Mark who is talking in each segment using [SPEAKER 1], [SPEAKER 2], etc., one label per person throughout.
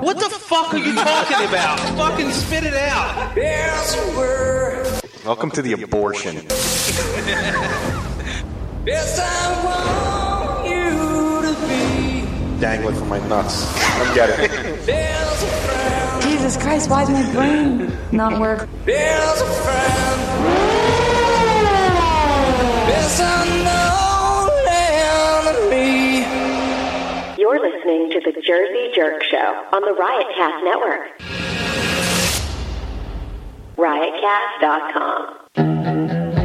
[SPEAKER 1] What, the, fuck are you talking about? Fucking spit it out.
[SPEAKER 2] There's a word.
[SPEAKER 3] Welcome to the abortion.
[SPEAKER 2] Yes, I want you to be.
[SPEAKER 3] Dangling from my nuts. I'm getting it.
[SPEAKER 2] There's a friend.
[SPEAKER 4] Jesus Christ, why is my brain not work?
[SPEAKER 2] There's a friend. There's a known enemy.
[SPEAKER 5] You're listening to the Jersey Jerk Show on the Riotcast Network. Riotcast.com.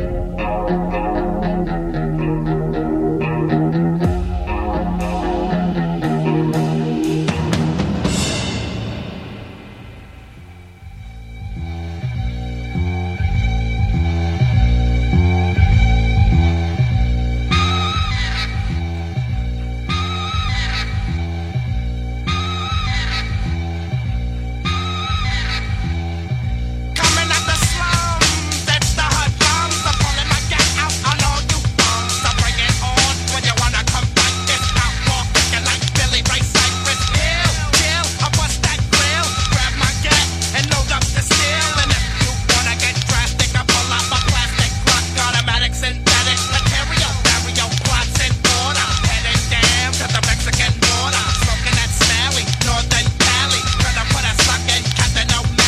[SPEAKER 6] Coming out the slum, that's the hot drums. The pulling my gat out on all you bums. So bring it on when you wanna come back. It's out more thinking like Billy Ray Cyrus. Ill, chill, I bust that grill. Grab my gat and load up the steel. And if you wanna get drastic, I pull out my plastic clock, automatic, synthetic material, stereo plots in order. Heading down to the Mexican border, smoking that smelly Northern Cali. Gonna put a sock in Captain O'Malley.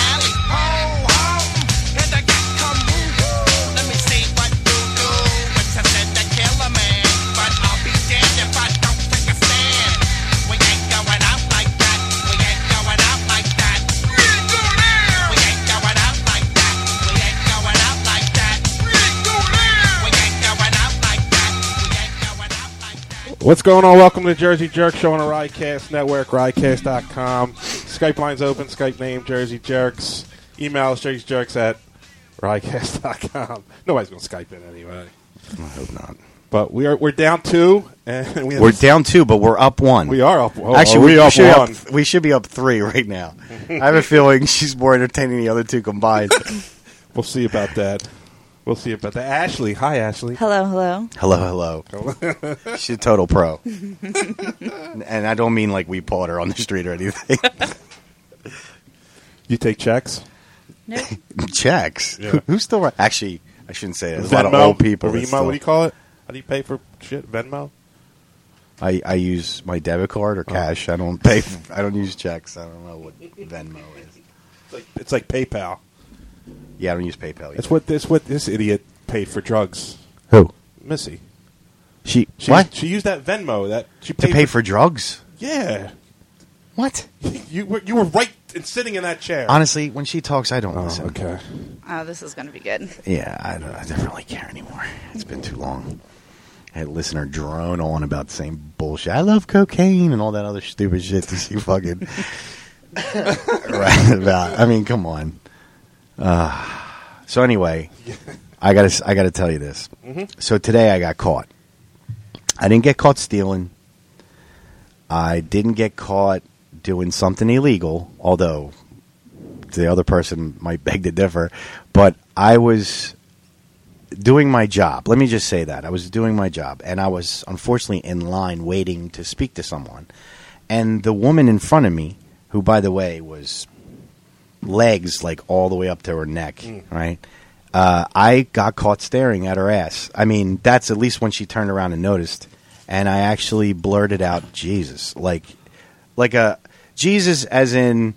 [SPEAKER 6] Ho, ho, here the cat come woo, woo. Let me see what you do. It's a sin to kill a man, but I'll be damned if I don't take a stand. We ain't going out like that. We ain't going out like that. We ain't going out. We ain't going out like that. We ain't going out like that. We ain't going out. We ain't going out like that. We ain't going out like that.
[SPEAKER 7] What's going on? Welcome to the Jersey Jerk Show on the Riotcast Network, riotcast.com. Skype line's open, Skype name Jersey Jerks. Email us jerseyjerks at riotcast.com. Nobody's going to Skype it anyway.
[SPEAKER 8] I hope not.
[SPEAKER 7] But we are, we're down two, and we have,
[SPEAKER 8] We're down two, but we're up one.
[SPEAKER 7] We are up oh,
[SPEAKER 8] Actually,
[SPEAKER 7] are
[SPEAKER 8] we,
[SPEAKER 7] we up
[SPEAKER 8] should
[SPEAKER 7] one?
[SPEAKER 8] Be up, we should be up three right now. I have a feeling she's more entertaining than the other two combined.
[SPEAKER 7] We'll see about that. We'll see about that. Ashley. Hi, Ashley.
[SPEAKER 9] Hello, hello.
[SPEAKER 8] hello, hello. she's a total pro. and I don't mean like we pawned her on the street or anything.
[SPEAKER 7] You take checks?
[SPEAKER 9] Nope.
[SPEAKER 8] Checks.
[SPEAKER 7] Yeah.
[SPEAKER 8] Who, who's still right? Actually, I shouldn't say that. There's a lot of
[SPEAKER 7] Venmo?
[SPEAKER 8] old people.
[SPEAKER 7] Or
[SPEAKER 8] that
[SPEAKER 7] Venmo,
[SPEAKER 8] still-
[SPEAKER 7] what do you call it? How do you pay for shit? Venmo?
[SPEAKER 8] I, I use my debit card or cash. I don't pay. I don't use checks. I don't know what Venmo is.
[SPEAKER 7] It's like, it's like PayPal.
[SPEAKER 8] Yeah, I don't use PayPal.
[SPEAKER 7] That's
[SPEAKER 8] either.
[SPEAKER 7] what this, what this idiot paid for drugs.
[SPEAKER 8] Who?
[SPEAKER 7] Missy.
[SPEAKER 8] She,
[SPEAKER 7] She,
[SPEAKER 8] what?
[SPEAKER 7] She used that Venmo that she
[SPEAKER 8] to
[SPEAKER 7] paid
[SPEAKER 8] pay for drugs?
[SPEAKER 7] Yeah,
[SPEAKER 8] What?
[SPEAKER 7] you were you were right in sitting in that chair.
[SPEAKER 8] Honestly, when she talks, I don't listen.
[SPEAKER 7] okay.
[SPEAKER 9] Oh, this is going to be good.
[SPEAKER 8] Yeah, I don't, I don't really care anymore. It's been too long. I had to listen her drone on about the same bullshit. I love cocaine and all that other stupid shit that she fucking right about. I mean, come on. Uh, so anyway, I gotta s- I gotta tell you this. So today I got caught. I didn't get caught stealing. I didn't get caught doing something illegal, although the other person might beg to differ, but I was doing my job. Let me just say that. I was doing my job, and I was unfortunately in line waiting to speak to someone. And the woman in front of me, who, by the way, was legs like all the way up to her neck, right? Uh, I got caught staring at her ass. I mean, that's at least when she turned around and noticed. And I actually blurted out, Jesus. Like, like a Jesus as in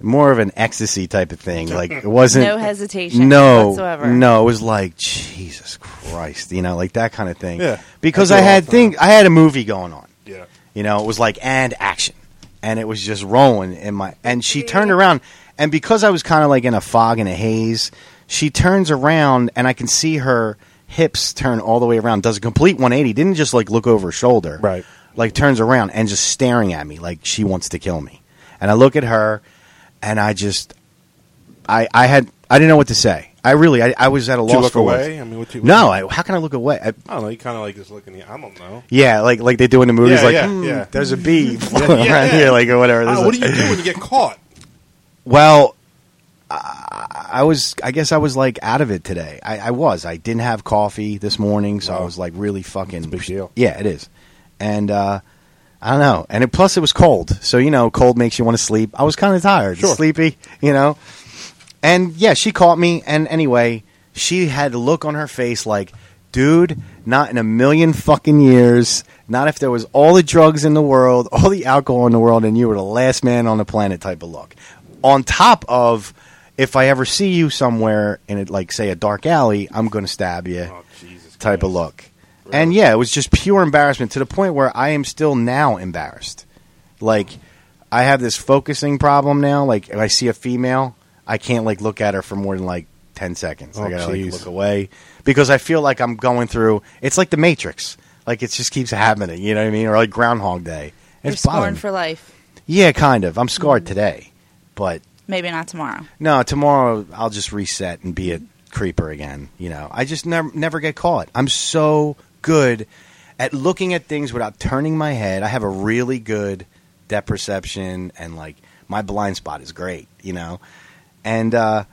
[SPEAKER 8] more of an ecstasy type of thing. Like it wasn't
[SPEAKER 9] No hesitation
[SPEAKER 8] No,
[SPEAKER 9] whatsoever.
[SPEAKER 8] no, it was like Jesus Christ, you know, like that kind of thing.
[SPEAKER 7] Yeah.
[SPEAKER 8] because
[SPEAKER 7] I
[SPEAKER 8] I
[SPEAKER 7] do all
[SPEAKER 8] had
[SPEAKER 7] the time.
[SPEAKER 8] thing, I had a movie going on.
[SPEAKER 7] Yeah.
[SPEAKER 8] You know, it was like and action, and it was just rolling in my. And she turned around, and because I was kind of like in a fog and a haze, she turns around, and I can see her hips turn all the way around. Does a complete one eighty. Didn't just like look over her shoulder.
[SPEAKER 7] Right.
[SPEAKER 8] Like turns around and just staring at me like she wants to kill me. And I look at her, and I just, I I had I didn't know what to say. I really I, I was at a
[SPEAKER 7] Did you
[SPEAKER 8] loss
[SPEAKER 7] look
[SPEAKER 8] for words.
[SPEAKER 7] away? I mean, what you-
[SPEAKER 8] no, I, how can I look away? I,
[SPEAKER 7] I don't know. You kind of like just looking. at I don't know.
[SPEAKER 8] yeah, like like they do in the movies.
[SPEAKER 7] Yeah,
[SPEAKER 8] like,
[SPEAKER 7] yeah,
[SPEAKER 8] "Hmm,
[SPEAKER 7] yeah.
[SPEAKER 8] there's a bee floating around here, like or whatever. There's
[SPEAKER 7] Ah,
[SPEAKER 8] a-
[SPEAKER 7] what do you do when you get caught?
[SPEAKER 8] Well, I, I was. I guess I was like out of it today. I, I was. I didn't have coffee this morning, so I was like really fucking.
[SPEAKER 7] big deal.
[SPEAKER 8] Yeah, it is. And uh, I don't know. And it, plus, it was cold. So, you know, cold makes you want to sleep. I was kind of tired,
[SPEAKER 7] Sure.
[SPEAKER 8] sleepy, you know. And yeah, she caught me. And anyway, she had a look on her face like, dude, not in a million fucking years. Not if there was all the drugs in the world, all the alcohol in the world, and you were the last man on the planet type of look. On top of, if I ever see you somewhere in, it, like, say, a dark alley, I'm going to stab you
[SPEAKER 7] Jesus
[SPEAKER 8] type of look. And yeah, it was just pure embarrassment to the point where I am still now embarrassed. Like I have this focusing problem now. Like if I see a female, I can't like look at her for more than like ten seconds.
[SPEAKER 7] Oh,
[SPEAKER 8] I gotta
[SPEAKER 7] jeez.
[SPEAKER 8] like look away because I feel like I'm going through. It's like the Matrix. Like it just keeps happening. You know what I mean? Or like Groundhog Day.
[SPEAKER 9] You're
[SPEAKER 8] It's bothering.
[SPEAKER 9] scorned for life.
[SPEAKER 8] yeah, kind of. I'm scarred today, but
[SPEAKER 9] Maybe not tomorrow.
[SPEAKER 8] no, tomorrow I'll just reset and be a creeper again. You know, I just never never get caught. I'm so good at looking at things without turning my head. I have a really good depth perception, and like my blind spot is great. You know, and uh,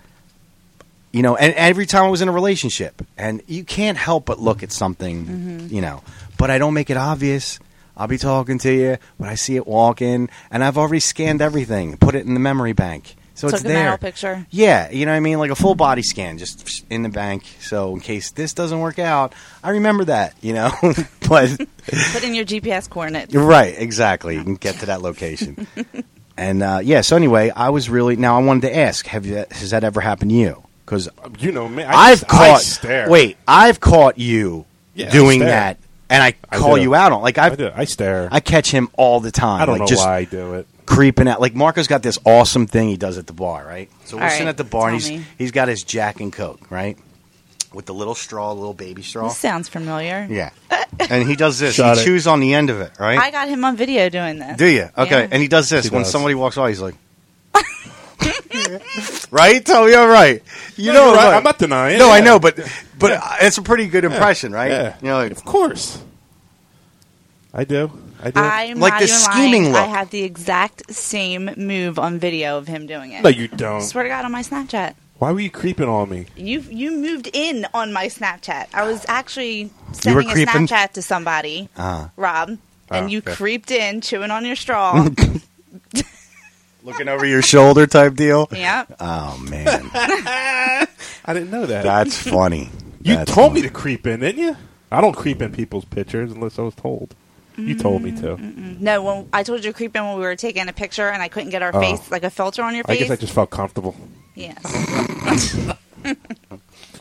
[SPEAKER 8] you know, and every time I was in a relationship, and you can't help but look at something, you know, but I don't make it obvious. I'll be talking to you, but I see it walking, and I've already scanned everything, put it in the memory bank, so
[SPEAKER 9] Took
[SPEAKER 8] it's
[SPEAKER 9] an
[SPEAKER 8] there.
[SPEAKER 9] aisle picture.
[SPEAKER 8] Yeah, you know what I mean? Like a full body scan just in the bank. So in case this doesn't work out, I remember that, you know? but,
[SPEAKER 9] Put in your GPS coordinates.
[SPEAKER 8] right, exactly. You can get to that location. and uh, yeah, so anyway, I was really, now I wanted to ask, have you, has that ever happened to you? Because
[SPEAKER 7] You know me. I,
[SPEAKER 8] I've
[SPEAKER 7] I
[SPEAKER 8] caught,
[SPEAKER 7] stare.
[SPEAKER 8] wait, I've caught you
[SPEAKER 7] Yeah, I
[SPEAKER 8] doing
[SPEAKER 7] stare.
[SPEAKER 8] that. And I
[SPEAKER 7] I
[SPEAKER 8] call
[SPEAKER 7] do.
[SPEAKER 8] you out on like
[SPEAKER 7] I
[SPEAKER 8] I've,
[SPEAKER 7] do. I stare.
[SPEAKER 8] I catch him all the time.
[SPEAKER 7] I don't
[SPEAKER 8] like,
[SPEAKER 7] know
[SPEAKER 8] just
[SPEAKER 7] why I do it.
[SPEAKER 8] creeping out. Like Marco's got this awesome thing he does at the bar, right? So we're
[SPEAKER 9] All
[SPEAKER 8] sitting
[SPEAKER 9] right,
[SPEAKER 8] at the bar, and
[SPEAKER 9] tell
[SPEAKER 8] he's
[SPEAKER 9] me.
[SPEAKER 8] he's got his Jack and Coke, right? With the little straw, little baby straw.
[SPEAKER 9] This sounds familiar.
[SPEAKER 8] Yeah, and he does this.
[SPEAKER 7] Shot
[SPEAKER 8] he
[SPEAKER 7] it.
[SPEAKER 8] chews on the end of it, right?
[SPEAKER 9] I got him on video doing this.
[SPEAKER 8] Do you? Okay,
[SPEAKER 9] Yeah.
[SPEAKER 8] and he does this
[SPEAKER 7] He
[SPEAKER 8] when
[SPEAKER 7] does.
[SPEAKER 8] somebody walks by. He's like. right? Tell me I'm right. You know
[SPEAKER 7] You're
[SPEAKER 8] I'm
[SPEAKER 7] right.
[SPEAKER 8] right.
[SPEAKER 7] I'm not denying.
[SPEAKER 8] No, I
[SPEAKER 7] yeah.
[SPEAKER 8] know, but but it's a pretty good impression, right?
[SPEAKER 7] Yeah.
[SPEAKER 8] You know, like,
[SPEAKER 7] Of course. I do. I do.
[SPEAKER 9] I'm
[SPEAKER 8] Like
[SPEAKER 9] not
[SPEAKER 8] the
[SPEAKER 9] even
[SPEAKER 8] scheming
[SPEAKER 9] lying.
[SPEAKER 8] look.
[SPEAKER 9] I have the exact same move on video of him doing it.
[SPEAKER 7] no, you
[SPEAKER 9] I
[SPEAKER 7] don't.
[SPEAKER 9] swear to God, on my Snapchat,
[SPEAKER 7] Why were you creeping on me?
[SPEAKER 9] you you moved in on my Snapchat. I was actually
[SPEAKER 8] were
[SPEAKER 9] sending a
[SPEAKER 8] creeping?
[SPEAKER 9] Snapchat to somebody,
[SPEAKER 7] Uh-huh.
[SPEAKER 8] Ah.
[SPEAKER 9] Rob, and
[SPEAKER 8] Oh,
[SPEAKER 9] you
[SPEAKER 8] okay.
[SPEAKER 9] creeped in, chewing on your straw.
[SPEAKER 8] looking over your shoulder type deal.
[SPEAKER 9] yep.
[SPEAKER 8] Oh man,
[SPEAKER 7] I didn't know that.
[SPEAKER 8] that's funny.
[SPEAKER 7] you
[SPEAKER 8] That's
[SPEAKER 7] told
[SPEAKER 8] funny.
[SPEAKER 7] me to creep in, didn't you? I don't creep in people's pictures unless I was told. You told me to.
[SPEAKER 9] No, when I told you to creep in when we were taking a picture, and I couldn't get our
[SPEAKER 7] Oh.
[SPEAKER 9] face like a filter on your
[SPEAKER 7] I
[SPEAKER 9] face.
[SPEAKER 7] guess I just felt comfortable.
[SPEAKER 9] yes.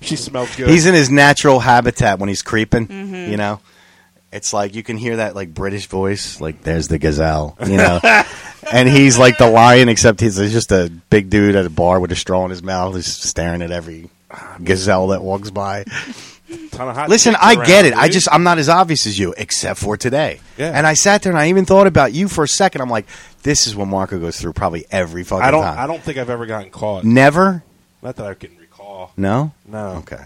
[SPEAKER 7] She smelled good. Mm-hmm.
[SPEAKER 8] He's in his natural habitat when he's creeping. You know, it's like you can hear that like British voice, like "There's the gazelle," you know, and he's like the lion, except he's just a big dude at a bar with a straw in his mouth, just staring at every gazelle that walks by.
[SPEAKER 7] ton of hot
[SPEAKER 8] Listen,
[SPEAKER 7] chicks
[SPEAKER 8] I
[SPEAKER 7] around,
[SPEAKER 8] get it. I
[SPEAKER 7] dude.
[SPEAKER 8] just I'm not as obvious as you, except for today.
[SPEAKER 7] Yeah.
[SPEAKER 8] And I sat there and I even thought about you for a second. I'm like, this is what Marco goes through probably every fucking
[SPEAKER 7] I don't.
[SPEAKER 8] time.
[SPEAKER 7] I don't think I've ever gotten caught.
[SPEAKER 8] Never.
[SPEAKER 7] Not that I can recall.
[SPEAKER 8] No.
[SPEAKER 7] No.
[SPEAKER 8] Okay.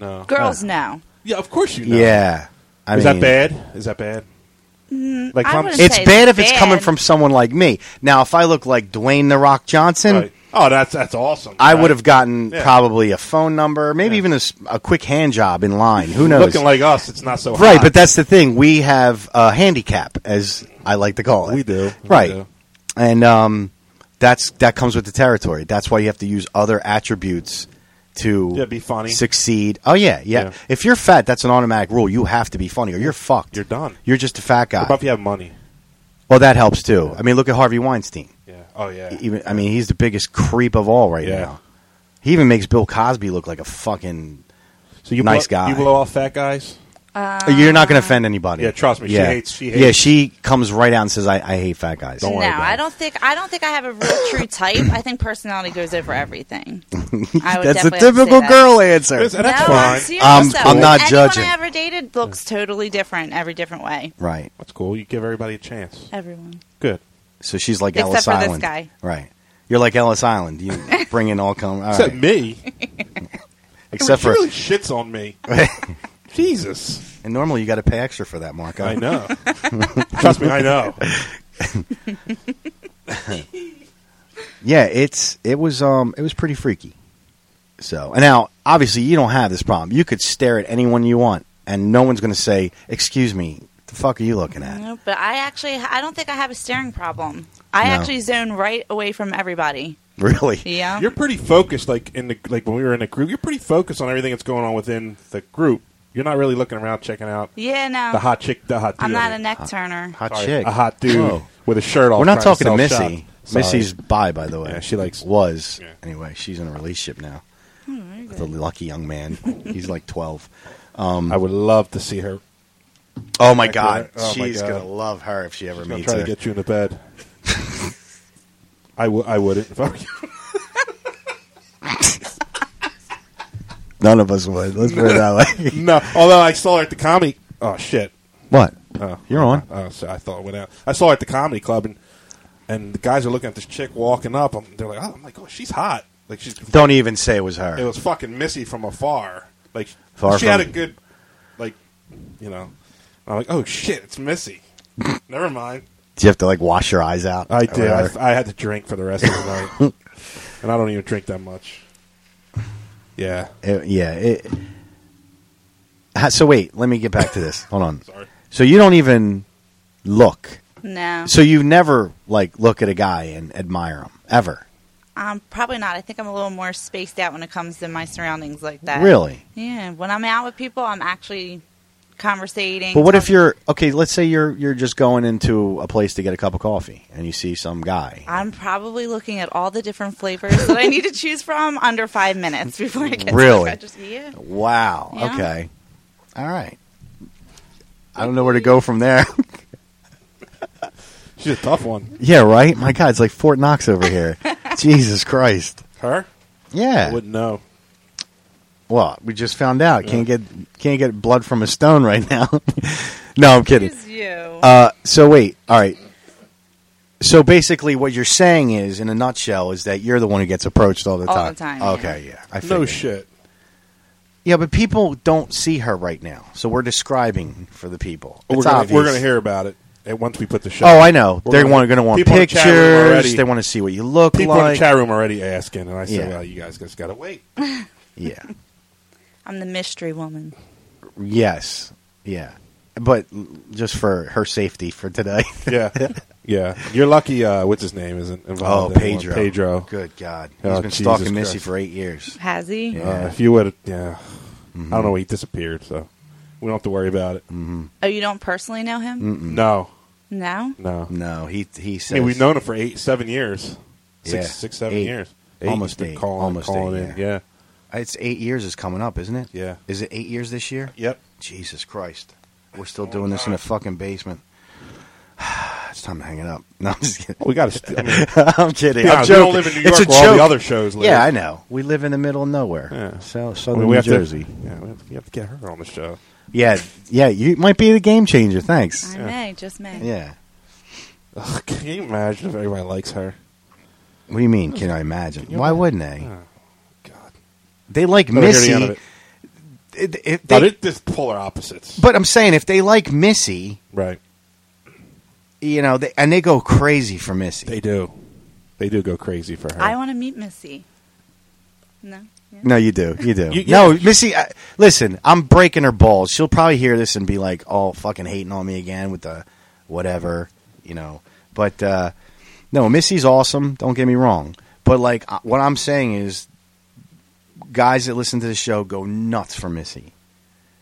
[SPEAKER 7] No.
[SPEAKER 9] Girls, no.
[SPEAKER 7] Yeah, of course you know.
[SPEAKER 8] Yeah. I
[SPEAKER 7] Is
[SPEAKER 8] mean,
[SPEAKER 7] that bad? Is that bad? like
[SPEAKER 9] I
[SPEAKER 7] if I'm-
[SPEAKER 9] wouldn't
[SPEAKER 8] It's
[SPEAKER 9] say
[SPEAKER 8] bad if it's coming
[SPEAKER 9] bad.
[SPEAKER 8] from someone like me. Now, if I look like Dwayne the Rock Johnson,
[SPEAKER 7] Right. Oh, that's that's awesome.
[SPEAKER 8] I
[SPEAKER 7] right?
[SPEAKER 8] would have gotten
[SPEAKER 7] Yeah.
[SPEAKER 8] probably a phone number, maybe
[SPEAKER 7] Yeah.
[SPEAKER 8] even a, s- a quick hand job in line. Who knows?
[SPEAKER 7] looking like us. It's not so
[SPEAKER 8] right,
[SPEAKER 7] hot.
[SPEAKER 8] but that's the thing. We have a handicap, as I like to call it.
[SPEAKER 7] We do. We
[SPEAKER 8] Right.
[SPEAKER 7] do.
[SPEAKER 8] And um, that's that comes with the territory. That's why you have to use other attributes to
[SPEAKER 7] Yeah, be funny.
[SPEAKER 8] succeed. Oh yeah, yeah,
[SPEAKER 7] Yeah.
[SPEAKER 8] If you're fat, that's an automatic rule. You have to be funny, or you're fucked.
[SPEAKER 7] You're done.
[SPEAKER 8] You're just a fat guy.
[SPEAKER 7] What about if you have money?
[SPEAKER 8] Well, that helps too. I mean, look at Harvey Weinstein.
[SPEAKER 7] Yeah. Oh yeah.
[SPEAKER 8] Even I mean, he's the biggest creep of all right
[SPEAKER 7] Yeah.
[SPEAKER 8] now. He even makes Bill Cosby look like a fucking.
[SPEAKER 7] So you
[SPEAKER 8] Nice
[SPEAKER 7] blow,
[SPEAKER 8] guy.
[SPEAKER 7] You blow off fat guys.
[SPEAKER 8] You're not going to offend anybody.
[SPEAKER 7] Yeah, trust me, she hates- she hates-
[SPEAKER 8] Yeah, she comes right out and says, "I, I hate fat guys."
[SPEAKER 7] Don't
[SPEAKER 9] No,
[SPEAKER 7] worry about
[SPEAKER 9] I
[SPEAKER 7] it.
[SPEAKER 9] don't think I don't think I have a real true type. I think personality goes over everything. I would
[SPEAKER 8] That's a
[SPEAKER 9] definitely have to say
[SPEAKER 8] typical
[SPEAKER 9] that.
[SPEAKER 8] girl answer.
[SPEAKER 7] That's,
[SPEAKER 9] No,
[SPEAKER 7] that's
[SPEAKER 9] I'm,
[SPEAKER 7] fine.
[SPEAKER 9] serious,
[SPEAKER 8] Um,
[SPEAKER 9] though.
[SPEAKER 8] I'm not
[SPEAKER 9] Anyone
[SPEAKER 8] judging.
[SPEAKER 9] I ever dated looks totally different every different way.
[SPEAKER 8] Right.
[SPEAKER 7] That's cool. You give everybody a chance.
[SPEAKER 9] Everyone.
[SPEAKER 7] Good.
[SPEAKER 8] So she's like
[SPEAKER 9] Except
[SPEAKER 8] Ellis
[SPEAKER 9] for this
[SPEAKER 8] Island.
[SPEAKER 9] guy.
[SPEAKER 8] Right. You're like Ellis Island. You bring in all come. all
[SPEAKER 7] Except
[SPEAKER 8] right.
[SPEAKER 7] me.
[SPEAKER 8] Except
[SPEAKER 7] she
[SPEAKER 8] for
[SPEAKER 7] really shits on me. Jesus.
[SPEAKER 8] and normally you got to pay extra for that, Marco.
[SPEAKER 7] I know. Trust me, I know.
[SPEAKER 8] Yeah, it's it was um it was pretty freaky. So and now obviously you don't have this problem. You could stare at anyone you want, and no one's going to say, "Excuse me, the fuck are you looking at?
[SPEAKER 9] No, but I actually, I don't think I have a staring problem. I
[SPEAKER 8] No.
[SPEAKER 9] actually zone right away from everybody.
[SPEAKER 8] Really?
[SPEAKER 9] Yeah.
[SPEAKER 7] You're pretty focused, like in the like when we were in a group. You're pretty focused on everything that's going on within the group. You're not really looking around checking out
[SPEAKER 9] yeah, no.
[SPEAKER 7] the hot chick, the hot. Dude
[SPEAKER 9] Um, I'm not
[SPEAKER 7] over
[SPEAKER 9] a neck turner.
[SPEAKER 8] Hot
[SPEAKER 7] Sorry,
[SPEAKER 8] chick.
[SPEAKER 7] a hot dude
[SPEAKER 8] Whoa.
[SPEAKER 7] with a shirt off.
[SPEAKER 8] We're not
[SPEAKER 7] trying
[SPEAKER 8] talking to
[SPEAKER 7] sell
[SPEAKER 8] Missy.
[SPEAKER 7] shots. Sorry.
[SPEAKER 8] Missy's bi, by the way.
[SPEAKER 7] Yeah, she likes-
[SPEAKER 8] was
[SPEAKER 7] Yeah.
[SPEAKER 8] anyway. She's in a relationship now with a lucky young man. He's like twelve.
[SPEAKER 7] I would love to see her.
[SPEAKER 8] Oh my
[SPEAKER 7] Back
[SPEAKER 8] god,
[SPEAKER 7] there. Oh my
[SPEAKER 8] she's
[SPEAKER 7] God.
[SPEAKER 8] gonna love her if she ever
[SPEAKER 7] I'm
[SPEAKER 8] meets
[SPEAKER 7] trying
[SPEAKER 8] her.
[SPEAKER 7] to get you into bed. I would. I wouldn't. If I were you.
[SPEAKER 8] None of us would. Let's put it that way.
[SPEAKER 7] No. Although I saw her at the comedy. Oh shit.
[SPEAKER 8] what?
[SPEAKER 7] Oh.
[SPEAKER 8] You're on.
[SPEAKER 7] Oh, so I thought it went out. I saw her at the comedy club, and and the guys are looking at this chick walking up. i they're like, oh, I'm like, oh, she's hot. Like she's.
[SPEAKER 8] Don't even say it was her.
[SPEAKER 7] It was fucking Missy from afar. Like
[SPEAKER 8] Far
[SPEAKER 7] she
[SPEAKER 8] from-
[SPEAKER 7] had a good, like, you know. I'm like, oh shit, it's Missy. Never mind.
[SPEAKER 8] Do you have to like wash your eyes out?
[SPEAKER 7] I
[SPEAKER 8] Or
[SPEAKER 7] did.
[SPEAKER 8] whatever?
[SPEAKER 7] I, I had to drink for the rest of the night, and I don't even drink that much. Yeah.
[SPEAKER 8] It- yeah. It, Ha- so wait, let me get back to this. Hold on.
[SPEAKER 7] Sorry.
[SPEAKER 8] So you don't even look.
[SPEAKER 9] No.
[SPEAKER 8] So you never like look at a guy and admire him ever.
[SPEAKER 9] Um, probably not. I think I'm a little more spaced out when it comes to my surroundings like that.
[SPEAKER 8] Really?
[SPEAKER 9] Yeah. When I'm out with people, I'm actually conversating.
[SPEAKER 8] But what if
[SPEAKER 9] talking-
[SPEAKER 8] you're okay? Let's say you're you're just going into a place to get a cup of coffee and you see some guy.
[SPEAKER 9] I'm probably looking at all the different flavors that I need to choose from under five minutes before I get
[SPEAKER 8] Really?
[SPEAKER 9] to the register. Yeah.
[SPEAKER 8] Wow.
[SPEAKER 9] Yeah.
[SPEAKER 8] Okay. All right. I don't know where to go from there.
[SPEAKER 7] She's a tough one.
[SPEAKER 8] yeah. Right. My God, it's like Fort Knox over here. Jesus Christ.
[SPEAKER 7] Her? I
[SPEAKER 8] Yeah.
[SPEAKER 7] wouldn't know.
[SPEAKER 8] Well, we just found out. Can't get can't get blood from a stone right now. no, I'm kidding.
[SPEAKER 9] Excuse you.
[SPEAKER 8] Uh, so wait, all right. So basically, what you're saying is, in a nutshell, is that you're the one who gets approached all the
[SPEAKER 9] All
[SPEAKER 8] time.
[SPEAKER 9] the time,
[SPEAKER 8] Okay, yeah. I
[SPEAKER 7] No
[SPEAKER 8] figured.
[SPEAKER 7] shit.
[SPEAKER 8] Yeah, but people don't see her right now, so we're describing for the people.
[SPEAKER 7] We're
[SPEAKER 8] It's
[SPEAKER 7] gonna,
[SPEAKER 8] obvious.
[SPEAKER 7] we're gonna hear about it and once we put the show.
[SPEAKER 8] Oh, I know.
[SPEAKER 7] We're
[SPEAKER 8] They're
[SPEAKER 7] gonna-
[SPEAKER 8] going to want
[SPEAKER 7] people in the chat room
[SPEAKER 8] pictures.
[SPEAKER 7] already-
[SPEAKER 8] They want to see what you look
[SPEAKER 7] People in
[SPEAKER 8] like.
[SPEAKER 7] the chat room already asking, and I said,
[SPEAKER 8] Yeah.
[SPEAKER 7] "Well, you guys just gotta wait."
[SPEAKER 8] yeah.
[SPEAKER 9] I'm the mystery woman.
[SPEAKER 8] Yes. Yeah. But l- just for her safety for today.
[SPEAKER 7] Yeah, yeah. You're lucky. Uh, what's his name isn't
[SPEAKER 8] oh,
[SPEAKER 7] involved. anymore.
[SPEAKER 8] Pedro.
[SPEAKER 7] Pedro.
[SPEAKER 8] Good God. He's
[SPEAKER 7] Oh,
[SPEAKER 8] been
[SPEAKER 7] Jesus
[SPEAKER 8] stalking Missy
[SPEAKER 7] Christ.
[SPEAKER 8] for eight years.
[SPEAKER 9] Has he?
[SPEAKER 8] Yeah.
[SPEAKER 7] Uh, if you would, yeah. I
[SPEAKER 8] Mm-hmm.
[SPEAKER 7] don't know. He disappeared, so we don't have to worry about it.
[SPEAKER 9] Oh, you don't personally know him?
[SPEAKER 8] Mm.
[SPEAKER 7] No,
[SPEAKER 9] No.
[SPEAKER 7] no.
[SPEAKER 8] No, he he says
[SPEAKER 7] I mean, we've known him for eight, seven years. Six,
[SPEAKER 8] Yeah.
[SPEAKER 7] six, seven
[SPEAKER 8] Eight.
[SPEAKER 7] years.
[SPEAKER 8] Almost
[SPEAKER 7] he's been
[SPEAKER 8] eight.
[SPEAKER 7] Calling,
[SPEAKER 8] Almost
[SPEAKER 7] calling
[SPEAKER 8] eight,
[SPEAKER 7] in.
[SPEAKER 8] yeah.
[SPEAKER 7] Yeah.
[SPEAKER 8] It's eight years is coming up, isn't it?
[SPEAKER 7] Yeah.
[SPEAKER 8] Is it eight years this year?
[SPEAKER 7] Yep.
[SPEAKER 8] Jesus Christ. We're still
[SPEAKER 7] Oh,
[SPEAKER 8] doing this in a fucking basement. it's time to hang it up. No, I'm just kidding.
[SPEAKER 7] Well, we got to. St- I mean,
[SPEAKER 8] I'm kidding.
[SPEAKER 7] yeah,
[SPEAKER 8] I'm
[SPEAKER 7] we don't
[SPEAKER 8] joking.
[SPEAKER 7] live in New
[SPEAKER 8] It's
[SPEAKER 7] York.
[SPEAKER 8] a
[SPEAKER 7] where all
[SPEAKER 8] joke.
[SPEAKER 7] the other shows. Live.
[SPEAKER 8] Yeah, I know. We live in the middle of nowhere.
[SPEAKER 7] Yeah.
[SPEAKER 8] So,
[SPEAKER 7] I
[SPEAKER 8] southern
[SPEAKER 7] mean, we
[SPEAKER 8] New
[SPEAKER 7] have
[SPEAKER 8] Jersey.
[SPEAKER 7] To, yeah, we have, we have to get her on the show.
[SPEAKER 8] Yeah, yeah. You might be the game changer. Thanks.
[SPEAKER 9] I may, just may.
[SPEAKER 8] Yeah.
[SPEAKER 7] Ugh, can you imagine if everybody likes her?
[SPEAKER 8] What do you mean? Can I imagine?
[SPEAKER 7] you
[SPEAKER 8] Why
[SPEAKER 7] imagine?
[SPEAKER 8] wouldn't they?
[SPEAKER 7] Oh, God.
[SPEAKER 8] They like
[SPEAKER 7] Never hear the end of
[SPEAKER 8] Missy.
[SPEAKER 7] it.
[SPEAKER 8] It- it-
[SPEAKER 7] But
[SPEAKER 8] they-
[SPEAKER 7] it, it's polar opposites.
[SPEAKER 8] but I'm saying if they like Missy,
[SPEAKER 7] right.
[SPEAKER 8] you know, they, and they go crazy for Missy.
[SPEAKER 7] They do. They do go crazy for her.
[SPEAKER 9] I want to meet Missy. No. Yeah.
[SPEAKER 8] No, you do. You do.
[SPEAKER 7] You- you-
[SPEAKER 8] no, Missy, I, listen, I'm breaking her balls. She'll probably hear this and be like, oh, fucking hating on me again with the whatever, you know. But uh, no, Missy's awesome. Don't get me wrong. But, like, I- what I'm saying is guys that listen to the show go nuts for Missy.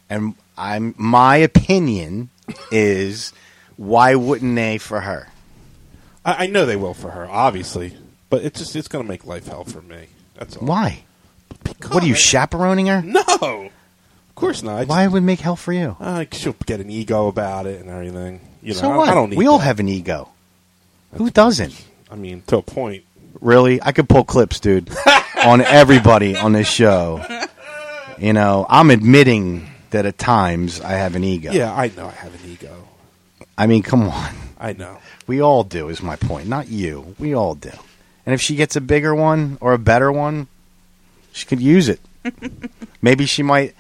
[SPEAKER 8] And I'm my opinion is why wouldn't they for her?
[SPEAKER 7] I, I know they will for her, obviously. But it's just it's going to make life hell for me. That's all.
[SPEAKER 8] Why? What are you, chaperoning her?
[SPEAKER 7] No, of course not. I just-
[SPEAKER 8] Why would it make hell for you?
[SPEAKER 7] Uh, she'll get an ego about it and everything. You know,
[SPEAKER 8] so
[SPEAKER 7] I,
[SPEAKER 8] what?
[SPEAKER 7] I don't need.
[SPEAKER 8] we all
[SPEAKER 7] that.
[SPEAKER 8] have an ego. Who doesn't?
[SPEAKER 7] I mean, to a point.
[SPEAKER 8] Really? I could pull clips, dude, on everybody on this show. You know, I'm admitting that at times I have an ego.
[SPEAKER 7] Yeah. I know I have an ego.
[SPEAKER 8] I mean, come on.
[SPEAKER 7] I know.
[SPEAKER 8] We all do, is my point. Not you. We all do. And if she gets a bigger one or a better one, she could use it. Maybe she might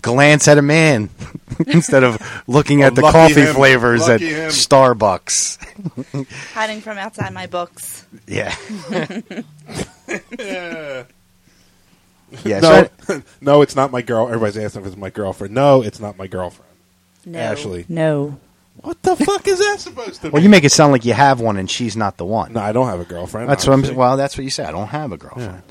[SPEAKER 8] glance at a man instead of looking at the
[SPEAKER 7] Oh, lucky
[SPEAKER 8] coffee
[SPEAKER 7] him.
[SPEAKER 8] flavors at
[SPEAKER 7] Lucky him.
[SPEAKER 8] Starbucks.
[SPEAKER 9] Hiding from outside my books.
[SPEAKER 8] Yeah. yeah.
[SPEAKER 7] No,
[SPEAKER 8] so-
[SPEAKER 7] no, it's not my girl. Everybody's asking if it's my girlfriend. No, it's not my girlfriend.
[SPEAKER 9] No.
[SPEAKER 7] Ashley.
[SPEAKER 9] No.
[SPEAKER 7] What the fuck is that supposed to be?
[SPEAKER 8] Well, you make it sound like you have one and she's not the one.
[SPEAKER 7] no, I don't have a girlfriend.
[SPEAKER 8] that's what I'm.
[SPEAKER 7] obviously.
[SPEAKER 8] Well, that's what you said. I don't have a girlfriend.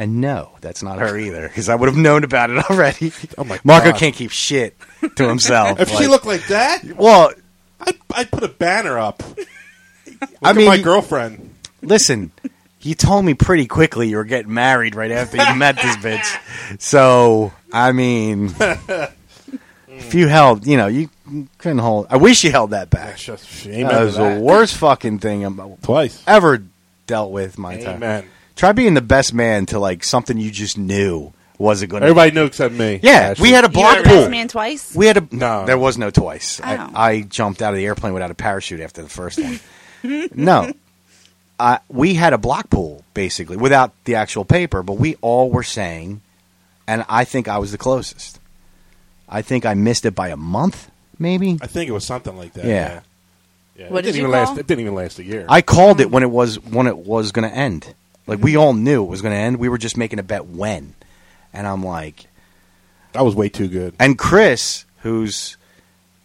[SPEAKER 8] And no, that's not her either, because I would have known about it already.
[SPEAKER 7] Oh my
[SPEAKER 8] Marco
[SPEAKER 7] God.
[SPEAKER 8] can't keep shit to himself.
[SPEAKER 7] If she
[SPEAKER 8] like-
[SPEAKER 7] looked like that,
[SPEAKER 8] well,
[SPEAKER 7] I'd, I'd put a banner up. Look
[SPEAKER 8] I
[SPEAKER 7] at
[SPEAKER 8] mean,
[SPEAKER 7] my girlfriend.
[SPEAKER 8] listen, you told me pretty quickly you were getting married right after you met this bitch. So, I mean, if you held, you know, you couldn't hold. I wish you held that back.
[SPEAKER 7] That's just shame.
[SPEAKER 8] That was the worst fucking thing I'm
[SPEAKER 7] Twice.
[SPEAKER 8] ever dealt with in my time.
[SPEAKER 7] Amen.
[SPEAKER 8] Try being the best man to like something you just knew wasn't going to.
[SPEAKER 7] Everybody knew except me.
[SPEAKER 8] yeah, we had a
[SPEAKER 9] You were
[SPEAKER 8] block
[SPEAKER 9] the best
[SPEAKER 8] pool.
[SPEAKER 9] man twice.
[SPEAKER 8] We had a
[SPEAKER 7] No.
[SPEAKER 8] There was no twice.
[SPEAKER 9] Oh.
[SPEAKER 8] I, I jumped out of the airplane without a parachute after the first one. no, I, we had a block pool basically without the actual paper, but we all were saying, and I think I was the closest. I think I missed it by a month, maybe.
[SPEAKER 7] I think it was something like that.
[SPEAKER 8] Yeah.
[SPEAKER 7] Yeah. Yeah,
[SPEAKER 9] What
[SPEAKER 7] it didn't
[SPEAKER 9] did you
[SPEAKER 7] even
[SPEAKER 9] call?
[SPEAKER 7] last. It didn't even last a year.
[SPEAKER 8] I called it when it was when it was going to end. Like we all knew it was going to end. We were just making a bet when, and I'm like,
[SPEAKER 7] I was way too good.
[SPEAKER 8] And Chris, who's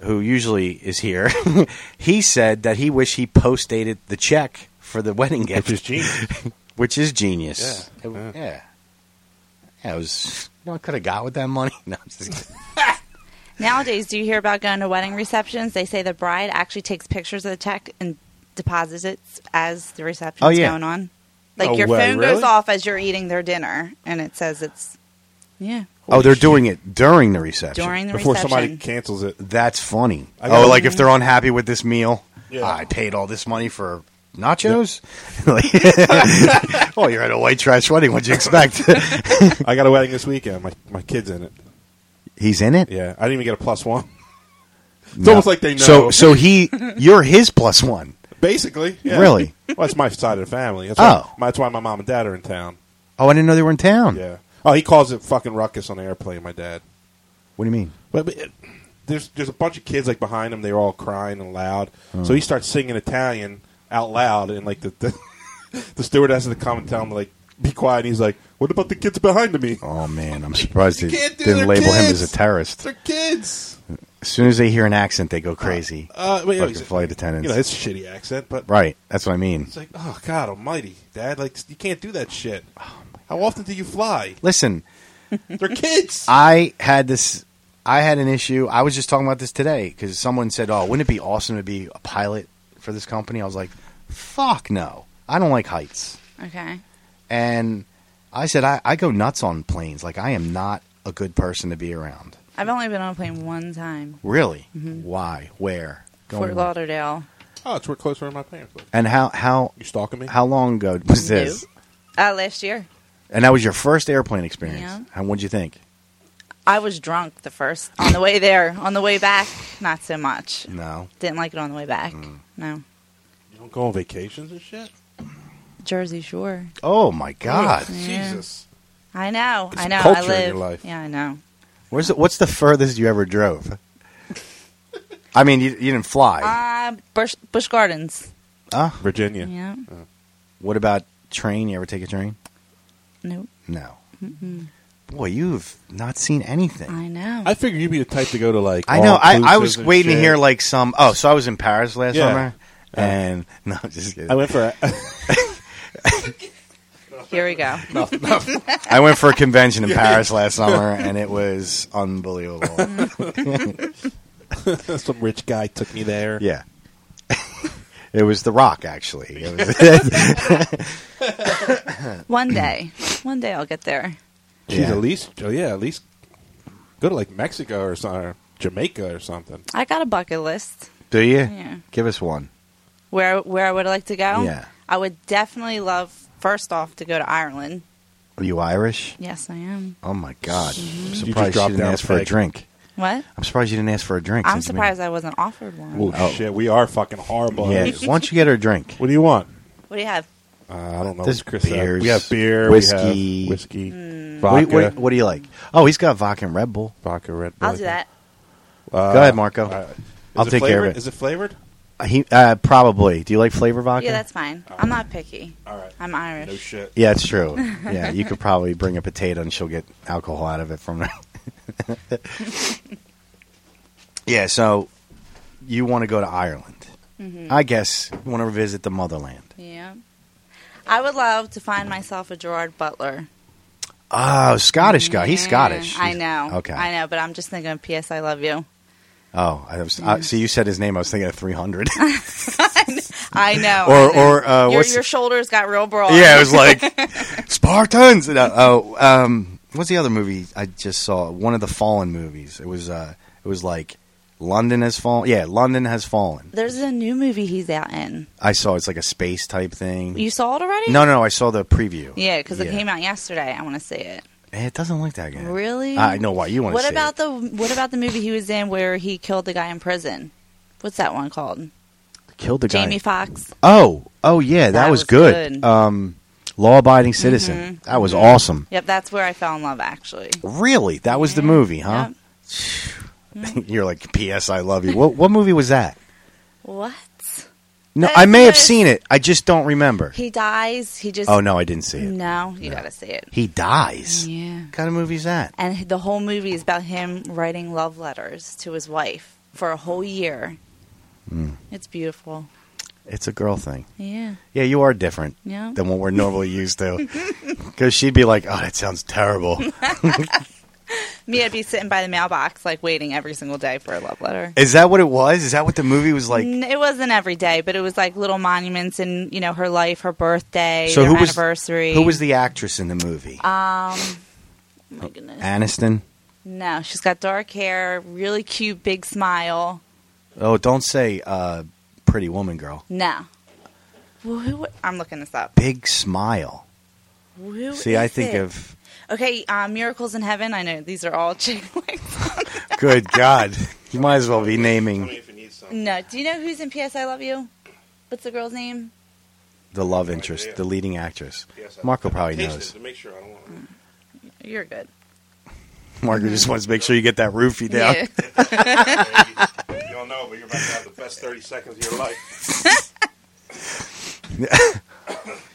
[SPEAKER 8] who usually is here, he said that he wished he post dated the check for the wedding gift,
[SPEAKER 7] Which is genius.
[SPEAKER 8] which is genius.
[SPEAKER 7] Yeah.
[SPEAKER 8] It- yeah. Yeah, it was. You know, I could have got with that money. No, I'm just kidding.
[SPEAKER 9] Nowadays, do you hear about going to wedding receptions? They say the bride actually takes pictures of the check and deposits it as the reception's
[SPEAKER 8] Oh, yeah.
[SPEAKER 9] going on. Like
[SPEAKER 7] No
[SPEAKER 9] your
[SPEAKER 7] way,
[SPEAKER 9] phone
[SPEAKER 7] Oh, really?
[SPEAKER 9] goes off as you're eating their dinner, and it says it's yeah
[SPEAKER 8] oh, they're doing it during the reception.
[SPEAKER 9] during the
[SPEAKER 7] Before
[SPEAKER 9] reception.
[SPEAKER 7] somebody cancels it.
[SPEAKER 8] That's funny.
[SPEAKER 7] I got-
[SPEAKER 8] oh, like if they're unhappy with this meal,
[SPEAKER 7] Yeah.
[SPEAKER 8] I paid all this money for nachos. Like, oh, you're at a white trash wedding. What'd you expect?
[SPEAKER 7] I got a wedding this weekend. My my kid's in it.
[SPEAKER 8] He's in it.
[SPEAKER 7] Yeah, I didn't even get a plus one. It's
[SPEAKER 8] No.
[SPEAKER 7] almost like they know.
[SPEAKER 8] So, so he, you're his plus one.
[SPEAKER 7] basically, yeah.
[SPEAKER 8] Really?
[SPEAKER 7] Well, that's my side of the family. That's why,
[SPEAKER 8] Oh.
[SPEAKER 7] that's why my mom and dad are in town.
[SPEAKER 8] Oh, I didn't know they were in town.
[SPEAKER 7] Yeah. Oh, he calls it fucking ruckus on the airplane. My dad.
[SPEAKER 8] What do you mean?
[SPEAKER 7] But, but it, there's there's a bunch of kids like behind him. They're all crying and loud. So he starts singing Italian out loud, and like the the, the steward has to come and tell him like be quiet. And he's like, "What about the kids behind me?
[SPEAKER 8] Oh man, I'm surprised they
[SPEAKER 7] You can't do
[SPEAKER 8] didn't
[SPEAKER 7] their
[SPEAKER 8] label him
[SPEAKER 7] kids.
[SPEAKER 8] as a terrorist.
[SPEAKER 7] They're kids."
[SPEAKER 8] As soon as they hear an accent, they go crazy.
[SPEAKER 7] Uh, wait,
[SPEAKER 8] Fucking
[SPEAKER 7] wait,
[SPEAKER 8] flight attendants.
[SPEAKER 7] you know, it's a shitty accent, but
[SPEAKER 8] right. That's what I mean.
[SPEAKER 7] it's like, oh God Almighty, Dad, like you can't do that shit.
[SPEAKER 8] Oh,
[SPEAKER 7] How often do you fly?
[SPEAKER 8] Listen,
[SPEAKER 7] They're kids.
[SPEAKER 8] I had this. I had an issue. I was just talking about this today because someone said, "Oh, wouldn't it be awesome to be a pilot for this company?" I was like, "Fuck no! I don't like heights."
[SPEAKER 9] okay,
[SPEAKER 8] And I said, "I, I go nuts on planes. Like I am not a good person to be around.
[SPEAKER 9] I've only been on a plane one time,
[SPEAKER 8] Really? Why? Where?
[SPEAKER 9] Mm-hmm. Fort
[SPEAKER 8] where?
[SPEAKER 9] Lauderdale.
[SPEAKER 7] oh, it's where close where my parents live.
[SPEAKER 8] And how how
[SPEAKER 7] You stalking me?
[SPEAKER 8] how long ago was this?
[SPEAKER 9] Uh, last year,
[SPEAKER 8] And that was your first airplane experience.
[SPEAKER 9] Yeah.
[SPEAKER 8] And what'd you think?
[SPEAKER 9] I was drunk the first on the way there. On the way back, not so much.
[SPEAKER 8] No.
[SPEAKER 9] Didn't like it on the way back.
[SPEAKER 7] Mm.
[SPEAKER 9] No,
[SPEAKER 7] You don't go on vacations and shit.
[SPEAKER 9] Jersey Shore.
[SPEAKER 8] Oh my God!
[SPEAKER 7] Ugh, Jesus.
[SPEAKER 9] I know.
[SPEAKER 7] It's
[SPEAKER 9] I know.
[SPEAKER 7] culture
[SPEAKER 9] I
[SPEAKER 7] in
[SPEAKER 9] live.
[SPEAKER 7] your life.
[SPEAKER 9] Yeah, I know.
[SPEAKER 8] Where's the, what's the furthest you ever drove? I mean, you, you didn't fly.
[SPEAKER 9] Uh, Bush, Bush Gardens.
[SPEAKER 8] Ah,
[SPEAKER 7] Virginia.
[SPEAKER 9] Yeah.
[SPEAKER 8] Uh. what about train? You ever take a train?
[SPEAKER 9] Nope.
[SPEAKER 8] No. Boy, you've not seen anything.
[SPEAKER 9] I know.
[SPEAKER 7] I figure you'd be the type to go to like.
[SPEAKER 8] I know. I, I was
[SPEAKER 7] all-inclusives and
[SPEAKER 8] waiting to
[SPEAKER 7] shit.
[SPEAKER 8] hear like some. Oh, so I was in Paris last
[SPEAKER 7] Yeah.
[SPEAKER 8] summer, and no, I'm just kidding.
[SPEAKER 7] I went for a,
[SPEAKER 9] Here we go.
[SPEAKER 8] I went for a convention in Paris last summer, and it was unbelievable.
[SPEAKER 9] Mm.
[SPEAKER 7] some rich guy took me there.
[SPEAKER 8] Yeah. it was The Rock, actually. It was-
[SPEAKER 9] One day. One day I'll get there.
[SPEAKER 7] She's
[SPEAKER 8] Yeah.
[SPEAKER 7] at least. oh, Yeah, at least go to like Mexico or something, or Jamaica or something.
[SPEAKER 9] I got a bucket list
[SPEAKER 8] Do you?
[SPEAKER 9] Yeah.
[SPEAKER 8] Give us one.
[SPEAKER 9] where where I would like to go.
[SPEAKER 8] Yeah.
[SPEAKER 9] I would definitely love first off to go to Ireland.
[SPEAKER 8] Are you Irish?
[SPEAKER 9] Yes, I am.
[SPEAKER 8] Oh my God! I'm
[SPEAKER 7] Mm-hmm. just
[SPEAKER 8] surprised you,
[SPEAKER 7] dropped
[SPEAKER 8] didn't
[SPEAKER 7] down
[SPEAKER 8] ask
[SPEAKER 7] a
[SPEAKER 8] for a
[SPEAKER 7] peg.
[SPEAKER 8] drink.
[SPEAKER 9] What?
[SPEAKER 8] I'm surprised you didn't ask for a drink.
[SPEAKER 9] I'm
[SPEAKER 8] since you
[SPEAKER 9] surprised I wasn't offered one.
[SPEAKER 7] Oh, shit, we are fucking horrible.
[SPEAKER 8] made- Yeah. Why don't you get her a drink?
[SPEAKER 7] What do you want?
[SPEAKER 9] What do you have?
[SPEAKER 7] Uh, I don't know.
[SPEAKER 8] There's
[SPEAKER 7] What's Chris have?
[SPEAKER 8] beers,
[SPEAKER 7] We have beer,
[SPEAKER 8] whiskey.
[SPEAKER 7] we have whiskey,
[SPEAKER 9] Hmm.
[SPEAKER 8] What do,
[SPEAKER 7] vodka,
[SPEAKER 8] you, what, what do you like? Oh, he's got vodka and Red Bull.
[SPEAKER 7] vodka, Red Bull.
[SPEAKER 9] I'll do that.
[SPEAKER 8] Go ahead, Marco.
[SPEAKER 7] Uh, is
[SPEAKER 8] I'll take care of
[SPEAKER 7] flavored?
[SPEAKER 8] it.
[SPEAKER 7] Is it flavored?
[SPEAKER 8] He uh, probably. Do you like flavor vodka?
[SPEAKER 9] Yeah, that's fine. I'm not picky.
[SPEAKER 7] All right.
[SPEAKER 9] I'm Irish.
[SPEAKER 7] No shit.
[SPEAKER 8] Yeah, it's true. yeah, you could probably bring a potato and she'll get alcohol out of it from there. yeah, so you want to go to Ireland.
[SPEAKER 9] Mm-hmm.
[SPEAKER 8] I guess you want to visit the motherland.
[SPEAKER 9] Yeah. I would love to find myself a Gerard Butler.
[SPEAKER 8] Oh, Scottish guy. He's
[SPEAKER 9] Yeah,
[SPEAKER 8] Scottish.
[SPEAKER 9] I
[SPEAKER 8] He's-
[SPEAKER 9] know.
[SPEAKER 8] Okay.
[SPEAKER 9] I know, but I'm just thinking, P.S. I love you.
[SPEAKER 8] Oh, I was, uh, see, you said his name. I was thinking of 300.
[SPEAKER 9] Oh, I know.
[SPEAKER 8] Or-
[SPEAKER 9] I know.
[SPEAKER 8] or, uh,
[SPEAKER 9] your,
[SPEAKER 8] what's-
[SPEAKER 9] your shoulders got real broad.
[SPEAKER 8] yeah, it was like Spartans. No, oh, um, what's the other movie I just saw? One of the Fallen movies. It was, uh, it was like London has fallen. Yeah, London has fallen.
[SPEAKER 9] There's a new movie he's out in.
[SPEAKER 8] I saw it's like a space type thing.
[SPEAKER 9] You saw it already?
[SPEAKER 8] no, no, I saw the preview.
[SPEAKER 9] Yeah, because it
[SPEAKER 8] Yeah.
[SPEAKER 9] came out yesterday. I want to see it.
[SPEAKER 8] Eh, It doesn't look that good.
[SPEAKER 9] Really?
[SPEAKER 8] I know why you want to.
[SPEAKER 9] What about the What about the movie he was in where he killed the guy in prison? What's that one called?
[SPEAKER 8] the killed the guy?
[SPEAKER 9] Jamie Foxx.
[SPEAKER 8] Oh, oh yeah, that,
[SPEAKER 9] That
[SPEAKER 8] was,
[SPEAKER 9] was
[SPEAKER 8] good.
[SPEAKER 9] good. Mm-hmm.
[SPEAKER 8] Um, law-abiding citizen. That was awesome.
[SPEAKER 9] Yep, that's where I fell in love. Actually,
[SPEAKER 8] Really, that was the
[SPEAKER 9] Yeah.
[SPEAKER 8] movie, huh?
[SPEAKER 9] Yep.
[SPEAKER 8] You're like, P.S. I love you. What what movie was that?
[SPEAKER 9] What?
[SPEAKER 8] No,
[SPEAKER 9] That
[SPEAKER 8] I may have
[SPEAKER 9] was-
[SPEAKER 8] seen it. I just don't remember.
[SPEAKER 9] He dies. He just.
[SPEAKER 8] oh no, I didn't see it.
[SPEAKER 9] No, you
[SPEAKER 8] No.
[SPEAKER 9] gotta see it.
[SPEAKER 8] He dies.
[SPEAKER 9] Yeah.
[SPEAKER 8] What kind of movie's that?
[SPEAKER 9] And the whole movie is about him writing love letters to his wife for a whole year.
[SPEAKER 8] Mm.
[SPEAKER 9] It's beautiful.
[SPEAKER 8] It's a girl thing.
[SPEAKER 9] Yeah.
[SPEAKER 8] Yeah, you are different
[SPEAKER 9] Yeah.
[SPEAKER 8] than what we're normally used to. Because she'd be like, "Oh, that sounds terrible."
[SPEAKER 9] Me, I'd be sitting by the mailbox, like waiting every single day for a love letter.
[SPEAKER 8] Is that what it was? Is that what the movie was like?
[SPEAKER 9] N- it wasn't every day, but it was like little monuments in you know her life, her birthday,
[SPEAKER 8] So
[SPEAKER 9] their
[SPEAKER 8] who was-
[SPEAKER 9] anniversary.
[SPEAKER 8] Who was the actress in the movie?
[SPEAKER 9] Uh, Oh my goodness.
[SPEAKER 8] Aniston.
[SPEAKER 9] No, she's got dark hair, really cute, big smile.
[SPEAKER 8] Oh, don't say uh, pretty woman girl.
[SPEAKER 9] No. Well, who? I'm looking this up.
[SPEAKER 8] Big smile.
[SPEAKER 9] Who
[SPEAKER 8] See, I
[SPEAKER 9] is
[SPEAKER 8] think
[SPEAKER 9] it?
[SPEAKER 8] of
[SPEAKER 9] okay, uh, Miracles in Heaven. I know these are all chick flicks.
[SPEAKER 8] good God. You might as well be naming
[SPEAKER 7] if you need something.
[SPEAKER 9] no, do you know who's in P.S. I Love You? What's the girl's name?
[SPEAKER 8] the love interest, the leading actress.
[SPEAKER 7] Yes, I-
[SPEAKER 8] Marco probably
[SPEAKER 7] Taste it
[SPEAKER 8] knows.
[SPEAKER 7] To make sure I don't want it.
[SPEAKER 9] You're good.
[SPEAKER 8] Marco just wants to make sure you get that roofie down.
[SPEAKER 7] You don't know, but you're about to have the best 30 seconds of your life.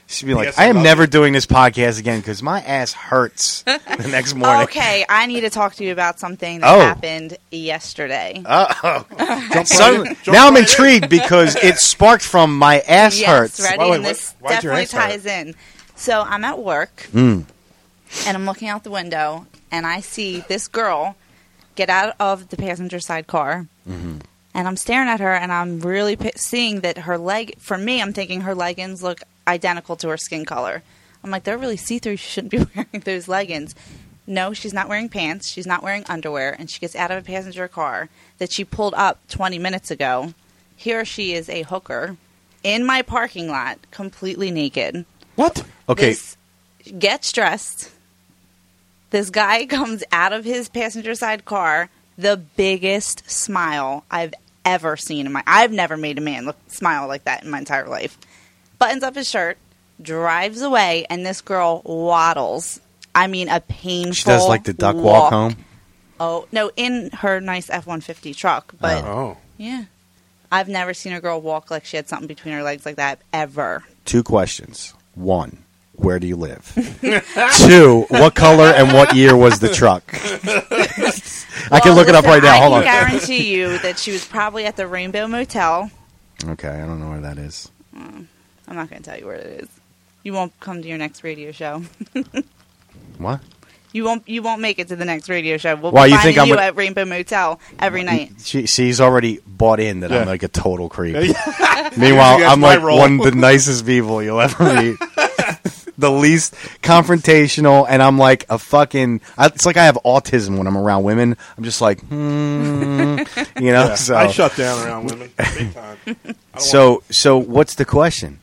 [SPEAKER 8] She'd be like,
[SPEAKER 7] Yes,
[SPEAKER 8] I
[SPEAKER 7] I
[SPEAKER 8] am
[SPEAKER 7] love
[SPEAKER 8] never doing this podcast again because my ass hurts the next morning.
[SPEAKER 9] Okay, I need to talk to you about something that
[SPEAKER 8] Oh.
[SPEAKER 9] happened yesterday.
[SPEAKER 8] Suddenly-
[SPEAKER 7] Jump
[SPEAKER 8] now I'm
[SPEAKER 7] right in.
[SPEAKER 8] intrigued because it sparked from my ass
[SPEAKER 9] yes,
[SPEAKER 8] hurts.
[SPEAKER 9] ready?
[SPEAKER 7] Wait, wait,
[SPEAKER 9] and
[SPEAKER 7] what-
[SPEAKER 9] this
[SPEAKER 7] why'd your
[SPEAKER 9] definitely
[SPEAKER 7] ass hurt? Mm.
[SPEAKER 9] ties in. So I'm at work, and I'm looking out the window, and I see this girl get out of the passenger side car, and I'm staring at her, and I'm really p- seeing that her leg. For me, I'm thinking her leggings look identical to her skin color. I'm like, they're really see through. She shouldn't be wearing those leggings. No, she's not wearing pants. She's not wearing underwear, and she gets out of a passenger car that she pulled up 20 minutes ago. Here she is, a hooker in my parking lot, completely naked.
[SPEAKER 8] What? Okay.
[SPEAKER 9] This gets dressed. This guy comes out of his passenger side car, the biggest smile I've ever seen in my I've never made a man look smile like that in my entire life. Buttons up his shirt, drives away, and this girl waddles. I mean a painful
[SPEAKER 8] She does like the duck walk home.
[SPEAKER 9] Oh no, in her nice F one fifty truck, but
[SPEAKER 7] Oh.
[SPEAKER 9] yeah. I've never seen a girl walk like she had something between her legs like that ever.
[SPEAKER 8] Two questions. One, where do you live? Two, what color and what year was the truck? I can
[SPEAKER 9] Well,
[SPEAKER 8] look it up
[SPEAKER 9] listen,
[SPEAKER 8] right now.
[SPEAKER 9] I
[SPEAKER 8] Hold on.
[SPEAKER 9] can guarantee you that she was probably at the Rainbow Motel.
[SPEAKER 8] Okay, I don't know where that is.
[SPEAKER 9] I'm not going to tell you where it is. You won't come to your next radio show.
[SPEAKER 8] What?
[SPEAKER 9] You won't. You won't make it to the next radio show. We'll
[SPEAKER 8] Why,
[SPEAKER 9] be
[SPEAKER 8] you
[SPEAKER 9] finding
[SPEAKER 8] think I'm
[SPEAKER 9] you
[SPEAKER 8] gonna-
[SPEAKER 9] at Rainbow Motel every night.
[SPEAKER 8] She, she's already bought in that
[SPEAKER 7] Yeah.
[SPEAKER 8] I'm like a total creep. Meanwhile,
[SPEAKER 7] That's
[SPEAKER 8] I'm
[SPEAKER 7] my
[SPEAKER 8] like
[SPEAKER 7] role.
[SPEAKER 8] one of the nicest people you'll ever meet. the least confrontational, and I'm like a fucking. I, it's like I have autism when I'm around women. I'm just like, hmm, you know. so,
[SPEAKER 7] I shut down around women. Big time. I don't want-
[SPEAKER 8] so, so what's the question?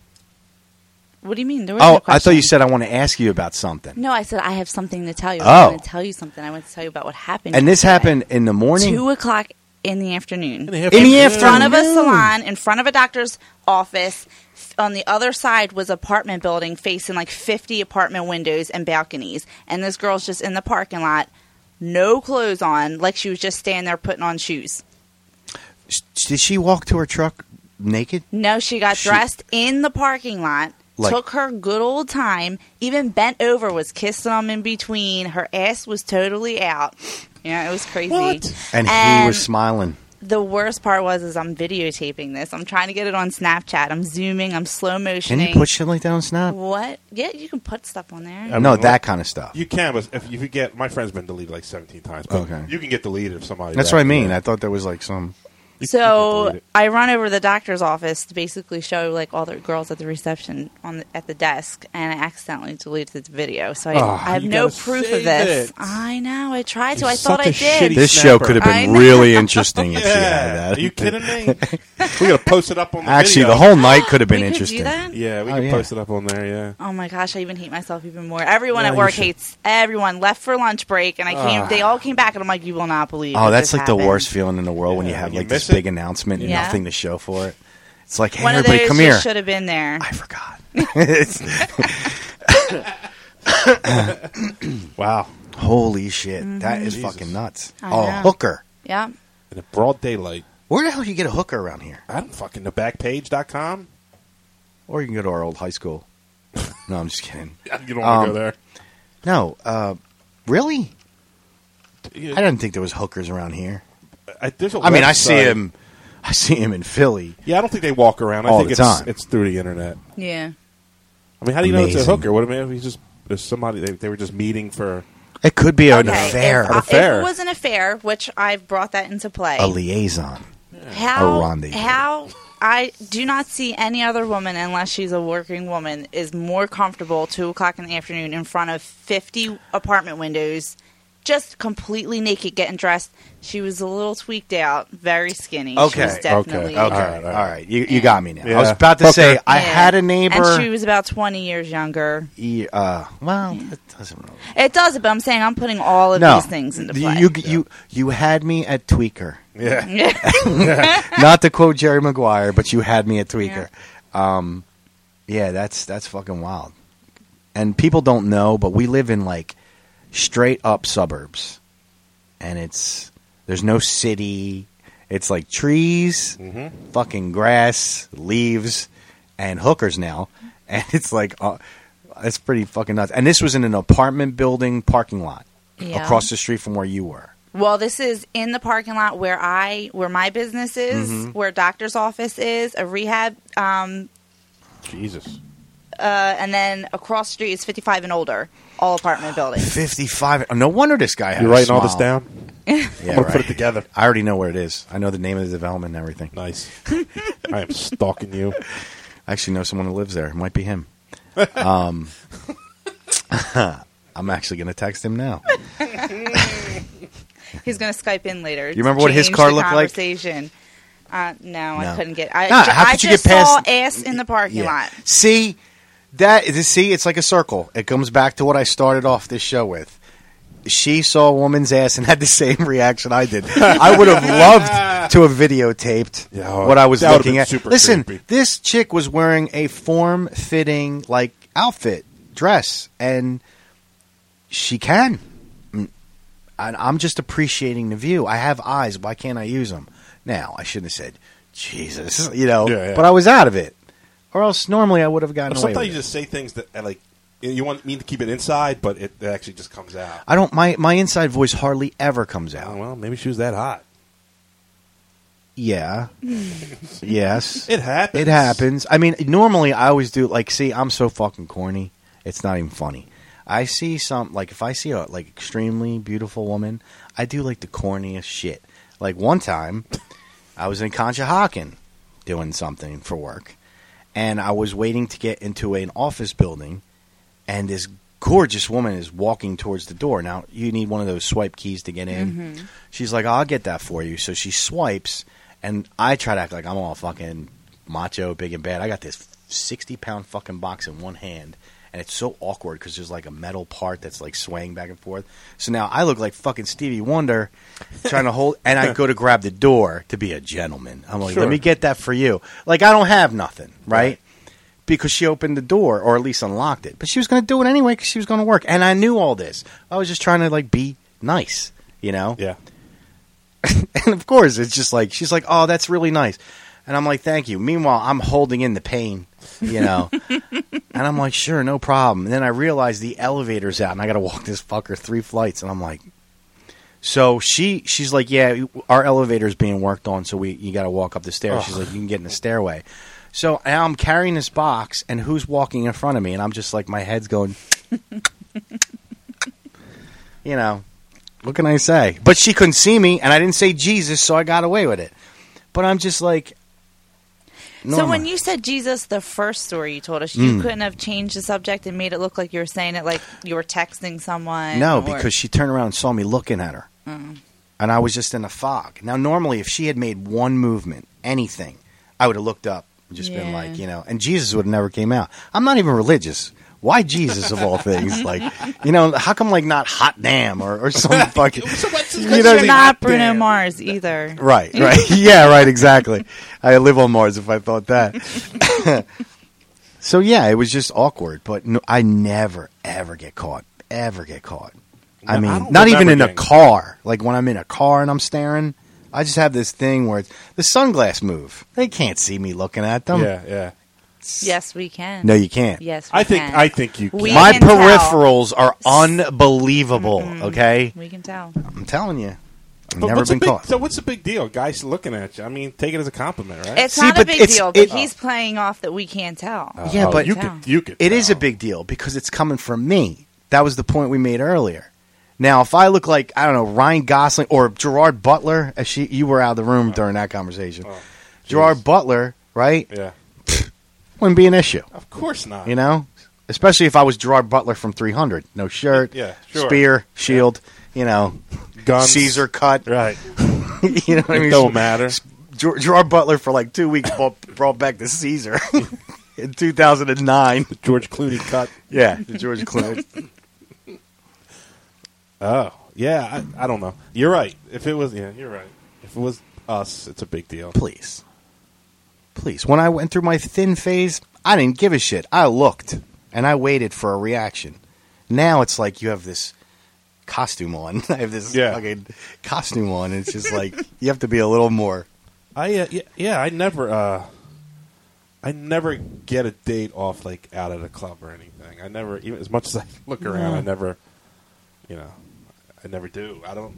[SPEAKER 9] What do you mean? There was
[SPEAKER 8] Oh,
[SPEAKER 9] no
[SPEAKER 8] I thought
[SPEAKER 9] question. Mm-hmm.
[SPEAKER 8] you said I want to ask you about something.
[SPEAKER 9] No, I said I have something to tell you.
[SPEAKER 8] Oh.
[SPEAKER 9] I want to tell you something. I want to tell you about what happened.
[SPEAKER 8] And this
[SPEAKER 9] yesterday.
[SPEAKER 8] happened in the morning.
[SPEAKER 9] two o'clock in the
[SPEAKER 8] in
[SPEAKER 9] afternoon.
[SPEAKER 8] the
[SPEAKER 9] in front of a
[SPEAKER 8] afternoon.
[SPEAKER 9] salon, in front of a doctor's office. On the other side was apartment building facing like 50 apartment windows and balconies. And this girl's just in the parking lot, no clothes on, like she was just standing there putting on shoes.
[SPEAKER 8] Sh- Did she walk to her truck naked?
[SPEAKER 9] No, she got
[SPEAKER 8] She-
[SPEAKER 9] dressed in the parking lot,
[SPEAKER 8] Like-
[SPEAKER 9] took her good old time, even bent over, was kissing him in between. Her ass was totally out. Yeah, it was crazy.
[SPEAKER 8] And, he was smiling.
[SPEAKER 9] the worst part was is I'm videotaping this. I'm trying to get it on Snapchat. I'm zooming. I'm slow
[SPEAKER 8] Can
[SPEAKER 9] motioning.
[SPEAKER 8] you put shit like that on Snap?
[SPEAKER 9] what? Yeah, you can put stuff on there.
[SPEAKER 7] mean,
[SPEAKER 8] no,
[SPEAKER 7] what-
[SPEAKER 8] that kind of stuff.
[SPEAKER 7] You can, but if, if you get my friend's been deleted like seventeen times. But
[SPEAKER 8] Okay.
[SPEAKER 7] you can get deleted if somebody.
[SPEAKER 8] That's what I mean. I thought there was like some.
[SPEAKER 9] So
[SPEAKER 7] it.
[SPEAKER 9] I run over to the doctor's office to basically show like all the girls at the reception on the, at the desk, and I accidentally deleted the video. So I,
[SPEAKER 7] Ah,
[SPEAKER 9] I have
[SPEAKER 7] you
[SPEAKER 9] no
[SPEAKER 7] gotta
[SPEAKER 9] proof
[SPEAKER 7] save
[SPEAKER 9] of this.
[SPEAKER 7] it.
[SPEAKER 9] I know. I tried to.
[SPEAKER 7] You're
[SPEAKER 9] I thought
[SPEAKER 7] such
[SPEAKER 9] I
[SPEAKER 7] a
[SPEAKER 9] did.
[SPEAKER 7] shitty
[SPEAKER 8] This
[SPEAKER 7] Snapper.
[SPEAKER 8] show could have
[SPEAKER 9] I
[SPEAKER 8] been
[SPEAKER 9] know.
[SPEAKER 8] really interesting if she had
[SPEAKER 7] yeah.
[SPEAKER 8] that.
[SPEAKER 7] Are you kidding me? we gotta post it up on the
[SPEAKER 8] Actually,
[SPEAKER 7] video.
[SPEAKER 8] the whole night could have been
[SPEAKER 9] we
[SPEAKER 8] interesting.
[SPEAKER 9] Could do that?
[SPEAKER 7] Yeah, we
[SPEAKER 8] Oh,
[SPEAKER 7] can
[SPEAKER 8] yeah.
[SPEAKER 7] post it up on there. Yeah.
[SPEAKER 9] Oh my gosh, I even hate myself even more. Everyone
[SPEAKER 8] Yeah,
[SPEAKER 9] at
[SPEAKER 8] you
[SPEAKER 9] work
[SPEAKER 8] should. Ah.
[SPEAKER 9] hates everyone. Left for lunch break, and I came. They all came back, and I'm like, you will not believe.
[SPEAKER 8] Oh,
[SPEAKER 9] what
[SPEAKER 8] that's
[SPEAKER 9] just
[SPEAKER 8] like the
[SPEAKER 9] happened."
[SPEAKER 8] worst feeling in the world when you
[SPEAKER 7] Yeah,
[SPEAKER 8] have
[SPEAKER 7] you
[SPEAKER 8] like this
[SPEAKER 7] miss it.
[SPEAKER 8] big announcement and
[SPEAKER 9] Yeah.
[SPEAKER 8] nothing to show for it. It's like, hey,
[SPEAKER 9] One of
[SPEAKER 8] everybody,
[SPEAKER 9] those
[SPEAKER 8] come here.
[SPEAKER 9] should have been there.
[SPEAKER 8] I forgot. It's-
[SPEAKER 7] Wow.
[SPEAKER 8] Holy shit, that is
[SPEAKER 7] Jesus.
[SPEAKER 8] fucking nuts.
[SPEAKER 9] Mm-hmm. I
[SPEAKER 8] oh,
[SPEAKER 9] know.
[SPEAKER 8] hooker.
[SPEAKER 9] Yeah.
[SPEAKER 7] In the broad daylight.
[SPEAKER 8] Where the hell do you get a hooker around here?
[SPEAKER 7] I don't fucking know. Backpage.com.
[SPEAKER 8] Or you can go to our old high school. No, I'm just kidding.
[SPEAKER 7] You don't want
[SPEAKER 8] Um,
[SPEAKER 7] to go
[SPEAKER 8] No, uh, really?
[SPEAKER 7] there.
[SPEAKER 8] I didn't think there was hookers around here.
[SPEAKER 7] I, there's a
[SPEAKER 8] I mean, I see
[SPEAKER 7] website.
[SPEAKER 8] him. I see him in Philly.
[SPEAKER 7] Yeah, I don't think they walk around. I
[SPEAKER 8] All
[SPEAKER 7] think
[SPEAKER 8] the
[SPEAKER 7] it's,
[SPEAKER 8] time.
[SPEAKER 7] it's through the internet.
[SPEAKER 9] Yeah.
[SPEAKER 7] I mean, how do you know it's a
[SPEAKER 8] Amazing.
[SPEAKER 7] hooker? What do you mean? He's just there's somebody. They, they were just meeting for.
[SPEAKER 8] It could be an
[SPEAKER 9] Okay,
[SPEAKER 8] affair,
[SPEAKER 9] If, I- if
[SPEAKER 7] affair.
[SPEAKER 9] it was an affair, which I've brought that into play,
[SPEAKER 8] a liaison. a
[SPEAKER 9] how
[SPEAKER 8] rendezvous.
[SPEAKER 9] how I do not see any other woman unless she's a working woman is more comfortable two o'clock in the afternoon in front of fifty apartment windows, just completely naked, getting dressed. She was a little tweaked out, very skinny.
[SPEAKER 8] Okay,
[SPEAKER 9] she was
[SPEAKER 8] okay,
[SPEAKER 9] definitely
[SPEAKER 8] Okay, all right,
[SPEAKER 7] right, all
[SPEAKER 8] You, you got me now. I
[SPEAKER 7] Yeah.
[SPEAKER 8] was about to
[SPEAKER 7] Hooker.
[SPEAKER 8] say I
[SPEAKER 9] Yeah.
[SPEAKER 8] had a neighbor.
[SPEAKER 9] and she was about twenty years younger.
[SPEAKER 8] He, uh, well, it doesn't. Really.
[SPEAKER 9] It does, but I'm saying I'm putting all of these things into play.
[SPEAKER 8] You, you, you had me at tweaker.
[SPEAKER 7] Yeah.
[SPEAKER 8] Not to quote Jerry Maguire, but you had me at tweaker. Um, yeah, that's that's fucking wild. And people don't know, but we live in like straight up suburbs, and it's there's no city. It's like trees,
[SPEAKER 7] Mm-hmm.
[SPEAKER 8] fucking grass, leaves, and hookers now, and it's like uh, it's pretty fucking nuts. And this was in an apartment building parking lot
[SPEAKER 9] Yeah.
[SPEAKER 8] across the street from where you were.
[SPEAKER 9] Well, this is in the parking lot where I, where my business is,
[SPEAKER 8] Mm-hmm.
[SPEAKER 9] where a doctor's office is, a rehab, um,
[SPEAKER 7] Jesus.
[SPEAKER 9] uh, and then across the street is 55 and older, all apartment buildings.
[SPEAKER 8] 55. No wonder this guy had
[SPEAKER 7] You're
[SPEAKER 8] a
[SPEAKER 7] writing all this
[SPEAKER 8] smile.
[SPEAKER 7] down.
[SPEAKER 8] Yeah,
[SPEAKER 7] I'm gonna put
[SPEAKER 8] right.
[SPEAKER 7] it together.
[SPEAKER 8] I already know where it is. I know the name of the development and everything.
[SPEAKER 7] Nice. I am stalking you.
[SPEAKER 8] I actually know someone who lives there. It might be him. Um, I'm actually going to text him now.
[SPEAKER 9] He's going to Skype in later. You
[SPEAKER 8] remember what his car looked like?
[SPEAKER 9] conversation. like? Uh, no,
[SPEAKER 8] No.
[SPEAKER 9] I couldn't get. I,
[SPEAKER 8] Nah,
[SPEAKER 9] ju-
[SPEAKER 8] how
[SPEAKER 9] I
[SPEAKER 8] could you
[SPEAKER 9] just
[SPEAKER 8] get past-
[SPEAKER 9] saw ass in the parking
[SPEAKER 8] Yeah.
[SPEAKER 9] lot.
[SPEAKER 8] See that? See, it's like a circle. It comes back to what I started off this show with. She saw a woman's ass and had the same reaction I did. I would have loved to have videotaped
[SPEAKER 7] Yeah, oh,
[SPEAKER 8] what I was
[SPEAKER 7] that would've
[SPEAKER 8] looking
[SPEAKER 7] been
[SPEAKER 8] at.
[SPEAKER 7] super
[SPEAKER 8] Listen,
[SPEAKER 7] creepy.
[SPEAKER 8] this chick was wearing a form-fitting like outfit, dress, and she can. Mm. And I'm just appreciating the view. I have eyes. Why can't I use them? Now I shouldn't have said Jesus, you know.
[SPEAKER 7] Yeah, yeah.
[SPEAKER 8] But I was out of it, or else normally I would have gotten away.
[SPEAKER 7] Sometimes
[SPEAKER 8] With
[SPEAKER 7] you
[SPEAKER 8] it.
[SPEAKER 7] just say things that uh, like you want mean to keep it inside, but it, it actually just comes out.
[SPEAKER 8] I don't. My my inside voice hardly ever comes
[SPEAKER 7] Oh,
[SPEAKER 8] out.
[SPEAKER 7] well, maybe she was that hot.
[SPEAKER 8] Yeah. yes.
[SPEAKER 7] It happens.
[SPEAKER 8] It happens. I mean, normally I always do. Like, see, I'm so fucking corny. It's not even funny. I see some like if I see a like extremely beautiful woman, I do like the corniest shit. Like one time, I was in Conshohocken doing something for work, and I was waiting to get into an office building, and this gorgeous woman is walking towards the door. Now you need one of those swipe keys to get in. She's like, "I'll get that for you." So she swipes, and I try to act like I'm all fucking macho, big and bad. I got this sixty pound fucking box in one hand. And it's so awkward because there's like a metal part that's like swaying back and forth. So now I look like fucking Stevie Wonder trying to hold, and I go to grab the door to be a gentleman. I'm like, let
[SPEAKER 7] Sure.
[SPEAKER 8] me get that for you. Like, I don't have nothing, right? because she opened the door or at least unlocked it. But she was going to do it anyway because she was going to work, and I knew all this. I was just trying to like be nice, you know.
[SPEAKER 7] Yeah.
[SPEAKER 8] And of course, it's just like she's like, "Oh, that's really nice," and I'm like, "Thank you." Meanwhile, I'm holding in the pain, you know. and I'm like, "Sure, no problem." And then I realize the elevator's out, and I got to walk this fucker three flights, and I'm like. So she she's like, yeah, our elevator's being worked on, so we you got to walk up the stairs. She's
[SPEAKER 7] Ugh.
[SPEAKER 8] like, you can get in the stairway. So now I'm carrying this box, and who's walking in front of me? And I'm just like, my head's going, you know, what can I say? But she couldn't see me, and I didn't say Jesus, so I got away with it. But I'm just like,
[SPEAKER 9] So
[SPEAKER 8] Norma.
[SPEAKER 9] when you said Jesus, the first story you told us,
[SPEAKER 8] Mm.
[SPEAKER 9] you couldn't have changed the subject and made it look like you were saying it like you were texting someone.
[SPEAKER 8] No,
[SPEAKER 9] or- Mm.
[SPEAKER 8] because she turned around and saw me looking at her. And I was just in a fog. Now, normally, if she had made one movement, anything, I would have looked up and just been
[SPEAKER 9] Yeah.
[SPEAKER 8] like, you know, and Jesus would have never came out. I'm not even religious. Why Jesus of all things? like, you know, how come like not hot damn or, or some fucking. you know what I
[SPEAKER 9] you're
[SPEAKER 8] mean?
[SPEAKER 9] not Bruno Mars either.
[SPEAKER 8] Right, right. yeah, right, exactly. I live on Mars if I thought that. so yeah, it was just awkward, but no, I never ever get caught. Ever get caught. I
[SPEAKER 7] No,
[SPEAKER 8] mean,
[SPEAKER 7] I don't
[SPEAKER 8] not even
[SPEAKER 7] remember
[SPEAKER 8] in a
[SPEAKER 7] getting-
[SPEAKER 8] car. Like when I'm in a car and I'm staring, I just have this thing where it's the sunglass move. They can't see me looking at them.
[SPEAKER 7] yeah, yeah.
[SPEAKER 9] Yes, we can.
[SPEAKER 8] No, you can't.
[SPEAKER 9] Yes, we
[SPEAKER 7] I think
[SPEAKER 9] can.
[SPEAKER 7] I think you.
[SPEAKER 9] We-
[SPEAKER 7] can.
[SPEAKER 8] My
[SPEAKER 9] can tell.
[SPEAKER 8] peripherals are unbelievable, okay?
[SPEAKER 9] we can tell.
[SPEAKER 8] I'm telling you. I've
[SPEAKER 7] But
[SPEAKER 8] never
[SPEAKER 7] what's
[SPEAKER 8] been
[SPEAKER 7] the big,
[SPEAKER 8] caught.
[SPEAKER 7] So what's the big deal? Guys looking at you. I mean, take it as a compliment, right?
[SPEAKER 9] It's
[SPEAKER 8] See,
[SPEAKER 9] not
[SPEAKER 8] but
[SPEAKER 9] a big
[SPEAKER 8] it's-
[SPEAKER 9] deal, but
[SPEAKER 8] it- Oh.
[SPEAKER 9] he's playing off that we can't tell.
[SPEAKER 8] yeah, but
[SPEAKER 7] Uh, oh, you
[SPEAKER 9] Tell.
[SPEAKER 7] could. You could.
[SPEAKER 8] It is a
[SPEAKER 7] tell.
[SPEAKER 8] big deal because it's coming from me. That was the point we made earlier. Now, if I look like I don't know Ryan Gosling or Gerard Butler, as she you were out of the room during that conversation, Gerard Butler, right,
[SPEAKER 7] Uh-huh. Oh, Yeah. Oh.
[SPEAKER 8] wouldn't be an issue,
[SPEAKER 7] Of course not.
[SPEAKER 8] Eh. you know. Especially if I was Gerard Butler from 300, no shirt,
[SPEAKER 7] Yeah, sure.
[SPEAKER 8] spear, shield, you know,
[SPEAKER 7] Guns.
[SPEAKER 8] Caesar cut,
[SPEAKER 7] Right.
[SPEAKER 8] you know what I mean?
[SPEAKER 7] It don't matter.
[SPEAKER 8] Ger- Gerard Butler for like two weeks brought, brought back the Caesar in 2009.
[SPEAKER 7] George Clooney cut.
[SPEAKER 8] Yeah, the George Clooney.
[SPEAKER 7] Oh, yeah. I, I don't know. You're right. If it was, yeah, you're right. If it was us, it's a big deal.
[SPEAKER 8] please, please. When I went through my thin phase, I didn't give a shit. I looked and I waited for a reaction. Now it's like you have this costume on. I have this
[SPEAKER 7] Yeah.
[SPEAKER 8] fucking costume on. It's just like you have to be a little more.
[SPEAKER 7] I uh, yeah, yeah. I never. uh I never get a date off like out at a club or anything. I never even as much as I look around. I never. You know, I never do. I don't.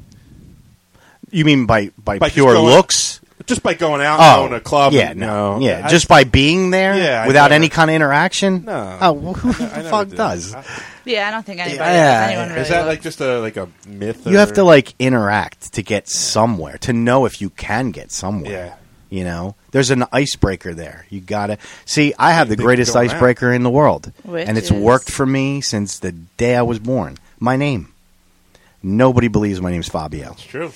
[SPEAKER 8] You mean by by,
[SPEAKER 7] By just
[SPEAKER 8] pure
[SPEAKER 7] going-
[SPEAKER 8] looks?
[SPEAKER 7] Just by going out
[SPEAKER 8] Oh,
[SPEAKER 7] and going to a club.
[SPEAKER 8] yeah,
[SPEAKER 7] and,
[SPEAKER 8] no,
[SPEAKER 7] no,
[SPEAKER 8] yeah,
[SPEAKER 7] I-
[SPEAKER 8] just by being there
[SPEAKER 7] Yeah, I
[SPEAKER 8] without
[SPEAKER 7] never-
[SPEAKER 8] any kind of interaction.
[SPEAKER 7] No.
[SPEAKER 8] oh, well, who
[SPEAKER 7] I
[SPEAKER 8] the
[SPEAKER 7] never
[SPEAKER 8] fuck
[SPEAKER 7] do.
[SPEAKER 8] does?
[SPEAKER 7] I-
[SPEAKER 9] Yeah, I don't think anybody.
[SPEAKER 8] Yeah.
[SPEAKER 9] anyone
[SPEAKER 8] Is
[SPEAKER 9] really
[SPEAKER 7] Is that
[SPEAKER 9] would.
[SPEAKER 7] like just a like a myth?
[SPEAKER 8] you have
[SPEAKER 7] or-
[SPEAKER 8] to like interact to get somewhere to know if you can get somewhere
[SPEAKER 7] Yeah.
[SPEAKER 8] you know there's an icebreaker there you gotta see i have the
[SPEAKER 7] Big
[SPEAKER 8] greatest
[SPEAKER 7] going out.
[SPEAKER 8] icebreaker in the world
[SPEAKER 9] Which
[SPEAKER 8] and it's
[SPEAKER 9] is?
[SPEAKER 8] worked for me since the day i was born my name nobody believes my name's fabio
[SPEAKER 7] It's true.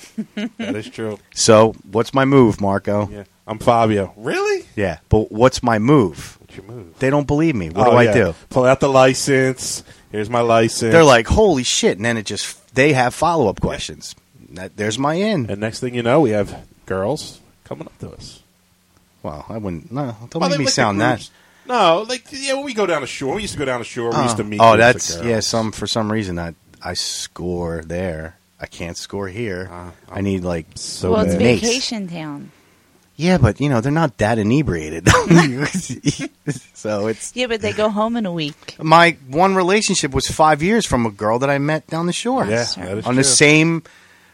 [SPEAKER 7] that is true.
[SPEAKER 8] so what's my move marco
[SPEAKER 7] Yeah, I'm Fabio. Really?
[SPEAKER 8] Yeah, but what's my move
[SPEAKER 7] What's your move?
[SPEAKER 8] they don't believe me what do
[SPEAKER 7] Oh,
[SPEAKER 8] i
[SPEAKER 7] yeah.
[SPEAKER 8] do
[SPEAKER 7] Pull out the license. Here's my license.
[SPEAKER 8] they're like holy shit and then it just they have follow-up questions that, there's my in
[SPEAKER 7] and next thing you know, we have girls coming up to us.
[SPEAKER 8] well i wouldn't no don't
[SPEAKER 7] Well,
[SPEAKER 8] make
[SPEAKER 7] they-
[SPEAKER 8] me
[SPEAKER 7] like the
[SPEAKER 8] sound that
[SPEAKER 7] groups- No, like yeah, when we go down the shore, we used to go down the shore. We used to meet.
[SPEAKER 8] Oh,
[SPEAKER 7] groups of
[SPEAKER 8] that's
[SPEAKER 7] girls.
[SPEAKER 8] yeah. Some for some reason I I score there. I can't score here.
[SPEAKER 7] Uh,
[SPEAKER 8] I need like
[SPEAKER 7] So
[SPEAKER 9] well, it's
[SPEAKER 7] bad.
[SPEAKER 8] Mace.
[SPEAKER 9] vacation town.
[SPEAKER 8] yeah, but you know they're not that inebriated. so it's
[SPEAKER 9] Yeah, but they go home in a week.
[SPEAKER 8] my one relationship was five years from a girl that I met down the shore.
[SPEAKER 7] Yeah, that is
[SPEAKER 8] on
[SPEAKER 7] true.
[SPEAKER 8] the same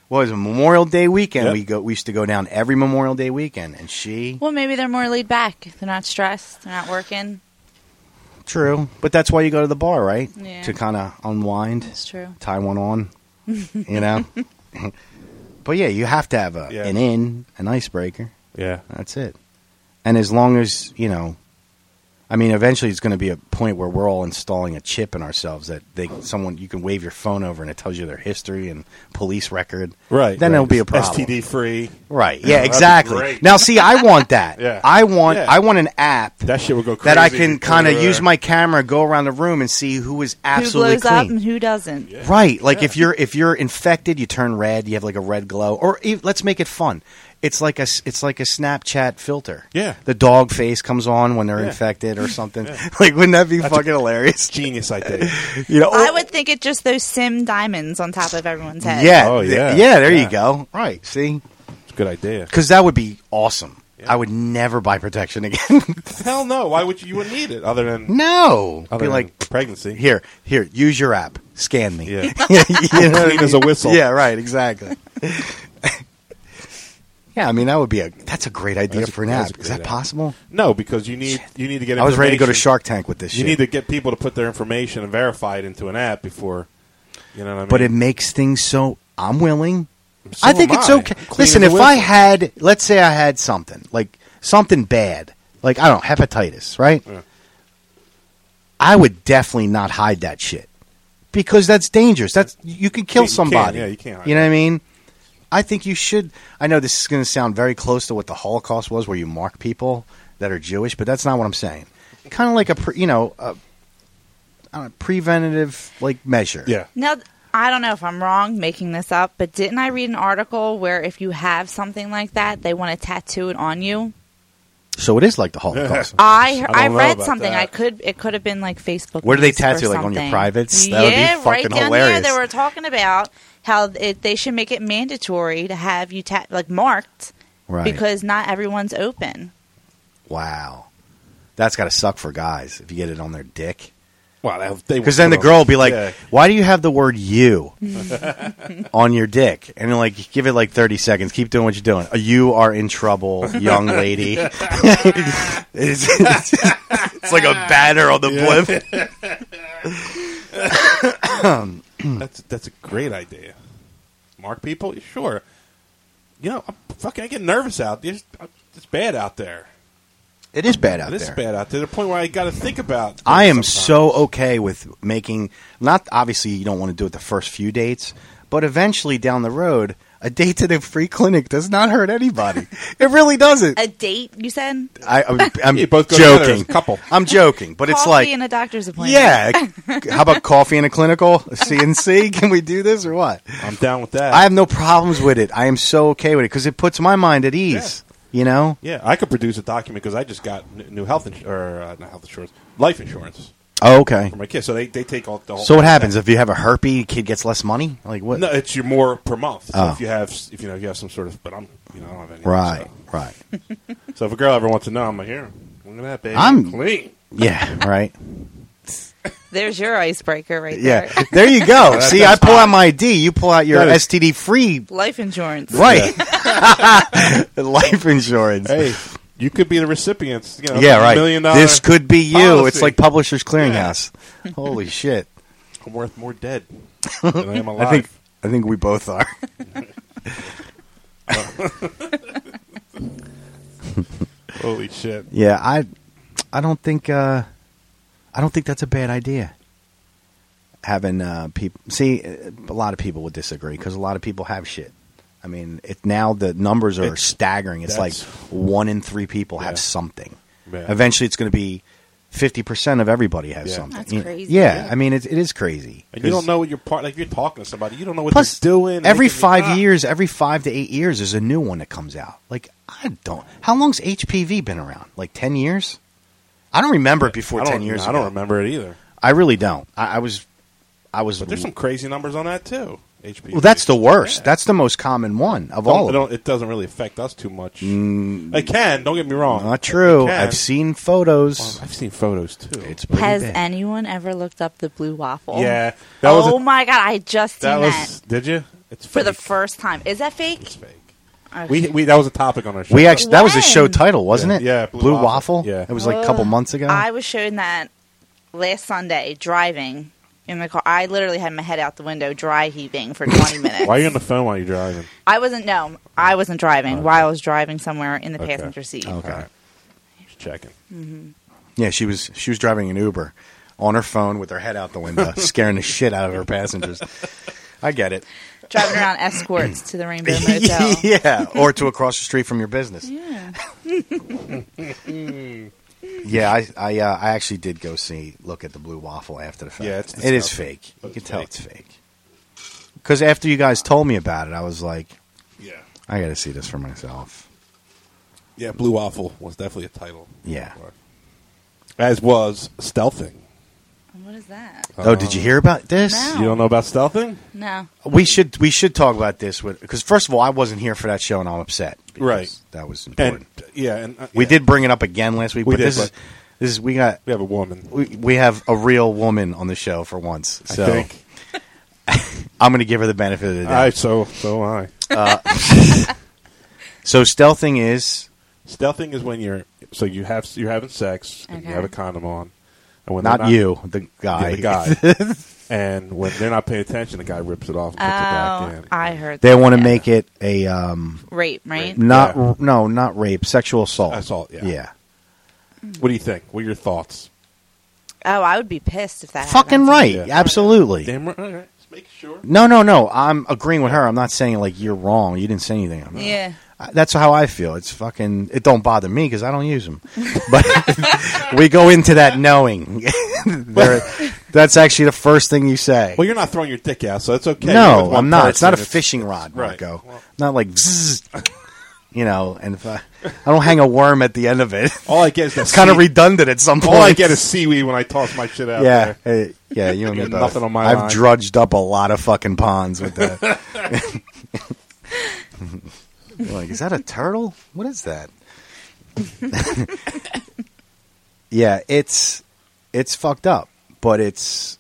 [SPEAKER 8] what was it, Memorial Day weekend.
[SPEAKER 7] Yep.
[SPEAKER 8] We go we used to go down every Memorial Day weekend, and she
[SPEAKER 9] Well, maybe they're more laid back. They're not stressed. They're not working.
[SPEAKER 8] true, but that's why you go to the bar, right?
[SPEAKER 9] Yeah.
[SPEAKER 8] To kind of unwind.
[SPEAKER 9] It's true.
[SPEAKER 8] tie one on, you know. but yeah, you have to have a,
[SPEAKER 7] Yeah.
[SPEAKER 8] an in, an icebreaker.
[SPEAKER 7] yeah.
[SPEAKER 8] That's it. And as long as you know, I mean, eventually it's going to be a point where we're all installing a chip in ourselves that they someone you can wave your phone over and it tells you their history and police record.
[SPEAKER 7] Right.
[SPEAKER 8] Then
[SPEAKER 7] right.
[SPEAKER 8] it'll be a problem.
[SPEAKER 7] STD free.
[SPEAKER 8] Right. Yeah.
[SPEAKER 7] that'd be
[SPEAKER 8] exactly.
[SPEAKER 7] great.
[SPEAKER 8] Now, see, I want that.
[SPEAKER 7] Yeah.
[SPEAKER 8] I want.
[SPEAKER 7] Yeah.
[SPEAKER 8] I want an app.
[SPEAKER 7] That shit would go crazy.
[SPEAKER 8] that I can
[SPEAKER 7] before
[SPEAKER 8] kind of
[SPEAKER 7] you're
[SPEAKER 8] use
[SPEAKER 7] there.
[SPEAKER 8] my camera, go around the room, and see who is absolutely
[SPEAKER 9] who blows up
[SPEAKER 8] clean.
[SPEAKER 9] and who doesn't?
[SPEAKER 8] Right. Like if you're if you're infected, you turn red. You have like a red glow. Or e let's make it fun. It's like a s- it's like a Snapchat filter.
[SPEAKER 7] Yeah.
[SPEAKER 8] The dog face comes on when they're
[SPEAKER 7] Yeah.
[SPEAKER 8] infected or something. Like wouldn't that be fucking hilarious?
[SPEAKER 7] genius idea.
[SPEAKER 8] You know.
[SPEAKER 9] I
[SPEAKER 8] or-
[SPEAKER 9] would think it's just those sim diamonds on top of everyone's head.
[SPEAKER 8] Yeah.
[SPEAKER 7] Oh,
[SPEAKER 8] yeah.
[SPEAKER 7] yeah.
[SPEAKER 8] Yeah. There you
[SPEAKER 7] Yeah.
[SPEAKER 8] go. Right. See,
[SPEAKER 7] It's a good idea.
[SPEAKER 8] because that would be awesome. I would never buy protection again.
[SPEAKER 7] Hell no. Why would you? You would need it other than
[SPEAKER 8] no,
[SPEAKER 7] other
[SPEAKER 8] be
[SPEAKER 7] than
[SPEAKER 8] like,
[SPEAKER 7] pregnancy.
[SPEAKER 8] here, here, use your app, scan me.
[SPEAKER 7] Yeah.
[SPEAKER 8] You know what I
[SPEAKER 7] Clean as a
[SPEAKER 8] mean?
[SPEAKER 7] whistle.
[SPEAKER 8] Yeah, right, exactly. yeah, I mean that would be a that's a great idea
[SPEAKER 7] That's a-
[SPEAKER 8] for an
[SPEAKER 7] that's
[SPEAKER 8] app.
[SPEAKER 7] a
[SPEAKER 8] Is
[SPEAKER 7] great
[SPEAKER 8] that
[SPEAKER 7] app.
[SPEAKER 8] possible?
[SPEAKER 7] No, because you need you need to get.
[SPEAKER 8] I was ready to go to
[SPEAKER 7] information.
[SPEAKER 8] Shark Tank with this
[SPEAKER 7] You
[SPEAKER 8] shit.
[SPEAKER 7] need to get people to put their information and verify it into an app before. You know what I mean?
[SPEAKER 8] but it makes things so I'm willing.
[SPEAKER 7] So
[SPEAKER 8] I think
[SPEAKER 7] am
[SPEAKER 8] it's
[SPEAKER 7] I.
[SPEAKER 8] okay.
[SPEAKER 7] Clean
[SPEAKER 8] Listen,
[SPEAKER 7] as
[SPEAKER 8] if
[SPEAKER 7] a
[SPEAKER 8] I
[SPEAKER 7] whistle.
[SPEAKER 8] had, let's say I had something like something bad, like I don't know, hepatitis, right?
[SPEAKER 7] Yeah.
[SPEAKER 8] I would definitely not hide that shit because that's dangerous. That's you can kill
[SPEAKER 7] You can,
[SPEAKER 8] somebody.
[SPEAKER 7] yeah, you can't hide
[SPEAKER 8] You know what I mean? I think you should. I know this is going to sound very close to what the Holocaust was, where you mark people that are Jewish, but that's not what I'm saying. Kind of like a, pre, you know, a, I don't know, preventative like measure.
[SPEAKER 7] yeah,
[SPEAKER 9] Now, th- I don't know if I'm wrong making this up, but didn't I read an article where if you have something like that, they want to tattoo it on you?
[SPEAKER 8] So it is like the Holocaust.
[SPEAKER 9] I
[SPEAKER 7] I
[SPEAKER 9] I,
[SPEAKER 7] don't know
[SPEAKER 9] read
[SPEAKER 7] about
[SPEAKER 9] something.
[SPEAKER 7] that.
[SPEAKER 9] I could it could have been like Facebook.
[SPEAKER 8] Where do they
[SPEAKER 9] posts or
[SPEAKER 8] tattoo, like, on your
[SPEAKER 9] something.
[SPEAKER 8] privates? That
[SPEAKER 9] yeah,
[SPEAKER 8] would be fucking
[SPEAKER 9] right down
[SPEAKER 8] hilarious.
[SPEAKER 9] there. They were talking about how it, they should make it mandatory to have you tat like marked
[SPEAKER 8] Right.
[SPEAKER 9] because not everyone's open.
[SPEAKER 8] Wow. That's got to suck for guys if you get it on their dick.
[SPEAKER 7] well, they- they
[SPEAKER 8] Because then the
[SPEAKER 7] would-
[SPEAKER 8] girl will be like,
[SPEAKER 7] Yeah.
[SPEAKER 8] why do you have the word you on your dick? And you're like, give it like 30 seconds. Keep doing what you're doing. Uh, You are in trouble, young lady. it's, it's- it's like a banner on the blimp.
[SPEAKER 7] That's that's a great idea. Mark people, sure. You know, I'm fucking, I get nervous out. It's, uh, it's bad out there.
[SPEAKER 8] It is bad out
[SPEAKER 7] It is
[SPEAKER 8] there.
[SPEAKER 7] bad out there. To the point where I got to think about.
[SPEAKER 8] I am
[SPEAKER 7] sometimes.
[SPEAKER 8] so okay with making not obviously you don't want to do it the first few dates, but eventually down the road, a date to the free clinic does not hurt anybody. it really doesn't.
[SPEAKER 9] A date, you said?
[SPEAKER 8] I, I'm, I'm
[SPEAKER 7] You both go together as
[SPEAKER 8] joking.
[SPEAKER 7] a couple.
[SPEAKER 8] I'm joking, but it's
[SPEAKER 9] Coffee
[SPEAKER 8] like
[SPEAKER 9] in a doctor's appointment.
[SPEAKER 8] yeah. How about coffee in a clinical? C and C? Can we do this or what?
[SPEAKER 7] I'm down with that.
[SPEAKER 8] I have no problems with it. I am so okay with it because it puts my mind at ease. You know,
[SPEAKER 7] yeah, I could produce a document because I just got n- new health ins- or uh, not health insurance, life insurance
[SPEAKER 8] oh, okay.
[SPEAKER 7] for my kids. So they, they take all the whole.
[SPEAKER 8] So what happens if you have a herpes? Kid gets less money. Like what?
[SPEAKER 7] No, it's your more per month. So
[SPEAKER 8] Oh.
[SPEAKER 7] if you have s- if you know if you have some sort of, but I'm you know I don't have any.
[SPEAKER 8] right, right.
[SPEAKER 7] So, so if a girl ever wants to know, I'm here. Look at that, baby.
[SPEAKER 8] I'm-
[SPEAKER 7] clean.
[SPEAKER 8] Yeah, right.
[SPEAKER 9] There's your icebreaker right
[SPEAKER 8] Yeah,
[SPEAKER 9] there.
[SPEAKER 8] there you go. See, I pull out my ID, you pull out your
[SPEAKER 7] That is-
[SPEAKER 8] STD free,
[SPEAKER 9] Life insurance.
[SPEAKER 8] right? Life insurance.
[SPEAKER 7] Hey, you could be the recipients. You know,
[SPEAKER 8] yeah, right.
[SPEAKER 7] Million dollar.
[SPEAKER 8] This could be you. It's
[SPEAKER 7] policy.
[SPEAKER 8] like Publishers Clearinghouse. Holy shit!
[SPEAKER 7] I'm worth more dead than I am alive.
[SPEAKER 8] I think I think we both are.
[SPEAKER 7] Holy shit!
[SPEAKER 8] Yeah, I I don't think uh, I don't think that's a bad idea. Having uh, people see uh, a lot of people would disagree because a lot of people have shit. I mean, it now the numbers are
[SPEAKER 7] It's-
[SPEAKER 8] staggering. It's like
[SPEAKER 7] that's-
[SPEAKER 8] one in three people
[SPEAKER 7] Yeah.
[SPEAKER 8] have something.
[SPEAKER 7] Yeah.
[SPEAKER 8] Eventually, it's going to be fifty percent of everybody has
[SPEAKER 7] Yeah.
[SPEAKER 8] something.
[SPEAKER 9] That's
[SPEAKER 8] You-
[SPEAKER 9] crazy.
[SPEAKER 8] Yeah, I mean, it, it is crazy.
[SPEAKER 7] And you
[SPEAKER 8] 'Cause-
[SPEAKER 7] don't know what you're part. Like you're talking to somebody, you don't know what
[SPEAKER 8] Plus,
[SPEAKER 7] they're doing. and they
[SPEAKER 8] every
[SPEAKER 7] could be-
[SPEAKER 8] five
[SPEAKER 7] ah.
[SPEAKER 8] years, every five to eight years, there's a new one that comes out. Like I don't. How long's HPV been around? Like ten years? I don't remember it before
[SPEAKER 7] I don't,
[SPEAKER 8] ten years.
[SPEAKER 7] I don't
[SPEAKER 8] ago.
[SPEAKER 7] remember it either.
[SPEAKER 8] I really don't. I, I was. I was.
[SPEAKER 7] But there's some crazy numbers on that too. HPV.
[SPEAKER 8] Mm. well, that's the worst.
[SPEAKER 7] Yeah.
[SPEAKER 8] That's the most common one of
[SPEAKER 7] Don't-
[SPEAKER 8] all. Of them.
[SPEAKER 7] don't- it doesn't really affect us too much. It can. Don't get me wrong.
[SPEAKER 8] Not true.
[SPEAKER 7] It can.
[SPEAKER 8] I've seen photos.
[SPEAKER 7] Well, I've seen photos too.
[SPEAKER 8] it's pretty
[SPEAKER 9] Has
[SPEAKER 8] bad.
[SPEAKER 9] anyone ever looked up the blue waffle?
[SPEAKER 7] yeah. That was.
[SPEAKER 9] Oh
[SPEAKER 7] a-
[SPEAKER 9] my god, I just seen
[SPEAKER 7] that
[SPEAKER 9] that,
[SPEAKER 7] was. Did you? It's
[SPEAKER 9] for the
[SPEAKER 7] fake.
[SPEAKER 9] first time. Is that fake?
[SPEAKER 7] It's fake.
[SPEAKER 9] Okay.
[SPEAKER 7] We, we that was a topic on our show.
[SPEAKER 8] we actually that was the
[SPEAKER 9] When?
[SPEAKER 8] show title, wasn't
[SPEAKER 7] Yeah,
[SPEAKER 8] it?
[SPEAKER 7] yeah, Blue
[SPEAKER 8] Blue
[SPEAKER 7] Waffle.
[SPEAKER 8] Waffle.
[SPEAKER 7] Yeah.
[SPEAKER 8] it was like a couple
[SPEAKER 9] Ugh.
[SPEAKER 8] months ago.
[SPEAKER 9] I was shown that last Sunday driving in the car. I literally had my head out the window, dry heaving for 20 minutes.
[SPEAKER 7] Why are you on the phone while you're driving?
[SPEAKER 9] I wasn't. No, I wasn't driving. While I was driving somewhere in the passenger seat.
[SPEAKER 8] okay.
[SPEAKER 7] Just checking.
[SPEAKER 8] Yeah, she was she was driving an Uber on her phone with her head out the window, scaring the shit out of her passengers. I get it.
[SPEAKER 9] Driving around escorts to the Rainbow Motel.
[SPEAKER 8] yeah, or to across the street from your business.
[SPEAKER 9] Yeah.
[SPEAKER 8] Yeah, I I, uh, I actually did go see look at the blue waffle after the fact.
[SPEAKER 7] Yeah, it's
[SPEAKER 8] it is
[SPEAKER 7] disgusting.
[SPEAKER 8] fake. You
[SPEAKER 7] It's
[SPEAKER 8] can tell
[SPEAKER 7] fake.
[SPEAKER 8] it's fake. Because after you guys told me about it, I was like,
[SPEAKER 7] Yeah.
[SPEAKER 8] I got to see this for myself.
[SPEAKER 7] Yeah, Blue Waffle was definitely a title.
[SPEAKER 8] Yeah.
[SPEAKER 7] As was stealthing.
[SPEAKER 9] What is that?
[SPEAKER 8] oh, did you hear about this?
[SPEAKER 9] No.
[SPEAKER 7] You don't know about stealthing?
[SPEAKER 9] No.
[SPEAKER 8] We should we should talk about this with because first of all, I wasn't here for that show and I'm upset because
[SPEAKER 7] Right.
[SPEAKER 8] That was important.
[SPEAKER 7] And yeah, and uh,
[SPEAKER 8] we
[SPEAKER 7] yeah.
[SPEAKER 8] did bring it up again last week,
[SPEAKER 7] We
[SPEAKER 8] but
[SPEAKER 7] did,
[SPEAKER 8] this
[SPEAKER 7] but-
[SPEAKER 8] is this is we got
[SPEAKER 7] We have a woman.
[SPEAKER 8] we, we have a real woman on the show for once. So
[SPEAKER 7] I think.
[SPEAKER 8] I'm going to give her the benefit of the doubt.
[SPEAKER 7] I so so I.
[SPEAKER 8] So stealthing is
[SPEAKER 7] Stealthing is when you're so you have you're having sex and
[SPEAKER 9] Okay.
[SPEAKER 7] you have a condom on, and when they're
[SPEAKER 8] not, you, the
[SPEAKER 7] yeah,
[SPEAKER 8] guy.
[SPEAKER 7] the guy, and when they're not paying attention, the guy rips it off and puts
[SPEAKER 9] Oh,
[SPEAKER 7] it back in.
[SPEAKER 9] I heard
[SPEAKER 8] they
[SPEAKER 9] that,
[SPEAKER 8] want to
[SPEAKER 9] yeah.
[SPEAKER 8] make it a um,
[SPEAKER 9] rape, right?
[SPEAKER 8] not
[SPEAKER 7] Yeah.
[SPEAKER 8] no not rape, sexual assault.
[SPEAKER 7] Assault, yeah.
[SPEAKER 8] yeah.
[SPEAKER 7] What do you think? What are your thoughts?
[SPEAKER 9] Oh, I would be pissed if that
[SPEAKER 8] Fucking
[SPEAKER 9] happened.
[SPEAKER 8] right,
[SPEAKER 7] Yeah.
[SPEAKER 8] absolutely.
[SPEAKER 7] Damn right. All right. Let's make sure.
[SPEAKER 8] No, no, no. I'm agreeing with her. I'm not saying like you're wrong. You didn't say anything. I'm not-
[SPEAKER 9] Yeah.
[SPEAKER 8] I- That's how I feel. It's fucking. It don't bother me because I don't use them. But we go into that knowing. There- that's actually the first thing you say.
[SPEAKER 7] Well, you're not throwing your dick out, so it's okay. You're
[SPEAKER 8] no,
[SPEAKER 7] with one
[SPEAKER 8] I'm not. It's
[SPEAKER 7] person,
[SPEAKER 8] not a fishing rod,
[SPEAKER 7] right.
[SPEAKER 8] Marco.
[SPEAKER 7] Well-
[SPEAKER 8] not like, zzz, you know. And if I, I don't hang a worm at the end of it.
[SPEAKER 7] All I get is
[SPEAKER 8] It's kind of redundant at some point.
[SPEAKER 7] all I get is seaweed when I toss my shit out.
[SPEAKER 8] yeah,
[SPEAKER 7] there.
[SPEAKER 8] eh, yeah. You and me
[SPEAKER 7] Got
[SPEAKER 8] both.
[SPEAKER 7] nothing on my
[SPEAKER 8] I've
[SPEAKER 7] line.
[SPEAKER 8] drudged up a lot of fucking ponds with that. like, is that a turtle? What is that? yeah, it's it's fucked up, but it's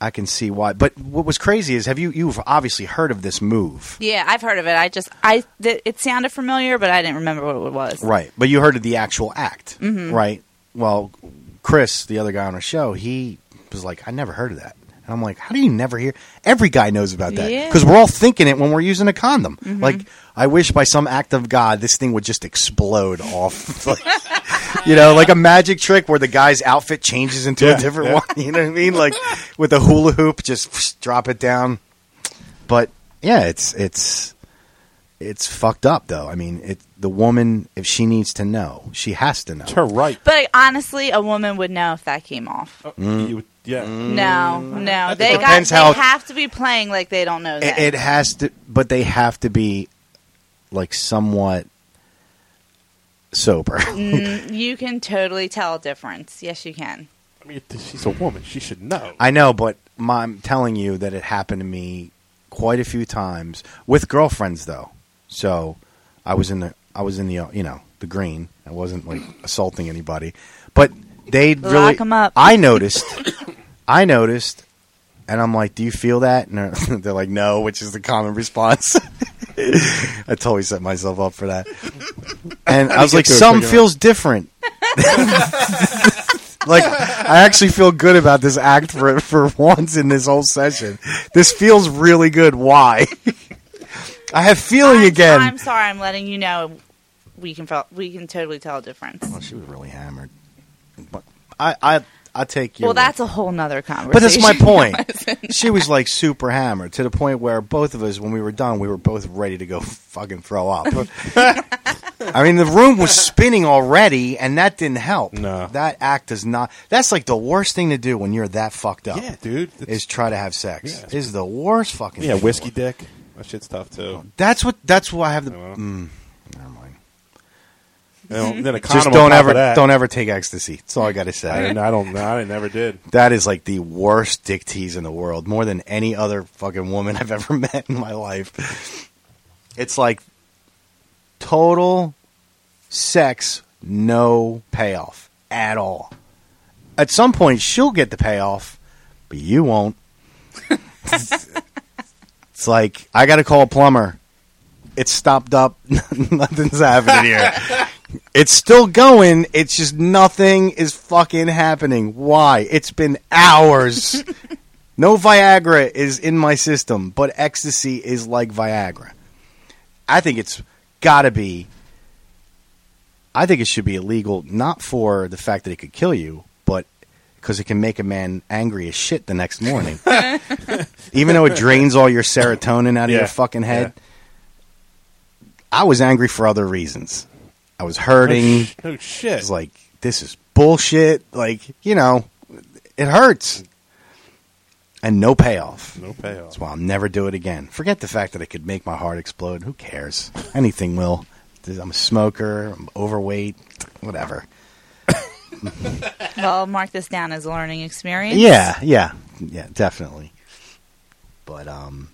[SPEAKER 8] I can see why. But what was crazy is have you you've obviously heard of this move,
[SPEAKER 9] Yeah, I've heard of it. I just I th- it sounded familiar, but I didn't remember what it was.
[SPEAKER 8] right? But you heard of the actual act, right? Well, Chris, the other guy on our show, he was like, I never heard of that. And I'm like, how do you never hear? Every guy knows about that
[SPEAKER 9] Yeah.
[SPEAKER 8] because we're all thinking it when we're using a condom. Like, I wish by some act of God this thing would just explode off, like, you know, like a magic trick where the guy's outfit changes into
[SPEAKER 7] Yeah,
[SPEAKER 8] a different
[SPEAKER 7] yeah.
[SPEAKER 8] one. You know what I mean? Like with a hula hoop, just drop it down. But yeah, it's it's it's fucked up though. I mean, it the woman if she needs to know, she has to know.
[SPEAKER 7] It's her right. Oh,
[SPEAKER 9] But honestly, a woman would know if that came off.
[SPEAKER 7] You would- yeah.
[SPEAKER 9] No, no,
[SPEAKER 7] It
[SPEAKER 9] they got
[SPEAKER 8] Mm. depends
[SPEAKER 9] they
[SPEAKER 8] how-
[SPEAKER 9] have to be playing like they don't know that.
[SPEAKER 8] It, it has to, but they have to be like somewhat sober.
[SPEAKER 9] you can totally tell a difference. Yes, you can.
[SPEAKER 7] I mean, she's a woman. She should know.
[SPEAKER 8] I know, but my, I'm telling you that it happened to me quite a few times with girlfriends, though. So I was in the I was in the uh, you know the green. I wasn't like assaulting anybody, but they
[SPEAKER 9] Lock
[SPEAKER 8] really.
[SPEAKER 9] 'em up.
[SPEAKER 8] I noticed. I noticed, and I'm like, "Do you feel that?" And they're, they're like, "No," which is the common response. I totally set myself up for that, and I was like,
[SPEAKER 7] to it
[SPEAKER 8] "Some
[SPEAKER 7] quick enough.
[SPEAKER 8] feels different." like I actually feel good about this act for for once in this whole session. This feels really good. Why? I have feeling
[SPEAKER 9] I'm,
[SPEAKER 8] again.
[SPEAKER 9] I'm sorry. I'm letting you know we can fel- we can totally tell a difference.
[SPEAKER 8] Well, she was really hammered. But I I I take you.
[SPEAKER 9] well, that's a whole nother conversation.
[SPEAKER 8] but that's my point. she was like super hammered to the point where both of us, when we were done, we were both ready to go fucking throw up. I mean, the room was spinning already, and that didn't help.
[SPEAKER 7] No.
[SPEAKER 8] that act does not. That's like the worst thing to do when you're that fucked up.
[SPEAKER 7] yeah, Oh, dude. It's-
[SPEAKER 8] is try to have sex.
[SPEAKER 7] Yeah.
[SPEAKER 8] Is the worst fucking.
[SPEAKER 7] yeah,
[SPEAKER 8] thing.
[SPEAKER 7] whiskey dick. That shit's tough too.
[SPEAKER 8] That's what. That's why I have the.
[SPEAKER 7] Well.
[SPEAKER 8] Mm, never mind.
[SPEAKER 7] And then a condom
[SPEAKER 8] Just
[SPEAKER 7] on
[SPEAKER 8] don't
[SPEAKER 7] top of
[SPEAKER 8] ever.
[SPEAKER 7] that.
[SPEAKER 8] Don't ever take ecstasy. That's all I gotta
[SPEAKER 7] I,
[SPEAKER 8] say.
[SPEAKER 7] didn't, I don't. I never did.
[SPEAKER 8] That is like the worst dick tease in the world, more than any other fucking woman I've ever met in my life. It's like total sex, no payoff at all. At some point, she'll get the payoff, but you won't. it's like I got to call a plumber. It's stopped up. Nothing's happening here. It's still going. It's just nothing is fucking happening. Why? It's been hours. no Viagra is in my system, but ecstasy is like Viagra. I think it's got to be. I think it should be illegal, not for the fact that it could kill you, but because it can make a man angry as shit the next morning. Even though it drains all your serotonin out of
[SPEAKER 7] Yeah,
[SPEAKER 8] your fucking head. I was angry for other reasons. I was hurting.
[SPEAKER 7] No Oh, shit.
[SPEAKER 8] It's like this is bullshit. Like you know, it hurts, and no payoff.
[SPEAKER 7] no payoff.
[SPEAKER 8] That's why I'll never do it again. Forget the fact that it could make my heart explode. Who cares? Anything will. I'm a smoker. I'm overweight. Whatever.
[SPEAKER 9] Well, mark this down as a learning experience.
[SPEAKER 8] Yeah, yeah, yeah, definitely. But um,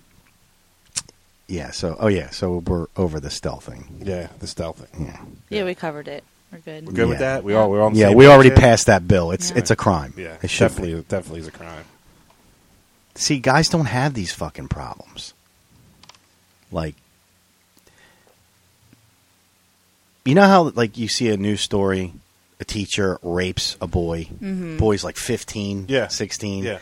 [SPEAKER 8] yeah. So oh yeah. So we're over the stealth thing.
[SPEAKER 7] Yeah, the stealth thing.
[SPEAKER 8] Yeah.
[SPEAKER 9] Yeah, we covered it. We're good.
[SPEAKER 7] We're good with
[SPEAKER 8] Yeah.
[SPEAKER 7] that. We all we're on. the
[SPEAKER 8] Yeah,
[SPEAKER 7] same
[SPEAKER 8] we
[SPEAKER 7] page
[SPEAKER 8] already
[SPEAKER 7] there?
[SPEAKER 8] passed that bill. It's
[SPEAKER 9] Yeah.
[SPEAKER 8] it's a crime.
[SPEAKER 7] Yeah,
[SPEAKER 8] it should
[SPEAKER 7] definitely definitely is a crime.
[SPEAKER 8] Be. See, guys don't have these fucking problems. Like, you know how like you see a news story, a teacher rapes a boy. Boy's like 15,
[SPEAKER 7] Yeah,
[SPEAKER 8] 16.
[SPEAKER 7] Mm. Yeah,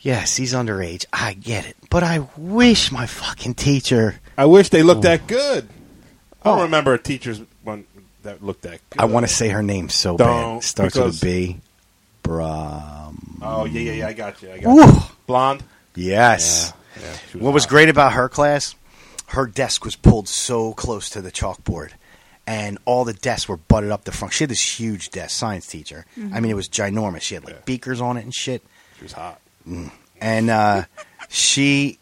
[SPEAKER 8] Yes, he's underage. I get it. But I wish my fucking teacher
[SPEAKER 7] I wish they looked that good. I don't remember a teacher's one that looked that. good.
[SPEAKER 8] I want to say her name so
[SPEAKER 7] Don't,
[SPEAKER 8] bad. Starts
[SPEAKER 7] because-
[SPEAKER 8] with a B. Bruh.
[SPEAKER 7] Oh yeah, yeah, yeah. I got you. I got you.
[SPEAKER 8] Woo!
[SPEAKER 7] Blonde.
[SPEAKER 8] Yes.
[SPEAKER 7] Yeah, she
[SPEAKER 8] What was
[SPEAKER 7] hot.
[SPEAKER 8] great about her class, her desk was pulled so close to the chalkboard, and all the desks were butted up the front. She had this huge desk, science teacher. I mean, it was ginormous. She had like
[SPEAKER 7] Yeah.
[SPEAKER 8] beakers on it and shit.
[SPEAKER 7] She was hot.
[SPEAKER 8] And uh, she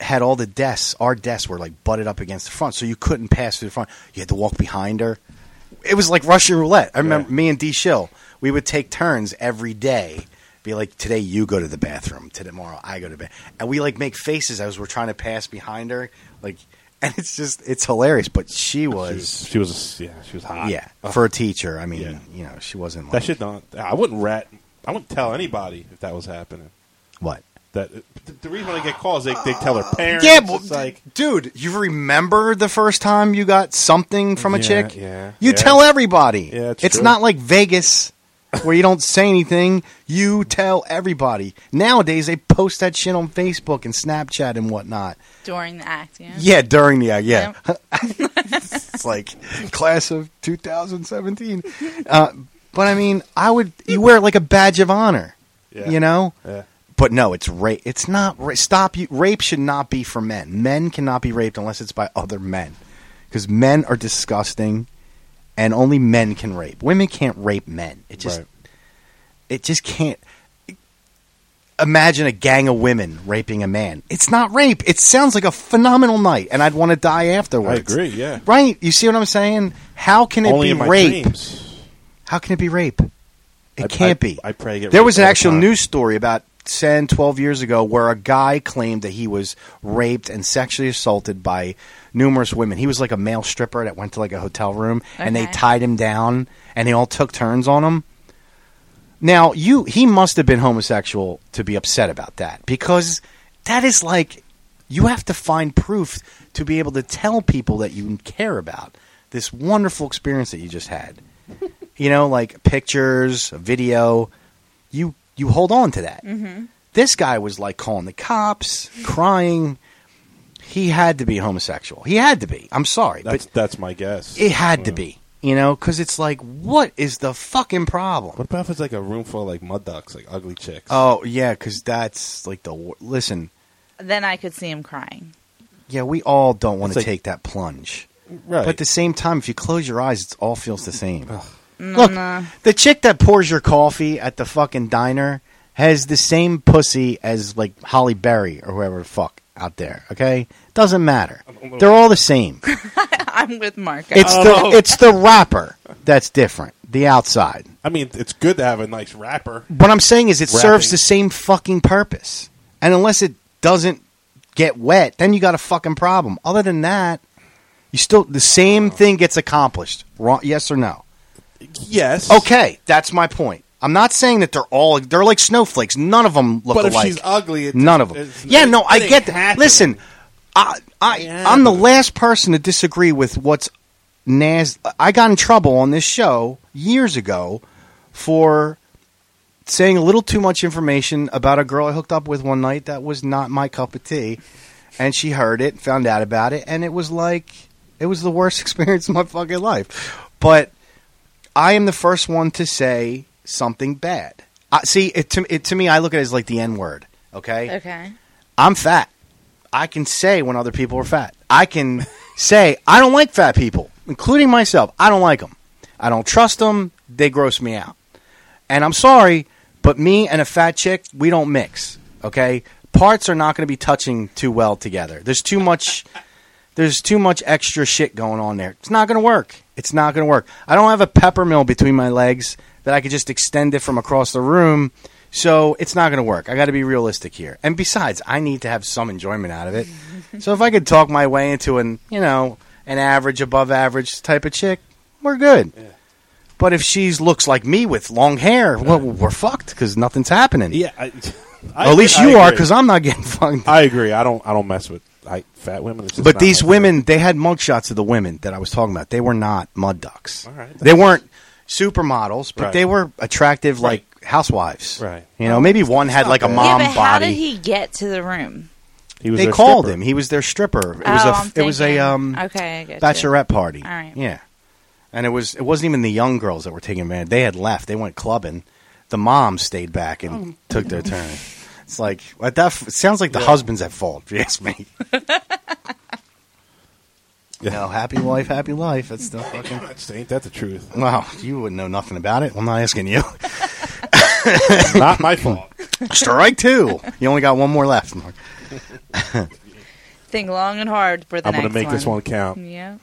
[SPEAKER 8] had all the desks. Our desks were like butted up against the front, so you couldn't pass through the front. You had to walk behind her. It was like Russian roulette. I remember
[SPEAKER 7] Yeah.
[SPEAKER 8] me and D Shill, we would take turns every day. Be like, today you go to the bathroom. Today- Tomorrow I go to bed, and we like make faces as we're trying to pass behind her. Like, and it's just it's hilarious. But she
[SPEAKER 7] She
[SPEAKER 8] was,
[SPEAKER 7] was. She was. Yeah, she was hot.
[SPEAKER 8] yeah, for a teacher. I mean,
[SPEAKER 7] Yeah.
[SPEAKER 8] you know, she wasn't like
[SPEAKER 7] That should not. I wouldn't rat. I wouldn't tell anybody if that was happening.
[SPEAKER 8] what.
[SPEAKER 7] That the, the reason why they get calls, they they tell their parents.
[SPEAKER 8] Yeah, well,
[SPEAKER 7] it's like
[SPEAKER 8] dude, you remember the first time you got something from a
[SPEAKER 7] Yeah,
[SPEAKER 8] chick?
[SPEAKER 7] yeah,
[SPEAKER 8] You
[SPEAKER 7] yeah.
[SPEAKER 8] tell everybody.
[SPEAKER 7] Yeah, it's
[SPEAKER 8] it's
[SPEAKER 7] true.
[SPEAKER 8] not like Vegas where you don't say anything. You tell everybody. Nowadays, they post that shit on Facebook and Snapchat and whatnot.
[SPEAKER 9] During the act, yeah.
[SPEAKER 8] Yeah, during the act. Yeah, it's like class of 2017. Uh, but I mean, I would you wear it like a badge of honor.
[SPEAKER 7] Yeah.
[SPEAKER 8] You know.
[SPEAKER 7] Yeah.
[SPEAKER 8] But no, it's rape. It's not ra- stop. You, rape should not be for men. Men cannot be raped unless it's by other men, because men are disgusting, and only men can rape. Women can't rape men. It just,
[SPEAKER 7] Right.
[SPEAKER 8] it just can't. Imagine a gang of women raping a man. It's not rape. It sounds like a phenomenal night, and I'd want to die afterwards.
[SPEAKER 7] agree, yeah.
[SPEAKER 8] Right? You see what I'm saying? How can it
[SPEAKER 7] only
[SPEAKER 8] be
[SPEAKER 7] in my
[SPEAKER 8] rape?
[SPEAKER 7] dreams.
[SPEAKER 8] How can it be rape? It
[SPEAKER 7] I-
[SPEAKER 8] can't
[SPEAKER 7] I-
[SPEAKER 8] be.
[SPEAKER 7] I pray I get
[SPEAKER 8] There
[SPEAKER 7] raped
[SPEAKER 8] was an
[SPEAKER 7] all the
[SPEAKER 8] actual
[SPEAKER 7] time.
[SPEAKER 8] news story about 10, 12 years ago where a guy claimed that he was raped and sexually assaulted by numerous women. He was like a male stripper that went to like a hotel room and they
[SPEAKER 9] Okay.
[SPEAKER 8] tied him down and they all took turns on him. Now, you he must have been homosexual to be upset about that because that is like you have to find proof to be able to tell people that you care about this wonderful experience that you just had. you know, like pictures, video, you you hold on to that. Mm-hmm. This guy was like calling the cops, crying. He had to be homosexual. He had to be. I'm sorry,
[SPEAKER 7] That's that's my guess.
[SPEAKER 8] but it had to
[SPEAKER 7] Yeah.
[SPEAKER 8] be. You know, because it's like, what is the fucking problem?
[SPEAKER 7] What about if it's like a room full of like mud ducks, like ugly chicks?
[SPEAKER 8] Oh yeah, because that's like the wor- listen.
[SPEAKER 9] Then I could see him crying.
[SPEAKER 8] Yeah, we all don't want
[SPEAKER 7] It's
[SPEAKER 8] to
[SPEAKER 7] like-
[SPEAKER 8] take that plunge,
[SPEAKER 7] right.
[SPEAKER 8] but at the same time, if you close your eyes, it all feels the same. Look, the chick that pours your coffee at the fucking diner has the same pussy as like Holly Berry or whoever the fuck out there. Okay, doesn't matter. They're all the same.
[SPEAKER 9] I'm with Mark.
[SPEAKER 8] It's
[SPEAKER 7] Oh.
[SPEAKER 8] the it's the wrapper that's different. The outside.
[SPEAKER 7] I mean, it's good to have a nice rapper.
[SPEAKER 8] What I'm saying is it
[SPEAKER 7] Wrapping.
[SPEAKER 8] serves the same fucking purpose. And unless it doesn't get wet, then you got a fucking problem. Other than that, you still the same thing gets accomplished. Wrong, yes or no?
[SPEAKER 7] Yes.
[SPEAKER 8] Okay, that's my point. I'm not saying that they're all they're like snowflakes. None of them look
[SPEAKER 7] But if
[SPEAKER 8] alike.
[SPEAKER 7] she's ugly, it
[SPEAKER 8] none of
[SPEAKER 7] just-
[SPEAKER 8] them.
[SPEAKER 7] it's-
[SPEAKER 8] Yeah, no,
[SPEAKER 7] it
[SPEAKER 8] I
[SPEAKER 7] ain't
[SPEAKER 8] get that.
[SPEAKER 7] happening.
[SPEAKER 8] Listen, I, I, I'm the last person to disagree with what's Nas. I got in trouble on this show years ago for saying a little too much information about a girl I hooked up with one night that was not my cup of tea, and she heard it, found out about it, and it was like it was the worst experience of my fucking life. But I am the first one to say something bad. I, see, it to, it to me, I look at it as like the N word. Okay,
[SPEAKER 9] Oh, okay.
[SPEAKER 8] I'm fat. I can say when other people are fat. I can say I don't like fat people, including myself. I don't like them. I don't trust them. They gross me out. And I'm sorry, but me and a fat chick, we don't mix. Okay? Parts are not going to be touching too well together. There's too much there's too much extra shit going on there. It's not going to work. It's not going to work. I don't have a pepper mill between my legs that I could just extend it from across the room So it's not going to work. I got to be realistic here. And besides, I need to have some enjoyment out of it. so if I could talk my way into an, you know, an average, above average type of chick, we're good. But if she's looks like me with long hair, well, we're fucked because nothing's happening.
[SPEAKER 7] Yeah, I,
[SPEAKER 8] Or at least you are
[SPEAKER 7] agree.
[SPEAKER 8] because I'm not getting fucked.
[SPEAKER 7] I agree. I don't. I don't mess with I, fat women. It's just
[SPEAKER 8] But
[SPEAKER 7] not
[SPEAKER 8] these
[SPEAKER 7] my
[SPEAKER 8] women, they had mugshots of the women that I was talking about. They were not mud ducks.
[SPEAKER 7] All right.
[SPEAKER 8] They weren't supermodels, but
[SPEAKER 7] Right.
[SPEAKER 8] they were attractive, like housewives.
[SPEAKER 7] Right.
[SPEAKER 8] You know, maybe one had like a mom
[SPEAKER 9] yeah, but how
[SPEAKER 8] body.
[SPEAKER 9] did he get to the room?
[SPEAKER 7] thing. He was
[SPEAKER 8] they
[SPEAKER 7] their
[SPEAKER 8] called
[SPEAKER 7] stripper.
[SPEAKER 8] him. He was their stripper. It
[SPEAKER 9] oh,
[SPEAKER 8] was a.
[SPEAKER 9] I'm
[SPEAKER 8] it was a
[SPEAKER 9] thinking-
[SPEAKER 8] um,
[SPEAKER 9] okay, I get you.
[SPEAKER 8] bachelorette party.
[SPEAKER 9] All right.
[SPEAKER 8] Yeah, and it was. It wasn't even the young girls that were taking advantage. They had left. They went clubbing. The moms stayed back
[SPEAKER 9] Oh.
[SPEAKER 8] and took their turn. It's like at that. F- it sounds like the husband's at fault. If you ask me. You know, happy wife, happy life. That's the fucking.
[SPEAKER 7] That's- Ain't that the truth?
[SPEAKER 8] Wow, you wouldn't know nothing about it. I'm not asking you.
[SPEAKER 7] not my fault.
[SPEAKER 8] Strike two. You only got one more left, Mark.
[SPEAKER 9] Think long and hard for the
[SPEAKER 7] I'm
[SPEAKER 9] next
[SPEAKER 7] gonna make
[SPEAKER 9] one.
[SPEAKER 7] this one count.
[SPEAKER 9] Yeah.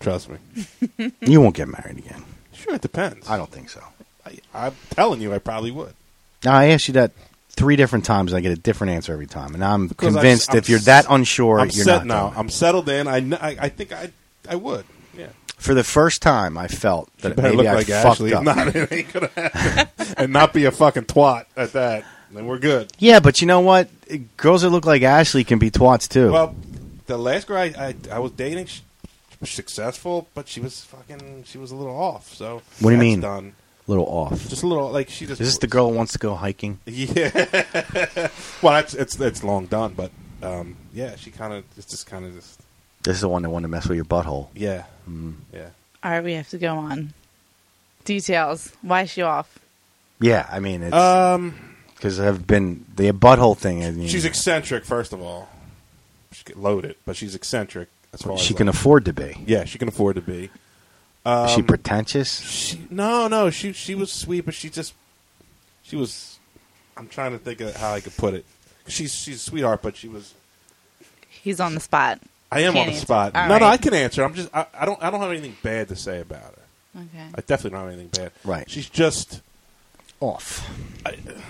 [SPEAKER 7] Trust me.
[SPEAKER 8] You won't get married again.
[SPEAKER 7] Sure, it depends.
[SPEAKER 8] I don't think so.
[SPEAKER 7] I, I'm telling you, I probably would.
[SPEAKER 8] Now I asked you that three different times, and I get a different answer every time. And I'm
[SPEAKER 7] Because I'm-
[SPEAKER 8] convinced
[SPEAKER 7] I'm
[SPEAKER 8] if you're
[SPEAKER 7] s-
[SPEAKER 8] that unsure,
[SPEAKER 7] I'm
[SPEAKER 8] you're
[SPEAKER 7] set
[SPEAKER 8] not.
[SPEAKER 7] now.
[SPEAKER 8] doing it.
[SPEAKER 7] I'm settled in. I, kn- I, I think I, I would. Yeah.
[SPEAKER 8] For the first time, I felt that
[SPEAKER 7] Better
[SPEAKER 8] maybe
[SPEAKER 7] look
[SPEAKER 8] I
[SPEAKER 7] like
[SPEAKER 8] fucked
[SPEAKER 7] Ashley.
[SPEAKER 8] up.
[SPEAKER 7] If Not, it ain't gonna happen. and not be a fucking twat at that. Then we're good.
[SPEAKER 8] Yeah, but you know what? Girls that look like Ashley can be twats too.
[SPEAKER 7] Well, the last girl I, I, I was dating, she was successful, but she was fucking. She was a little off. So
[SPEAKER 8] What do you
[SPEAKER 7] that's
[SPEAKER 8] mean?
[SPEAKER 7] Done.
[SPEAKER 8] a little off.
[SPEAKER 7] Just a little. Like she just.
[SPEAKER 8] Is this the girl who wants to go hiking?
[SPEAKER 7] Yeah. well, that's it's it's long done, but um, yeah, she kind of it's just kind of just
[SPEAKER 8] This is the one that wanted to mess with your butthole.
[SPEAKER 7] yeah,
[SPEAKER 8] Mm-hmm.
[SPEAKER 7] yeah.
[SPEAKER 9] All right, we have to go on. Details. Why is she off?
[SPEAKER 8] Yeah, I mean, it's
[SPEAKER 7] Um,
[SPEAKER 8] because I've been the butthole thing. I mean,
[SPEAKER 7] she's eccentric. First of all, she get loaded, but she's eccentric. As far
[SPEAKER 8] she
[SPEAKER 7] as
[SPEAKER 8] can
[SPEAKER 7] like-
[SPEAKER 8] afford to be.
[SPEAKER 7] yeah, she can afford to be.
[SPEAKER 8] is
[SPEAKER 7] Um,
[SPEAKER 8] she pretentious?
[SPEAKER 7] She, no, no, she she was sweet, but she just she was. I'm trying to think of how I could put it. She's she's a sweetheart, but she was.
[SPEAKER 9] He's on the spot.
[SPEAKER 7] I am
[SPEAKER 9] Can't
[SPEAKER 7] on the
[SPEAKER 9] answer.
[SPEAKER 7] spot.
[SPEAKER 9] All
[SPEAKER 7] no, no,
[SPEAKER 9] right.
[SPEAKER 7] I can answer. I'm just. I, I don't. I don't have anything bad to say about her.
[SPEAKER 9] Okay.
[SPEAKER 7] I definitely don't have anything bad.
[SPEAKER 8] Right.
[SPEAKER 7] She's just.
[SPEAKER 8] Off.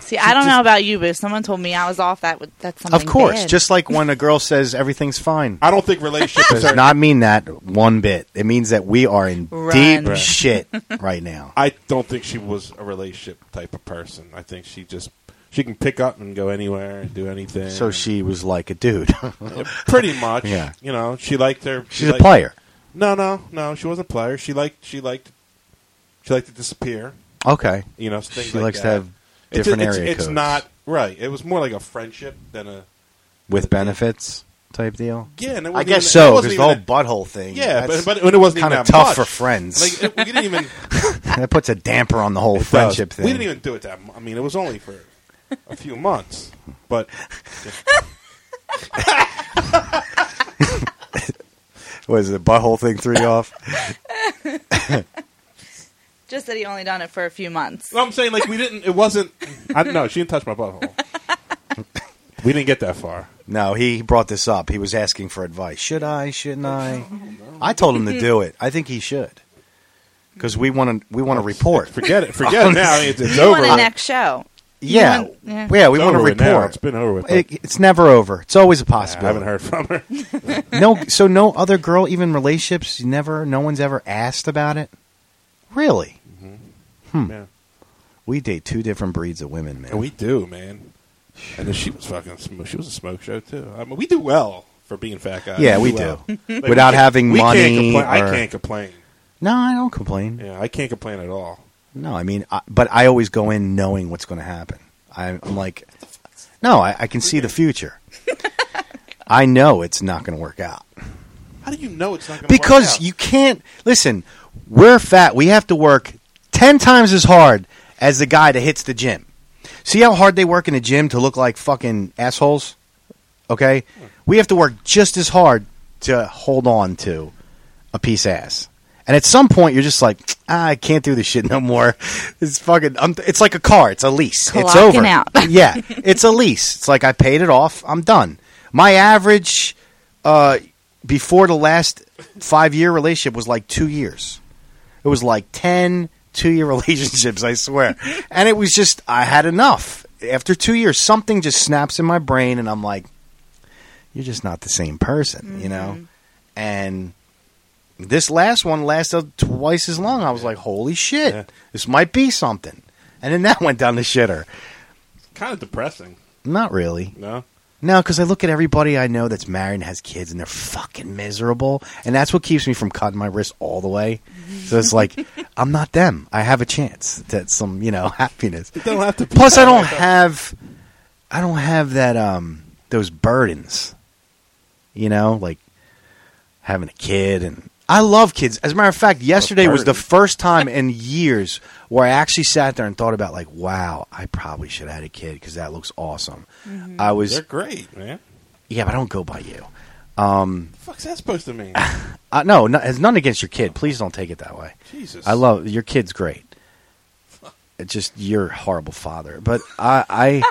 [SPEAKER 9] See, I don't know about you, but if someone told me I was off, that would that's something.
[SPEAKER 8] Of course,
[SPEAKER 9] bad.
[SPEAKER 8] just like when a girl says everything's fine.
[SPEAKER 7] I don't think relationships
[SPEAKER 8] does
[SPEAKER 7] are.
[SPEAKER 8] not mean that one bit. It means that we are in
[SPEAKER 9] Run.
[SPEAKER 8] deep
[SPEAKER 9] Right.
[SPEAKER 8] shit right now.
[SPEAKER 7] I don't think she was a relationship type of person. I think she just she can pick up and go anywhere and do anything. uh,
[SPEAKER 8] So she was like a dude.
[SPEAKER 7] pretty much,
[SPEAKER 8] Yeah.
[SPEAKER 7] You know, she liked her. she
[SPEAKER 8] She's a
[SPEAKER 7] liked-
[SPEAKER 8] player.
[SPEAKER 7] No, no, no. She wasn't a player. She liked. She liked. She liked to disappear.
[SPEAKER 8] Okay.
[SPEAKER 7] You know, things
[SPEAKER 8] She
[SPEAKER 7] like
[SPEAKER 8] likes to
[SPEAKER 7] that.
[SPEAKER 8] have
[SPEAKER 7] It's-
[SPEAKER 8] different
[SPEAKER 7] it's,
[SPEAKER 8] area
[SPEAKER 7] It's
[SPEAKER 8] codes.
[SPEAKER 7] not right. It was more like a friendship than a
[SPEAKER 8] With benefits type deal.
[SPEAKER 7] yeah. And it
[SPEAKER 8] I
[SPEAKER 7] wasn't
[SPEAKER 8] guess
[SPEAKER 7] even- it
[SPEAKER 8] so
[SPEAKER 7] wasn't
[SPEAKER 8] because the
[SPEAKER 7] even
[SPEAKER 8] whole
[SPEAKER 7] that-
[SPEAKER 8] butthole thing.
[SPEAKER 7] yeah, but,
[SPEAKER 8] that's-
[SPEAKER 7] but it wasn't even
[SPEAKER 8] kinda
[SPEAKER 7] that
[SPEAKER 8] tough
[SPEAKER 7] much.
[SPEAKER 8] for friends.
[SPEAKER 7] Like it, we didn't even
[SPEAKER 8] that puts a damper on the whole
[SPEAKER 7] It does.
[SPEAKER 8] friendship thing.
[SPEAKER 7] We didn't even do it that. mu- I mean, it was only for a few months, but
[SPEAKER 8] Was the butthole thing threw you off?
[SPEAKER 9] just that he only done it for a few months.
[SPEAKER 7] Well, I'm saying like we didn't. It wasn't. I don't know. She didn't touch my butthole. we didn't get that far.
[SPEAKER 8] No, he brought this up. He was asking for advice. Should I? Shouldn't I? I told him to do it. I think he should. Because we want to, we want to report.
[SPEAKER 7] Forget it. Forget it now. I mean, it's, it's
[SPEAKER 9] You
[SPEAKER 7] over.
[SPEAKER 9] want the
[SPEAKER 7] with.
[SPEAKER 9] next show?
[SPEAKER 8] Yeah,
[SPEAKER 9] want- yeah.
[SPEAKER 8] yeah, we
[SPEAKER 7] It's
[SPEAKER 8] want to
[SPEAKER 7] over with now.
[SPEAKER 8] report.
[SPEAKER 7] It's been over with.
[SPEAKER 8] It- it's never over. It's always a
[SPEAKER 7] I
[SPEAKER 8] possibility.
[SPEAKER 7] haven't heard from her.
[SPEAKER 8] No, so no other girl, even relationships, you never. No one's ever asked about it. Really, Hmm.
[SPEAKER 7] Yeah.
[SPEAKER 8] we date two different breeds of women, man.
[SPEAKER 7] And we do, man. And then she was fucking. sm- She was a smoke show too. I mean, we do well for being fat guys.
[SPEAKER 8] yeah, we do.
[SPEAKER 7] well. Like, we
[SPEAKER 8] Without
[SPEAKER 7] can't-
[SPEAKER 8] having
[SPEAKER 7] we
[SPEAKER 8] money,
[SPEAKER 7] Can't complain.
[SPEAKER 8] or-
[SPEAKER 7] I can't complain.
[SPEAKER 8] No, I don't complain.
[SPEAKER 7] Yeah, I can't complain at all.
[SPEAKER 8] No, I mean, I, but I always go in knowing what's going to happen. I'm, I'm like, no, I, I can see the future. I know it's not going to work out.
[SPEAKER 7] How do you know it's not going
[SPEAKER 8] because you can't listen we're fat we have to work 10 times as hard as the guy that hits the gym see how hard they work in the gym to look like fucking assholes okay we have to work just as hard to hold on to a piece of ass and at some point you're just like ah, i can't do this shit no more it's fucking I'm, it's like a car it's a lease it's
[SPEAKER 9] Clocking
[SPEAKER 8] over
[SPEAKER 9] out.
[SPEAKER 8] yeah it's a lease it's like i paid it off i'm done my average uh, before the last five year relationship was like two years. It was like 10, two year relationships, I swear. and it was just, I had enough. After two years, something just snaps in my brain, and I'm like, you're just not the same person, you know? And this last one lasted twice as long. I was like, holy shit,
[SPEAKER 7] Yeah.
[SPEAKER 8] this might be something. And then that went down the shitter.
[SPEAKER 7] Kind of depressing.
[SPEAKER 8] Not really.
[SPEAKER 7] No.
[SPEAKER 8] No, because I look at everybody I know that's married and has kids, and they're fucking miserable, and that's what keeps me from cutting my wrist all the way. So it's like I'm not them. I have a chance at some, you know, happiness.
[SPEAKER 7] Don't have to.
[SPEAKER 8] Plus, I don't have, I don't have that um those burdens, you know, like having a kid and. I love kids. As a matter of fact, yesterday was the
[SPEAKER 7] burden.
[SPEAKER 8] first time in years where I actually sat there and thought about like, wow, I probably should have had a kid because that looks awesome. I was
[SPEAKER 7] Mm-hmm. They're great, man.
[SPEAKER 8] yeah, but I don't go by you.
[SPEAKER 7] The fuck's that supposed to mean?
[SPEAKER 8] Uh, no, no, it's none against your kid. Please don't take it that way.
[SPEAKER 7] Jesus.
[SPEAKER 8] I love your kid's great. It's just you're a horrible father, but I,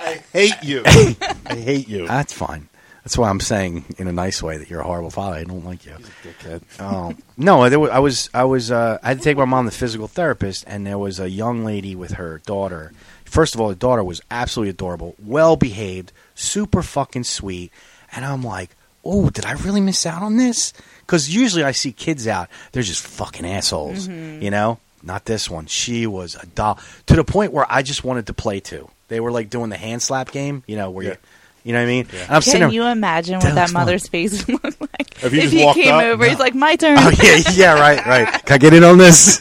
[SPEAKER 8] I
[SPEAKER 7] hate you. I hate you.
[SPEAKER 8] that's fine. That's why I'm saying in a nice way that you're a horrible father. I don't like you.
[SPEAKER 7] Dickhead.
[SPEAKER 8] Oh no, there was, I was I was uh, I had to take my mom to the physical therapist, and there was a young lady with her daughter. First of all, the daughter was absolutely adorable, well behaved, super fucking sweet, and I'm like, oh, did I really miss out on this? Because usually I see kids out, they're just fucking assholes,
[SPEAKER 9] Mm-hmm.
[SPEAKER 8] you know. Not this one. She was a doll to the point where I just wanted to play too. They were like doing the hand slap game, you know, where
[SPEAKER 7] Yeah.
[SPEAKER 8] you, you know what I mean. And I'm sitting
[SPEAKER 9] Can
[SPEAKER 8] there-
[SPEAKER 9] you imagine
[SPEAKER 8] That
[SPEAKER 9] what that
[SPEAKER 8] looks not-
[SPEAKER 9] mother's face looked like?
[SPEAKER 7] If you just
[SPEAKER 9] he
[SPEAKER 7] walked
[SPEAKER 9] came
[SPEAKER 7] up-
[SPEAKER 9] over, he's like, "My turn."
[SPEAKER 8] Oh yeah, yeah, right, right. Can I get in on this?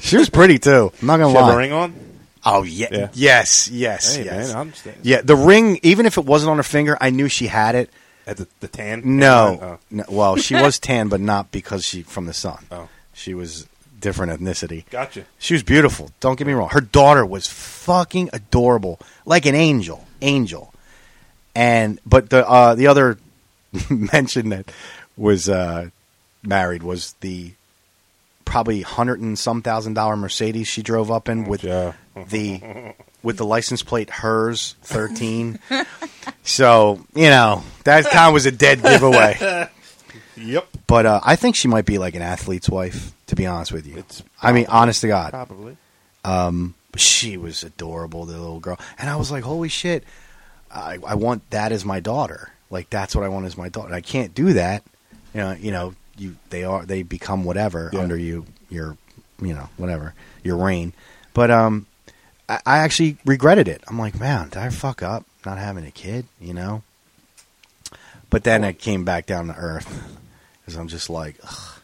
[SPEAKER 8] she was pretty too. I'm not gonna
[SPEAKER 7] She have
[SPEAKER 8] lie.
[SPEAKER 7] a ring on?
[SPEAKER 8] Oh yeah,
[SPEAKER 7] Yeah.
[SPEAKER 8] yes, yes,
[SPEAKER 7] Hey,
[SPEAKER 8] yes.
[SPEAKER 7] man, I understand.
[SPEAKER 8] yeah, the ring. Even if it wasn't on her finger, I knew she had it.
[SPEAKER 7] At the, the tan?
[SPEAKER 8] No,
[SPEAKER 7] Oh.
[SPEAKER 8] no well, she was tan, but not because she from the sun.
[SPEAKER 7] Oh.
[SPEAKER 8] She was different ethnicity.
[SPEAKER 7] Gotcha.
[SPEAKER 8] She was beautiful. Don't get me wrong. Her daughter was fucking adorable, like an angel, angel. And but the uh, the other mention that was uh, married was the probably hundred and some thousand dollar Mercedes she drove up in with
[SPEAKER 7] Yeah.
[SPEAKER 8] the with the license plate hers thirteen. so you know that kind of was a dead giveaway.
[SPEAKER 7] Yep.
[SPEAKER 8] But uh, I think she might be like an athlete's wife, to be honest with you.
[SPEAKER 7] It's
[SPEAKER 8] I mean, honest to God.
[SPEAKER 7] Probably.
[SPEAKER 8] She was adorable, the little girl. And I was like, holy shit, I, I want that as my daughter. Like, that's what I want as my daughter. I can't do that. You know, you know, you they are they become whatever
[SPEAKER 7] Yeah.
[SPEAKER 8] under you, your, you know, whatever your reign. But um, I, I actually regretted it. I'm like, man, did I fuck up not having a kid? You know. But then it came back down to earth because I'm just like, ugh.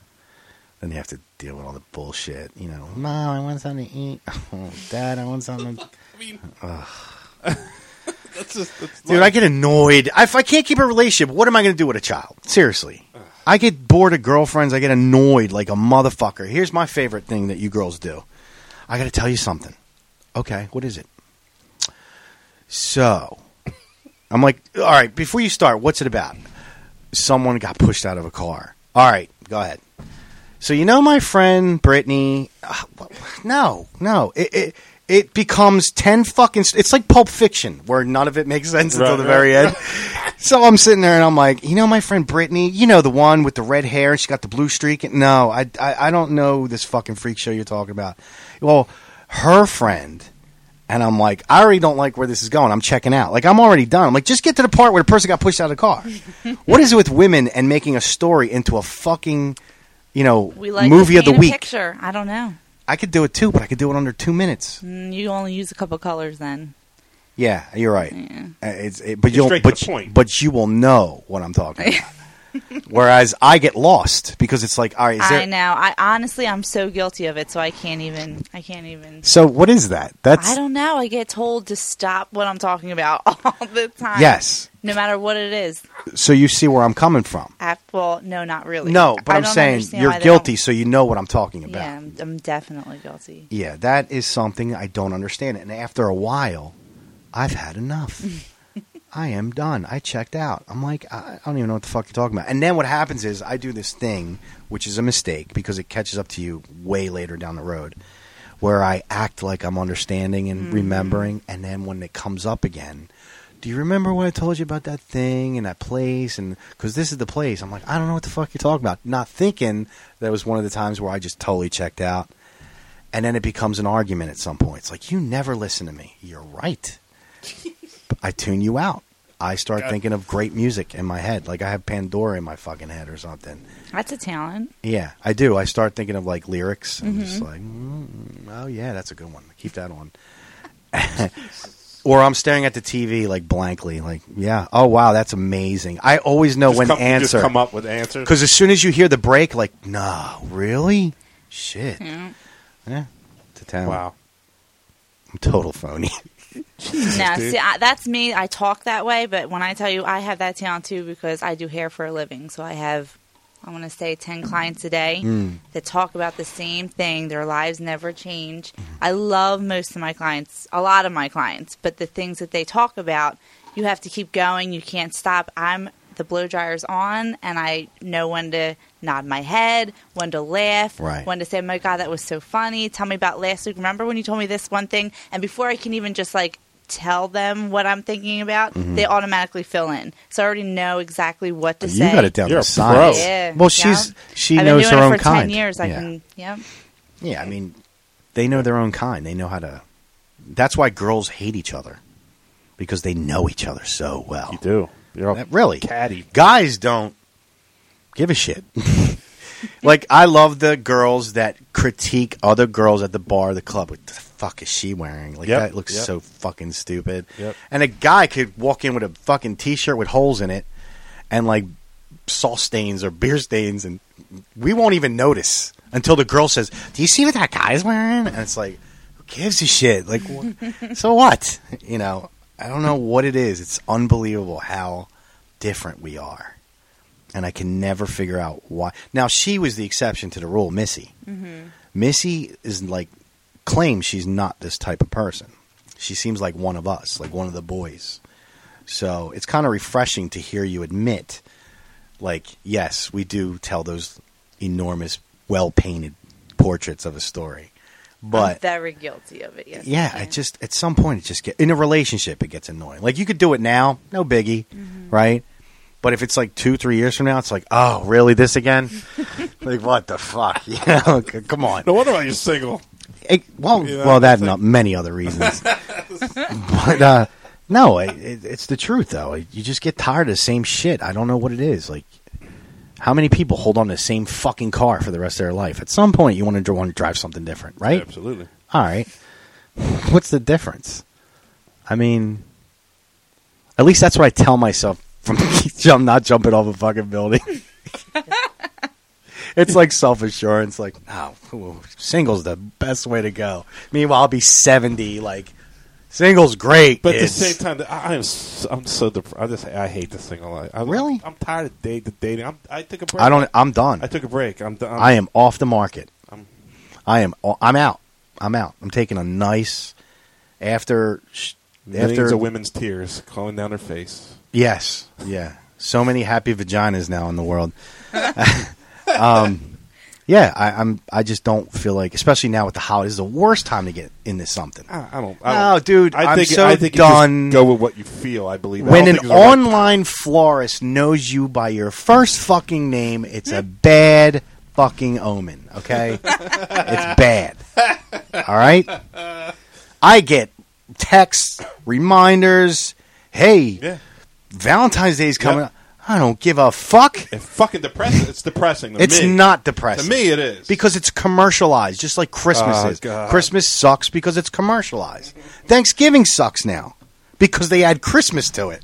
[SPEAKER 8] Then you have to deal with all the bullshit. You know, mom, I want something to eat. Oh, dad, I want something. to-"
[SPEAKER 7] That's just, that's
[SPEAKER 8] Dude, I get annoyed. If I can't keep a relationship, what am I going to do with a child? Seriously. I get bored of girlfriends. I get annoyed like a motherfucker. Here's my favorite thing that you girls do I got to tell you something. Okay, what is it? So, I'm like, all right, before you start, what's it about? Someone got pushed out of a car. All right, go ahead. So, you know, my friend Brittany. Ah, wh- No, no. It, it, it becomes 10 fucking. s- It's like Pulp Fiction, where none of it makes sense until
[SPEAKER 7] Right,
[SPEAKER 8] the
[SPEAKER 7] right.
[SPEAKER 8] very end. So I'm sitting there and I'm like, you know, my friend Brittany, you know, the one with the red hair, she got the blue streak. No, I, I, I don't know this fucking freak show you're talking about. Well, her friend, and I'm like, I already don't like where this is going. I'm checking out. Like, I'm already done. I'm like, just get to the part where the person got pushed out of the car. what is it with women and making a story into a fucking, you know,
[SPEAKER 9] We like
[SPEAKER 8] movie
[SPEAKER 9] to
[SPEAKER 8] of the
[SPEAKER 9] paint a
[SPEAKER 8] week?
[SPEAKER 9] Picture. I don't know.
[SPEAKER 8] I could do it too, but I could do it under two minutes.
[SPEAKER 9] Mm, You only use a couple colors then.
[SPEAKER 8] Yeah, you're right. Uh, It's, it, but
[SPEAKER 7] You're
[SPEAKER 8] you'll
[SPEAKER 7] straight to
[SPEAKER 8] but
[SPEAKER 7] the
[SPEAKER 8] you-
[SPEAKER 7] point.
[SPEAKER 8] but you will know what I'm talking about. Whereas I get lost because it's like, all right, is there,
[SPEAKER 9] I know. I honestly, I'm so guilty of it, so I can't even. I can't even.
[SPEAKER 8] so what is that? That's
[SPEAKER 9] I don't know. I get told to stop what I'm talking about all the time.
[SPEAKER 8] yes.
[SPEAKER 9] No matter what it is.
[SPEAKER 8] So you see where I'm coming from?
[SPEAKER 9] I, well, no, not really.
[SPEAKER 8] No, but
[SPEAKER 9] I
[SPEAKER 8] I'm
[SPEAKER 9] don't
[SPEAKER 8] saying
[SPEAKER 9] understand why
[SPEAKER 8] you're
[SPEAKER 9] they don't-
[SPEAKER 8] guilty, so you know what I'm talking about.
[SPEAKER 9] Yeah, I'm, I'm definitely guilty.
[SPEAKER 8] Yeah, that is something I don't understand. And after a while, I've had enough. I am done. I checked out. I'm like, I, I don't even know what the fuck you're talking about. And then what happens is I do this thing, which is a mistake because it catches up to you way later down the road, where I act like I'm understanding and remembering. And then when it comes up again, do you remember what I told you about that thing and that place? And because this is the place, I'm like, I don't know what the fuck you're talking about. Not thinking that was one of the times where I just totally checked out. And then it becomes an argument at some point. It's like, you never listen to me. You're right. I tune you out. I start thinking of great music in my head. Like I have Pandora in my fucking head or something.
[SPEAKER 9] That's a talent.
[SPEAKER 8] Yeah, I do. I start thinking of like lyrics. I'm
[SPEAKER 7] Mm-hmm.
[SPEAKER 8] just like, mm, oh yeah, that's a good one. Keep that on. or I'm staring at the TV like blankly, like yeah, oh wow, that's amazing. I always know
[SPEAKER 7] Just
[SPEAKER 8] when
[SPEAKER 7] come,
[SPEAKER 8] to answer
[SPEAKER 7] Just come up with answers.
[SPEAKER 8] because as soon as you hear the break, like nah, really, shit,
[SPEAKER 9] Yeah.
[SPEAKER 8] yeah, it's a talent.
[SPEAKER 7] Wow.
[SPEAKER 8] I'm total phony.
[SPEAKER 9] No,
[SPEAKER 7] dude.
[SPEAKER 9] see, I, that's me. I talk that way, but when I tell you I have that talent too, because I do hair for a living, so I have, I want to say, ten clients a day
[SPEAKER 8] Hmm.
[SPEAKER 9] that talk about the same thing. Their lives never change. I love most of my clients, a lot of my clients, but the things that they talk about, you have to keep going. You can't stop. I'm the blow dryer's on, and I know when to nod my head, when to laugh,
[SPEAKER 8] Right.
[SPEAKER 9] when to say, "My God, that was so funny." Tell me about last week. Remember when you told me this one thing? And before I can even just like tell them what I'm thinking about,
[SPEAKER 8] Mm-hmm.
[SPEAKER 9] they automatically fill in. So I already know exactly what to
[SPEAKER 8] you
[SPEAKER 9] say.
[SPEAKER 8] got it down
[SPEAKER 7] You're
[SPEAKER 8] to
[SPEAKER 7] a
[SPEAKER 8] science.
[SPEAKER 7] pro.
[SPEAKER 9] Yeah,
[SPEAKER 8] Well, she's
[SPEAKER 9] yeah.
[SPEAKER 8] she
[SPEAKER 9] I've been
[SPEAKER 8] knows
[SPEAKER 9] doing
[SPEAKER 8] her
[SPEAKER 9] it
[SPEAKER 8] own
[SPEAKER 9] for
[SPEAKER 8] kind.
[SPEAKER 9] Ten years, I
[SPEAKER 8] yeah.
[SPEAKER 9] can. Yeah,
[SPEAKER 8] Yeah, I mean, they know their own kind. They know how to. That's why girls hate each other because they know each other so well.
[SPEAKER 7] You do. You're all
[SPEAKER 8] That- really,
[SPEAKER 7] catty.
[SPEAKER 8] guys don't give a shit. like I love the girls that critique other girls at the bar, the club. What the fuck is she wearing? Like
[SPEAKER 7] Yep,
[SPEAKER 8] that looks
[SPEAKER 7] yep.
[SPEAKER 8] so fucking stupid.
[SPEAKER 7] Yep.
[SPEAKER 8] And a guy could walk in with a fucking t-shirt with holes in it and like sauce stains or beer stains, and we won't even notice until the girl says, "Do you see what that guy's wearing?" And it's like, who gives a shit? Like, wh- so what? You know, I don't know what it is. It's unbelievable how different we are and I can never figure out why. Now she was the exception to the rule, Missy. Missy is like claims she's not this type of person. She seems like one of us, like one of the boys. So it's kind of refreshing to hear you admit, like, yes, we do tell those enormous, well painted portraits of a story,
[SPEAKER 9] I'm
[SPEAKER 8] but
[SPEAKER 9] very guilty of it. Yes,
[SPEAKER 8] yeah, it just at some point it just get in a relationship it gets annoying. Like you could do it now, no biggie, right? But if it's like two, three years from now, it's like, oh, really, this again? like what the fuck? You know, c- come on.
[SPEAKER 7] No wonder why you're single.
[SPEAKER 8] It- well,
[SPEAKER 7] You know,
[SPEAKER 8] well, that
[SPEAKER 7] it's
[SPEAKER 8] and
[SPEAKER 7] like-
[SPEAKER 8] many other reasons. but uh, no, it, it, it's the truth though. You just get tired of the same shit. I don't know what it is. Like, how many people hold on to the same fucking car for the rest of their life? At some point, you want to want to drive something different, right?
[SPEAKER 7] Absolutely.
[SPEAKER 8] All right. What's the difference? I mean, at least that's what I tell myself from I'm not jumping off a fucking building. it's like self assurance. Like, oh, ooh, single's the best way to go. Meanwhile, I'll be 70. Like, single's great.
[SPEAKER 7] But at the
[SPEAKER 8] kids.
[SPEAKER 7] same time, I, I'm s- I'm so dep- I just I hate the single life. I'm,
[SPEAKER 8] Really?
[SPEAKER 7] I'm tired of date the dating. I'm, I took a break.
[SPEAKER 8] I don't. I'm done.
[SPEAKER 7] I took a break. I'm done.
[SPEAKER 8] I am off the market. I am. o- I'm out. I'm out. I'm taking a nice after. sh-
[SPEAKER 7] Millions
[SPEAKER 8] After
[SPEAKER 7] of women's tears calling down her face.
[SPEAKER 8] Yes. Yeah. So many happy vaginas now in the world. um, yeah, I, I'm. I just don't feel like, especially now with the holidays, the worst time to get into something.
[SPEAKER 7] I, I don't. I
[SPEAKER 8] No,
[SPEAKER 7] don't,
[SPEAKER 8] dude,
[SPEAKER 7] I
[SPEAKER 8] I'm
[SPEAKER 7] think,
[SPEAKER 8] so
[SPEAKER 7] I think
[SPEAKER 8] done.
[SPEAKER 7] You just go with what you feel. I believe. I
[SPEAKER 8] when
[SPEAKER 7] don't
[SPEAKER 8] an
[SPEAKER 7] think there's a right-
[SPEAKER 8] online florist knows you by your first fucking name, it's a bad fucking omen, okay? it's bad. All right? I get texts, reminders, hey,
[SPEAKER 7] yeah,
[SPEAKER 8] Valentine's Day's coming
[SPEAKER 7] Yep.
[SPEAKER 8] up. I don't give a fuck.
[SPEAKER 7] it's fucking depressing. It's depressing. To
[SPEAKER 8] It's
[SPEAKER 7] me.
[SPEAKER 8] not depressing.
[SPEAKER 7] To me, it is
[SPEAKER 8] Because it's commercialized, just like Christmas
[SPEAKER 7] Oh,
[SPEAKER 8] is.
[SPEAKER 7] God.
[SPEAKER 8] Christmas sucks because it's commercialized. Thanksgiving sucks now because they add Christmas to it.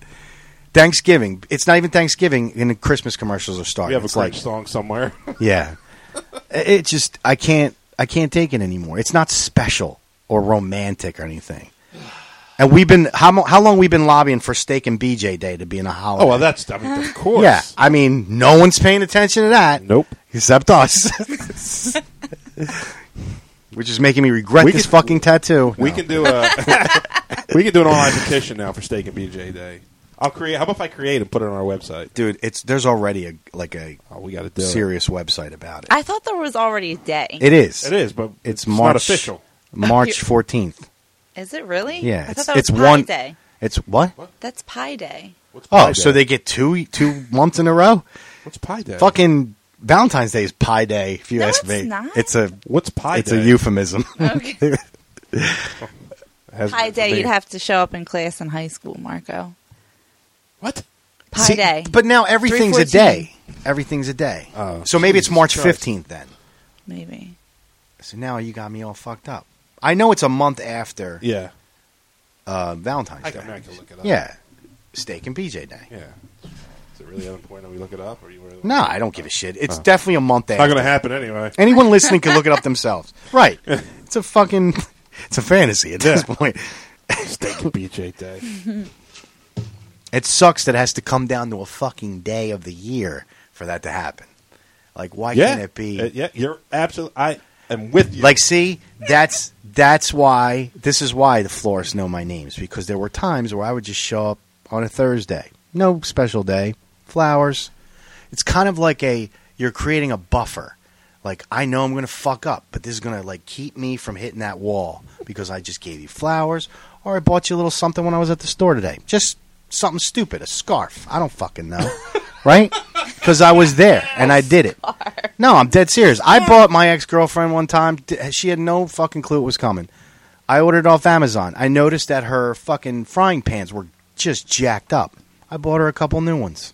[SPEAKER 8] Thanksgiving. It's not even Thanksgiving, and the Christmas commercials are starting.
[SPEAKER 7] we have a
[SPEAKER 8] it's like,
[SPEAKER 7] great song somewhere.
[SPEAKER 8] yeah. It it just I can't I can't take it anymore. It's not special or romantic or anything. And we've been how mo- how long we've been lobbying for Steak and BJ Day to be in a holiday?
[SPEAKER 7] oh well, that's I mean, of course.
[SPEAKER 8] Yeah, I mean, no one's paying attention to that.
[SPEAKER 7] Nope.
[SPEAKER 8] except us. Which is making me regret
[SPEAKER 7] We
[SPEAKER 8] this
[SPEAKER 7] could-
[SPEAKER 8] fucking tattoo.
[SPEAKER 7] We
[SPEAKER 8] No.
[SPEAKER 7] can do a we can do an online petition now for Steak and BJ Day. I'll create. How about if I create and put it on our website?
[SPEAKER 8] dude. It's there's already a like a
[SPEAKER 7] Oh, we got to do
[SPEAKER 8] serious website about it.
[SPEAKER 9] I thought there was already a day.
[SPEAKER 8] It is.
[SPEAKER 7] it. It is, but
[SPEAKER 8] It's
[SPEAKER 7] not
[SPEAKER 8] March
[SPEAKER 7] official.
[SPEAKER 8] March fourteenth.
[SPEAKER 9] Is it really?
[SPEAKER 8] Yeah,
[SPEAKER 9] I
[SPEAKER 8] it's
[SPEAKER 9] thought that
[SPEAKER 8] it's
[SPEAKER 9] was Pi
[SPEAKER 8] one
[SPEAKER 9] day.
[SPEAKER 8] It's what?
[SPEAKER 9] That's Pi Day.
[SPEAKER 7] What's
[SPEAKER 8] Oh,
[SPEAKER 7] Pi
[SPEAKER 8] so
[SPEAKER 7] Day?
[SPEAKER 8] they get two two months in a row.
[SPEAKER 7] What's Pi Day?
[SPEAKER 8] Fucking Valentine's Day is Pi Day. If you
[SPEAKER 9] No,
[SPEAKER 8] ask
[SPEAKER 9] it's
[SPEAKER 8] me,
[SPEAKER 9] not.
[SPEAKER 8] it's a
[SPEAKER 7] What's Pi
[SPEAKER 8] it's
[SPEAKER 7] Day?
[SPEAKER 8] a euphemism.
[SPEAKER 9] Okay.
[SPEAKER 7] Has-
[SPEAKER 9] Pi Day,
[SPEAKER 7] they-
[SPEAKER 9] you'd have to show up in class in high school, Marco.
[SPEAKER 7] What?
[SPEAKER 9] Pi
[SPEAKER 8] See,
[SPEAKER 9] Day.
[SPEAKER 8] But now everything's a
[SPEAKER 9] 314.
[SPEAKER 8] day. Everything's a day.
[SPEAKER 7] Oh,
[SPEAKER 8] so maybe it's
[SPEAKER 7] Jesus
[SPEAKER 8] March
[SPEAKER 7] Christ.
[SPEAKER 8] fifteenth then.
[SPEAKER 9] maybe.
[SPEAKER 8] So now you got me all fucked up. I know it's a month after
[SPEAKER 7] Yeah.
[SPEAKER 8] uh, Valentine's
[SPEAKER 7] I
[SPEAKER 8] Day.
[SPEAKER 7] can, I can look it up.
[SPEAKER 8] Yeah, steak and PJ Day.
[SPEAKER 7] Yeah. Is it really unimportant that we look it up? Or you really
[SPEAKER 8] No, I don't give a shit. It's definitely a month
[SPEAKER 7] Not
[SPEAKER 8] after.
[SPEAKER 7] going to happen anyway.
[SPEAKER 8] Anyone listening can look it up themselves. Right? It's a fucking. It's a fantasy at this point.
[SPEAKER 7] Steak and BJ Day.
[SPEAKER 8] It sucks that it has to come down to a fucking day of the year for that to happen. Like, why
[SPEAKER 7] yeah.
[SPEAKER 8] can't it be?
[SPEAKER 7] Uh, yeah, you're absolutely. I am with you.
[SPEAKER 8] Like, see, that's that's why this is why the florists know my names because there were times where I would just show up on a Thursday, no special day, flowers. It's kind of like a you're creating a buffer. Like I know I'm gonna fuck up, but this is gonna like keep me from hitting that wall because I just gave you flowers or I bought you a little something when I was at the store today. Just something stupid, a scarf. I don't fucking know, right? Because I was there and I did it. No, I'm dead serious. I bought my ex girlfriend one time. d- She had no fucking clue it was coming. I ordered it off Amazon. I noticed that her fucking frying pans were just jacked up. I bought her a couple new ones.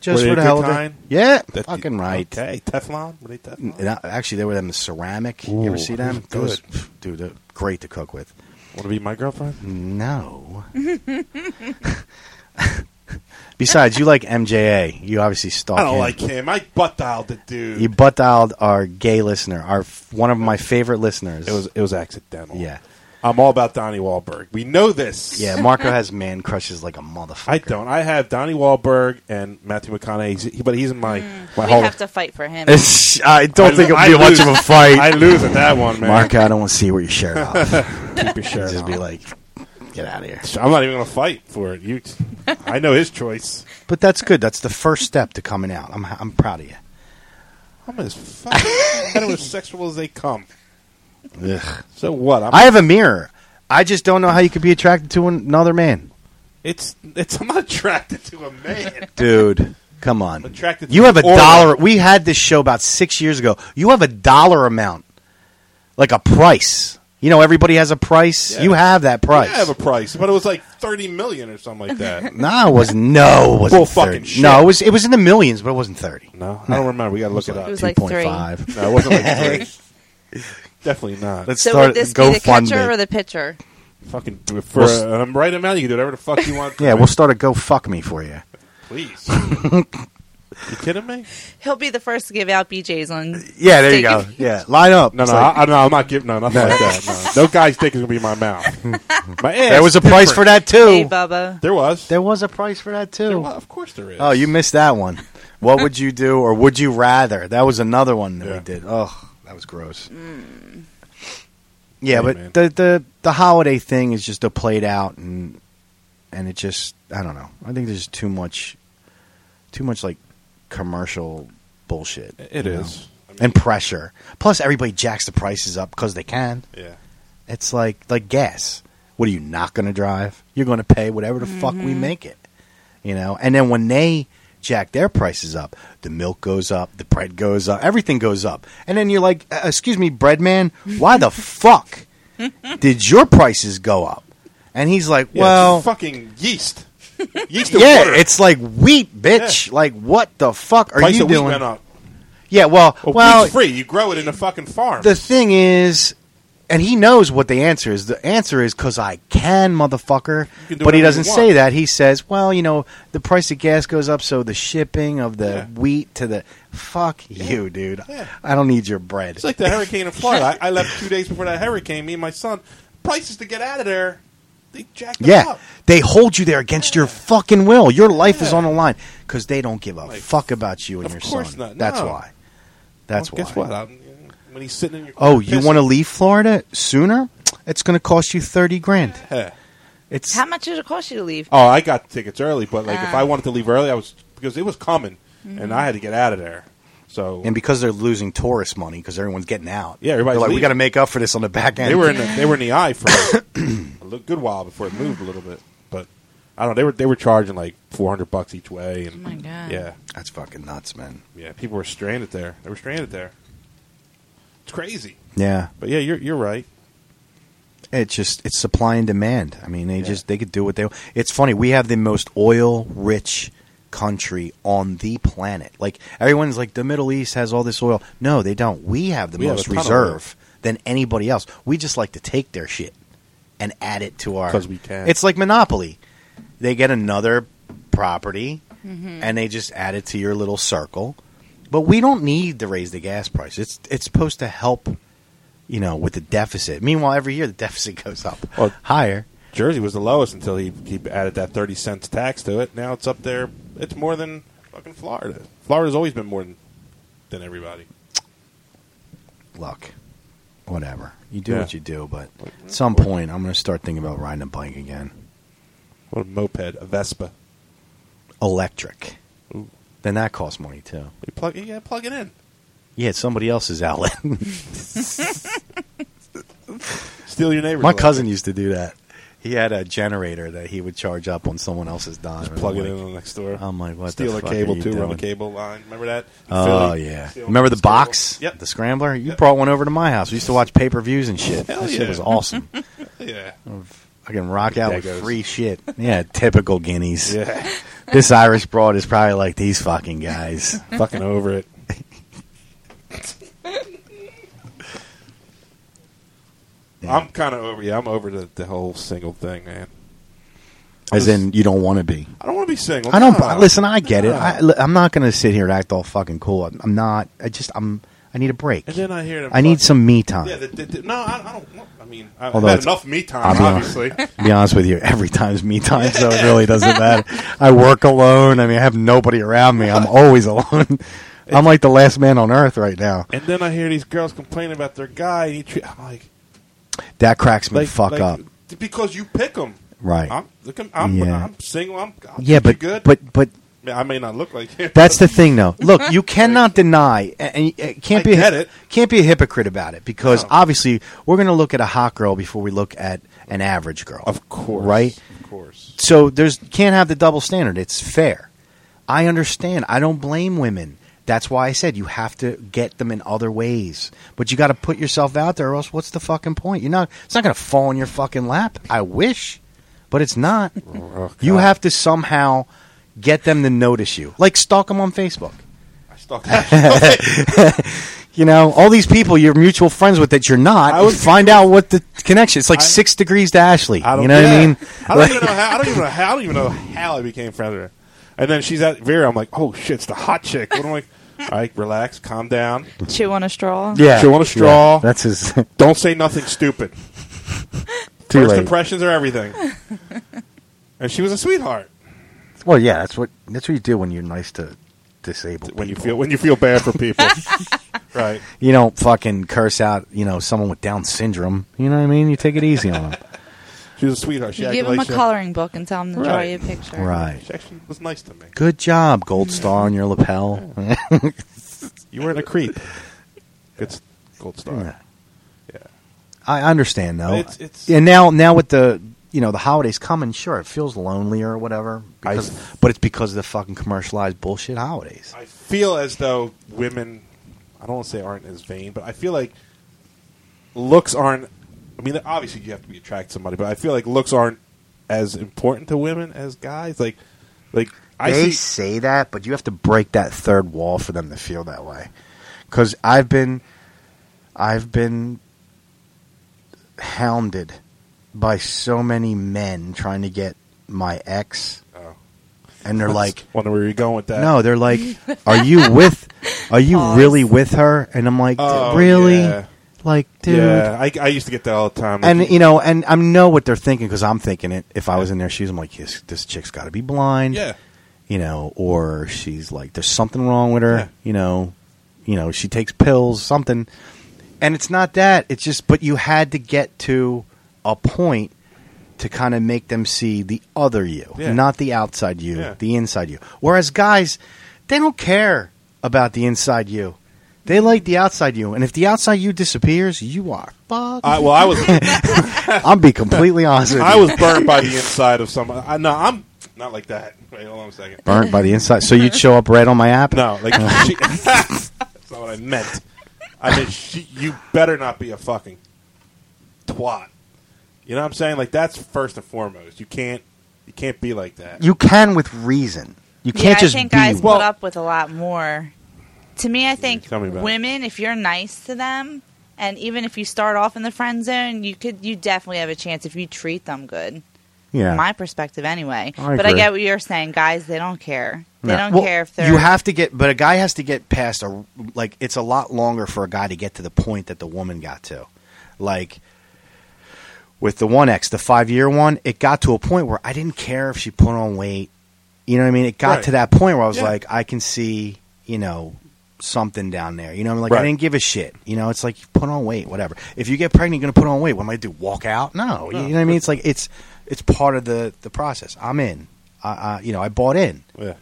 [SPEAKER 8] Just
[SPEAKER 7] Were they
[SPEAKER 8] for
[SPEAKER 7] a
[SPEAKER 8] the
[SPEAKER 7] good
[SPEAKER 8] hell of it.
[SPEAKER 7] kind?
[SPEAKER 8] Yeah,
[SPEAKER 7] That-
[SPEAKER 8] fucking right.
[SPEAKER 7] Okay, Teflon. Were they Teflon?
[SPEAKER 8] And I- actually, they were them ceramic. you ever
[SPEAKER 7] Ooh,
[SPEAKER 8] see them?
[SPEAKER 7] those are
[SPEAKER 8] Those- dude, they're great to cook with.
[SPEAKER 7] Want to be my
[SPEAKER 8] Mm,
[SPEAKER 7] girlfriend?
[SPEAKER 8] No. Besides, you like MJA. You obviously stalk
[SPEAKER 7] I don't
[SPEAKER 8] him.
[SPEAKER 7] like him. I butt dialed the dude.
[SPEAKER 8] You butt dialed our gay listener, our f- one of my favorite listeners.
[SPEAKER 7] it was it was accidental.
[SPEAKER 8] yeah,
[SPEAKER 7] I'm all about Donnie Wahlberg. We know this.
[SPEAKER 8] yeah. Marco has man crushes like a motherfucker.
[SPEAKER 7] I don't. I have Donnie Wahlberg and Matthew McConaughey, He's- but he's in my my
[SPEAKER 9] Mm, We
[SPEAKER 7] whole.
[SPEAKER 9] have to fight for him.
[SPEAKER 8] It's, I don't
[SPEAKER 7] I-
[SPEAKER 8] think
[SPEAKER 7] I
[SPEAKER 8] it'll be much
[SPEAKER 7] lose.
[SPEAKER 8] of a fight.
[SPEAKER 7] I lose at that one, man.
[SPEAKER 8] Marco, I don't want to see where your shirt off.
[SPEAKER 7] Keep your shirt
[SPEAKER 8] Just
[SPEAKER 7] on.
[SPEAKER 8] be like, get out of here.
[SPEAKER 7] I'm not even going to fight for it. You, I know his choice.
[SPEAKER 8] But that's good. That's the first step to coming out. I'm I'm proud of you.
[SPEAKER 7] I'm as fucking heterosexual as they come.
[SPEAKER 8] Ugh.
[SPEAKER 7] So what? I'm,
[SPEAKER 8] I have a mirror. I just don't know how you could be attracted to an- another man,
[SPEAKER 7] it's it's. I'm not attracted to a man.
[SPEAKER 8] dude. Come on.
[SPEAKER 7] Attracted to
[SPEAKER 8] you have a
[SPEAKER 7] the aura.
[SPEAKER 8] dollar. We had this show about six years ago. You have a dollar amount, like a price. You know, everybody has a price.
[SPEAKER 7] Yeah.
[SPEAKER 8] You have that price.
[SPEAKER 7] I have a price, but it was like thirty million or something like that.
[SPEAKER 8] No, it was no, it wasn't
[SPEAKER 7] Bull fucking
[SPEAKER 8] 30.
[SPEAKER 7] shit.
[SPEAKER 8] No, it was it was in the millions, but it wasn't thirty.
[SPEAKER 7] No, I don't remember. We got to look it up.
[SPEAKER 9] It was like three.
[SPEAKER 8] 2.5.
[SPEAKER 7] no, it wasn't like three. Definitely not.
[SPEAKER 8] Let's
[SPEAKER 9] So
[SPEAKER 8] start
[SPEAKER 9] would this
[SPEAKER 8] go
[SPEAKER 9] be the
[SPEAKER 8] fund
[SPEAKER 9] catcher
[SPEAKER 8] me.
[SPEAKER 9] or the pitcher?
[SPEAKER 7] fucking do it for
[SPEAKER 8] We'll s-
[SPEAKER 7] uh, um, right amount. You can do whatever the fuck you want.
[SPEAKER 8] Yeah, we'll start a go fuck me for you.
[SPEAKER 7] please. you kidding me?
[SPEAKER 9] He'll be the first to give out BJ's on.
[SPEAKER 8] Yeah, there you
[SPEAKER 9] Steak
[SPEAKER 8] go.
[SPEAKER 9] and-
[SPEAKER 8] Yeah, line up.
[SPEAKER 7] No,
[SPEAKER 8] It's
[SPEAKER 7] no,
[SPEAKER 8] like,
[SPEAKER 7] I, I, no. I'm not giving. No, nothing like that. No, no guy's dick is gonna be in my mouth. My ass.
[SPEAKER 8] there was a price for that
[SPEAKER 9] Hey,
[SPEAKER 8] too.
[SPEAKER 9] Bubba.
[SPEAKER 7] There was.
[SPEAKER 8] There was a price for that
[SPEAKER 7] There
[SPEAKER 8] too.
[SPEAKER 7] was. Of course there is.
[SPEAKER 8] Oh, you missed that one. What would you do, or would you rather? That was another one that
[SPEAKER 7] Yeah.
[SPEAKER 8] we did. Oh, that was gross. Yeah,
[SPEAKER 7] Hey,
[SPEAKER 8] but
[SPEAKER 7] man.
[SPEAKER 8] the, the the holiday thing is just a played out, and and it just I don't know. I think there's too much, too much like commercial bullshit.
[SPEAKER 7] It
[SPEAKER 8] you know?
[SPEAKER 7] is.
[SPEAKER 8] and pressure. Plus, everybody jacks the prices up because they can.
[SPEAKER 7] Yeah.
[SPEAKER 8] It's like like gas. What are you not going to drive? You're going to pay whatever the fuck we make it. You know. And then when they jack their prices up, the milk goes up, the bread goes up, everything goes up. And then you're like, "Uh, "Excuse me, bread man, why the fuck did your prices go up?" And he's like,
[SPEAKER 7] Yeah,
[SPEAKER 8] "Well,
[SPEAKER 7] it's fucking yeast. Yeast. and
[SPEAKER 8] yeah,
[SPEAKER 7] water.
[SPEAKER 8] it's like wheat, bitch. Like what the fuck are
[SPEAKER 7] price
[SPEAKER 8] you
[SPEAKER 7] of wheat
[SPEAKER 8] doing?"
[SPEAKER 7] went up.
[SPEAKER 8] Yeah, well,
[SPEAKER 7] Well,
[SPEAKER 8] well,
[SPEAKER 7] wheat's free. You grow it in a fucking farm.
[SPEAKER 8] the thing is, and he knows what the answer is. The answer is because I can, motherfucker.
[SPEAKER 7] can do
[SPEAKER 8] But he
[SPEAKER 7] whatever you
[SPEAKER 8] doesn't say
[SPEAKER 7] want.
[SPEAKER 8] that. He says, well, you know, the price of gas goes up, so the shipping of the
[SPEAKER 7] Yeah.
[SPEAKER 8] wheat to the. Fuck you, dude.
[SPEAKER 7] Yeah.
[SPEAKER 8] I don't need your bread.
[SPEAKER 7] It's like the hurricane in Florida. I, I left two days before that hurricane. Me and my son. Prices to get out of there. They jacked them
[SPEAKER 8] yeah.
[SPEAKER 7] up.
[SPEAKER 8] They hold you there against your fucking will. Your life is
[SPEAKER 7] Yeah.
[SPEAKER 8] on the line because they don't give a
[SPEAKER 7] Like,
[SPEAKER 8] fuck about you and
[SPEAKER 7] of
[SPEAKER 8] your
[SPEAKER 7] course
[SPEAKER 8] son.
[SPEAKER 7] not.
[SPEAKER 8] That's
[SPEAKER 7] No.
[SPEAKER 8] why. That's
[SPEAKER 7] well, Guess
[SPEAKER 8] why.
[SPEAKER 7] what? I'm, when he's sitting in your.
[SPEAKER 8] Oh, you
[SPEAKER 7] pissing-
[SPEAKER 8] want to leave Florida sooner? It's going to cost you 30 grand.
[SPEAKER 7] Heh.
[SPEAKER 8] It's
[SPEAKER 9] How much did it cost you to leave?
[SPEAKER 7] Oh, I got tickets early, but like
[SPEAKER 9] Ah.
[SPEAKER 7] if I wanted to leave early, I was because it was coming, and
[SPEAKER 9] Mm-hmm.
[SPEAKER 7] I had to get out of there. So
[SPEAKER 8] And because they're losing tourist money because everyone's getting out,
[SPEAKER 7] Yeah, everybody's
[SPEAKER 8] they're like, we
[SPEAKER 7] leaving.
[SPEAKER 8] got to make up for this on the back end.
[SPEAKER 7] they were in the, they were in the eye for a li- good while before it moved a little bit. I don't. know. They were they were charging like four hundred bucks each way, and
[SPEAKER 9] Oh my God.
[SPEAKER 7] yeah,
[SPEAKER 8] That's fucking nuts, man.
[SPEAKER 7] yeah, people were stranded there. They were stranded there. It's crazy,
[SPEAKER 8] Yeah,
[SPEAKER 7] but yeah, you're you're right.
[SPEAKER 8] it's just it's supply and demand. I mean, they
[SPEAKER 7] Yeah.
[SPEAKER 8] just they could do what they. It's funny. We have the most oil rich country on the planet. Like everyone's like the Middle East has all this oil. No, they don't. We have the
[SPEAKER 7] We have
[SPEAKER 8] most
[SPEAKER 7] a ton of
[SPEAKER 8] reserve than anybody else. We just like to take their shit and add it to our
[SPEAKER 7] 'Cause we can.
[SPEAKER 8] It's like monopoly. They get another property Mm. and they just add it to your little circle. But we don't need to raise the gas price. It's it's supposed to help you know, with the deficit. Meanwhile, every year the deficit goes up
[SPEAKER 7] Well-
[SPEAKER 8] higher.
[SPEAKER 7] Jersey was the lowest until he he added that thirty cents tax to it. Now it's up there. It's more than fucking Florida. Florida's always been more than than everybody.
[SPEAKER 8] Look, whatever. You do
[SPEAKER 7] Yeah.
[SPEAKER 8] what you do, but at some point, I'm going to start thinking about riding a bike again.
[SPEAKER 7] What a moped, a Vespa.
[SPEAKER 8] Electric. Then that costs money, too.
[SPEAKER 7] You plug you gotta plug it in.
[SPEAKER 8] Yeah, it's somebody else's outlet.
[SPEAKER 7] Steal your neighbor's.
[SPEAKER 8] My
[SPEAKER 7] electric.
[SPEAKER 8] cousin used to do that. He had a generator that he would charge up on someone else's dime. and
[SPEAKER 7] plug
[SPEAKER 8] I'm
[SPEAKER 7] it in
[SPEAKER 8] like,
[SPEAKER 7] on the next door.
[SPEAKER 8] I'm like, what the
[SPEAKER 7] Steal a
[SPEAKER 8] fuck are
[SPEAKER 7] cable
[SPEAKER 8] you
[SPEAKER 7] too. Run a
[SPEAKER 8] doing?
[SPEAKER 7] cable line. Remember that? In
[SPEAKER 8] Oh
[SPEAKER 7] Philly?
[SPEAKER 8] yeah!
[SPEAKER 7] Steal
[SPEAKER 8] Remember the
[SPEAKER 7] scramble.
[SPEAKER 8] box?
[SPEAKER 7] Yep.
[SPEAKER 8] The scrambler. You
[SPEAKER 7] Yep.
[SPEAKER 8] brought one over to my house. We used to watch pay per views and shit.
[SPEAKER 7] Hell
[SPEAKER 8] that
[SPEAKER 7] yeah.
[SPEAKER 8] shit was awesome.
[SPEAKER 7] Yeah.
[SPEAKER 8] I can rock out with
[SPEAKER 7] Daggos.
[SPEAKER 8] free shit. Yeah, typical guineas.
[SPEAKER 7] Yeah.
[SPEAKER 8] This Irish broad is probably like these fucking guys.
[SPEAKER 7] Fucking over it. I'm kind of over. Yeah, I'm over the, the whole single thing, man.
[SPEAKER 8] As in, you don't want to be.
[SPEAKER 7] I don't want to be single.
[SPEAKER 8] I don't.
[SPEAKER 7] Nah.
[SPEAKER 8] Listen, I get it.
[SPEAKER 7] Nah.
[SPEAKER 8] I, li- I'm not going to sit here and act all fucking cool. I'm, I'm not. I just. I'm. I need a break.
[SPEAKER 7] And then I hear them.
[SPEAKER 8] I need
[SPEAKER 7] fucking-
[SPEAKER 8] some me time.
[SPEAKER 7] Yeah, the, the, the, no, I, I don't. want- I mean, I, I've
[SPEAKER 8] Although
[SPEAKER 7] had
[SPEAKER 8] it's-
[SPEAKER 7] enough me time,
[SPEAKER 8] I'll be honest.
[SPEAKER 7] obviously.
[SPEAKER 8] to be honest with you, every time's me time, so it really doesn't matter. I work alone. I mean, I have nobody around me. I'm always alone. I'm like the last man on earth right now.
[SPEAKER 7] and then I hear these girls complaining about their guy, and he treat, I'm like,
[SPEAKER 8] That cracks me
[SPEAKER 7] like,
[SPEAKER 8] the fuck
[SPEAKER 7] like,
[SPEAKER 8] up.
[SPEAKER 7] because you pick them.
[SPEAKER 8] Right.
[SPEAKER 7] I'm, look, I'm, I'm,
[SPEAKER 8] Yeah.
[SPEAKER 7] I'm single. I'm, I'll
[SPEAKER 8] Yeah,
[SPEAKER 7] treat you
[SPEAKER 8] but
[SPEAKER 7] good.
[SPEAKER 8] but but
[SPEAKER 7] I mean, I may not look like him.
[SPEAKER 8] That's the thing, though. Look, you cannot deny, and and can't
[SPEAKER 7] I
[SPEAKER 8] be a-
[SPEAKER 7] get it. Oh.
[SPEAKER 8] can't be a hypocrite about it because
[SPEAKER 7] No.
[SPEAKER 8] obviously we're going to look at a hot girl before we look at an average girl.
[SPEAKER 7] Of course.
[SPEAKER 8] right?
[SPEAKER 7] Of course.
[SPEAKER 8] So there's can't have the double standard. It's fair. I understand. I don't blame women. That's why I said you have to get them in other ways. But you got to put yourself out there, or else what's the fucking point? You're not. It's not going to fall in your fucking lap. I wish, but it's not. you have to somehow get them to notice you. Like stalk them on Facebook.
[SPEAKER 7] I stalked that.
[SPEAKER 8] You know, all these people you're mutual friends with that you're not.
[SPEAKER 7] I would-
[SPEAKER 8] find out what the connection. It's like
[SPEAKER 7] I-
[SPEAKER 8] six degrees to Ashley.
[SPEAKER 7] I don't-
[SPEAKER 8] You know what I
[SPEAKER 7] yeah.
[SPEAKER 8] mean?
[SPEAKER 7] I don't even know how. I don't even know how. I don't even know how I became friends with her. And then she's at Vera. I'm like, oh shit, it's the hot chick. What am I? All right, relax, calm down.
[SPEAKER 9] Chew on a straw.
[SPEAKER 8] Yeah,
[SPEAKER 7] Chew on a straw.
[SPEAKER 8] Yeah, that's his. Too
[SPEAKER 7] Don't say nothing stupid. First
[SPEAKER 8] late.
[SPEAKER 7] impressions are everything. and she was a sweetheart.
[SPEAKER 8] Well, yeah, that's what that's what you do when you're nice to disabled.
[SPEAKER 7] When you
[SPEAKER 8] people.
[SPEAKER 7] feel when you feel bad for people, right?
[SPEAKER 8] you don't fucking curse out, you know, someone with Down syndrome. You know what I mean? You take it easy on them,
[SPEAKER 7] She was a sweetheart. She
[SPEAKER 9] You
[SPEAKER 7] acted
[SPEAKER 9] give them a
[SPEAKER 7] like she-
[SPEAKER 9] coloring book and tell them to draw
[SPEAKER 7] Right.
[SPEAKER 9] you a picture.
[SPEAKER 8] right?
[SPEAKER 7] She actually was nice to me.
[SPEAKER 8] Good job, gold star on your lapel.
[SPEAKER 7] You weren't a creep. Good s- gold star.
[SPEAKER 8] Yeah.
[SPEAKER 7] Yeah.
[SPEAKER 8] I understand though.
[SPEAKER 7] It's- it's-
[SPEAKER 8] and now, now with the you know the holidays coming, sure, it feels lonelier or whatever. Because,
[SPEAKER 7] I-
[SPEAKER 8] but it's because of the fucking commercialized bullshit holidays.
[SPEAKER 7] I feel as though women, I don't want to say aren't as vain, but I feel like looks aren't. I mean, obviously you have to be attracted to somebody, but I feel like looks aren't as important to women as guys. Like, like I
[SPEAKER 8] they
[SPEAKER 7] see.
[SPEAKER 8] say that, but you have to break that third wall for them to feel that way. Because I've been, I've been hounded by so many men trying to get my ex,
[SPEAKER 7] Oh.
[SPEAKER 8] and they're like,
[SPEAKER 7] wonder where you're going with that.
[SPEAKER 8] no, they're like, are you with, are you really with her? And I'm like,
[SPEAKER 7] Oh,
[SPEAKER 8] really,
[SPEAKER 7] yeah.
[SPEAKER 8] like, dude.
[SPEAKER 7] yeah, I, I used to get that all the time.
[SPEAKER 8] And you know, and I know what they're thinking because I'm thinking it. If I was in their shoes, I'm like, this, this chick's got to be blind
[SPEAKER 7] yeah,
[SPEAKER 8] you know, or she's like, there's something wrong with her,
[SPEAKER 7] Yeah.
[SPEAKER 8] you know, you know, she takes pills, something. And it's not that. It's just, but you had to get to a point to kind of make them see the other you,
[SPEAKER 7] Yeah.
[SPEAKER 8] not the outside you,
[SPEAKER 7] Yeah.
[SPEAKER 8] the inside you. Whereas guys, they don't care about the inside you. They like the outside you, and if the outside you disappears, you are fucked.
[SPEAKER 7] I, well, I was
[SPEAKER 8] I'm be completely honest with
[SPEAKER 7] I
[SPEAKER 8] you.
[SPEAKER 7] was burnt by the inside of someone. I, no, I'm not like that. Wait, hold on a second.
[SPEAKER 8] burnt by the inside, so you'd show up red on my app.
[SPEAKER 7] No, like she, that's not what I meant. I mean, she, you better not be a fucking twat. You know what I'm saying? Like that's first and foremost. You can't you can't be like that.
[SPEAKER 8] you can with reason. You
[SPEAKER 9] yeah,
[SPEAKER 8] can't just
[SPEAKER 9] I think
[SPEAKER 8] be.
[SPEAKER 9] guys
[SPEAKER 8] one.
[SPEAKER 9] put up with a lot more. To me, I think
[SPEAKER 7] Tell me about it.
[SPEAKER 9] women, if you're nice to them, and even if you start off in the friend zone, you could you definitely have a chance if you treat them good.
[SPEAKER 8] yeah.
[SPEAKER 9] From my perspective, anyway.
[SPEAKER 8] I
[SPEAKER 9] but I
[SPEAKER 8] agree.
[SPEAKER 9] get what you're saying, guys. They don't care. They
[SPEAKER 8] Yeah.
[SPEAKER 9] don't
[SPEAKER 8] Well,
[SPEAKER 9] care if they're
[SPEAKER 8] You have to get, but a guy has to get past a like. It's a lot longer for a guy to get to the point that the woman got to. Like with the one X, the five year one, it got to a point where I didn't care if she put on weight. You know what I mean? It got
[SPEAKER 7] Right.
[SPEAKER 8] to that point where I was
[SPEAKER 7] Yeah.
[SPEAKER 8] like, I can see, you know, something down there. You know, I'm like,
[SPEAKER 7] Right.
[SPEAKER 8] I didn't give a shit. You know, it's like you put on weight, whatever. If you get pregnant, you're gonna put on weight. What am I gonna do? Walk out? No. You know what I mean? It's like it's it's part of the the process. I'm in. I, I you know I bought in.
[SPEAKER 7] Yeah.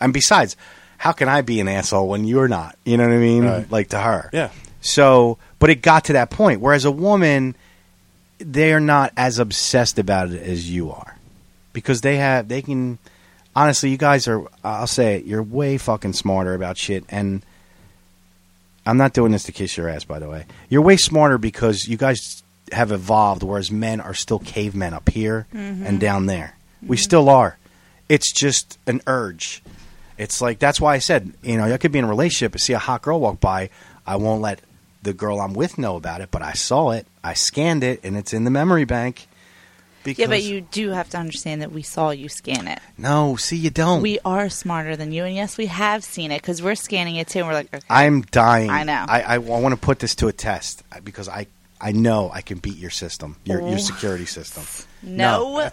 [SPEAKER 8] And besides, how can I be an asshole when you're not? You know what I mean?
[SPEAKER 7] Right.
[SPEAKER 8] Like to her.
[SPEAKER 7] Yeah.
[SPEAKER 8] So, but it got to that point. Whereas a woman, they're not as obsessed about it as you are, because they have they can. Honestly, you guys are. I'll say it. You're way fucking smarter about shit, and I'm not doing this to kiss your ass, by the way. You're way smarter because you guys have evolved, whereas men are still cavemen up here
[SPEAKER 9] Mm-hmm.
[SPEAKER 8] and down there. We still are. It's just an urge. It's like that's why I said, you know, I could be in a relationship and see a hot girl walk by. I won't let the girl I'm with know about it, but I saw it, I scanned it, and it's in the memory bank. Because,
[SPEAKER 9] Yeah, but you do have to understand that we saw you scan it.
[SPEAKER 8] no, see, you don't.
[SPEAKER 9] We are smarter than you, and yes, we have seen it because we're scanning it too. And we're like, okay.
[SPEAKER 8] I'm dying.
[SPEAKER 9] I know.
[SPEAKER 8] I, I, want to put this to a test uh, because I, I know I can beat your system, your, your security system.
[SPEAKER 9] no, way.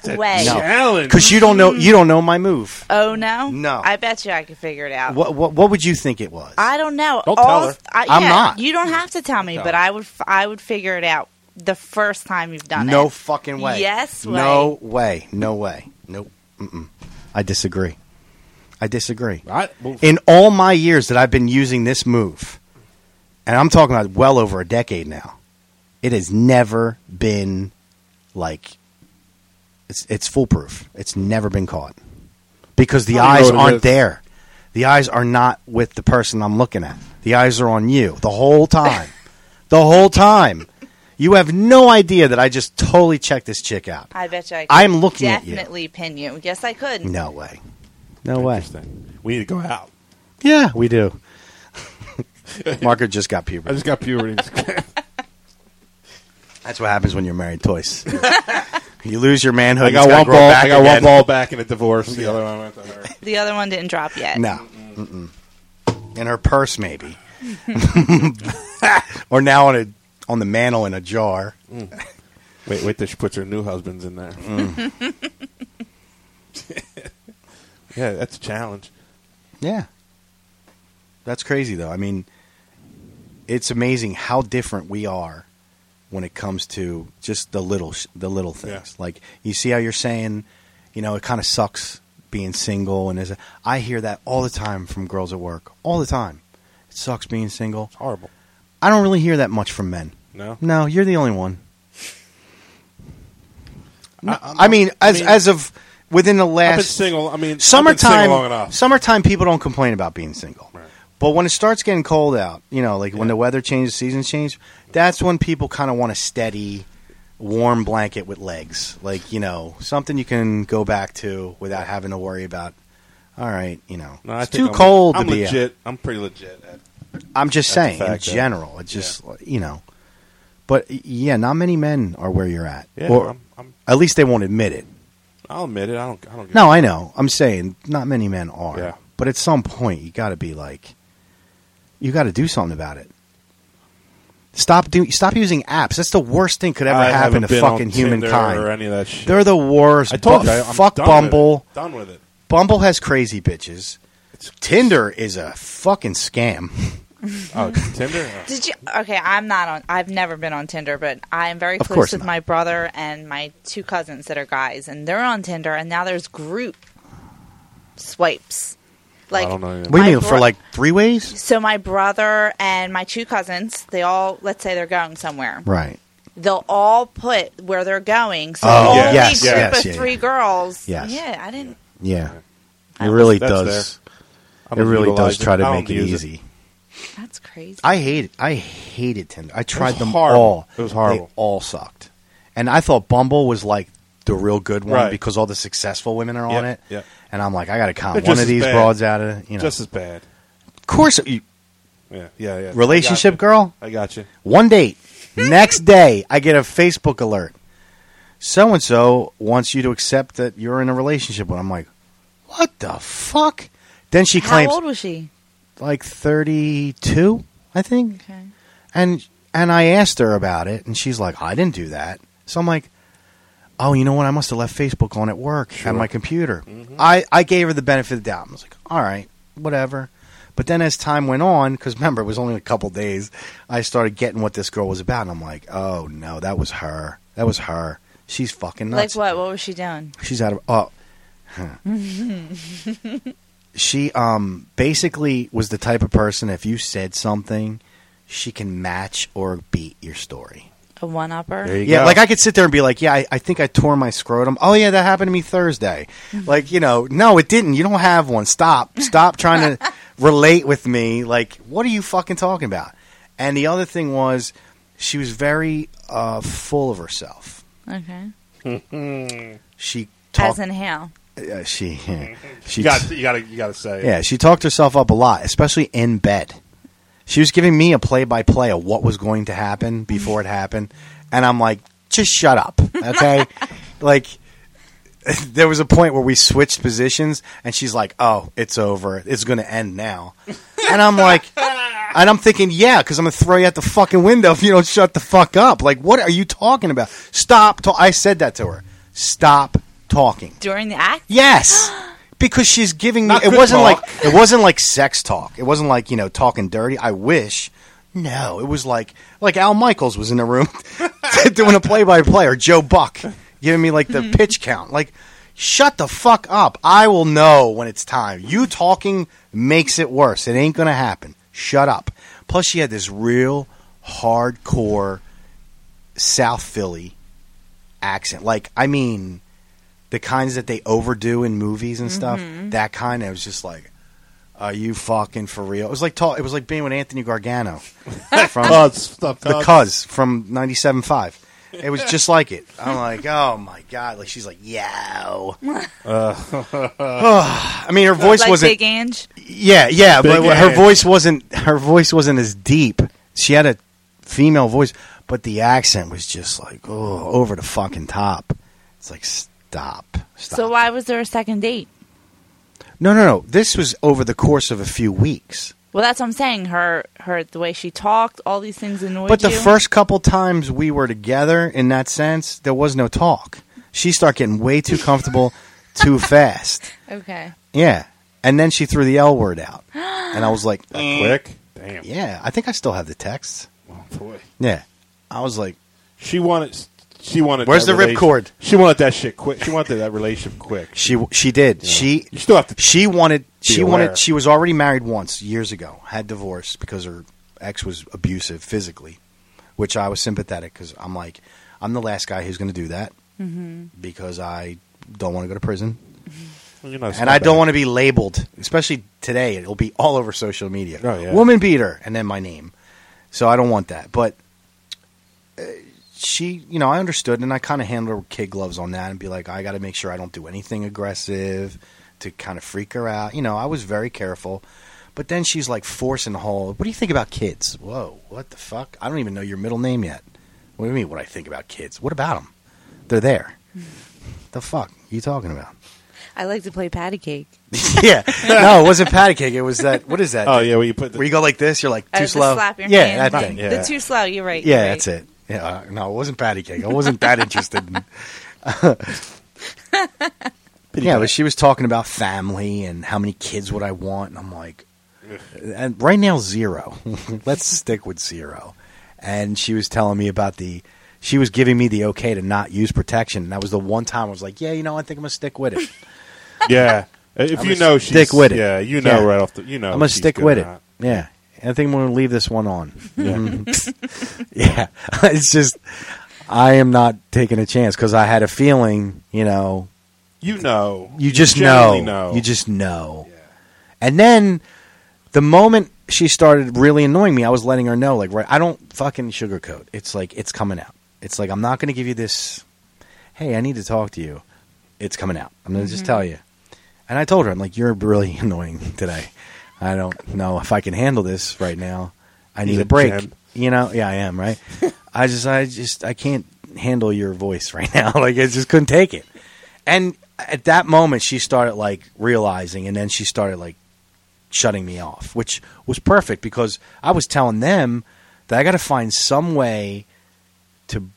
[SPEAKER 8] No.
[SPEAKER 7] Challenge.
[SPEAKER 8] Because you don't know, you don't know my move.
[SPEAKER 9] Oh no,
[SPEAKER 8] No.
[SPEAKER 9] I bet you I could figure it out.
[SPEAKER 8] What, what, what would you think it was?
[SPEAKER 9] I don't know.
[SPEAKER 7] Don't
[SPEAKER 9] All-
[SPEAKER 7] tell her.
[SPEAKER 9] I,
[SPEAKER 8] I'm
[SPEAKER 9] yeah,
[SPEAKER 8] not.
[SPEAKER 9] You don't have to tell me, but I would. f- I would figure it out the first time you've done it.
[SPEAKER 8] no fucking way.
[SPEAKER 9] Yes way.
[SPEAKER 8] No way. No way. Nope. Mm-mm. I disagree. I disagree.
[SPEAKER 7] I, well,
[SPEAKER 8] In all my years that I've been using this move, and I'm talking about well over a decade now, it has never been like it's it's foolproof. It's never been caught because the
[SPEAKER 7] I don't
[SPEAKER 8] eyes
[SPEAKER 7] know what it
[SPEAKER 8] aren't
[SPEAKER 7] is.
[SPEAKER 8] there. The eyes are not with the person I'm looking at. The eyes are on you the whole time. the whole time. You have no idea that I just totally checked this chick out.
[SPEAKER 9] I bet you. I could
[SPEAKER 8] I'm looking at you.
[SPEAKER 9] definitely pin you. Yes, I could.
[SPEAKER 8] No way. No way.
[SPEAKER 7] interesting. We need to go out.
[SPEAKER 8] Yeah, we do. Margaret just got
[SPEAKER 7] I
[SPEAKER 8] puberty.
[SPEAKER 7] just got puberty.
[SPEAKER 8] That's what happens when you're married twice. you lose your manhood.
[SPEAKER 7] I
[SPEAKER 8] it's
[SPEAKER 7] got
[SPEAKER 8] gotta
[SPEAKER 7] one
[SPEAKER 8] grow
[SPEAKER 7] ball.
[SPEAKER 8] back
[SPEAKER 7] I got one
[SPEAKER 8] again.
[SPEAKER 7] ball back in a divorce. The other one went to her.
[SPEAKER 9] The other one didn't drop yet.
[SPEAKER 8] No. Mm-mm. In her purse, maybe. or now on a on the mantle in a jar.
[SPEAKER 7] Wait, wait till she puts her new husbands in there. Mm. yeah, that's a challenge.
[SPEAKER 8] Yeah. That's crazy, though. I mean, it's amazing how different we are when it comes to just the little sh- the little things.
[SPEAKER 7] Yeah.
[SPEAKER 8] Like you see how you're saying, you know, it kind of sucks being single, and there's a, I hear that all the time from girls at work, all the time. It sucks being single.
[SPEAKER 7] Horrible.
[SPEAKER 8] I don't really hear that much from men.
[SPEAKER 7] No?
[SPEAKER 8] no, you're the only one. No, I, mean, as
[SPEAKER 7] mean-
[SPEAKER 8] as of within the last
[SPEAKER 7] I've been single. I mean, I've been
[SPEAKER 8] summertime
[SPEAKER 7] single long enough.
[SPEAKER 8] summertime people don't complain about being single
[SPEAKER 7] Right.
[SPEAKER 8] but when it starts getting cold out you know like when
[SPEAKER 7] Yeah.
[SPEAKER 8] the weather changes seasons change that's when people kind of want a steady warm blanket with legs like you know something you can go back to without having to worry about all right you know
[SPEAKER 7] No, I
[SPEAKER 8] it's
[SPEAKER 7] think
[SPEAKER 8] too
[SPEAKER 7] I'm-
[SPEAKER 8] cold
[SPEAKER 7] I'm
[SPEAKER 8] to be out.
[SPEAKER 7] legit. I'm pretty legit. At,
[SPEAKER 8] i'm just
[SPEAKER 7] That's a
[SPEAKER 8] saying in
[SPEAKER 7] fact, yeah.
[SPEAKER 8] general it's just you know but y- yeah not many men are where you're at
[SPEAKER 7] yeah,
[SPEAKER 8] or
[SPEAKER 7] I'm, I'm,
[SPEAKER 8] at least they won't admit it
[SPEAKER 7] I'll admit it. I don't. I don't. Give
[SPEAKER 8] No, I know. I'm saying not many men are.
[SPEAKER 7] Yeah.
[SPEAKER 8] But at some point, you got to be like, you got to do something about it. Stop do stop using apps. That's the worst thing could ever
[SPEAKER 7] I
[SPEAKER 8] happen to
[SPEAKER 7] haven't been on
[SPEAKER 8] fucking
[SPEAKER 7] Tinder or
[SPEAKER 8] humankind.
[SPEAKER 7] any of that shit.
[SPEAKER 8] They're the worst.
[SPEAKER 7] I told
[SPEAKER 8] Bu-
[SPEAKER 7] you. I, I'm
[SPEAKER 8] fuck
[SPEAKER 7] done
[SPEAKER 8] Bumble.
[SPEAKER 7] With it. Done with it.
[SPEAKER 8] Bumble has crazy bitches. Tinder is a fucking scam.
[SPEAKER 7] Oh, it's Tinder. Oh.
[SPEAKER 9] Did you? Okay, I'm not on. I've never been on Tinder, but I am very
[SPEAKER 8] Of
[SPEAKER 9] close
[SPEAKER 8] course
[SPEAKER 9] with
[SPEAKER 8] not.
[SPEAKER 9] my brother and my two cousins that are guys, and they're on Tinder. And now there's group swipes Like,
[SPEAKER 7] don't know either.
[SPEAKER 8] What do
[SPEAKER 9] my
[SPEAKER 8] you mean for
[SPEAKER 9] bro-
[SPEAKER 8] like three ways?
[SPEAKER 9] So my brother and my two cousins, they all let's say they're going somewhere.
[SPEAKER 8] Right.
[SPEAKER 9] They'll all put where they're going. So
[SPEAKER 8] Oh,
[SPEAKER 7] yes,
[SPEAKER 9] the whole
[SPEAKER 7] yes,
[SPEAKER 9] group
[SPEAKER 8] yes,
[SPEAKER 9] of
[SPEAKER 8] yeah,
[SPEAKER 9] three
[SPEAKER 8] yeah.
[SPEAKER 9] girls.
[SPEAKER 8] Yes.
[SPEAKER 9] Yeah, I didn't.
[SPEAKER 8] Yeah. It
[SPEAKER 9] That
[SPEAKER 8] really
[SPEAKER 7] was- that's
[SPEAKER 8] does.
[SPEAKER 7] I
[SPEAKER 8] It
[SPEAKER 7] don't
[SPEAKER 8] really
[SPEAKER 7] utilize
[SPEAKER 8] does try
[SPEAKER 7] I
[SPEAKER 8] to
[SPEAKER 7] don't
[SPEAKER 8] make it
[SPEAKER 7] use
[SPEAKER 8] easy.
[SPEAKER 9] That's crazy.
[SPEAKER 8] I hate it. I hated Tinder. I tried them
[SPEAKER 7] horrible.
[SPEAKER 8] all.
[SPEAKER 7] It was horrible.
[SPEAKER 8] They all sucked. And I thought Bumble was like the real good one
[SPEAKER 7] Right.
[SPEAKER 8] because all the successful women are on
[SPEAKER 7] Yep,
[SPEAKER 8] it.
[SPEAKER 7] yep.
[SPEAKER 8] And I'm like, I got to count
[SPEAKER 7] They're
[SPEAKER 8] one
[SPEAKER 7] just
[SPEAKER 8] of
[SPEAKER 7] as
[SPEAKER 8] these
[SPEAKER 7] bad.
[SPEAKER 8] broads out of you know.
[SPEAKER 7] Just as bad.
[SPEAKER 8] of course, you-
[SPEAKER 7] Yeah, yeah, yeah.
[SPEAKER 8] relationship
[SPEAKER 7] I got
[SPEAKER 8] girl.
[SPEAKER 7] you. I got you.
[SPEAKER 8] One date. Next day, I get a Facebook alert. So and so wants you to accept that you're in a relationship. With I'm like, what the fuck? Then she
[SPEAKER 9] How
[SPEAKER 8] claims
[SPEAKER 9] old was she?
[SPEAKER 8] like 32, I think.
[SPEAKER 9] Okay.
[SPEAKER 8] And and I asked her about it, and she's like, "I didn't do that." So I'm like, "Oh, you know what? I must have left Facebook on at work at my computer." I I gave her the benefit of the doubt. I was like, "All right, whatever." But then as time went on, because remember it was only a couple days, I started getting what this girl was about, and I'm like, "Oh no, that was her. That was her. She's fucking nuts.
[SPEAKER 9] Like what? What was she doing?
[SPEAKER 8] She's out of oh. huh. she um basically was the type of person if you said something, she can match or beat your story.
[SPEAKER 9] A one
[SPEAKER 7] There
[SPEAKER 9] upper?
[SPEAKER 7] you
[SPEAKER 8] Yeah,
[SPEAKER 7] go.
[SPEAKER 8] like I could sit there and be like, yeah, I, I think I tore my scrotum. Oh yeah, that happened to me Thursday. like you know, no, it didn't. You don't have one. Stop, stop trying to relate with me. Like, what are you fucking talking about? And the other thing was, she was very uh, full of herself.
[SPEAKER 9] Okay.
[SPEAKER 8] She
[SPEAKER 9] As
[SPEAKER 8] talked.
[SPEAKER 9] in how?
[SPEAKER 8] uh, she she
[SPEAKER 7] You got, you got to, you got to say. it.
[SPEAKER 8] Yeah, she talked herself up a lot, especially in bed. She was giving me a play by play of what was going to happen before it happened, and I'm like, just shut up, okay? like, there was a point where we switched positions, and she's like, oh, it's over. It's going to end now. And I'm like, and I'm thinking, yeah, because I'm going to throw you out the fucking window if you don't shut the fuck up. Like, what are you talking about? Stop. Ta- I said that to her. Stop talking.
[SPEAKER 9] During the act?
[SPEAKER 8] Yes, because she's giving me.
[SPEAKER 7] Not
[SPEAKER 8] it
[SPEAKER 7] good
[SPEAKER 8] wasn't
[SPEAKER 7] talk.
[SPEAKER 8] like it wasn't like sex talk. It wasn't like you know talking dirty. I wish. No, it was like like Al Michaels was in the room doing a play by play, or Joe Buck giving me like the pitch count. Like, shut the fuck up. I will know when it's time. You talking makes it worse. It ain't gonna happen. Shut up. Plus, she had this real hardcore South Philly accent. Like, I mean, the kinds that they overdo in movies and stuff.
[SPEAKER 9] Mm-hmm.
[SPEAKER 8] That kind of was just like, are you fucking for real? It was like tall. It was like being with Anthony Gargano from
[SPEAKER 7] Cuz, stop,
[SPEAKER 8] the
[SPEAKER 7] cuz.
[SPEAKER 8] Cuz from '97.5. It was just like it. I'm like, oh my god! Like she's like, yo. I mean, her voice
[SPEAKER 9] like
[SPEAKER 8] wasn't.
[SPEAKER 9] Big Ange?
[SPEAKER 8] Yeah, yeah,
[SPEAKER 7] Big
[SPEAKER 8] but her
[SPEAKER 7] ass.
[SPEAKER 8] voice wasn't her voice wasn't as deep. She had a female voice, but the accent was just like oh, over the fucking top. It's like stop, stop.
[SPEAKER 9] So why was there a second date?
[SPEAKER 8] no, no, no. This was over the course of a few weeks.
[SPEAKER 9] Well, that's what I'm saying. Her, her, the way she talked, all these things annoyed
[SPEAKER 8] But the
[SPEAKER 9] you?
[SPEAKER 8] first couple times we were together, in that sense, there was no talk. She started getting way too comfortable, too fast.
[SPEAKER 9] Okay.
[SPEAKER 8] Yeah, and then she threw the L word out, and I was like, uh,
[SPEAKER 7] That quick. Damn.
[SPEAKER 8] yeah, I think I still have the texts.
[SPEAKER 7] Oh, boy.
[SPEAKER 8] Yeah, I was like.
[SPEAKER 7] She wanted. She wanted.
[SPEAKER 8] Where's
[SPEAKER 7] that
[SPEAKER 8] the
[SPEAKER 7] relation-
[SPEAKER 8] ripcord?
[SPEAKER 7] She wanted that shit quick. She wanted that relationship quick.
[SPEAKER 8] She she did. She
[SPEAKER 7] You still have to.
[SPEAKER 8] she wanted she
[SPEAKER 7] aware.
[SPEAKER 8] wanted she was already married once years ago. Had divorced because her ex was abusive physically, which I was sympathetic because I'm like I'm the last guy who's going to do that because I don't want to go to prison
[SPEAKER 7] You're not
[SPEAKER 8] and I don't
[SPEAKER 7] scumbag.
[SPEAKER 8] want to be labeled, especially today. It'll be all over social media.
[SPEAKER 7] Oh, yeah.
[SPEAKER 8] Woman beater, and then my name. So I don't want that. But uh, she, you know, I understood, and I kind of handled her with kid gloves on that, and be like, I got to make sure I don't do anything aggressive to kind of freak her out. You know, I was very careful. But then she's like forcing the whole. What do you think about kids? Whoa, what the fuck? I don't even know your middle name yet. What do you mean? What I think about kids? What about them? They're there. the fuck you talking about?
[SPEAKER 9] I like to play patty cake.
[SPEAKER 8] yeah. No, it wasn't patty cake. It was that. What is that?
[SPEAKER 7] Oh yeah, well you put. The,
[SPEAKER 8] Where you go like this, you're like
[SPEAKER 9] Oh,
[SPEAKER 8] too
[SPEAKER 9] the
[SPEAKER 8] slow.
[SPEAKER 9] slap your
[SPEAKER 8] yeah,
[SPEAKER 9] hand
[SPEAKER 8] that thing.
[SPEAKER 9] thing.
[SPEAKER 7] Yeah.
[SPEAKER 9] The too slow. You're right.
[SPEAKER 8] Yeah,
[SPEAKER 9] you're right.
[SPEAKER 8] that's it. Yeah. uh, No, it wasn't patty cake. I wasn't that interested. In, yeah, but she was talking about family and how many kids would I want, and I'm like, and right now zero. Let's stick with zero. And she was telling me about the. She was giving me the okay to not use protection, and that was the one time I was like, "Yeah, you know, I think I'm gonna stick with it."
[SPEAKER 7] yeah. If
[SPEAKER 8] I'm
[SPEAKER 7] you
[SPEAKER 8] gonna
[SPEAKER 7] know she's
[SPEAKER 8] stick with it.
[SPEAKER 7] yeah, you know
[SPEAKER 8] Yeah.
[SPEAKER 7] right off the you know
[SPEAKER 8] I'm gonna
[SPEAKER 7] she's
[SPEAKER 8] stick
[SPEAKER 7] good
[SPEAKER 8] with
[SPEAKER 7] or
[SPEAKER 8] it.
[SPEAKER 7] not.
[SPEAKER 8] Yeah, I think we're gonna leave this one on.
[SPEAKER 7] Yeah.
[SPEAKER 8] Yeah, it's just I am not taking a chance because I had a feeling. You know,
[SPEAKER 7] you know,
[SPEAKER 8] you just know.
[SPEAKER 7] generally know.
[SPEAKER 8] You just know. And then the moment she started really annoying me, I was letting her know, like, right, I don't fucking sugarcoat. It's like, it's coming out. It's like, I'm not going to give you this, hey, I need to talk to you. It's coming out. I'm going to just tell you. And I told her, I'm like, you're really annoying today. I don't know if I can handle this right now. I need
[SPEAKER 7] He's
[SPEAKER 8] a
[SPEAKER 7] a
[SPEAKER 8] break.
[SPEAKER 7] gem.
[SPEAKER 8] You know, yeah, I am, right? I just, I just, I can't handle your voice right now. like, I just couldn't take it. And at that moment, she started like realizing, and then she started like shutting me off, which was perfect because I was telling them that I got to find some way to,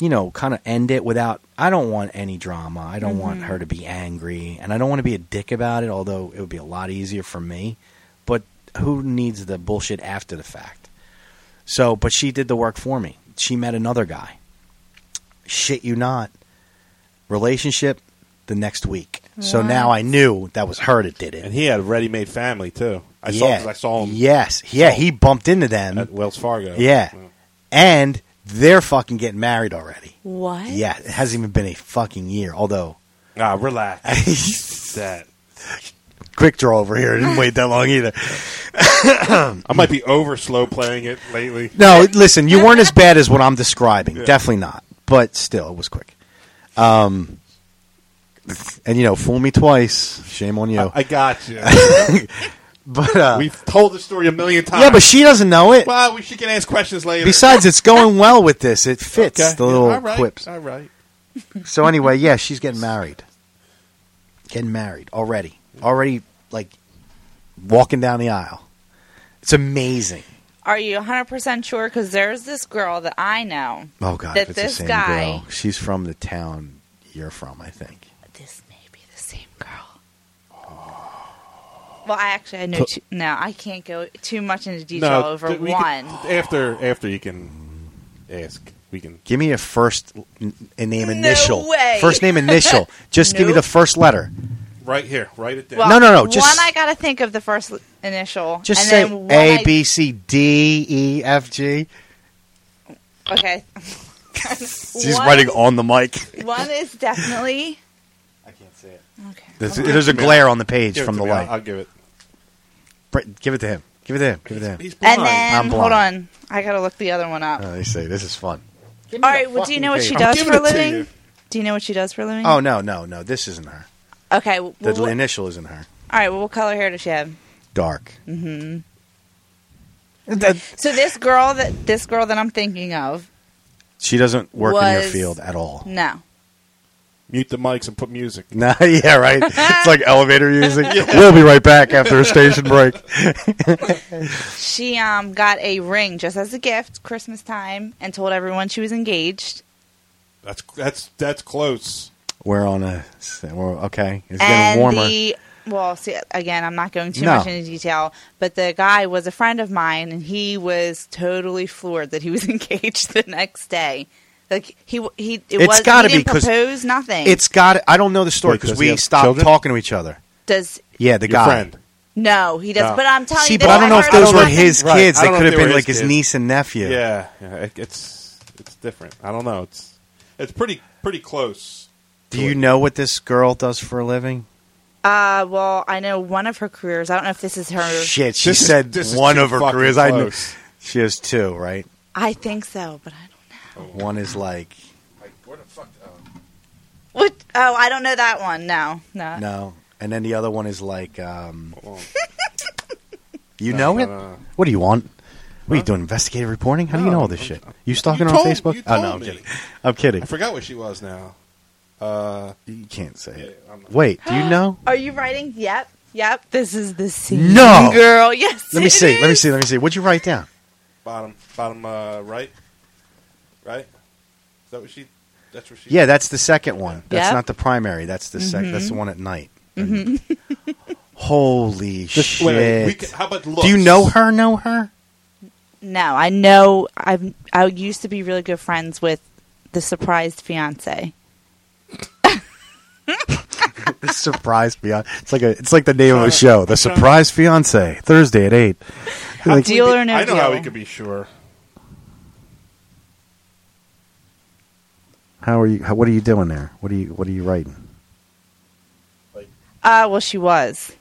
[SPEAKER 8] you know, kind of end it without. I don't want any drama. I don't want her to be angry, and I don't want to be a dick about it. Although it would be a lot easier for me, but who needs the bullshit after the fact? So, but she did the work for me. She met another guy. Shit, you not relationship the next week. So now I knew that was her that did it.
[SPEAKER 7] and he had a ready-made family too. I saw
[SPEAKER 8] yeah.
[SPEAKER 7] 'cause I saw him
[SPEAKER 8] Yes. Yeah, he bumped into them.
[SPEAKER 7] at Wells Fargo.
[SPEAKER 8] yeah. And they're fucking getting married already.
[SPEAKER 9] What?
[SPEAKER 8] Yeah, it hasn't even been a fucking year. Although,
[SPEAKER 7] Ah, relax. that
[SPEAKER 8] quick draw over here. It didn't wait that long either.
[SPEAKER 7] I might be over slow playing it lately.
[SPEAKER 8] No, listen, you weren't as bad as what I'm describing. Definitely not. But still, it was quick. Um, and you know, fool me twice, shame on you.
[SPEAKER 7] I got you.
[SPEAKER 8] but uh,
[SPEAKER 7] We've told the story a million times.
[SPEAKER 8] yeah, but she doesn't know it.
[SPEAKER 7] well, we should can ask questions later.
[SPEAKER 8] Besides, it's going well with this. It fits
[SPEAKER 7] Okay.
[SPEAKER 8] the little
[SPEAKER 7] all right,
[SPEAKER 8] quips.
[SPEAKER 7] All right.
[SPEAKER 8] So anyway, yeah, she's getting married. Getting married already. Already like walking down the aisle. It's amazing.
[SPEAKER 9] Are you 100% sure? Because there's this girl that I know.
[SPEAKER 8] Oh god,
[SPEAKER 9] That
[SPEAKER 8] if it's the
[SPEAKER 9] this
[SPEAKER 8] same
[SPEAKER 9] guy-
[SPEAKER 8] girl. She's from the town you're from, I think.
[SPEAKER 9] This may be the same girl. Well, I actually I know. Two, no, I can't go too much into detail over
[SPEAKER 7] th- we
[SPEAKER 9] one.
[SPEAKER 7] can- after after you can ask. We can.
[SPEAKER 8] Give me a first n- a name
[SPEAKER 9] No
[SPEAKER 8] initial.
[SPEAKER 9] way.
[SPEAKER 8] First name initial. Just give me the
[SPEAKER 9] Nope.
[SPEAKER 8] first letter.
[SPEAKER 7] Right here. Write it down.
[SPEAKER 9] Well,
[SPEAKER 8] No, no, no, just-
[SPEAKER 9] one I got to think of the first l- initial.
[SPEAKER 8] Just
[SPEAKER 9] and then one
[SPEAKER 8] say A
[SPEAKER 9] I-
[SPEAKER 8] B C D E F G.
[SPEAKER 9] Okay.
[SPEAKER 8] She's
[SPEAKER 9] One-
[SPEAKER 8] writing on the mic.
[SPEAKER 9] One is definitely.
[SPEAKER 8] I can't see it.
[SPEAKER 9] Okay.
[SPEAKER 8] There's, there's a glare on the page
[SPEAKER 7] Give it
[SPEAKER 8] from
[SPEAKER 7] to
[SPEAKER 8] the
[SPEAKER 7] me. I'll,
[SPEAKER 8] light.
[SPEAKER 7] I'll give it.
[SPEAKER 8] Br- Give it to him. Give it to him. Give it to him.
[SPEAKER 7] He's blind.
[SPEAKER 9] And then
[SPEAKER 8] I'm
[SPEAKER 9] hold
[SPEAKER 8] blind.
[SPEAKER 9] on, I got to look the other one up.
[SPEAKER 8] Oh, they say this is fun.
[SPEAKER 9] All right. Well, do you know what she
[SPEAKER 7] I'm
[SPEAKER 9] does
[SPEAKER 7] giving
[SPEAKER 9] for a
[SPEAKER 7] it to
[SPEAKER 9] living?
[SPEAKER 7] you.
[SPEAKER 9] Do you know what she does for a living?
[SPEAKER 8] Oh no, no, no! This isn't her.
[SPEAKER 9] Okay. Well,
[SPEAKER 8] The
[SPEAKER 9] what-
[SPEAKER 8] initial isn't her.
[SPEAKER 9] all right. Well, what color hair does she have?
[SPEAKER 8] Dark. Mm-hmm.
[SPEAKER 9] So this girl that this girl that I'm thinking of,
[SPEAKER 8] she doesn't work in your
[SPEAKER 9] Was-
[SPEAKER 8] field at all.
[SPEAKER 9] no.
[SPEAKER 7] Mute the mics and put music.
[SPEAKER 8] Nah, yeah, right. It's like elevator music. We'll be right back after a station break.
[SPEAKER 9] She um got a ring just as a gift Christmas time and told everyone she was engaged.
[SPEAKER 7] That's that's that's close.
[SPEAKER 8] We're on a. We're, okay, it's getting
[SPEAKER 9] and
[SPEAKER 8] warmer.
[SPEAKER 9] the well, see again, I'm not going too
[SPEAKER 8] No.
[SPEAKER 9] much into detail, but the guy was a friend of mine and he was totally floored that he was engaged the next day. Like he he it
[SPEAKER 8] It's
[SPEAKER 9] was
[SPEAKER 8] gotta
[SPEAKER 9] he didn't
[SPEAKER 8] be 'cause
[SPEAKER 9] propose nothing.
[SPEAKER 8] it's got. I don't know the story
[SPEAKER 7] Wait,
[SPEAKER 8] because
[SPEAKER 7] does he
[SPEAKER 8] we
[SPEAKER 7] have
[SPEAKER 8] stopped
[SPEAKER 7] children?
[SPEAKER 8] talking to each other.
[SPEAKER 9] does
[SPEAKER 8] Yeah, the
[SPEAKER 7] Your
[SPEAKER 8] guy.
[SPEAKER 7] friend.
[SPEAKER 9] no, he does.
[SPEAKER 7] No.
[SPEAKER 9] But I'm telling
[SPEAKER 8] See,
[SPEAKER 9] you,
[SPEAKER 8] but
[SPEAKER 9] this
[SPEAKER 8] I don't know if
[SPEAKER 9] first
[SPEAKER 8] those were
[SPEAKER 9] happened-
[SPEAKER 8] his
[SPEAKER 7] Right,
[SPEAKER 8] kids.
[SPEAKER 7] I
[SPEAKER 8] They
[SPEAKER 7] don't know
[SPEAKER 8] could
[SPEAKER 7] if
[SPEAKER 8] have
[SPEAKER 7] they
[SPEAKER 8] been
[SPEAKER 7] were
[SPEAKER 8] like
[SPEAKER 7] his
[SPEAKER 8] his
[SPEAKER 7] kids.
[SPEAKER 8] niece and nephew.
[SPEAKER 7] Yeah, yeah it, it's it's different. I don't know. It's it's pretty pretty close.
[SPEAKER 8] Do you know what this girl does for a living?
[SPEAKER 9] Uh, well, I know one of her careers. I don't know if this is her.
[SPEAKER 8] Shit, she
[SPEAKER 7] This is-
[SPEAKER 8] said
[SPEAKER 7] this is
[SPEAKER 8] one
[SPEAKER 7] too
[SPEAKER 8] of her
[SPEAKER 7] fucking
[SPEAKER 8] careers. I knew
[SPEAKER 7] close.
[SPEAKER 8] she has two, right?
[SPEAKER 9] I think so, but I don't.
[SPEAKER 8] One is like
[SPEAKER 7] uh,
[SPEAKER 9] What? Oh, I don't know that one. No, no.
[SPEAKER 8] no, and then the other one is like um,
[SPEAKER 7] Well,
[SPEAKER 8] you know
[SPEAKER 7] No, no,
[SPEAKER 8] it.
[SPEAKER 7] no, no.
[SPEAKER 8] What do you want? What are you doing? Investigative reporting? How do you
[SPEAKER 7] No,
[SPEAKER 8] know all this
[SPEAKER 7] I'm-
[SPEAKER 8] shit? You stalking
[SPEAKER 7] You
[SPEAKER 8] her on
[SPEAKER 7] told-
[SPEAKER 8] Facebook?
[SPEAKER 7] you
[SPEAKER 8] oh
[SPEAKER 7] told
[SPEAKER 8] no, I'm
[SPEAKER 7] me.
[SPEAKER 8] kidding. I'm kidding.
[SPEAKER 7] I forgot what she was now. Uh,
[SPEAKER 8] You can't say it.
[SPEAKER 7] I'm not-
[SPEAKER 8] Wait, do you know?
[SPEAKER 9] Are you writing? Yep, yep. This is the scene.
[SPEAKER 8] No!
[SPEAKER 9] girl. Yes.
[SPEAKER 8] Let me
[SPEAKER 9] it
[SPEAKER 8] see. Let me
[SPEAKER 9] is.
[SPEAKER 8] see. Let me see. What'd you write down?
[SPEAKER 7] bottom bottom uh, right, right. Is that what she? That's what she.
[SPEAKER 8] Yeah, that's the second one. That's
[SPEAKER 9] Yeah.
[SPEAKER 8] not the primary. That's the sec- That's
[SPEAKER 7] Mm-hmm.
[SPEAKER 8] the one at night. Holy
[SPEAKER 7] Just-
[SPEAKER 8] shit!
[SPEAKER 7] wait, wait, we can- how about looks?
[SPEAKER 8] do you know her? Know her?
[SPEAKER 9] No, I know. I've I used to be really good friends with the surprised fiance.
[SPEAKER 8] the surprise fiance. It's like a. It's like the name of a show. The surprise fiance Thursday at eight. Like,
[SPEAKER 9] deal or no
[SPEAKER 7] I know
[SPEAKER 9] deal.
[SPEAKER 7] how we could be sure.
[SPEAKER 8] how are you? How, what are you doing there? What are you? What are you writing?
[SPEAKER 9] Uh, well, she was.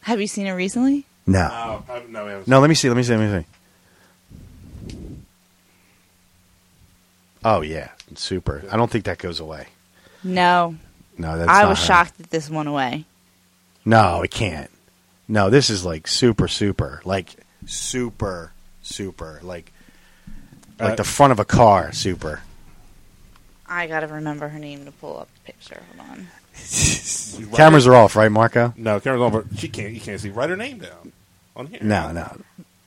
[SPEAKER 9] Have you seen her recently?
[SPEAKER 8] No.
[SPEAKER 7] No, Oh, I, no, I haven't
[SPEAKER 8] No. Let me see. Let me see. Let me see. Oh yeah, super. I don't think that goes away.
[SPEAKER 9] No.
[SPEAKER 8] No, that's.
[SPEAKER 9] I
[SPEAKER 8] not
[SPEAKER 9] was
[SPEAKER 8] her.
[SPEAKER 9] shocked that this went away.
[SPEAKER 8] No, it can't. No, this is like super, super, like super, super, like like
[SPEAKER 7] Uh,
[SPEAKER 8] the front of a car, super.
[SPEAKER 9] I gotta remember her name to pull up the picture. Hold on.
[SPEAKER 7] seen- you write
[SPEAKER 8] Cameras
[SPEAKER 7] her-
[SPEAKER 8] are off, right, Marco?
[SPEAKER 7] No, cameras on, but she can't. You can't see. Write her name down on here.
[SPEAKER 8] No, no,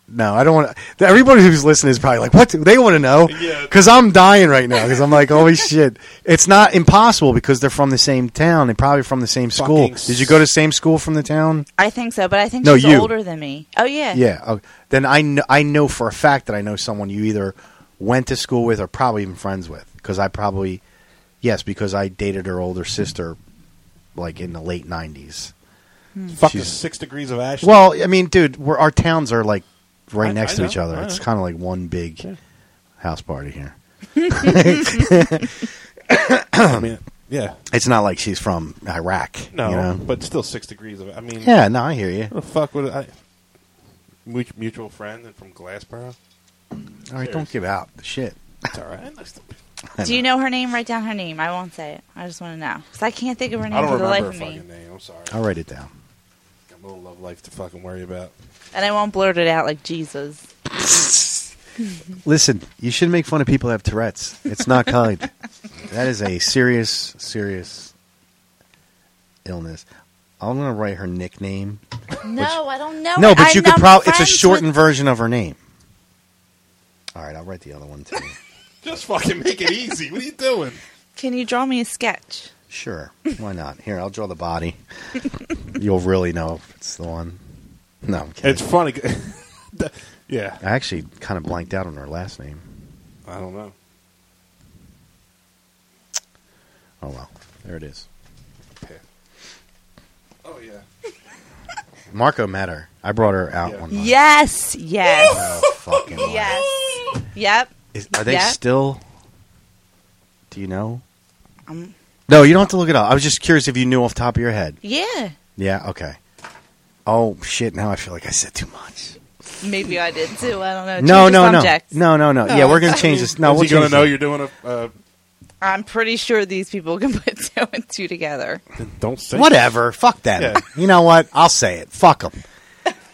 [SPEAKER 8] no. I don't want to. Everybody who's listening is probably like, "What?" do They want to know
[SPEAKER 7] Yeah.
[SPEAKER 8] because I'm dying right now because I'm like, "Holy shit!" It's not impossible because they're from the same town and probably from the same school.
[SPEAKER 7] Fucking s-
[SPEAKER 8] Did you go to the same school from the town?
[SPEAKER 9] I think so, but I think
[SPEAKER 8] No,
[SPEAKER 9] she's
[SPEAKER 8] you.
[SPEAKER 9] older than me. Oh yeah.
[SPEAKER 8] Yeah. Oh, then I know, I know for a fact that I know someone you either went to school with or probably even friends with because I probably yes because I dated her older sister like in the late nineties.
[SPEAKER 7] Fuck the
[SPEAKER 8] She's-
[SPEAKER 7] six degrees of ash.
[SPEAKER 8] Well, I mean, dude, we're, our towns are like right
[SPEAKER 7] I-
[SPEAKER 8] next
[SPEAKER 7] I
[SPEAKER 8] to
[SPEAKER 7] know,
[SPEAKER 8] each other.
[SPEAKER 7] I
[SPEAKER 8] It's
[SPEAKER 7] know.
[SPEAKER 8] kind of like one big house party here.
[SPEAKER 7] I mean, yeah.
[SPEAKER 8] It's not like she's from Iraq.
[SPEAKER 7] No,
[SPEAKER 8] you know?
[SPEAKER 7] but still six degrees of. I mean,
[SPEAKER 8] yeah, no, I hear you.
[SPEAKER 7] What the fuck would I? Mut- Mutual friend and from Glassboro.
[SPEAKER 8] All right, don't give out the shit.
[SPEAKER 7] It's all right.
[SPEAKER 9] Do you know her name? Write down her name. I won't say it. I just want to know because I can't think of her name
[SPEAKER 7] I don't
[SPEAKER 9] for the life
[SPEAKER 7] remember her
[SPEAKER 9] of me,
[SPEAKER 7] fucking name. I'm sorry.
[SPEAKER 8] I'll write it down.
[SPEAKER 7] Got a little love life to fucking worry about.
[SPEAKER 9] and I won't blurt it out like Jesus.
[SPEAKER 8] Listen, you shouldn't make fun of people who have Tourette's. It's not kind. that is a serious, serious illness. I'm gonna write her nickname.
[SPEAKER 9] No, I don't know.
[SPEAKER 8] no,
[SPEAKER 9] it.
[SPEAKER 8] but
[SPEAKER 9] Oh, I
[SPEAKER 8] you could
[SPEAKER 9] know I'm
[SPEAKER 8] probably. It's a
[SPEAKER 9] friends
[SPEAKER 8] shortened
[SPEAKER 9] with-
[SPEAKER 8] version of her name. All right, I'll write the other one too.
[SPEAKER 7] Just fucking make it easy. What are you doing?
[SPEAKER 9] Can you draw me a sketch?
[SPEAKER 8] sure, why not? Here, I'll draw the body. You'll really know if it's the one. No, I'm kidding.
[SPEAKER 7] It's funny. The- yeah.
[SPEAKER 8] I actually kind of blanked out on her last name.
[SPEAKER 7] I don't know.
[SPEAKER 8] Oh well, there it is.
[SPEAKER 7] Okay. Oh yeah.
[SPEAKER 8] Marco met her. I brought her out
[SPEAKER 7] Yeah.
[SPEAKER 8] one night.
[SPEAKER 9] Yes, yes,
[SPEAKER 8] No fucking way.
[SPEAKER 9] yes. Yep.
[SPEAKER 8] Is, are they
[SPEAKER 9] Yeah.
[SPEAKER 8] still? Do you know?
[SPEAKER 9] Um.
[SPEAKER 8] no, you don't have to look it up. I was just curious if you knew off the top of your head.
[SPEAKER 9] Yeah.
[SPEAKER 8] Yeah. Okay. Oh shit! Now I feel like I said too much.
[SPEAKER 9] Maybe I did too. I don't
[SPEAKER 8] No,
[SPEAKER 9] know. Change
[SPEAKER 8] no,
[SPEAKER 9] the
[SPEAKER 8] no,
[SPEAKER 9] subject.
[SPEAKER 8] no, no, no. Yeah, we're gonna change this. No,
[SPEAKER 7] Is
[SPEAKER 8] we're
[SPEAKER 7] he gonna
[SPEAKER 8] going to
[SPEAKER 7] know you're doing a? Uh,
[SPEAKER 9] I'm pretty sure these people can put two and two together.
[SPEAKER 7] don't say
[SPEAKER 8] Whatever. Fuck them.
[SPEAKER 7] Yeah.
[SPEAKER 8] You know what? I'll say it. Fuck them.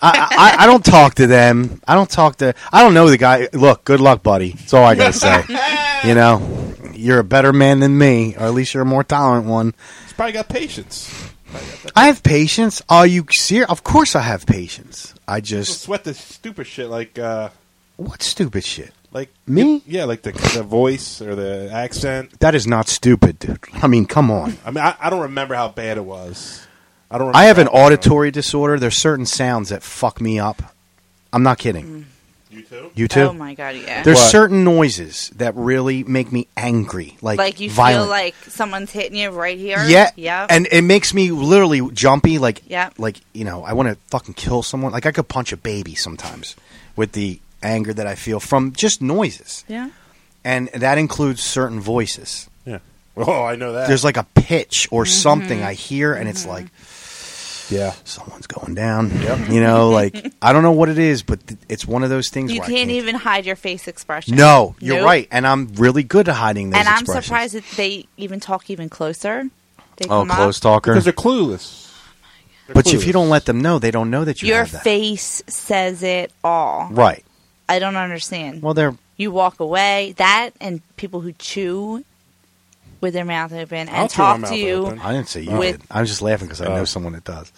[SPEAKER 8] I, I, I don't talk to them. I don't talk to. I don't know the guy. Look, good luck, buddy. That's all I gotta say. you know, you're a better man than me, or at least you're a more tolerant one.
[SPEAKER 7] He's probably got patience. Probably got that-
[SPEAKER 8] I have patience. Are you serious? Of course I have patience. I
[SPEAKER 7] Don't
[SPEAKER 8] just
[SPEAKER 7] Sweat this stupid shit like uh,
[SPEAKER 8] what stupid shit.
[SPEAKER 7] like
[SPEAKER 8] Me?
[SPEAKER 7] Yeah, like the the voice or the accent.
[SPEAKER 8] That is not stupid, dude. I mean, come on.
[SPEAKER 7] I mean, I, I don't remember how bad it was. I don't. Remember
[SPEAKER 8] I have an
[SPEAKER 7] how bad it
[SPEAKER 8] auditory disorder. There's certain sounds that fuck me up. I'm not kidding.
[SPEAKER 7] was. You too.
[SPEAKER 8] You too.
[SPEAKER 9] Mm. Oh my god, yeah.
[SPEAKER 8] There's
[SPEAKER 7] What?
[SPEAKER 8] certain noises that really make me angry, like
[SPEAKER 9] like you
[SPEAKER 8] violent.
[SPEAKER 9] feel like someone's hitting you right here.
[SPEAKER 8] yeah,
[SPEAKER 9] Yep.
[SPEAKER 8] and it makes me literally jumpy. Like,
[SPEAKER 9] Yep.
[SPEAKER 8] like you know, I want to fucking kill someone. Like, I could punch a baby sometimes with the anger that I feel from just noises.
[SPEAKER 9] yeah.
[SPEAKER 8] and that includes certain voices.
[SPEAKER 7] Yeah. Oh, I know that.
[SPEAKER 8] There's like a pitch or
[SPEAKER 9] Mm-hmm.
[SPEAKER 8] something I hear, and it's like
[SPEAKER 7] yeah.
[SPEAKER 8] someone's going down. You know, like I don't know what it is, but th- it's one of those things.
[SPEAKER 9] You
[SPEAKER 8] where I
[SPEAKER 9] can't even hide your face expression.
[SPEAKER 8] No, you're
[SPEAKER 9] Nope.
[SPEAKER 8] right, and I'm really good at hiding those.
[SPEAKER 9] And I'm
[SPEAKER 8] expressions.
[SPEAKER 9] surprised that they even talk even closer. They
[SPEAKER 8] Oh,
[SPEAKER 9] come up.
[SPEAKER 8] close talker.
[SPEAKER 7] Because they're clueless. They're
[SPEAKER 8] but if
[SPEAKER 7] clueless.
[SPEAKER 8] you don't let them know, they don't know that you
[SPEAKER 9] Your
[SPEAKER 8] have that.
[SPEAKER 9] face says it all.
[SPEAKER 8] Right.
[SPEAKER 9] I don't understand.
[SPEAKER 8] Well, they're
[SPEAKER 9] you walk away. That and people who chew with their mouth open and
[SPEAKER 7] I'll chew my
[SPEAKER 9] talk
[SPEAKER 7] mouth
[SPEAKER 9] to you.
[SPEAKER 7] open.
[SPEAKER 8] I didn't say you
[SPEAKER 9] With-
[SPEAKER 8] did. I'm just laughing because I know
[SPEAKER 7] Oh.
[SPEAKER 8] someone that does.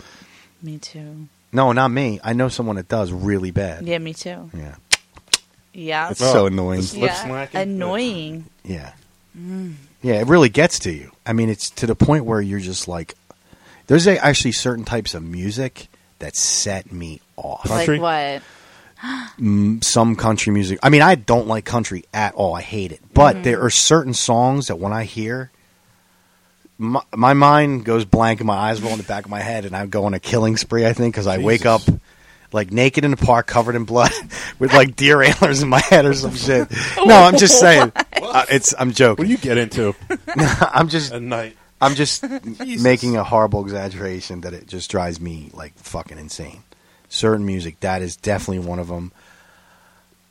[SPEAKER 9] Me too.
[SPEAKER 8] No, not me. I know someone that does really bad.
[SPEAKER 9] Yeah, me too.
[SPEAKER 8] Yeah.
[SPEAKER 9] Yeah.
[SPEAKER 8] It's so annoying.
[SPEAKER 7] Lip
[SPEAKER 9] yeah.
[SPEAKER 7] smacking.
[SPEAKER 9] Annoying.
[SPEAKER 8] Yeah.
[SPEAKER 9] Mm.
[SPEAKER 8] Yeah, it really gets to you. I mean, it's to the point where you're just like, there's a, actually certain types of music that set me off.
[SPEAKER 7] Country?
[SPEAKER 9] Like what?
[SPEAKER 8] Some country music. I mean, I
[SPEAKER 7] Mm-hmm.
[SPEAKER 8] don't like country at all. I hate it. But there are certain songs that when I hear, my, my mind goes blank and my eyes roll in the back of my head and I go on a killing spree, I think, because I wake up
[SPEAKER 7] Jesus.
[SPEAKER 8] like naked in the park covered in blood with like deer antlers in my head or some shit. No, I'm just saying. Uh, it's I'm
[SPEAKER 7] What
[SPEAKER 8] joking.
[SPEAKER 7] do you get into
[SPEAKER 8] I'm just
[SPEAKER 7] at night?
[SPEAKER 8] I'm just making a horrible exaggeration that it just drives me like fucking insane. Certain music that is definitely one of them.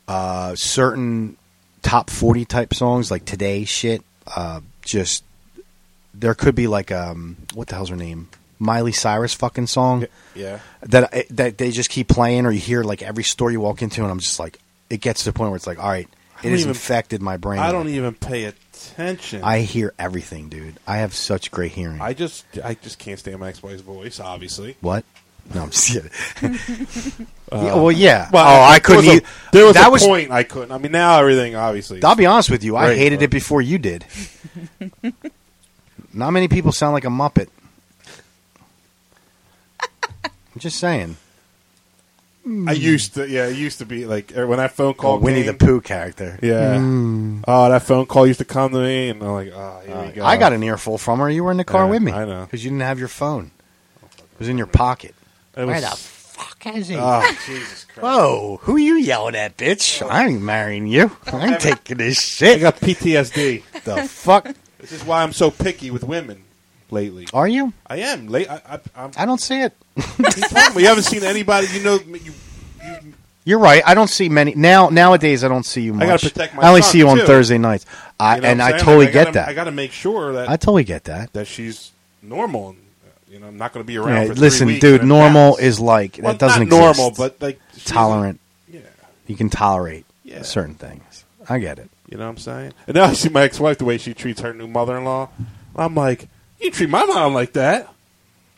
[SPEAKER 8] Uh, certain top forty type songs like today shit. Uh, just there could be like um what the hell's her name Miley Cyrus fucking song
[SPEAKER 7] Yeah.
[SPEAKER 8] that I- that they just keep playing or you hear like every store you walk into and I'm just like it gets to the point where it's like all right it
[SPEAKER 7] don't
[SPEAKER 8] has
[SPEAKER 7] even-
[SPEAKER 8] infected my brain.
[SPEAKER 7] I don't even pay attention.
[SPEAKER 8] I hear everything, dude. I have such great hearing.
[SPEAKER 7] I just I just can't stand my ex wife's voice. Obviously,
[SPEAKER 8] What? No, I'm just kidding. Yeah, well, yeah. oh,
[SPEAKER 7] Uh, there
[SPEAKER 8] I couldn't.
[SPEAKER 7] Was a-
[SPEAKER 8] eith-
[SPEAKER 7] there was
[SPEAKER 8] that
[SPEAKER 7] a
[SPEAKER 8] was.
[SPEAKER 7] point I couldn't. I mean, now everything obviously.
[SPEAKER 8] I'll be honest with you. I
[SPEAKER 7] Right,
[SPEAKER 8] hated
[SPEAKER 7] but-
[SPEAKER 8] it before you did. Not many people sound like a muppet. I'm just saying.
[SPEAKER 7] I used to. Yeah, it used to be like er, when that phone call.
[SPEAKER 8] a Oh, Winnie
[SPEAKER 7] came-
[SPEAKER 8] the Pooh character.
[SPEAKER 7] Yeah. Oh, that phone call used to come to me, and I'm like, oh, here we go.
[SPEAKER 8] Uh, I got an earful from her. You were in the car
[SPEAKER 7] Yeah,
[SPEAKER 8] with me.
[SPEAKER 7] I know.
[SPEAKER 8] because you didn't have your phone. It was in your pocket.
[SPEAKER 7] It
[SPEAKER 8] Where
[SPEAKER 7] was-
[SPEAKER 8] the fuck is he?
[SPEAKER 7] Oh, Jesus Christ!
[SPEAKER 8] Whoa! Who you yelling at, bitch? I ain't marrying you. I ain't taking this
[SPEAKER 7] I
[SPEAKER 8] shit.
[SPEAKER 7] got PTSD.
[SPEAKER 8] the fuck
[SPEAKER 7] this is why I'm so picky with women lately.
[SPEAKER 8] are you?
[SPEAKER 7] I am late. I, I, I'm,
[SPEAKER 8] I don't see it.
[SPEAKER 7] you told me you haven't seen anybody. You know, you,
[SPEAKER 8] You're right. I don't see many now. Nowadays, I don't see you much.
[SPEAKER 7] gotta protect my
[SPEAKER 8] I only
[SPEAKER 7] son,
[SPEAKER 8] see you on
[SPEAKER 7] too.
[SPEAKER 8] Thursday nights. I
[SPEAKER 7] you know
[SPEAKER 8] and
[SPEAKER 7] what I'm
[SPEAKER 8] I
[SPEAKER 7] saying?
[SPEAKER 8] totally
[SPEAKER 7] Like,
[SPEAKER 8] get
[SPEAKER 7] gotta-
[SPEAKER 8] that.
[SPEAKER 7] I got to make sure that
[SPEAKER 8] I totally get that.
[SPEAKER 7] that she's normal. And, uh, you know, I'm not going to be around.
[SPEAKER 8] Yeah,
[SPEAKER 7] for three
[SPEAKER 8] listen,
[SPEAKER 7] weeks
[SPEAKER 8] dude.
[SPEAKER 7] and then
[SPEAKER 8] Normal
[SPEAKER 7] bounce.
[SPEAKER 8] is like
[SPEAKER 7] Well,
[SPEAKER 8] that doesn't
[SPEAKER 7] not normal,
[SPEAKER 8] exist.
[SPEAKER 7] but like she's-
[SPEAKER 8] tolerant.
[SPEAKER 7] Yeah,
[SPEAKER 8] You can tolerate
[SPEAKER 7] Yeah.
[SPEAKER 8] certain things. I get it.
[SPEAKER 7] you know what I'm saying. And now I see my ex-wife the way she treats her new mother-in-law. I'm like, you treat my mom like that?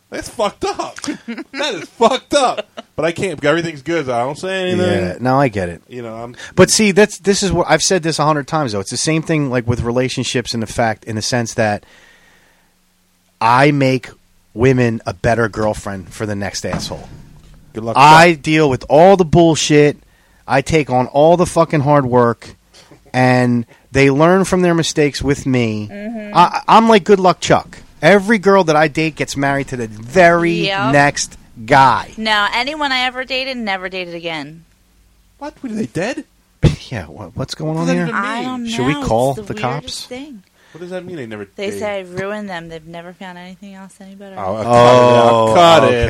[SPEAKER 7] That's fucked up. that is fucked up. But I can't. because Everything's good. so I don't say anything.
[SPEAKER 8] Yeah. No, I get it.
[SPEAKER 7] You know, I'm
[SPEAKER 8] But see, that's this is what I've said this a hundred times though. It's the same thing like with relationships in the fact in the sense that I make women a better girlfriend for the next asshole.
[SPEAKER 7] good luck.
[SPEAKER 8] I deal with all the bullshit. I take on all the fucking hard work, and they learn from their mistakes with me.
[SPEAKER 9] Mm-hmm.
[SPEAKER 8] I, I'm like good luck Chuck. Every girl that I date gets married to the very
[SPEAKER 9] Yep.
[SPEAKER 8] next guy.
[SPEAKER 9] No, anyone I ever dated never dated again.
[SPEAKER 7] What? What are they dead?
[SPEAKER 8] Yeah, what, what's going on
[SPEAKER 7] Doesn't
[SPEAKER 8] here?
[SPEAKER 7] even-
[SPEAKER 9] I
[SPEAKER 7] mean?
[SPEAKER 9] don't know.
[SPEAKER 8] Should we call
[SPEAKER 9] Oh, it's the,
[SPEAKER 8] the
[SPEAKER 9] weirdest
[SPEAKER 8] cops?
[SPEAKER 9] Thing.
[SPEAKER 7] What does that mean? They never.
[SPEAKER 9] They
[SPEAKER 7] did?
[SPEAKER 9] say I ruined them. They've never found anything else any better.
[SPEAKER 7] Oh, I cut it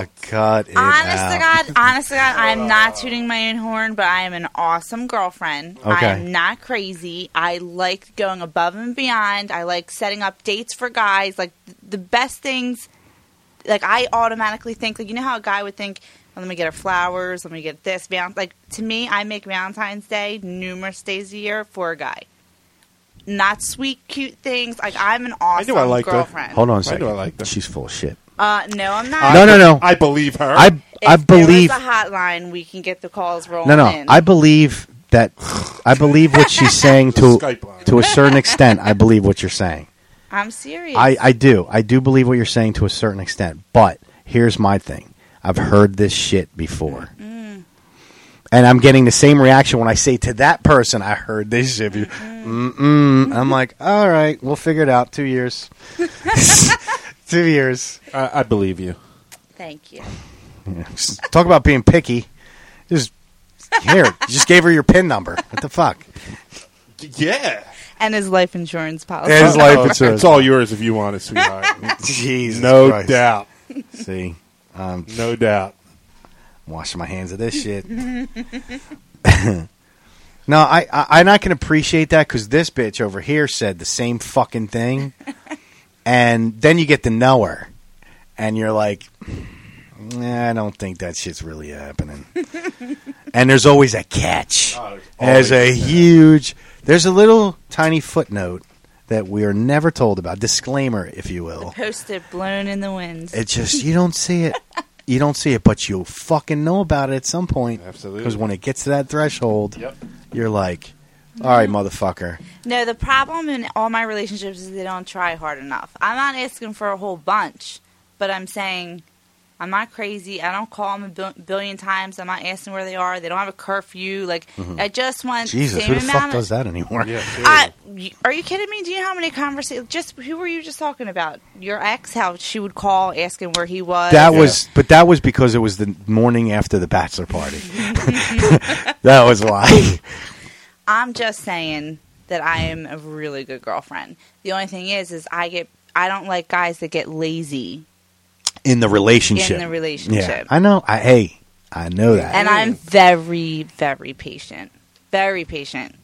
[SPEAKER 8] okay.
[SPEAKER 7] I cut it. out.
[SPEAKER 8] I cut it
[SPEAKER 9] honest to
[SPEAKER 8] out.
[SPEAKER 9] God, honest to God, I'm not tooting my own horn, but I am an awesome girlfriend. I
[SPEAKER 8] Okay.
[SPEAKER 9] am not crazy. I like going above and beyond. I like setting up dates for guys. Like th- the best things. Like I automatically think, like you know how a guy would think, oh, let me get her flowers, let me get this. Val-. Like to me, I make Valentine's Day numerous days a year for a guy. Not sweet, cute things. Like I'm an awesome
[SPEAKER 7] I liked her.
[SPEAKER 9] girlfriend.
[SPEAKER 8] Hold on a
[SPEAKER 7] Why do
[SPEAKER 8] second.
[SPEAKER 7] I like that?
[SPEAKER 8] She's full of shit.
[SPEAKER 9] Uh, no, I'm not.
[SPEAKER 8] No, no, no.
[SPEAKER 7] I believe her.
[SPEAKER 8] I
[SPEAKER 9] If
[SPEAKER 8] I
[SPEAKER 9] believe
[SPEAKER 8] believe
[SPEAKER 9] there is a hotline. We can get the calls rolling.
[SPEAKER 8] no no.
[SPEAKER 9] In.
[SPEAKER 8] I believe that I believe what she's saying to
[SPEAKER 7] Skype line.
[SPEAKER 8] to a certain extent. I believe what you're saying.
[SPEAKER 9] I'm serious.
[SPEAKER 8] I, I do. I do believe what you're saying to a certain extent. But here's my thing I've heard this shit before. And I'm getting the same reaction when I say to that person, I heard this shit. before." Mm-mm. I'm like, all right, we'll figure it out. Two years. Two years.
[SPEAKER 7] I, I believe you.
[SPEAKER 9] Thank you.
[SPEAKER 8] Just talk about being picky. Just here. You just gave her your PIN number. What the fuck?
[SPEAKER 7] Yeah.
[SPEAKER 9] And his life insurance policy.
[SPEAKER 8] And his life
[SPEAKER 7] It's all yours if you want it, sweetheart.
[SPEAKER 8] Jesus
[SPEAKER 7] no
[SPEAKER 8] Christ.
[SPEAKER 7] doubt.
[SPEAKER 8] See,
[SPEAKER 7] No doubt.
[SPEAKER 8] washing my hands of this shit. no, I, I and I can appreciate that because this bitch over here said the same fucking thing, and then you get to know her, and you're like, "Nah, I don't think that shit's really happening. and there's always a catch. Oh, there's a huge. There's a little tiny footnote that we are never told about. Disclaimer, if you will.
[SPEAKER 9] Posted blown in the wind.
[SPEAKER 8] It just you don't see it. You don't see it, but you fucking know about it at some point.
[SPEAKER 7] Absolutely.
[SPEAKER 8] Because when it gets to that threshold, you're like, all right, motherfucker.
[SPEAKER 9] no, the problem in all my relationships is they don't try hard enough. I'm not asking for a whole bunch, but I'm saying I'm not crazy. I don't call them a bil- billion times. I'm not asking where they are. They don't have a curfew. Like I just want
[SPEAKER 8] Mm-hmm. Jesus,
[SPEAKER 9] same
[SPEAKER 8] who the
[SPEAKER 9] amount
[SPEAKER 8] fuck
[SPEAKER 9] of- Uh,
[SPEAKER 8] does that anymore?
[SPEAKER 9] I, y- are you kidding me? Do you know how many conversations? Just who were you just talking about? Your ex? How she would call asking where he was?
[SPEAKER 8] That was, but that was because it was the morning after the bachelor party. that was why.
[SPEAKER 9] I'm just saying that I am a really good girlfriend. The only thing is, is I get I don't like guys that get lazy,
[SPEAKER 8] In the relationship.
[SPEAKER 9] In the relationship.
[SPEAKER 8] Yeah. I know. I hey, I know that.
[SPEAKER 9] and I'm very very patient, very patient.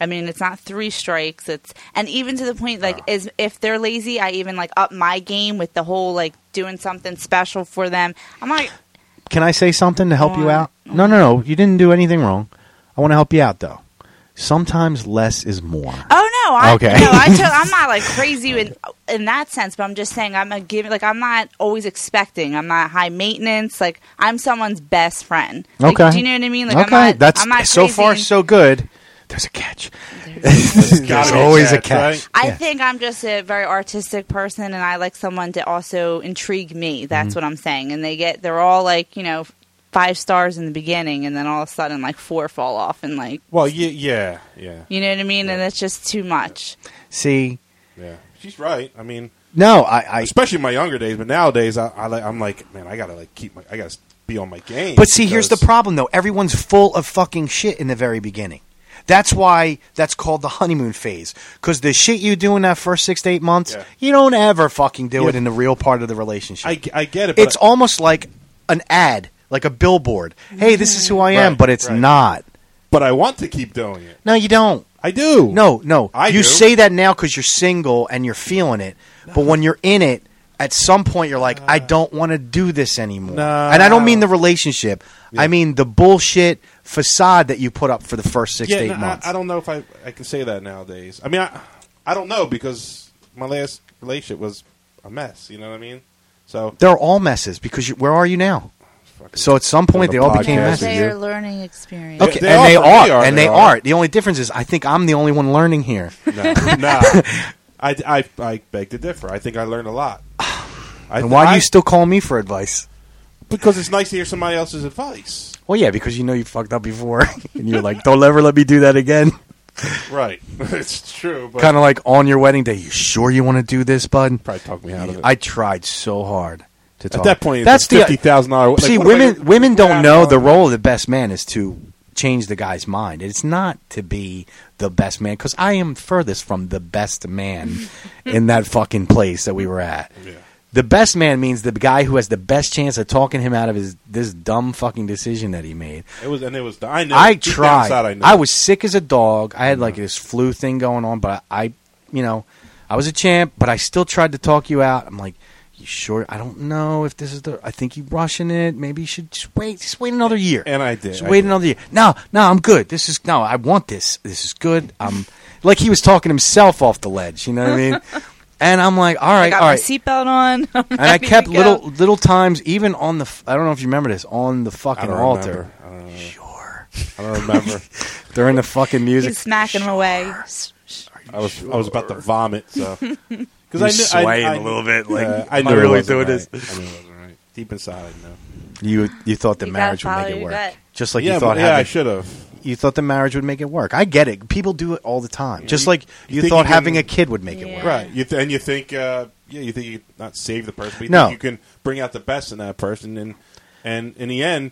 [SPEAKER 9] I mean, it's not three strikes. It's and even to the point like is if they're lazy, I even like up my game with the whole like doing something special for them. I'm like.
[SPEAKER 8] Can I say something to help you
[SPEAKER 9] Alright.
[SPEAKER 8] out? No, no, no. You didn't do anything wrong. I want to help you out though. Sometimes less is more.
[SPEAKER 9] Oh no, I,
[SPEAKER 8] Okay.
[SPEAKER 9] no, I to- I'm not like crazy in in that sense, but I'm just saying I'm a give like I'm not always expecting. I'm not high maintenance. Like I'm someone's best friend. Like,
[SPEAKER 8] okay.
[SPEAKER 9] do you know what I mean? Like
[SPEAKER 8] okay,
[SPEAKER 9] I'm not,
[SPEAKER 8] that's
[SPEAKER 9] I'm not
[SPEAKER 8] so
[SPEAKER 9] crazy
[SPEAKER 8] far
[SPEAKER 9] in-
[SPEAKER 8] so good. There's a catch. There's,
[SPEAKER 7] gotta be a
[SPEAKER 8] always a
[SPEAKER 7] catch, right?
[SPEAKER 8] catch.
[SPEAKER 9] I
[SPEAKER 8] Yeah.
[SPEAKER 9] think I'm just a very artistic person, and I like someone to also intrigue me. That's
[SPEAKER 8] Mm-hmm.
[SPEAKER 9] what I'm saying. And they get they're all like you know five stars in the beginning, and then all of a sudden like four fall off, and like
[SPEAKER 7] Well, yeah, yeah, yeah,
[SPEAKER 9] you know what I mean? And it's just too much.
[SPEAKER 8] See,
[SPEAKER 7] yeah. She's right. I mean,
[SPEAKER 8] no, I, I
[SPEAKER 7] especially in my younger days, but nowadays I, I like, I'm like, man, I gotta like keep my, I gotta be on my game.
[SPEAKER 8] But see, here's the
[SPEAKER 7] because-
[SPEAKER 8] problem, though. Everyone's full of fucking shit in the very beginning. That's why that's called the honeymoon phase. Because the shit you do in that first six to eight months,
[SPEAKER 7] Yeah.
[SPEAKER 8] you don't ever fucking do
[SPEAKER 7] Yeah.
[SPEAKER 8] it in the real part of the relationship.
[SPEAKER 7] I, I get it. But
[SPEAKER 8] it's almost like an ad, like a billboard. Hey, this is who I am,
[SPEAKER 7] Right,
[SPEAKER 8] but it's
[SPEAKER 7] right.
[SPEAKER 8] not.
[SPEAKER 7] but I want to keep doing it.
[SPEAKER 8] No, you don't.
[SPEAKER 7] I do.
[SPEAKER 8] No, no.
[SPEAKER 7] I
[SPEAKER 8] you
[SPEAKER 7] do.
[SPEAKER 8] say that now because you're single and you're feeling it, but when you're in it, at some point you're like, I don't want to do this anymore.
[SPEAKER 7] No.
[SPEAKER 8] And I don't mean the relationship. I mean the bullshit facade that you put up for the first six
[SPEAKER 7] yeah,
[SPEAKER 8] to eight
[SPEAKER 7] no, I-
[SPEAKER 8] months.
[SPEAKER 7] I, don't know if I, I can say that nowadays. I mean, I, I don't know because my last relationship was a mess. You know what I mean? So
[SPEAKER 8] They're all messes because you, where are you now?
[SPEAKER 7] fucking-
[SPEAKER 8] So at some point
[SPEAKER 7] Doing
[SPEAKER 8] they
[SPEAKER 7] a
[SPEAKER 8] all became
[SPEAKER 7] podcast
[SPEAKER 8] messes.
[SPEAKER 7] with you.
[SPEAKER 9] learning experience.
[SPEAKER 8] Okay,
[SPEAKER 7] They- they
[SPEAKER 8] and
[SPEAKER 7] are
[SPEAKER 8] they
[SPEAKER 7] for me,
[SPEAKER 8] are,
[SPEAKER 7] are
[SPEAKER 8] and
[SPEAKER 7] they
[SPEAKER 8] they
[SPEAKER 7] are.
[SPEAKER 8] are. The only difference is I think I'm the only one learning here.
[SPEAKER 7] No, no. I, I, I beg to differ. I think I learned a lot. I,
[SPEAKER 8] And why do
[SPEAKER 7] I-
[SPEAKER 8] you still call me for advice?
[SPEAKER 7] Because it's nice to hear somebody else's advice.
[SPEAKER 8] Well, yeah, because you know you fucked up before, and you're like, "Don't ever let me do that again."
[SPEAKER 7] Right. it's true. But
[SPEAKER 8] kind of like on your wedding day. You sure you want to do this, bud?
[SPEAKER 7] probably talk me out of it.
[SPEAKER 8] I tried so hard to talk.
[SPEAKER 7] At that point,
[SPEAKER 8] that's
[SPEAKER 7] that's
[SPEAKER 8] the
[SPEAKER 7] fifty thousand dollars.
[SPEAKER 8] see women. Women don't know the role of the best man is to change the guy's mind. It's not to be the best man because I am furthest from the best man in that fucking place that we were at.
[SPEAKER 7] Yeah.
[SPEAKER 8] The best man means the guy who has the best chance of talking him out of his this dumb fucking decision that he made.
[SPEAKER 7] It was, and it was. I know.
[SPEAKER 8] I
[SPEAKER 7] deep down
[SPEAKER 8] tried.
[SPEAKER 7] inside I,
[SPEAKER 8] I,
[SPEAKER 7] knew.
[SPEAKER 8] was sick as a dog. I had like this flu thing going on, but I, I, you know, I was a champ, but I still tried to talk you out. I'm like, you sure? I don't know if this is the. I think you're rushing it. Maybe you should just wait. Just wait another year.
[SPEAKER 7] And I did.
[SPEAKER 8] Just
[SPEAKER 7] I
[SPEAKER 8] wait
[SPEAKER 7] did.
[SPEAKER 8] another year. No, no, I'm good. This is no. I want this. This is good. I'm like he was talking himself off the ledge. You know what I mean? And I'm like, all
[SPEAKER 9] I
[SPEAKER 8] right,
[SPEAKER 9] got
[SPEAKER 8] all
[SPEAKER 9] my
[SPEAKER 8] right
[SPEAKER 9] seatbelt on. I'm
[SPEAKER 8] and I
[SPEAKER 9] ready to
[SPEAKER 8] kept
[SPEAKER 9] go.
[SPEAKER 8] little little times, even on the. f- I don't know if you remember this on the fucking
[SPEAKER 7] don't
[SPEAKER 8] altar.
[SPEAKER 7] remember. I
[SPEAKER 8] Sure,
[SPEAKER 7] I don't remember.
[SPEAKER 8] during the fucking music.
[SPEAKER 9] He's smacking him away.
[SPEAKER 7] I was. I was about to vomit. So because
[SPEAKER 8] You're swaying a little bit, like,
[SPEAKER 7] yeah,
[SPEAKER 8] am I
[SPEAKER 7] it
[SPEAKER 8] really
[SPEAKER 7] wasn't
[SPEAKER 8] doing
[SPEAKER 7] right.
[SPEAKER 8] this?
[SPEAKER 7] I knew it wasn't right. Deep inside, I know.
[SPEAKER 8] You you thought the
[SPEAKER 9] You gotta
[SPEAKER 8] marriage would
[SPEAKER 9] follow
[SPEAKER 8] make it
[SPEAKER 9] your
[SPEAKER 8] work,
[SPEAKER 9] gut.
[SPEAKER 8] just like
[SPEAKER 7] yeah,
[SPEAKER 8] you thought.
[SPEAKER 7] but, yeah, I
[SPEAKER 8] having-
[SPEAKER 7] should have.
[SPEAKER 8] you thought the marriage would make it work. I get it. People do it all the time. Just like you,
[SPEAKER 7] think
[SPEAKER 8] thought
[SPEAKER 7] you can-
[SPEAKER 8] having a kid would make it
[SPEAKER 9] Yeah.
[SPEAKER 8] work.
[SPEAKER 7] Right. You th- and you think, uh, yeah, you think you could not save the person, but you
[SPEAKER 8] No.
[SPEAKER 7] think you can bring out the best in that person, and and in the end,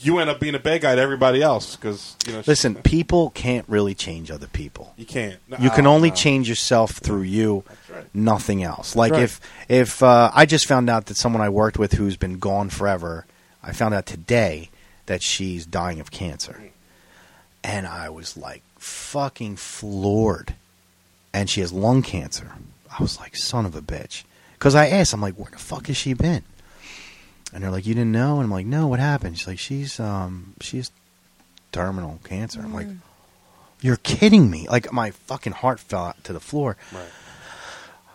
[SPEAKER 7] you end up being a bad guy to everybody else because you know. sh-
[SPEAKER 8] Listen, people can't really change other people.
[SPEAKER 7] you can't. No,
[SPEAKER 8] You can
[SPEAKER 7] oh,
[SPEAKER 8] only
[SPEAKER 7] no.
[SPEAKER 8] change yourself through you,
[SPEAKER 7] right.
[SPEAKER 8] nothing else. Like
[SPEAKER 7] right.
[SPEAKER 8] if if uh, I just found out that someone I worked with who's been gone forever, I found out today that she's dying of cancer, and I was like fucking floored. And she has lung cancer. I was like, son of a bitch, because I asked, I'm like, where the fuck has she been? And they're like, you didn't know? And I'm like, no, what happened? She's like, she's um, she's terminal cancer. I'm
[SPEAKER 7] Mm.
[SPEAKER 8] like, you're kidding me. Like my fucking heart fell out to the floor.
[SPEAKER 7] Right.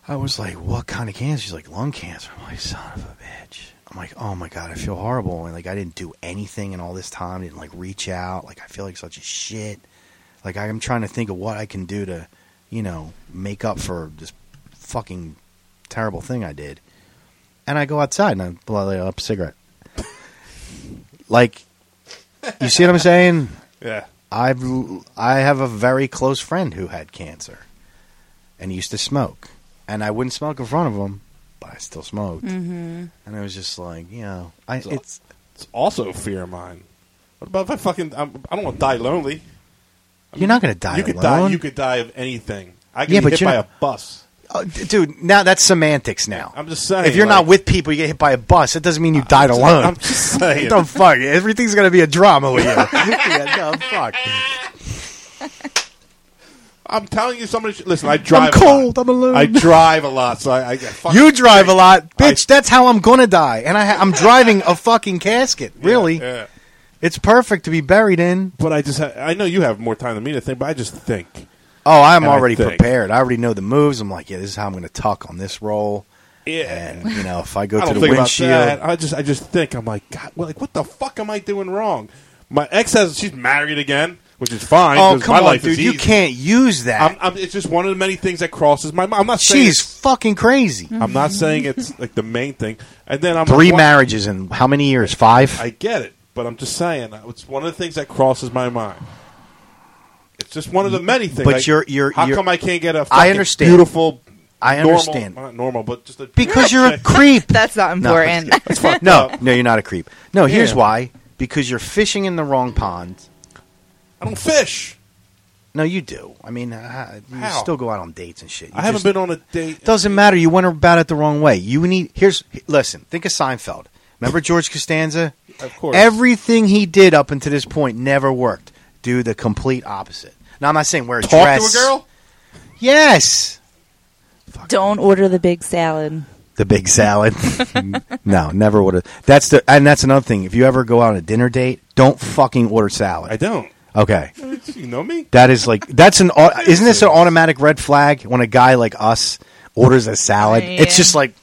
[SPEAKER 8] I was like, what kind of cancer? She's like, lung cancer. I'm like, son of a bitch. I'm like, oh my God, I feel horrible. And like, I didn't do anything in all this time. didn't like reach out. Like, I feel like such a shit. Like, I'm trying to think of what I can do to, you know, make up for this fucking terrible thing I did. and I go outside and I blow up a cigarette. like, you see what I'm saying?
[SPEAKER 7] Yeah.
[SPEAKER 8] I've I have a very close friend who had cancer, and used to smoke, and I wouldn't smoke in front of him, but I still smoked, mm-hmm. and I was just like, you know, I
[SPEAKER 7] So-
[SPEAKER 8] it's
[SPEAKER 7] It's also a fear of mine. What about if I fucking I'm, I don't want to die lonely.
[SPEAKER 8] you're not gonna die.
[SPEAKER 7] you could die.
[SPEAKER 8] alone.
[SPEAKER 7] You could die of anything. I could
[SPEAKER 8] Yeah,
[SPEAKER 7] get
[SPEAKER 8] but
[SPEAKER 7] hit
[SPEAKER 8] you're
[SPEAKER 7] by
[SPEAKER 8] not-
[SPEAKER 7] a bus.
[SPEAKER 8] Oh, d- dude. Now that's semantics. Now
[SPEAKER 7] I'm just saying,
[SPEAKER 8] if you're
[SPEAKER 7] like-
[SPEAKER 8] not with people, you get hit by a bus. It doesn't mean you died alone.
[SPEAKER 7] I'm just saying.
[SPEAKER 8] What the fuck? Everything's gonna be a drama with you. yeah, no, fuck.
[SPEAKER 7] I'm telling you, somebody. Should, listen, I drive.
[SPEAKER 8] cold,
[SPEAKER 7] A lot.
[SPEAKER 8] I'm alone.
[SPEAKER 7] I drive a lot, so I. I, I fucking-
[SPEAKER 8] You drive a lot, bitch. that's how I'm gonna die, and I ha- I'm driving a fucking casket. Really,
[SPEAKER 7] Yeah.
[SPEAKER 8] it's perfect to be buried in.
[SPEAKER 7] But I just. Ha- I know you have more time than me to think, but I just think.
[SPEAKER 8] Oh, I'm
[SPEAKER 7] And I
[SPEAKER 8] already
[SPEAKER 7] think-
[SPEAKER 8] prepared. I already know the moves. I'm like, yeah, this is how I'm gonna tuck on this roll.
[SPEAKER 7] Yeah.
[SPEAKER 8] And you know, if I go
[SPEAKER 7] I
[SPEAKER 8] to
[SPEAKER 7] don't
[SPEAKER 8] the
[SPEAKER 7] think
[SPEAKER 8] windshield,
[SPEAKER 7] about that. I just. I just think. I'm like, God. Well, like, what the fuck am I doing wrong? My ex has. She's married again, which is fine.
[SPEAKER 8] oh
[SPEAKER 7] 'cause
[SPEAKER 8] come
[SPEAKER 7] my
[SPEAKER 8] on,
[SPEAKER 7] life
[SPEAKER 8] dude,
[SPEAKER 7] is
[SPEAKER 8] you
[SPEAKER 7] easy.
[SPEAKER 8] can't use that.
[SPEAKER 7] I'm, I'm, it's just one of the many things that crosses my mind. I'm not saying.
[SPEAKER 8] She's fucking crazy.
[SPEAKER 7] I'm not saying it's like the main thing. And then I'm
[SPEAKER 8] Three
[SPEAKER 7] like, why-
[SPEAKER 8] marriages in how many years? Five.
[SPEAKER 7] I get it, but I'm just saying uh, it's one of the things that crosses my mind. It's just one of the many things.
[SPEAKER 8] But
[SPEAKER 7] Like,
[SPEAKER 8] you're- you're-
[SPEAKER 7] how
[SPEAKER 8] you're-
[SPEAKER 7] come I can't get a fucking
[SPEAKER 8] I understand.
[SPEAKER 7] beautiful?
[SPEAKER 8] I
[SPEAKER 7] normal-
[SPEAKER 8] understand.
[SPEAKER 7] well, not normal, but just a
[SPEAKER 8] because you're a creep.
[SPEAKER 9] That's not
[SPEAKER 8] No, I'm
[SPEAKER 9] important.
[SPEAKER 8] just kidding. no, no, you're not a creep. No, here's
[SPEAKER 7] Yeah.
[SPEAKER 8] why: because you're fishing in the wrong pond.
[SPEAKER 7] I don't fish.
[SPEAKER 8] No, you do. I mean, uh, you
[SPEAKER 7] How?
[SPEAKER 8] still go out on dates and shit. You
[SPEAKER 7] I haven't
[SPEAKER 8] just-
[SPEAKER 7] been on a date.
[SPEAKER 8] Doesn't matter. You went about it the wrong way. You need here's listen. Think of Seinfeld. Remember George Costanza?
[SPEAKER 7] Of course.
[SPEAKER 8] Everything he did up until this point never worked. Do the complete opposite. Now I'm not saying wear a
[SPEAKER 7] talk
[SPEAKER 8] dress.
[SPEAKER 7] to a girl.
[SPEAKER 8] Yes.
[SPEAKER 9] Don't order the big salad.
[SPEAKER 8] the big salad. no, never would have. That's the and that's another thing. If you ever go out on a dinner date, don't fucking order
[SPEAKER 7] I
[SPEAKER 8] salad.
[SPEAKER 7] don't.
[SPEAKER 8] Okay,
[SPEAKER 7] You know me.
[SPEAKER 8] that is like that's an au- isn't this an automatic red flag when a guy like us orders a salad?
[SPEAKER 9] Yeah.
[SPEAKER 8] It's just like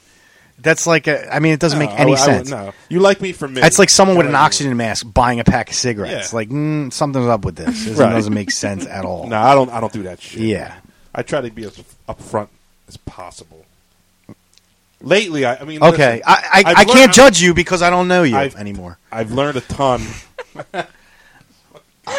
[SPEAKER 8] that's like a. I mean, it doesn't
[SPEAKER 7] No,
[SPEAKER 8] make any
[SPEAKER 7] I- I would-
[SPEAKER 8] sense.
[SPEAKER 7] no, you like me for me.
[SPEAKER 8] That's like someone with
[SPEAKER 7] I
[SPEAKER 8] an
[SPEAKER 7] like you.
[SPEAKER 8] oxygen mask buying a pack of cigarettes.
[SPEAKER 7] Yeah.
[SPEAKER 8] Like mm, something's up with this. This
[SPEAKER 7] Right.
[SPEAKER 8] doesn't make sense at all.
[SPEAKER 7] No, I don't. I don't do that shit.
[SPEAKER 8] Yeah.
[SPEAKER 7] I try to be as upfront as possible. Lately, I, I mean,
[SPEAKER 8] Okay,
[SPEAKER 7] listen,
[SPEAKER 8] I I,
[SPEAKER 7] I've
[SPEAKER 8] I can't
[SPEAKER 7] learned-
[SPEAKER 8] judge you because I don't know you
[SPEAKER 7] I've-
[SPEAKER 8] anymore.
[SPEAKER 7] I've learned a ton.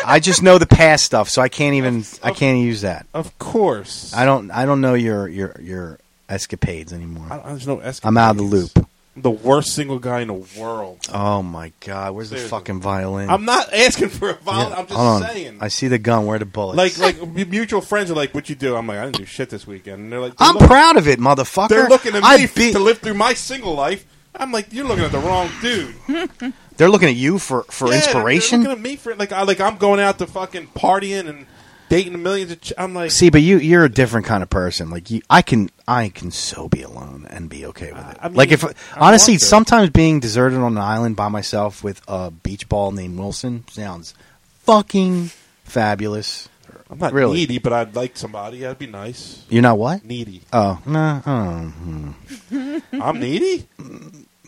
[SPEAKER 8] I just know the past stuff, so I can't even I can't use that.
[SPEAKER 7] Of course,
[SPEAKER 8] I don't I don't know your your your escapades
[SPEAKER 7] I
[SPEAKER 8] anymore.
[SPEAKER 7] don't, there's no escapades.
[SPEAKER 8] I'm out of the loop.
[SPEAKER 7] I'm the worst single guy in the world.
[SPEAKER 8] Oh my god, where's the
[SPEAKER 7] Seriously.
[SPEAKER 8] fucking violin?
[SPEAKER 7] I'm not asking for a
[SPEAKER 8] Yeah,
[SPEAKER 7] violent. I'm just
[SPEAKER 8] hold on.
[SPEAKER 7] saying.
[SPEAKER 8] I see the gun. Where the bullets?
[SPEAKER 7] like, like m- mutual friends are like, "What you do?" I'm like, "I didn't do shit this weekend." And they're like,
[SPEAKER 8] I'm
[SPEAKER 7] they're look-
[SPEAKER 8] proud of it, motherfucker.
[SPEAKER 7] They're looking at
[SPEAKER 8] I
[SPEAKER 7] me
[SPEAKER 8] beat-
[SPEAKER 7] to live through my single life. I'm like, "You're looking at the wrong dude."
[SPEAKER 8] They're looking at you for for
[SPEAKER 7] Yeah,
[SPEAKER 8] inspiration.
[SPEAKER 7] They're looking at me for like, I like I'm going out to fucking partying and dating millions of. Ch- I'm like,
[SPEAKER 8] See, but you you're a different kind of person. Like you, I can I can so be alone and be okay with it.
[SPEAKER 7] I mean,
[SPEAKER 8] like if
[SPEAKER 7] I
[SPEAKER 8] honestly,
[SPEAKER 7] want to.
[SPEAKER 8] sometimes being deserted on an island by myself with a beach ball named Wilson sounds fucking fabulous.
[SPEAKER 7] I'm not
[SPEAKER 8] really.
[SPEAKER 7] needy, but I'd like somebody. That'd be nice.
[SPEAKER 8] You're not what?
[SPEAKER 7] Needy.
[SPEAKER 8] Oh no, oh,
[SPEAKER 7] I'm needy.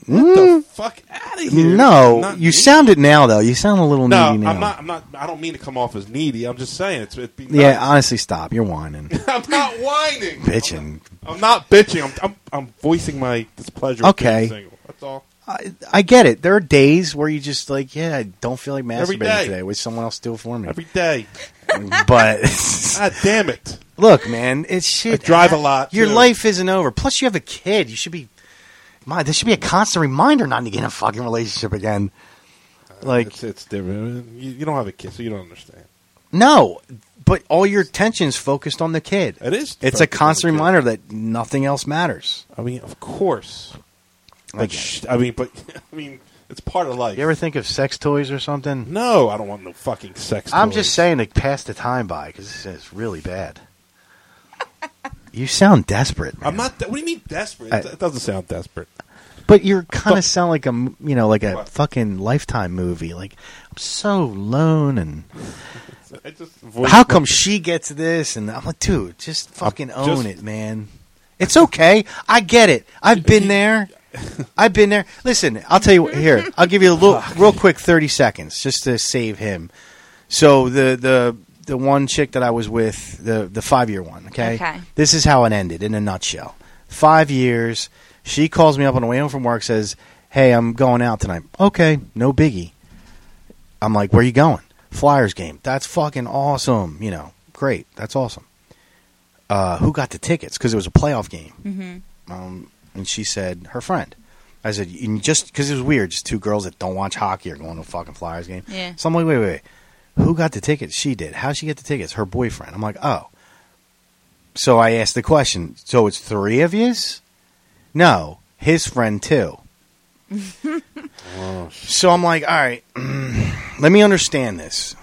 [SPEAKER 7] Get the fuck out of here! I'm
[SPEAKER 8] Mm-hmm. no!
[SPEAKER 7] not
[SPEAKER 8] You
[SPEAKER 7] needy.
[SPEAKER 8] sound it now though. You sound a little
[SPEAKER 7] No,
[SPEAKER 8] needy now.
[SPEAKER 7] I'm not. I'm not. I don't mean to come off as needy. I'm just saying it's. It'd be
[SPEAKER 8] Yeah,
[SPEAKER 7] nice.
[SPEAKER 8] honestly, stop. You're whining,
[SPEAKER 7] I'm not whining,
[SPEAKER 8] bitching.
[SPEAKER 7] I'm not bitching. I'm. I'm, I'm voicing my displeasure. with
[SPEAKER 8] Okay.
[SPEAKER 7] being single. That's all.
[SPEAKER 8] I, I get it. There are days where you just like, yeah, I don't feel like
[SPEAKER 7] Every
[SPEAKER 8] masturbating
[SPEAKER 7] day.
[SPEAKER 8] today. Would someone else do it for me?
[SPEAKER 7] Every day.
[SPEAKER 8] but
[SPEAKER 7] God damn it.
[SPEAKER 8] look, man, it's shit.
[SPEAKER 7] I drive a lot,
[SPEAKER 8] Your
[SPEAKER 7] too.
[SPEAKER 8] life isn't over. Plus, you have a kid. You should be. My, this should be a constant reminder not to get in a fucking relationship again. Like,
[SPEAKER 7] Uh, It's, it's different. You, you don't have a kid, so you don't understand.
[SPEAKER 8] no, but all your attention's focused on the kid.
[SPEAKER 7] It is.
[SPEAKER 8] It's a
[SPEAKER 7] focused on
[SPEAKER 8] constant
[SPEAKER 7] the kid.
[SPEAKER 8] reminder that nothing else matters.
[SPEAKER 7] I mean, of course.
[SPEAKER 8] I
[SPEAKER 7] But
[SPEAKER 8] get it.
[SPEAKER 7] sh- I mean, but I mean, it's part of life.
[SPEAKER 8] You ever think of sex toys or something?
[SPEAKER 7] no, I don't want no fucking sex.
[SPEAKER 8] I'm
[SPEAKER 7] toys.
[SPEAKER 8] just saying to pass the time by because this is really bad. you sound desperate. man.
[SPEAKER 7] I'm not. De- what do you mean desperate?
[SPEAKER 8] I-
[SPEAKER 7] It doesn't sound desperate.
[SPEAKER 8] but you're kind of sound like a m- you know like a
[SPEAKER 7] What?
[SPEAKER 8] fucking lifetime movie. Like I'm so lone, and
[SPEAKER 7] I just voice-
[SPEAKER 8] how come she gets this? And I'm like, dude, just fucking own
[SPEAKER 7] just-
[SPEAKER 8] it, man. It's okay. I get it. I've been there. I've been there. Listen, I'll tell you what, here. I'll give you a little real quick 30 seconds just to save him. So the the the one chick that I was with, the the 5-year one, okay?
[SPEAKER 9] Okay.
[SPEAKER 8] This is how it ended in a nutshell. 5 years. She calls me up on the way home from work, says, Hey, I'm going out tonight. Okay, no biggie. I'm like, Where you going? Flyers game. That's fucking awesome. You know, great. That's awesome. Uh, who got the tickets? Because it was a playoff game. Mm-hmm. Um, and she said, Her friend. I said, and just because it was weird, just two girls that don't watch hockey are going to a fucking Flyers game.
[SPEAKER 9] Yeah.
[SPEAKER 8] So I'm like, wait, wait, wait. Who got the tickets? She did. How'd she get the tickets? Her boyfriend. I'm like, oh. So I asked the question. So it's three of yous? No, his friend too. so I'm like, all right, let me understand this.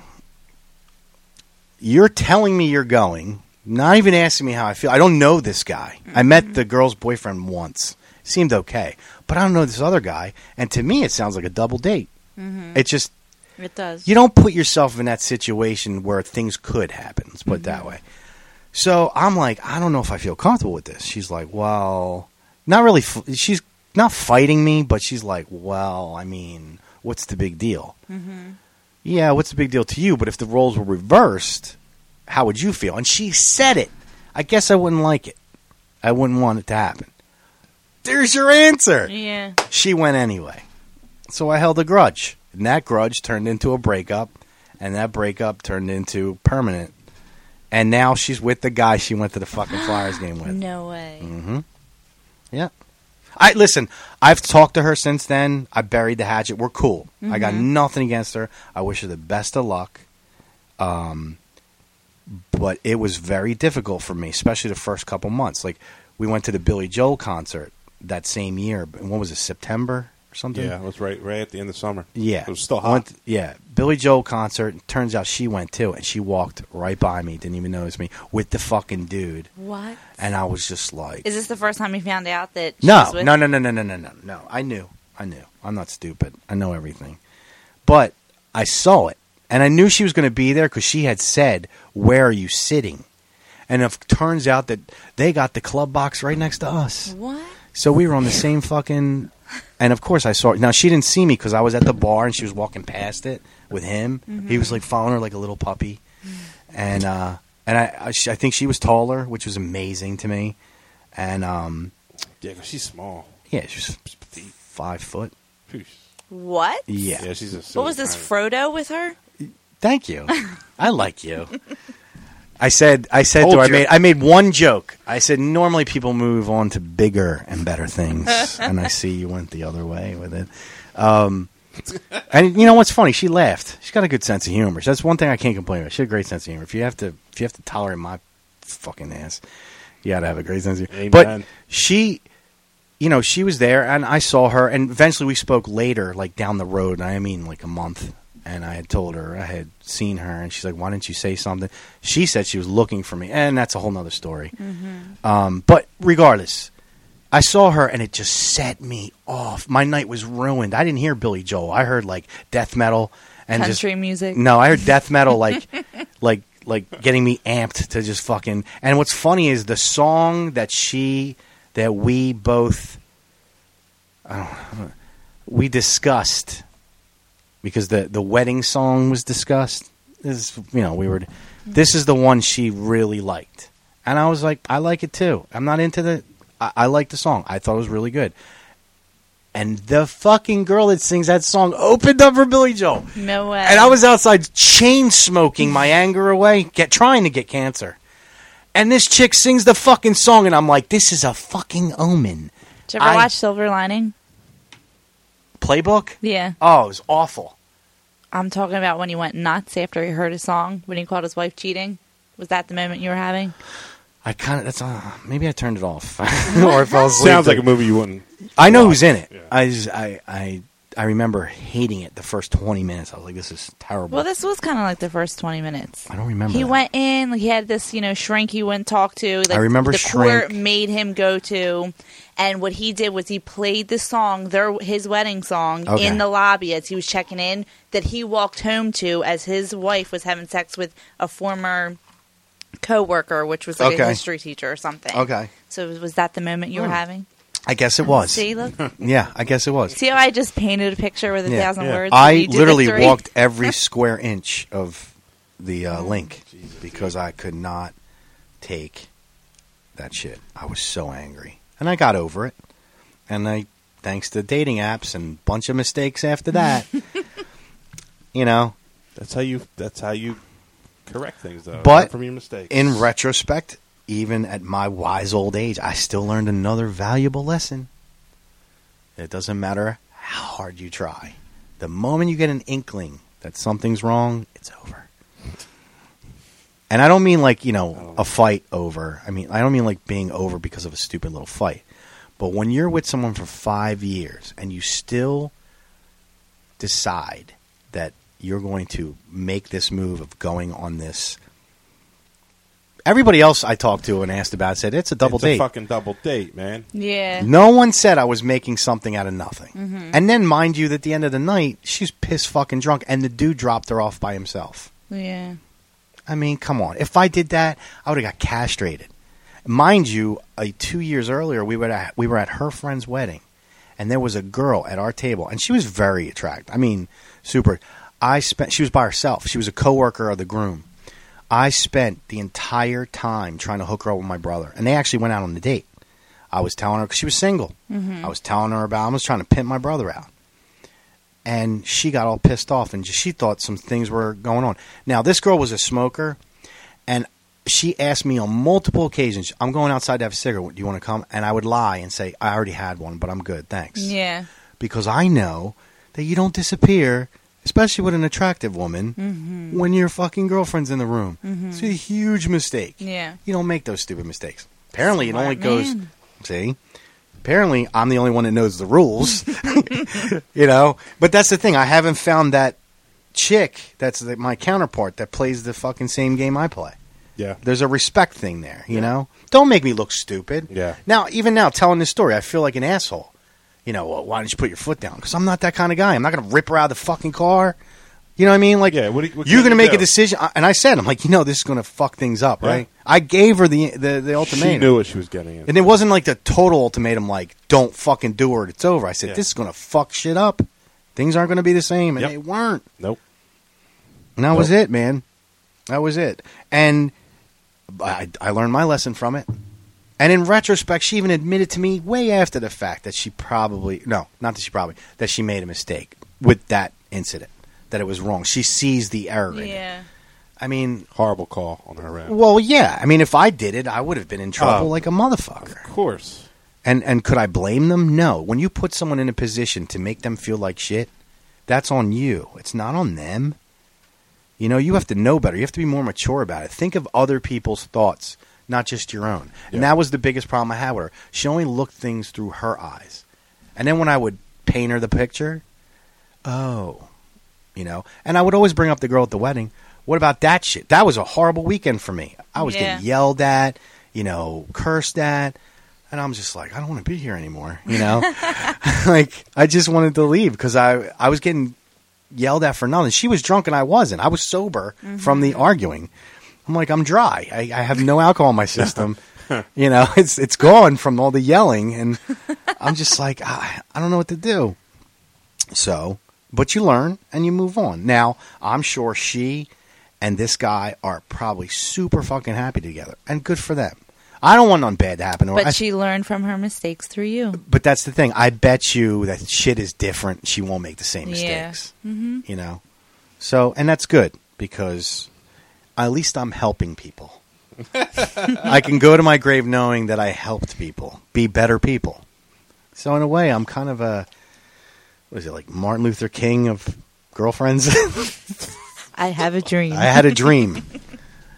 [SPEAKER 8] You're telling me you're going, not even asking me how I feel. I don't know this guy. I met the girl's boyfriend once. Seemed okay, but I don't know this other guy. And to me, it sounds like a double date. It just
[SPEAKER 9] It does.
[SPEAKER 8] you don't put yourself in that situation where things could happen. Let's put it that way. So I'm like, I don't know if I feel comfortable with this. She's like, well, not really. F- she's not fighting me, but she's like, well, I mean, what's the big deal? Mm-hmm. Yeah, what's the big deal to you? But if the roles were reversed, how would you feel? And she said it. I guess I wouldn't like it. I wouldn't want it to happen. There's your answer
[SPEAKER 9] yeah.
[SPEAKER 8] she went anyway. So I held a grudge. And that grudge turned into a breakup. And that breakup turned into permanent. And now she's with the guy she went to the fucking Flyers game with.
[SPEAKER 9] No way.
[SPEAKER 8] Yeah. I listen, I've talked to her since then. I buried the hatchet. We're cool. I got nothing against her. I wish her the best of luck. Um but it was very difficult for me, especially the first couple months. Like we went to the Billy Joel concert that same year. When was it? September or something?
[SPEAKER 7] Yeah, it was right right at the end of summer.
[SPEAKER 8] Yeah,
[SPEAKER 7] It was still
[SPEAKER 8] I went-
[SPEAKER 7] hot.
[SPEAKER 8] yeah, Billy Joel concert. and Turns out she went too, and she walked right by me, didn't even notice me with the fucking dude,
[SPEAKER 9] What?
[SPEAKER 8] and I was just like,
[SPEAKER 9] Is this the first time you found out that? she
[SPEAKER 8] no,
[SPEAKER 9] was with-
[SPEAKER 8] no, no, no, no, no, no, no, no. I knew, I knew. I'm not stupid. I know everything, but I saw it, and I knew she was going to be there because she had said, "Where are you sitting?" And it turns out that they got the club box right next to us.
[SPEAKER 9] What?
[SPEAKER 8] So we were on the same fucking. And of course, I saw. Now she didn't see me because I was at the bar and she was walking past it with him. He was like following her like a little puppy, and uh, and I I, sh- I think she was taller, which was amazing to me. And um,
[SPEAKER 7] Yeah, 'cause she's small.
[SPEAKER 8] yeah, she was five foot.
[SPEAKER 7] Phew.
[SPEAKER 9] What?
[SPEAKER 8] Yeah.
[SPEAKER 7] Yeah, she's a. silly
[SPEAKER 9] What was this
[SPEAKER 7] tiny-
[SPEAKER 9] Frodo with her?
[SPEAKER 8] Thank you. I like you. I said. I said.
[SPEAKER 7] Told
[SPEAKER 8] To her, I
[SPEAKER 7] you.
[SPEAKER 8] made. I made one joke. I said. Normally, people move on to bigger and better things, and I see you went the other way with it. Um, and you know what's funny? She laughed. She's got a good sense of humor. So that's one thing I can't complain about. She had a great sense of humor. If you have to, if you have to tolerate my fucking ass, you got to have a great sense of humor.
[SPEAKER 7] Amen.
[SPEAKER 8] But she you know, she was there and I saw her and eventually we spoke later, like down the road, and I mean like a month. And I had told her I had seen her and she's like, Why didn't you say something? She said she was looking for me, and that's a whole nother story. Um, but regardless, I saw her and it just set me off. My night was ruined. I didn't hear Billy Joel. I heard like death metal and just-
[SPEAKER 9] Country music.
[SPEAKER 8] No, I heard death metal like like like getting me amped to just fucking and what's funny is the song that she that we both I don't we discussed because the the wedding song was discussed. This is, you know, we were this is the one she really liked. And I was like, I like it too. I'm not into the I, I like the song. I thought it was really good. And the fucking girl that sings that song opened up for Billy Joel.
[SPEAKER 9] No way.
[SPEAKER 8] And I was outside chain smoking my anger away, get trying to get cancer. And this chick sings the fucking song and I'm like, this is a fucking omen.
[SPEAKER 9] Did you ever
[SPEAKER 8] I-
[SPEAKER 9] watch Silver Lining?
[SPEAKER 8] Playbook?
[SPEAKER 9] Yeah.
[SPEAKER 8] Oh, it was awful.
[SPEAKER 9] I'm talking about when he went nuts after he heard a song when he called his wife cheating. Was that the moment you were having?
[SPEAKER 8] I kind of that's uh, maybe I turned it off or I fell asleep.
[SPEAKER 7] Sounds like a movie you wouldn't.
[SPEAKER 8] I know who's in it. I, just, I I I remember hating it the first twenty minutes. I was like, this is terrible.
[SPEAKER 9] Well, this was kind of like the first 20 minutes.
[SPEAKER 8] I don't remember.
[SPEAKER 9] He
[SPEAKER 8] that.
[SPEAKER 9] went in. Like, he had this, you know, shrink he went and talked to. Like,
[SPEAKER 8] I remember
[SPEAKER 9] the
[SPEAKER 8] Shrink.
[SPEAKER 9] court made him go to, and what he did was he played the song, their his wedding song,
[SPEAKER 8] Okay.
[SPEAKER 9] in the lobby as he was checking in. That he walked home to as his wife was having sex with a former coworker, which was like a
[SPEAKER 8] Okay.
[SPEAKER 9] history teacher or something.
[SPEAKER 8] Okay.
[SPEAKER 9] So was that the moment you were having?
[SPEAKER 8] I guess it was.
[SPEAKER 9] See, look.
[SPEAKER 8] Yeah, I guess it was.
[SPEAKER 9] See how I just painted a picture with a
[SPEAKER 8] Yeah.
[SPEAKER 9] thousand
[SPEAKER 7] Yeah.
[SPEAKER 9] words? and
[SPEAKER 8] I
[SPEAKER 9] you did the
[SPEAKER 8] literally
[SPEAKER 9] three?
[SPEAKER 8] walked every square inch of the
[SPEAKER 7] Mm.
[SPEAKER 8] uh, link because I could not take that shit. I was so angry, and I got over it. and I, thanks to dating apps and bunch of mistakes after that, you know,
[SPEAKER 7] That's how you. That's how you correct things, though.
[SPEAKER 8] But
[SPEAKER 7] not from your mistakes.
[SPEAKER 8] in retrospect, even at my wise old age, I still learned another valuable lesson. It doesn't matter how hard you try. The moment you get an inkling that something's wrong, it's over. And I don't mean like, you know,
[SPEAKER 7] Oh.
[SPEAKER 8] a fight over. I mean, I don't mean like being over because of a stupid little fight. But when you're with someone for five years and you still decide that you're going to make this move of going on this. Everybody else I talked to and asked about said it's a double
[SPEAKER 7] it's
[SPEAKER 8] date.
[SPEAKER 7] a fucking double date, man.
[SPEAKER 9] Yeah.
[SPEAKER 8] No one said I was making something out of nothing. And then, mind you, at the end of the night, she's piss fucking drunk, and the dude dropped her off by himself.
[SPEAKER 9] Yeah.
[SPEAKER 8] I mean, come on. If I did that, I would have got castrated. Mind you, uh, two years earlier, we were at, we were at her friend's wedding, and there was a girl at our table, and she was very attractive. I mean, super. I spent. She was by herself. She was a coworker of the groom. I spent the entire time trying to hook her up with my brother, and they actually went out on a date. I was telling her because she was single. I was telling her about. I was trying to pimp my brother out and she got all pissed off and she thought some things were going on. Now, this girl was a smoker, and she asked me on multiple occasions, I'm going outside to have a cigarette. Do you want to come? And I would lie and say, I already had one, but I'm good. Thanks.
[SPEAKER 9] Yeah.
[SPEAKER 8] Because I know that you don't disappear, especially with an attractive woman,
[SPEAKER 9] Mm-hmm.
[SPEAKER 8] when your fucking girlfriend's in the room. It's a huge mistake.
[SPEAKER 9] Yeah.
[SPEAKER 8] You don't make those stupid mistakes. Apparently, it
[SPEAKER 9] Smart
[SPEAKER 8] only goes.
[SPEAKER 9] man.
[SPEAKER 8] See? Apparently, I'm the only one that knows the rules. you know? But that's the thing. I haven't found that chick that's the, my counterpart that plays the fucking same game I play.
[SPEAKER 7] Yeah.
[SPEAKER 8] There's a respect thing there, you know? Don't make me look stupid.
[SPEAKER 7] Yeah.
[SPEAKER 8] Now, even now, telling this story, I feel like an asshole. You know, well, why didn't you put your foot down? Because I'm not that kind of guy. I'm not going to rip her out of the fucking car. You know what I mean? Like,
[SPEAKER 7] Yeah, what do you- what
[SPEAKER 8] you're
[SPEAKER 7] can
[SPEAKER 8] going to
[SPEAKER 7] you
[SPEAKER 8] make a
[SPEAKER 7] do?
[SPEAKER 8] decision. I- And I said, I'm like, you know, this is going to fuck things up,
[SPEAKER 7] Yeah.
[SPEAKER 8] right? I gave her the the, the ultimatum.
[SPEAKER 7] She knew what she was getting in.
[SPEAKER 8] And it wasn't like the total ultimatum, like don't fucking do it, it's over. I said
[SPEAKER 7] Yeah.
[SPEAKER 8] this is gonna fuck shit up. Things aren't gonna be the same, and
[SPEAKER 7] Yep.
[SPEAKER 8] they weren't.
[SPEAKER 7] Nope.
[SPEAKER 8] And that was
[SPEAKER 7] Nope.
[SPEAKER 8] it, man. That was it. And I, I learned my lesson from it. And in retrospect, she even admitted to me way after the fact that she probably no, not that she probably that she made a mistake with that incident, that it was wrong. She sees the error. in it.
[SPEAKER 9] Yeah.
[SPEAKER 8] I mean,
[SPEAKER 7] Horrible call on her end.
[SPEAKER 8] well, yeah. I mean, if I did it, I would have been in trouble
[SPEAKER 7] Oh.
[SPEAKER 8] like a motherfucker.
[SPEAKER 7] Of course.
[SPEAKER 8] And and could I blame them? No. When you put someone in a position to make them feel like shit, that's on you. It's not on them. You know, you have to know better. You have to be more mature about it. Think of other people's thoughts, not just your own. And
[SPEAKER 7] Yeah.
[SPEAKER 8] that was the biggest problem I had with her. She only looked things through her eyes. And then when I would paint her the picture, oh, you know. And I would always bring up the girl at the wedding. What about that shit? That was a horrible weekend for me. I was getting
[SPEAKER 9] Yeah.
[SPEAKER 8] yelled at, you know, cursed at, and I'm just like, I don't want to be here anymore. You know, like I just wanted to leave because I I was getting yelled at for nothing. She was drunk and I wasn't. I was sober
[SPEAKER 9] Mm-hmm.
[SPEAKER 8] from the arguing. I'm like, I'm dry. I, I have no alcohol in my system. you know, it's it's gone from all the yelling, and I'm just like, I, I don't know what to do. So, but you learn and you move on. Now, I'm sure she and this guy are probably super fucking happy together, and good for them. I don't want nothing bad to happen. to her.
[SPEAKER 9] But
[SPEAKER 8] Oh, I-
[SPEAKER 9] she learned from her mistakes through you.
[SPEAKER 8] but that's the thing. I bet you that shit is different. She won't make the same
[SPEAKER 9] Yeah.
[SPEAKER 8] mistakes. Mm-hmm. You know? So, and that's good because at least I'm helping people. I can go to my grave knowing that I helped people be better people. So, in a way, I'm kind of a, what is it, like Martin Luther King of girlfriends?
[SPEAKER 9] I have a dream.
[SPEAKER 8] I had a dream,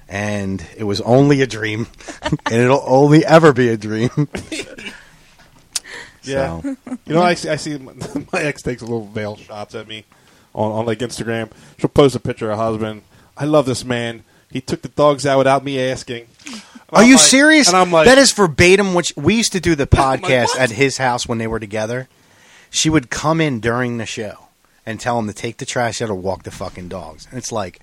[SPEAKER 8] and it was only a dream, and it'll only ever be a dream.
[SPEAKER 7] Yeah.
[SPEAKER 8] So,
[SPEAKER 7] You know, I see, I see my, my ex takes a little veil shots at me on, on like Instagram. She'll post a picture of her husband. I love this man. He took the dogs out without me asking. And
[SPEAKER 8] Are
[SPEAKER 7] I'm
[SPEAKER 8] you
[SPEAKER 7] like-
[SPEAKER 8] serious?
[SPEAKER 7] And I'm like,
[SPEAKER 8] that is verbatim. Which we used to do the podcast
[SPEAKER 7] what?
[SPEAKER 8] at his house when they were together. She would come in during the show and tell him to take the trash out or walk the fucking dogs. And it's like,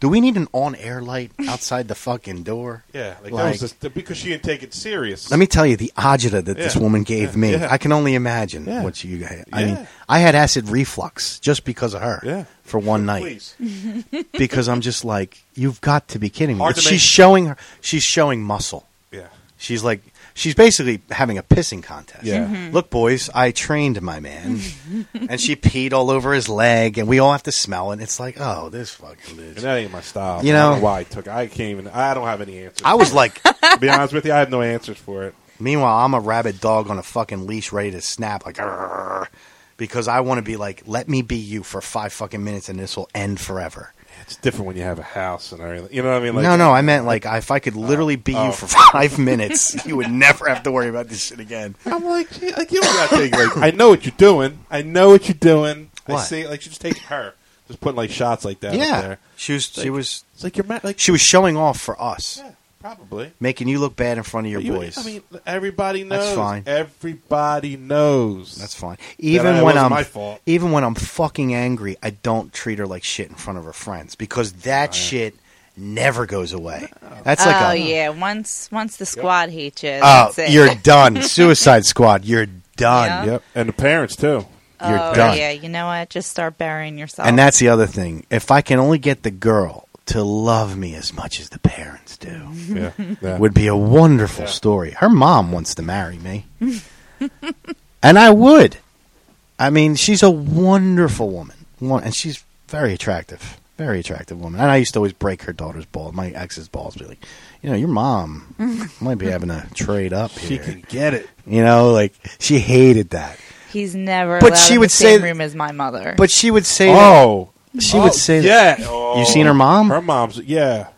[SPEAKER 8] do we need an on-air light outside the fucking door?
[SPEAKER 7] yeah, like,
[SPEAKER 8] Like-
[SPEAKER 7] that was just, because she didn't take it serious.
[SPEAKER 8] Let me tell you the agita that this
[SPEAKER 7] Yeah.
[SPEAKER 8] woman gave
[SPEAKER 7] Yeah.
[SPEAKER 8] me.
[SPEAKER 7] Yeah.
[SPEAKER 8] I can only imagine
[SPEAKER 7] Yeah.
[SPEAKER 8] what you. had. I
[SPEAKER 7] Yeah.
[SPEAKER 8] mean, I had acid reflux just because of her.
[SPEAKER 7] Yeah.
[SPEAKER 8] For one night
[SPEAKER 7] please.
[SPEAKER 8] because I'm just like, you've got to be kidding me.
[SPEAKER 7] Hard
[SPEAKER 8] But
[SPEAKER 7] to
[SPEAKER 8] she's
[SPEAKER 7] make-
[SPEAKER 8] showing her. She's showing muscle.
[SPEAKER 7] Yeah,
[SPEAKER 8] She's like, she's basically having a pissing contest.
[SPEAKER 7] Yeah. Mhm.
[SPEAKER 8] Look, boys, I trained my man, and she peed all over his leg, and we all have to smell it. It's like, oh, this fucking
[SPEAKER 7] And
[SPEAKER 8] bitch.
[SPEAKER 7] that ain't my style.
[SPEAKER 8] You
[SPEAKER 7] I don't
[SPEAKER 8] know-
[SPEAKER 7] why I took. I can't even. I don't have any answers.
[SPEAKER 8] I was like,
[SPEAKER 7] to be honest with you, I have no answers for it.
[SPEAKER 8] meanwhile, I'm a rabid dog on a fucking leash, ready to snap, like, "Arr," because I want to be like, let me be you for five fucking minutes, and this will end forever.
[SPEAKER 7] It's different when you have a house and everything. You know what I mean? Like,
[SPEAKER 8] no, no, I meant like if I could literally be
[SPEAKER 7] Oh.
[SPEAKER 8] you for five minutes, you would never have to worry about this shit again.
[SPEAKER 7] I'm like, gee, like you don't got to take. Like, I know what you're doing. I know what you're doing. I
[SPEAKER 8] What?
[SPEAKER 7] see. Like, just take her. Just putting like shots like that. Up
[SPEAKER 8] Yeah,
[SPEAKER 7] there.
[SPEAKER 8] she was, she
[SPEAKER 7] Like-
[SPEAKER 8] was,
[SPEAKER 7] It's like you're mad. Like,
[SPEAKER 8] she was showing off for us,
[SPEAKER 7] yeah, probably.
[SPEAKER 8] making you look bad in front of your
[SPEAKER 7] You-
[SPEAKER 8] boys.
[SPEAKER 7] I mean, everybody knows.
[SPEAKER 8] That's fine.
[SPEAKER 7] Everybody knows.
[SPEAKER 8] That's
[SPEAKER 7] fine.
[SPEAKER 8] fine.
[SPEAKER 7] I-
[SPEAKER 8] Even
[SPEAKER 7] it
[SPEAKER 8] when
[SPEAKER 7] wasn't
[SPEAKER 8] I'm
[SPEAKER 7] my fault.
[SPEAKER 8] even when I'm fucking angry, I don't treat her like shit in front of her friends because that shit never goes away. That's
[SPEAKER 9] oh
[SPEAKER 8] like a
[SPEAKER 9] yeah, once once the squad hates you,
[SPEAKER 8] oh,
[SPEAKER 9] that's it.
[SPEAKER 8] you're done. Suicide Squad, you're done.
[SPEAKER 7] Yep, and the parents too.
[SPEAKER 8] You're
[SPEAKER 9] oh,
[SPEAKER 8] done.
[SPEAKER 9] Yeah, you know what? Just start burying yourself.
[SPEAKER 8] And that's the other thing. If I can only get the girl to love me as much as the parents do,
[SPEAKER 7] Yeah, yeah.
[SPEAKER 8] would be a wonderful story. Her mom wants to marry me. and I would. I mean, she's a wonderful woman. Won- And she's very attractive. Very attractive woman. And I used to always break her daughter's balls, my ex's balls, be like, you know, your mom might be having a trade up
[SPEAKER 7] she
[SPEAKER 8] here.
[SPEAKER 7] can get it.
[SPEAKER 8] You know, like she hated that.
[SPEAKER 9] he's never.
[SPEAKER 8] But
[SPEAKER 9] allowed
[SPEAKER 8] she
[SPEAKER 9] in
[SPEAKER 8] would
[SPEAKER 9] the
[SPEAKER 8] say
[SPEAKER 9] same
[SPEAKER 8] th-
[SPEAKER 9] room as my mother.
[SPEAKER 8] But she would say that-
[SPEAKER 7] Oh,
[SPEAKER 8] she
[SPEAKER 7] Oh,
[SPEAKER 8] would say
[SPEAKER 7] yeah.
[SPEAKER 8] that. You seen her mom?
[SPEAKER 7] Oh, Her mom's yeah.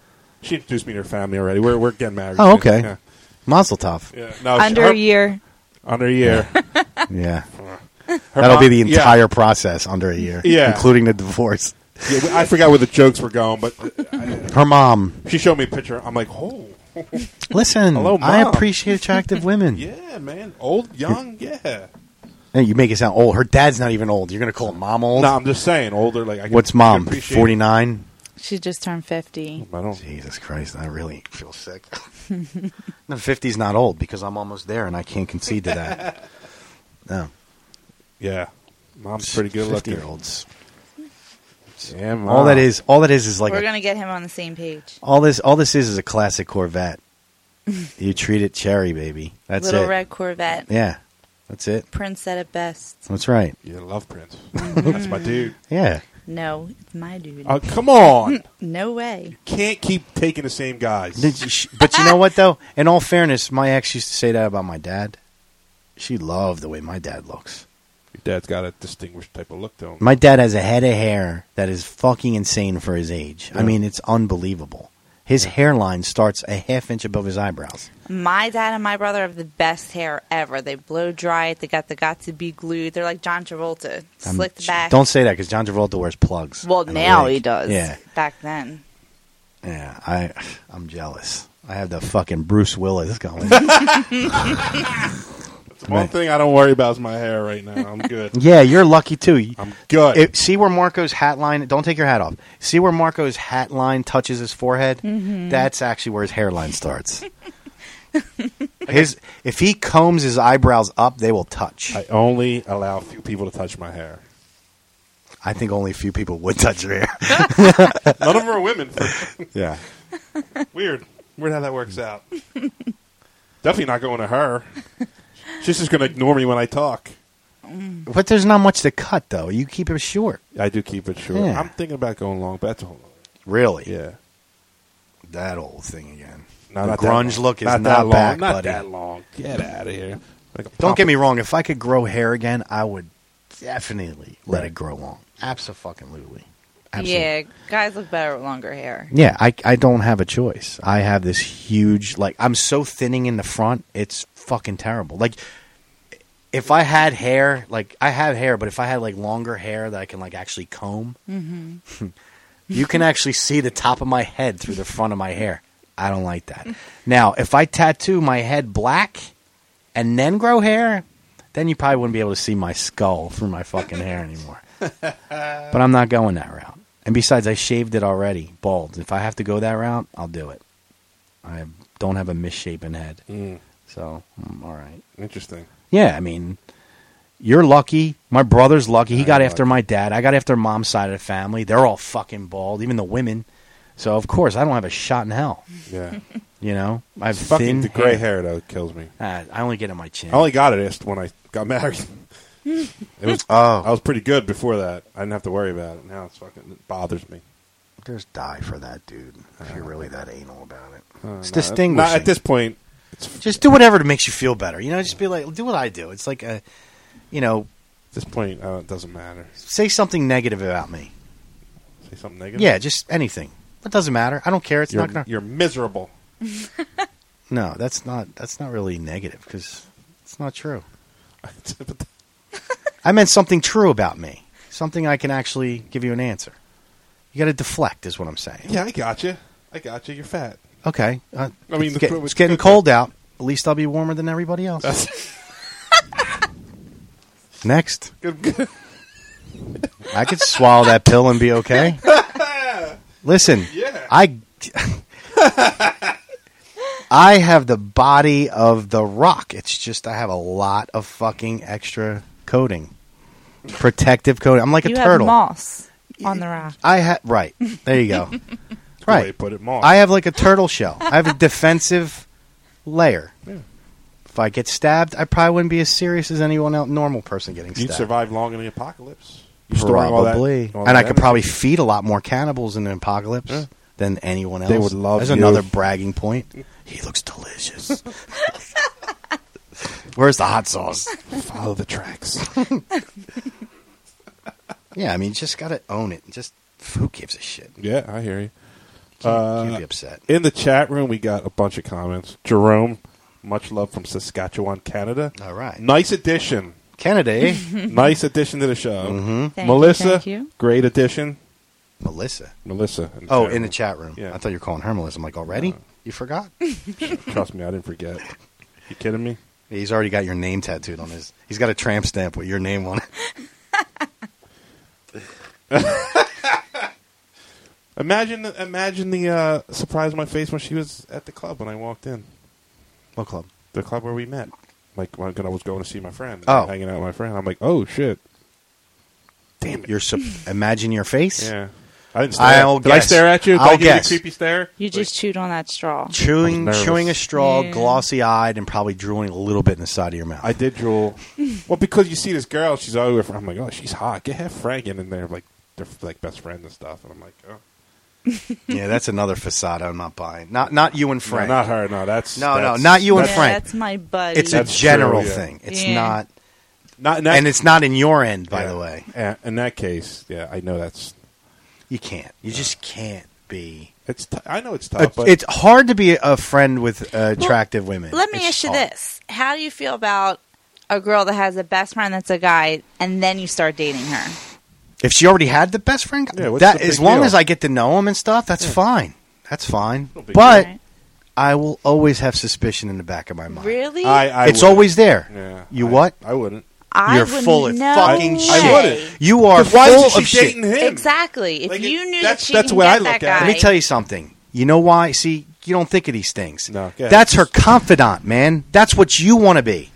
[SPEAKER 7] She introduced me to her family already. We're we're getting married.
[SPEAKER 8] Oh,
[SPEAKER 7] soon.
[SPEAKER 8] okay.
[SPEAKER 7] Yeah.
[SPEAKER 8] Mazel tov.
[SPEAKER 7] Yeah. No, she-
[SPEAKER 9] under
[SPEAKER 7] her,
[SPEAKER 9] a year,
[SPEAKER 7] Under a year.
[SPEAKER 8] Yeah.
[SPEAKER 7] Her
[SPEAKER 8] That'll be
[SPEAKER 7] mom-
[SPEAKER 8] the
[SPEAKER 7] yeah.
[SPEAKER 8] entire process under a year,
[SPEAKER 7] Yeah.
[SPEAKER 8] including the divorce.
[SPEAKER 7] Yeah, I forgot where the jokes were going, but
[SPEAKER 8] Her mom.
[SPEAKER 7] she showed me a picture. I'm like, oh,
[SPEAKER 8] Listen,
[SPEAKER 7] Hello,
[SPEAKER 8] I
[SPEAKER 7] Mom.
[SPEAKER 8] appreciate attractive women.
[SPEAKER 7] yeah, man, old, young, yeah.
[SPEAKER 8] Hey, You make it sound old. Her dad's not even old. You're going to call mom old?
[SPEAKER 7] No, I'm just saying, older. Like, I can,
[SPEAKER 8] What's
[SPEAKER 7] I
[SPEAKER 8] mom?
[SPEAKER 7] can appreciate-
[SPEAKER 8] 49?
[SPEAKER 9] she just turned fifty.
[SPEAKER 8] Oh,
[SPEAKER 7] I don't.
[SPEAKER 8] Jesus Christ, I really feel sick. no, 50's not old because I'm almost there and I can't concede to that. No.
[SPEAKER 7] Yeah, mom's pretty good looking.
[SPEAKER 8] year olds.
[SPEAKER 7] Yeah, mom.
[SPEAKER 8] All that is, all that is, is like
[SPEAKER 9] We're
[SPEAKER 8] a-
[SPEAKER 9] gonna get him on the same page.
[SPEAKER 8] all this. All this is is a classic Corvette. you treat it cherry, baby. That's
[SPEAKER 9] Little
[SPEAKER 8] it.
[SPEAKER 9] red Corvette.
[SPEAKER 8] Yeah, that's it.
[SPEAKER 9] Prince said it best.
[SPEAKER 8] That's right.
[SPEAKER 7] Yeah, love Prince. That's my dude.
[SPEAKER 8] Yeah.
[SPEAKER 9] No, it's my dude.
[SPEAKER 8] Uh,
[SPEAKER 7] Oh, come on.
[SPEAKER 9] no way.
[SPEAKER 7] Can't keep taking the same guys.
[SPEAKER 8] Did you- sh- but you know what though? In all fairness, my ex used to say that about my dad. She loved the way my dad looks.
[SPEAKER 7] Your dad's got a distinguished type of look to him.
[SPEAKER 8] My dad has a head of hair that is fucking insane for his age. I mean, it's unbelievable. His hairline starts a half inch above his eyebrows.
[SPEAKER 9] My dad and my brother have the best hair ever. They blow dry it. They got the got to be glued. They're like John Travolta,
[SPEAKER 8] I'm-
[SPEAKER 9] slicked back.
[SPEAKER 8] Don't say that because John Travolta wears plugs.
[SPEAKER 9] Well,
[SPEAKER 8] and a
[SPEAKER 9] now
[SPEAKER 8] wig.
[SPEAKER 9] he does.
[SPEAKER 8] Yeah,
[SPEAKER 9] Back then,
[SPEAKER 8] yeah. I, I'm jealous. I have the fucking Bruce Willis going.
[SPEAKER 7] One thing I don't worry about is my hair right now. I'm good.
[SPEAKER 8] yeah, you're lucky too.
[SPEAKER 7] I'm good.
[SPEAKER 8] It, see where Marco's hat line. Don't take your hat off. See where Marco's hat line touches his forehead. That's actually where his hairline starts. his if he combs his eyebrows up, they will touch.
[SPEAKER 7] I
[SPEAKER 8] I,
[SPEAKER 7] only allow a few people to touch my hair.
[SPEAKER 8] think only a few people would touch your hair.
[SPEAKER 7] None of them are women. For,
[SPEAKER 8] yeah,
[SPEAKER 7] weird. Weird how that works out. Definitely not going to her. She's just going to ignore me when I talk.
[SPEAKER 8] but there's not much to cut though. You keep it short.
[SPEAKER 7] I do keep it short.
[SPEAKER 8] Yeah.
[SPEAKER 7] I'm thinking about going long, but that's a whole other-
[SPEAKER 8] Really?
[SPEAKER 7] Yeah.
[SPEAKER 8] That old thing again.
[SPEAKER 7] No,
[SPEAKER 8] the
[SPEAKER 7] not that
[SPEAKER 8] grunge
[SPEAKER 7] long.
[SPEAKER 8] look is
[SPEAKER 7] not
[SPEAKER 8] not,
[SPEAKER 7] that long.
[SPEAKER 8] back,
[SPEAKER 7] not
[SPEAKER 8] buddy.
[SPEAKER 7] that long. Get out of here. Like a
[SPEAKER 8] Don't
[SPEAKER 7] pop-
[SPEAKER 8] get me wrong. If I could grow hair again, I would definitely let
[SPEAKER 7] Right.
[SPEAKER 8] it grow long. Absolutely.
[SPEAKER 9] yeah, guys look better with longer hair.
[SPEAKER 8] Yeah, I, I don't have a choice. I have this huge like I'm so thinning in the front, it's fucking terrible. Like if I had hair, like I have hair, but if I had like longer hair that I can like actually comb, you can actually see the top of my head through the front of my hair. I don't like that. Now, if I tattoo my head black and then grow hair, then you probably wouldn't be able to see my skull through my fucking hair anymore. But I'm not going that route. And besides, I shaved it already, bald. If I have to go that route, I'll do it. I don't have a misshapen head,
[SPEAKER 7] Mm,
[SPEAKER 8] so I'm all right.
[SPEAKER 7] interesting.
[SPEAKER 8] Yeah, I mean, you're lucky. My brother's lucky. He
[SPEAKER 7] I
[SPEAKER 8] got
[SPEAKER 7] am
[SPEAKER 8] after
[SPEAKER 7] lucky.
[SPEAKER 8] my dad. I got after mom's side of the family. They're all fucking bald, even the women. So of course I don't have a shot in hell.
[SPEAKER 7] Yeah.
[SPEAKER 8] You know, I have
[SPEAKER 7] Fucking
[SPEAKER 8] thin
[SPEAKER 7] the gray hair though kills me.
[SPEAKER 8] Ah, I only get it on my chin.
[SPEAKER 7] I only got it is when I got married. it was I
[SPEAKER 8] oh,
[SPEAKER 7] was pretty good before that. I didn't have to worry about it. Now it's fucking it bothers me.
[SPEAKER 8] just die for that, dude. If you're really that anal about it,
[SPEAKER 7] Uh,
[SPEAKER 8] it's
[SPEAKER 7] no,
[SPEAKER 8] distinguishing.
[SPEAKER 7] Not at this point.
[SPEAKER 8] just do whatever to makes you feel better. You know, just be like, do what I do. It's like a, you know,
[SPEAKER 7] At this point, uh, it doesn't matter.
[SPEAKER 8] say something negative about me.
[SPEAKER 7] Say something negative.
[SPEAKER 8] Yeah, just anything. It doesn't matter. I don't care. It's
[SPEAKER 7] you're,
[SPEAKER 8] not gonna.
[SPEAKER 7] you're miserable.
[SPEAKER 8] No, that's not. That's not really negative because it's not true. I meant something true about me. Something I can actually give you an answer. You got to deflect, is what I'm saying.
[SPEAKER 7] yeah, I got you. I got you. You're fat.
[SPEAKER 8] Okay. Uh,
[SPEAKER 7] I mean,
[SPEAKER 8] it's,
[SPEAKER 7] the-
[SPEAKER 8] get- it's getting cold out. At least I'll be warmer than everybody else. Next,
[SPEAKER 7] Good, good.
[SPEAKER 8] I could swallow that pill and be okay. Listen,
[SPEAKER 7] Yeah.
[SPEAKER 8] I, I have the body of the rock. It's just I have a lot of fucking extra coating, protective coating. I'm like
[SPEAKER 9] you
[SPEAKER 8] a
[SPEAKER 9] have
[SPEAKER 8] turtle.
[SPEAKER 9] moss on the rock.
[SPEAKER 8] I ha right there. You go.
[SPEAKER 7] That's the way you
[SPEAKER 8] right.
[SPEAKER 7] put it, Mom.
[SPEAKER 8] I have like a turtle shell. I have a defensive layer.
[SPEAKER 7] Yeah.
[SPEAKER 8] If I get stabbed, I probably wouldn't be as serious as anyone else, normal person getting
[SPEAKER 7] You'd
[SPEAKER 8] stabbed.
[SPEAKER 7] survive long in the apocalypse. You're storing all that-
[SPEAKER 8] Probably,
[SPEAKER 7] all
[SPEAKER 8] and I
[SPEAKER 7] that
[SPEAKER 8] could
[SPEAKER 7] energy.
[SPEAKER 8] probably feed a lot more cannibals in an apocalypse
[SPEAKER 7] Yeah.
[SPEAKER 8] than anyone else.
[SPEAKER 7] They would love
[SPEAKER 8] That's
[SPEAKER 7] you.
[SPEAKER 8] another bragging point. He looks delicious. Where's the hot sauce?
[SPEAKER 7] follow the tracks.
[SPEAKER 8] Yeah, I mean, you just gotta own it. Just who gives a shit?
[SPEAKER 7] yeah, I hear you.
[SPEAKER 8] Can't,
[SPEAKER 7] Uh,
[SPEAKER 8] can't be upset.
[SPEAKER 7] In the chat room, we got a bunch of comments. Jerome, much love from Saskatchewan, Canada.
[SPEAKER 8] All right.
[SPEAKER 7] Nice addition.
[SPEAKER 8] Canada, eh?
[SPEAKER 7] nice addition to the show.
[SPEAKER 9] Thank
[SPEAKER 7] Melissa,
[SPEAKER 9] you, thank you.
[SPEAKER 7] great addition.
[SPEAKER 8] Melissa.
[SPEAKER 7] Melissa.
[SPEAKER 8] Oh, in the chat room.
[SPEAKER 7] Yeah. Uh.
[SPEAKER 8] I thought you were calling her Melissa. I'm like, already? you forgot?
[SPEAKER 7] Trust me, I didn't forget. You kidding me?
[SPEAKER 8] He's already got your name tattooed on his. He's got a tramp stamp with your name on it.
[SPEAKER 7] Imagine, imagine the uh, surprise on my face when she was at the club when I walked in.
[SPEAKER 8] What club?
[SPEAKER 7] The club where we met. Like when I was going to see my friend. and
[SPEAKER 8] Oh.
[SPEAKER 7] hanging out with my friend. I'm like, oh shit. Damn it.
[SPEAKER 8] Your sup- imagine your face.
[SPEAKER 7] yeah. I didn't stare.
[SPEAKER 8] I'll
[SPEAKER 7] Did I
[SPEAKER 8] guess.
[SPEAKER 7] stare at you? Did I
[SPEAKER 8] I'll
[SPEAKER 7] give you a
[SPEAKER 8] guess.
[SPEAKER 7] creepy stare?
[SPEAKER 9] You just chewed on that straw.
[SPEAKER 8] Chewing,
[SPEAKER 7] I was nervous.
[SPEAKER 8] chewing a straw,
[SPEAKER 9] Yeah.
[SPEAKER 8] glossy eyed, and probably drooling a little bit in the side of your mouth.
[SPEAKER 7] I did drool. well, because you see this girl, she's all over. I'm like, oh, she's hot. Get half Frank in there, like they're like best friends and stuff. And I'm like, oh,
[SPEAKER 8] yeah, that's another facade I'm not buying. Not not you and Frank.
[SPEAKER 7] no, not her. No, that's
[SPEAKER 8] No, no,
[SPEAKER 7] that's-
[SPEAKER 8] not you and
[SPEAKER 9] yeah,
[SPEAKER 8] Frank.
[SPEAKER 9] that's my buddy.
[SPEAKER 8] it's a
[SPEAKER 7] That's
[SPEAKER 8] general
[SPEAKER 7] true, yeah.
[SPEAKER 8] thing. It's
[SPEAKER 9] Yeah.
[SPEAKER 8] not,
[SPEAKER 7] Not in that,
[SPEAKER 8] and it's not in your end, by
[SPEAKER 7] yeah.
[SPEAKER 8] the way.
[SPEAKER 7] Yeah, in that case, yeah, I know that's
[SPEAKER 8] You can't. You just can't be.
[SPEAKER 7] it's. T- I know it's tough,
[SPEAKER 8] Uh,
[SPEAKER 7] but
[SPEAKER 8] it's hard to be a friend with uh, attractive women.
[SPEAKER 9] Let me
[SPEAKER 8] It's
[SPEAKER 9] ask you
[SPEAKER 8] hard.
[SPEAKER 9] this: How do you feel about a girl that has a best friend that's a guy, and then you start dating her?
[SPEAKER 8] If she already had the best friend,
[SPEAKER 7] Yeah, what's
[SPEAKER 8] that
[SPEAKER 7] the
[SPEAKER 8] as
[SPEAKER 7] big
[SPEAKER 8] long
[SPEAKER 7] deal?
[SPEAKER 8] as I get to know him and stuff, that's fine. That's fine.
[SPEAKER 7] No big
[SPEAKER 8] But
[SPEAKER 9] Right?
[SPEAKER 8] I will always have suspicion in the back of my mind.
[SPEAKER 9] Really?
[SPEAKER 7] I, I
[SPEAKER 8] it's
[SPEAKER 7] wouldn't.
[SPEAKER 8] always there.
[SPEAKER 7] Yeah,
[SPEAKER 8] you
[SPEAKER 7] I-
[SPEAKER 8] what?
[SPEAKER 7] I wouldn't.
[SPEAKER 9] I
[SPEAKER 8] You're
[SPEAKER 9] would
[SPEAKER 8] full of
[SPEAKER 9] no
[SPEAKER 8] fucking shit.
[SPEAKER 7] I
[SPEAKER 9] way.
[SPEAKER 7] wouldn't.
[SPEAKER 8] You are
[SPEAKER 7] Why
[SPEAKER 8] full
[SPEAKER 7] is she
[SPEAKER 8] of shit.
[SPEAKER 7] dating him?
[SPEAKER 9] Exactly. If
[SPEAKER 7] Like,
[SPEAKER 9] you knew that
[SPEAKER 7] that's-
[SPEAKER 9] she
[SPEAKER 7] that's
[SPEAKER 9] can
[SPEAKER 7] the way
[SPEAKER 9] get
[SPEAKER 7] I look
[SPEAKER 9] that
[SPEAKER 7] at it.
[SPEAKER 8] Let
[SPEAKER 9] guy,
[SPEAKER 8] me tell you something. You know why? See, you don't think of these things.
[SPEAKER 7] No, go ahead.
[SPEAKER 8] that's her confidant, man. That's what you want to be.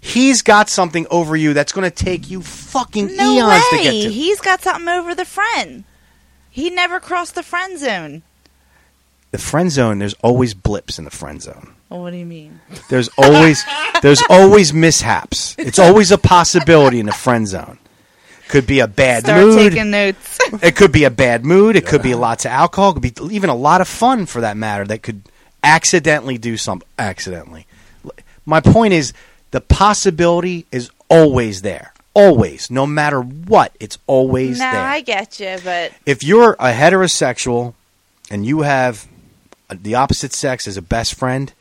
[SPEAKER 8] He's got something over you that's going to take you fucking
[SPEAKER 9] no
[SPEAKER 8] eons
[SPEAKER 9] way.
[SPEAKER 8] to get to.
[SPEAKER 9] He's got something over the friend. He never crossed the friend zone.
[SPEAKER 8] the friend zone. There's always blips in the friend zone.
[SPEAKER 9] Well, what do you mean?
[SPEAKER 8] There's always there's always mishaps. It's always a possibility in the friend zone. Could be a bad
[SPEAKER 9] Start
[SPEAKER 8] mood.
[SPEAKER 9] taking notes.
[SPEAKER 8] It could be a bad mood. It could be lots of alcohol. It could be even a lot of fun for that matter. That could accidentally do something. Accidentally. My point is the possibility is always there. Always, no matter what, it's always
[SPEAKER 9] no,
[SPEAKER 8] there
[SPEAKER 9] I get you, but
[SPEAKER 8] if you're a heterosexual and you have the opposite sex as a best friend,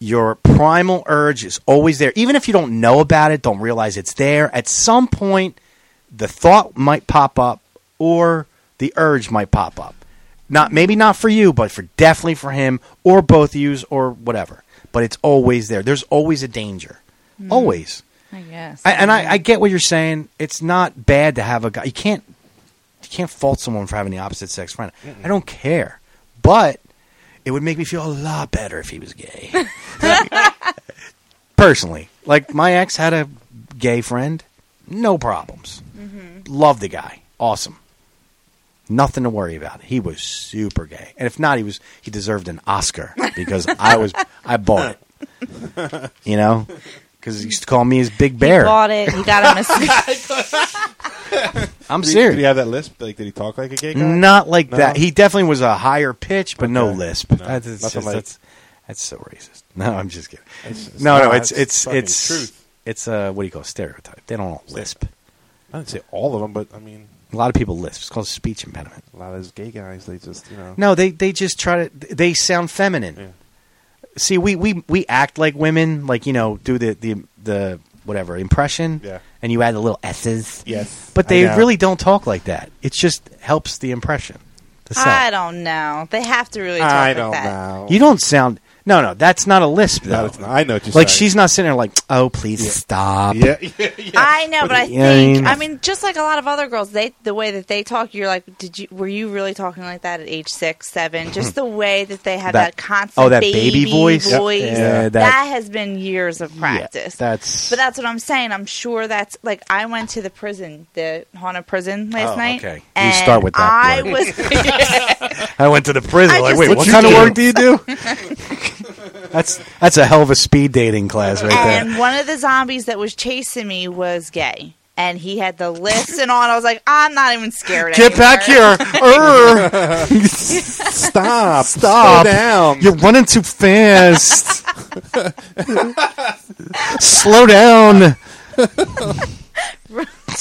[SPEAKER 8] your primal urge is always there. Even if you don't know about it, don't realize it's there, at some point the thought might pop up or the urge might pop up. Not maybe not for you, but for definitely for him or both of yous or whatever. But it's always there. There's always a danger. Always.
[SPEAKER 9] I guess.
[SPEAKER 8] I, and I, I get what you're saying. It's not bad to have a guy. You can't you can't fault someone for having the opposite sex friend. I don't care, but it would make me feel a lot better if he was gay. Personally, like my ex had a
[SPEAKER 9] Mm-hmm.
[SPEAKER 8] gay friend, no problems. Love the guy, awesome. Nothing to worry about. He was super gay, and if not, he was he deserved an Oscar because I was I bought it. You know, because he used to call me his Big
[SPEAKER 9] He
[SPEAKER 8] Bear.
[SPEAKER 9] bought it. He got him a mis-
[SPEAKER 8] I'm
[SPEAKER 7] Did he, did he
[SPEAKER 8] serious.
[SPEAKER 7] have that lisp? Like, did he talk like a gay guy?
[SPEAKER 8] Not like
[SPEAKER 7] No?
[SPEAKER 8] that. He definitely was a higher pitch, but no
[SPEAKER 7] Okay.
[SPEAKER 8] lisp.
[SPEAKER 7] No,
[SPEAKER 8] that's, it's
[SPEAKER 7] nothing
[SPEAKER 8] just-
[SPEAKER 7] like-
[SPEAKER 8] that's, that's so racist. No, I'm just kidding.
[SPEAKER 7] It's- it's
[SPEAKER 8] no,
[SPEAKER 7] not.
[SPEAKER 8] no, it's
[SPEAKER 7] It's
[SPEAKER 8] it's
[SPEAKER 7] fucking
[SPEAKER 8] it's
[SPEAKER 7] truth.
[SPEAKER 8] it's uh, what do you call it? stereotype? They don't all lisp.
[SPEAKER 7] I didn't say all of them, but I mean,
[SPEAKER 8] A lot of people lisp. It's called speech impediment.
[SPEAKER 7] a lot of those gay guys, they just you know.
[SPEAKER 8] No, they they just try to. They sound feminine.
[SPEAKER 7] Yeah.
[SPEAKER 8] See, we, we we act like women, like you know, do the the the whatever impression.
[SPEAKER 7] Yeah.
[SPEAKER 8] And you add the little s's.
[SPEAKER 7] Yes,
[SPEAKER 8] But
[SPEAKER 7] I
[SPEAKER 8] they
[SPEAKER 7] know.
[SPEAKER 8] really don't talk like that. It just helps the impression. to sell.
[SPEAKER 9] I don't know. They have to really talk
[SPEAKER 7] I
[SPEAKER 9] like
[SPEAKER 7] don't
[SPEAKER 9] that.
[SPEAKER 7] know.
[SPEAKER 8] You don't sound. No, no, that's not a lisp though.
[SPEAKER 7] No, it's not. I know what you're
[SPEAKER 8] Like
[SPEAKER 7] saying.
[SPEAKER 8] she's not sitting there like, oh, please stop.
[SPEAKER 7] Yeah, yeah, yeah.
[SPEAKER 9] I know, but I
[SPEAKER 8] you know what I
[SPEAKER 9] think
[SPEAKER 8] mean?
[SPEAKER 9] I mean, just like a lot of other girls, they the way that they talk, you're like, did you were you really talking like that at age six, seven? Just the way that they have
[SPEAKER 8] Mm-hmm. That-
[SPEAKER 9] that, constant
[SPEAKER 8] oh, that baby voice? Yep. Yeah,
[SPEAKER 9] that,
[SPEAKER 8] that-
[SPEAKER 9] has been years of
[SPEAKER 8] Yeah,
[SPEAKER 9] practice.
[SPEAKER 8] that's.
[SPEAKER 9] but that's what I'm saying. I'm sure that's like I went to the prison, the haunted prison last
[SPEAKER 8] Oh,
[SPEAKER 9] night.
[SPEAKER 8] okay. You
[SPEAKER 9] and
[SPEAKER 8] start with that
[SPEAKER 9] I
[SPEAKER 8] word.
[SPEAKER 9] was
[SPEAKER 8] I went to the prison.
[SPEAKER 9] I
[SPEAKER 8] like,
[SPEAKER 9] just-
[SPEAKER 8] wait,
[SPEAKER 9] What
[SPEAKER 8] what
[SPEAKER 9] you
[SPEAKER 8] kind of
[SPEAKER 9] do?
[SPEAKER 8] work do you do? that's that's a hell of a speed dating class right there.
[SPEAKER 9] and one of the zombies that was chasing me was gay. And he had the list and on. I was like, I'm not even scared.
[SPEAKER 8] Get
[SPEAKER 9] anymore.
[SPEAKER 8] back here! Err.
[SPEAKER 7] Stop!
[SPEAKER 8] Stop.
[SPEAKER 7] Slow down!
[SPEAKER 8] You're running too fast. Slow down.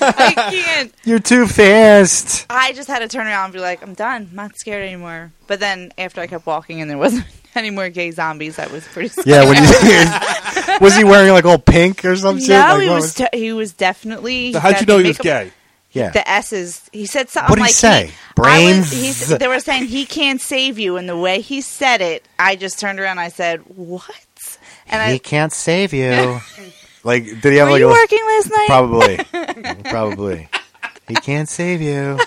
[SPEAKER 9] I can't.
[SPEAKER 8] You're too fast.
[SPEAKER 9] I just had to turn around and be like, I'm done. I'm not scared anymore. But then after I kept walking and there wasn't any more gay zombies, that was pretty scary.
[SPEAKER 8] Yeah, when you was he wearing like all pink or something?
[SPEAKER 9] No,
[SPEAKER 8] like,
[SPEAKER 9] he
[SPEAKER 8] what
[SPEAKER 9] was t- he was definitely.
[SPEAKER 7] So how'd you
[SPEAKER 9] had
[SPEAKER 7] know
[SPEAKER 9] to
[SPEAKER 7] he was
[SPEAKER 9] make up
[SPEAKER 7] gay?
[SPEAKER 8] yeah.
[SPEAKER 9] The S's. He said something.
[SPEAKER 8] What did he
[SPEAKER 9] like
[SPEAKER 8] say?
[SPEAKER 9] I was-
[SPEAKER 8] Brains?
[SPEAKER 9] he's- they were saying he can't save you, and the way he said it, I just turned around. and I said, "What?" And I,
[SPEAKER 8] he can't save you. like, did he have
[SPEAKER 9] were
[SPEAKER 8] like
[SPEAKER 9] you
[SPEAKER 8] a
[SPEAKER 9] working last night?
[SPEAKER 8] probably, probably? He can't save you.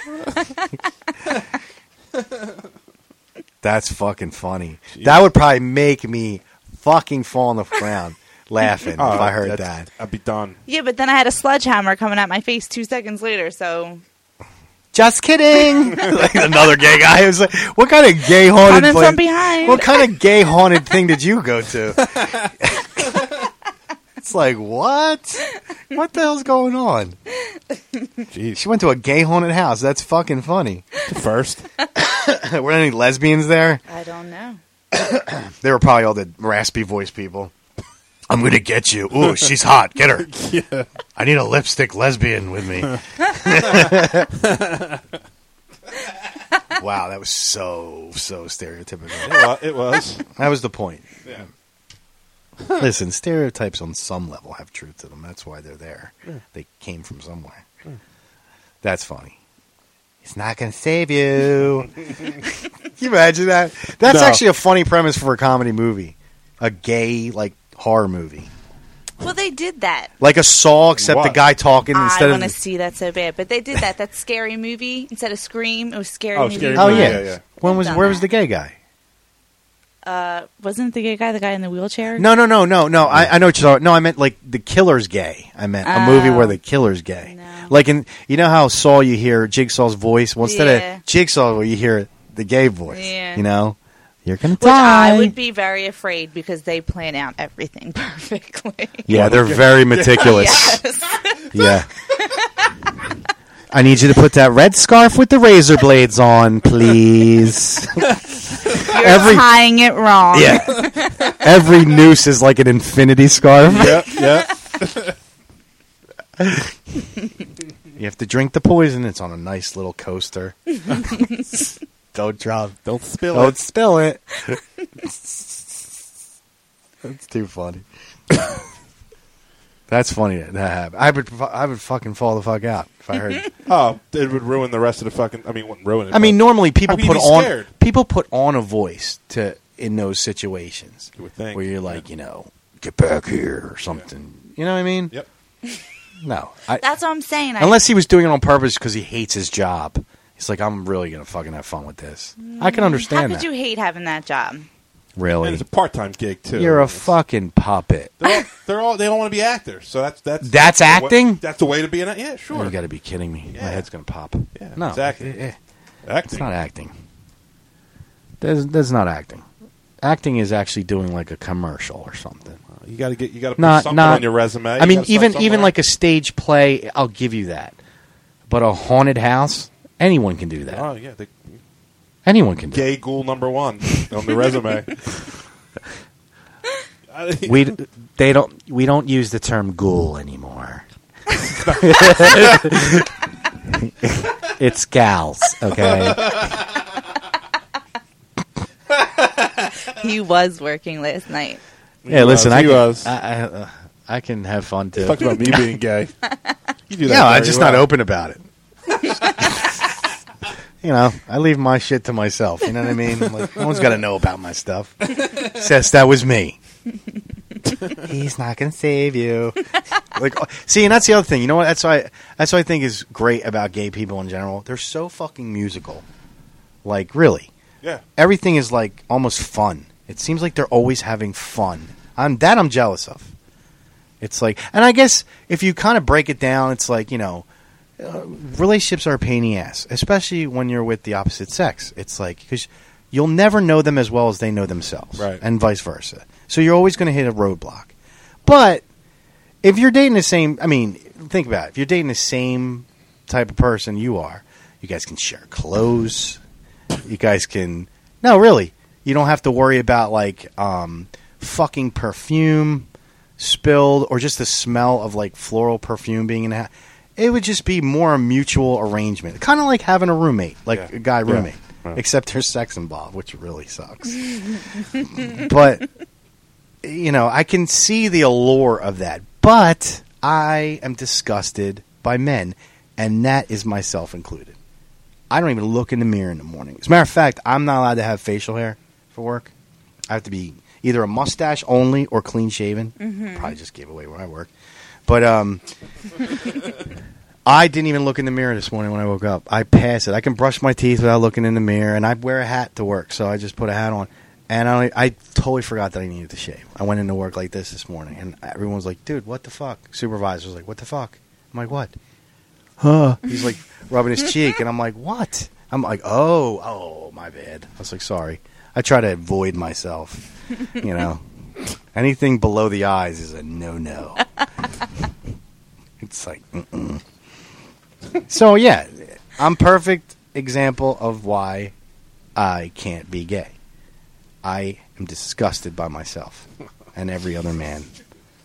[SPEAKER 8] That's fucking funny. That would probably make me fucking fall on the ground laughing if I heard
[SPEAKER 7] that's-
[SPEAKER 8] that.
[SPEAKER 7] I'd be done.
[SPEAKER 9] Yeah, but then I had a sledgehammer coming at my face two seconds later. So
[SPEAKER 8] Just kidding. like another gay guy who's like, "What kind of gay haunted
[SPEAKER 9] coming
[SPEAKER 8] place-
[SPEAKER 9] from behind.
[SPEAKER 8] What kind of gay haunted thing did you go to? it's like what? What the hell's going on?
[SPEAKER 7] Jeez,
[SPEAKER 8] She went to a gay haunted house. That's fucking funny.
[SPEAKER 7] first.
[SPEAKER 8] Were there any lesbians there?
[SPEAKER 9] I don't know.
[SPEAKER 8] They were probably all the raspy voice people. I'm gonna get you. Ooh, she's hot. Get her. I need a lipstick lesbian with me. wow, that was so so stereotypical.
[SPEAKER 7] It wa- it was.
[SPEAKER 8] That was the point.
[SPEAKER 7] Yeah.
[SPEAKER 8] Listen, stereotypes on some level have truth to them. That's why they're there. They came from somewhere. That's funny. It's not going to save you. Can you imagine that? That's
[SPEAKER 7] No.
[SPEAKER 8] actually a funny premise for a comedy movie. A gay, like, horror movie.
[SPEAKER 9] Well, they did that.
[SPEAKER 8] Like a Saw, except the
[SPEAKER 7] What?
[SPEAKER 8] guy talking
[SPEAKER 9] I
[SPEAKER 8] instead
[SPEAKER 9] want to
[SPEAKER 8] of.
[SPEAKER 9] see that so bad. But they did that. That scary movie instead of Scream, it was scary
[SPEAKER 7] Oh,
[SPEAKER 9] movie.
[SPEAKER 7] Scary
[SPEAKER 8] Oh,
[SPEAKER 9] one.
[SPEAKER 8] yeah.
[SPEAKER 7] Yeah, yeah.
[SPEAKER 8] When was,
[SPEAKER 9] Done
[SPEAKER 8] where was
[SPEAKER 9] that.
[SPEAKER 8] the gay guy?
[SPEAKER 9] Uh, wasn't the gay guy the guy in the wheelchair?
[SPEAKER 8] No, no, no, no, no. I, I know what you're talking. No, I meant like the killer's gay. I meant a movie
[SPEAKER 9] Oh.
[SPEAKER 8] where the killer's gay.
[SPEAKER 9] No.
[SPEAKER 8] Like in you know how Saw you hear Jigsaw's voice. Well, instead
[SPEAKER 9] Yeah.
[SPEAKER 8] of Jigsaw, well, you hear the gay voice.
[SPEAKER 9] Yeah.
[SPEAKER 8] You know, you're gonna
[SPEAKER 9] Which
[SPEAKER 8] die.
[SPEAKER 9] I would be very afraid because they plan out everything perfectly.
[SPEAKER 8] yeah, they're very meticulous. Yeah. I need you to put that red scarf with the razor blades on, please.
[SPEAKER 9] You're
[SPEAKER 8] Every-
[SPEAKER 9] tying it wrong.
[SPEAKER 8] yeah. Every noose is like an infinity scarf.
[SPEAKER 7] Yep, yep.
[SPEAKER 8] You have to drink the poison. It's on a nice little coaster. Don't drop.
[SPEAKER 7] Don't spill
[SPEAKER 8] Don't
[SPEAKER 7] it.
[SPEAKER 8] spill it. That's too funny. That's funny that that happened. I would, fu- I would fucking fall the fuck out if I heard.
[SPEAKER 7] Oh, it would ruin the rest of the fucking. I mean, wouldn't ruin it.
[SPEAKER 8] I mean,
[SPEAKER 7] but
[SPEAKER 8] normally people
[SPEAKER 7] can you
[SPEAKER 8] put
[SPEAKER 7] be
[SPEAKER 8] on
[SPEAKER 7] scared?
[SPEAKER 8] people put on a voice to in those situations
[SPEAKER 7] You would think,
[SPEAKER 8] where you're like, you know, get back here or something. You know what I mean?
[SPEAKER 7] Yep.
[SPEAKER 8] No, I,
[SPEAKER 9] That's what I'm saying. I,
[SPEAKER 8] Unless he was doing it on purpose because he hates his job. He's like, I'm really gonna fucking have fun with this. I can
[SPEAKER 9] Mm. how
[SPEAKER 8] understand
[SPEAKER 9] could
[SPEAKER 8] that.
[SPEAKER 9] you hate having that job?
[SPEAKER 7] And
[SPEAKER 8] Really?
[SPEAKER 7] it's a part-time gig too.
[SPEAKER 8] You're a
[SPEAKER 7] It's-
[SPEAKER 8] fucking puppet.
[SPEAKER 7] They're all, they're all they all want to be actors. So that's that's
[SPEAKER 8] That's
[SPEAKER 7] the way-
[SPEAKER 8] acting?
[SPEAKER 7] that's the way to be an act- yeah sure.
[SPEAKER 8] You got to be kidding me.
[SPEAKER 7] Yeah.
[SPEAKER 8] My head's gonna pop.
[SPEAKER 7] Yeah,
[SPEAKER 8] no,
[SPEAKER 7] exactly.
[SPEAKER 8] eh, eh,
[SPEAKER 7] acting.
[SPEAKER 8] It's not acting. That's that's not acting. Acting is actually doing like a commercial or something.
[SPEAKER 7] you got to get you got to put
[SPEAKER 8] Not
[SPEAKER 7] something
[SPEAKER 8] not
[SPEAKER 7] on your resume.
[SPEAKER 8] I mean, even even like a stage play, I'll give you that. But a haunted house, anyone can do that.
[SPEAKER 7] oh yeah, the
[SPEAKER 8] Anyone can do.
[SPEAKER 7] gay ghoul number one on the resume. I-
[SPEAKER 8] It. We d- they don't we don't use the term ghoul anymore. it's gals, okay?
[SPEAKER 9] He was working last night.
[SPEAKER 8] Yeah, listen,
[SPEAKER 7] was,
[SPEAKER 8] I
[SPEAKER 7] he
[SPEAKER 8] can,
[SPEAKER 7] was.
[SPEAKER 8] I, I, uh, I can have fun too.
[SPEAKER 7] Talk about me being gay. You do that
[SPEAKER 8] Yeah, I'm
[SPEAKER 7] very
[SPEAKER 8] just
[SPEAKER 7] well.
[SPEAKER 8] not open about it. you know, I leave my shit to myself. You know what I mean? Like, no one's got to know about my stuff. Says that was me. He's not going to save you. Like, oh, see, and that's the other thing. You know what? That's why. That's what I think is great about gay people in general. They're so fucking musical. Like, really
[SPEAKER 7] Yeah,
[SPEAKER 8] everything is like almost fun. It seems like they're always having fun. I'm that I'm jealous of. It's like, and I guess if you kind of break it down, it's like you know, uh, relationships are a pain in the ass, especially when you're with the opposite sex. It's like because you'll never know them as well as they know themselves,
[SPEAKER 7] Right.
[SPEAKER 8] And vice versa. So you're always going to hit a roadblock. But if you're dating the same, I mean, think about it. If you're dating the same type of person you are, you guys can share clothes. You guys can. No, really. You don't have to worry about like um, fucking perfume spilled or just the smell of like floral perfume being in the house. It would just be more a mutual arrangement, kind of like having a roommate, like
[SPEAKER 7] Yeah.
[SPEAKER 8] a guy
[SPEAKER 7] Yeah.
[SPEAKER 8] roommate,
[SPEAKER 7] Right.
[SPEAKER 8] except there's sex involved, which really sucks. but you know, I can see the allure of that, but I am disgusted by men, and that is myself included. I don't even look in the mirror in the morning. As a matter of fact, I'm not allowed to have facial hair for work. I have to be either a mustache only or clean shaven. Probably just gave away where I work. But um, I didn't even look in the mirror this morning when I woke up. I pass it. I can brush my teeth without looking in the mirror, and I wear a hat to work, so I just put a hat on. And I, I totally forgot that I needed to shave. I went into work like this this morning, and everyone was like, "Dude, what the fuck?" Supervisor was like, "What the fuck?" I'm like, "What?" Huh? He's like rubbing his cheek, and I'm like, "What?" I'm like, "Oh, oh, my bad." I was like, "Sorry." I try to avoid myself, you know. Anything below the eyes is a no-no. it's like, so yeah, I'm perfect example of why I can't be gay. I am disgusted by myself and every other man.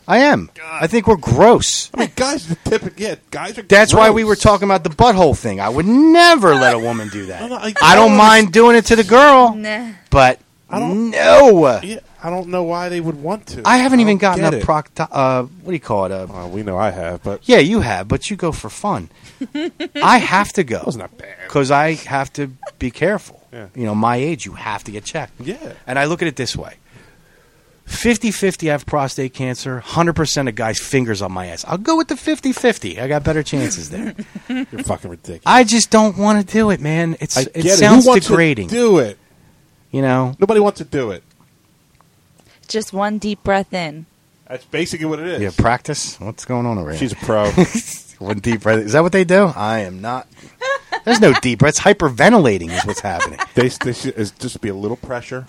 [SPEAKER 8] I am. I think we're gross.
[SPEAKER 7] I mean, guys are typical. Yeah, guys are.
[SPEAKER 8] That's why
[SPEAKER 7] gross.
[SPEAKER 8] we were talking about the butthole thing. I would never let a woman do that.
[SPEAKER 7] No, no, I-
[SPEAKER 8] I don't mind doing it to the girl,
[SPEAKER 9] Nah.
[SPEAKER 8] but
[SPEAKER 7] I don't-
[SPEAKER 8] no.
[SPEAKER 7] Yeah, I don't know why they would want to.
[SPEAKER 8] I haven't even
[SPEAKER 7] don't
[SPEAKER 8] gotten
[SPEAKER 7] get
[SPEAKER 8] a
[SPEAKER 7] it.
[SPEAKER 8] procto- uh, what do you call it? A
[SPEAKER 7] Well, we know I have, but
[SPEAKER 8] Yeah, you have, but you go for fun. I have to go.
[SPEAKER 7] wasn't that bad.
[SPEAKER 8] Because I have to be careful.
[SPEAKER 7] Yeah.
[SPEAKER 8] You know, my age, you have to get checked.
[SPEAKER 7] Yeah.
[SPEAKER 8] And I look at it this way 50 50, I have prostate cancer. 100% of guys' fingers on my ass. I'll go with the 50 50. I got better chances there.
[SPEAKER 7] you're fucking ridiculous.
[SPEAKER 8] I just don't want to do it, man. It's,
[SPEAKER 7] I
[SPEAKER 8] it
[SPEAKER 7] get
[SPEAKER 8] sounds
[SPEAKER 7] Who wants to
[SPEAKER 8] degrading.
[SPEAKER 7] do it.
[SPEAKER 8] you know?
[SPEAKER 7] Nobody wants to do it.
[SPEAKER 9] Just one deep breath in.
[SPEAKER 7] That's basically what it is.
[SPEAKER 8] You practice? What's going on over here?
[SPEAKER 7] She's a pro.
[SPEAKER 8] One deep breath. Is that what they do? I am not. There's no deep breath. It's hyperventilating, is what's happening.
[SPEAKER 7] they, they should, it's just be a little pressure.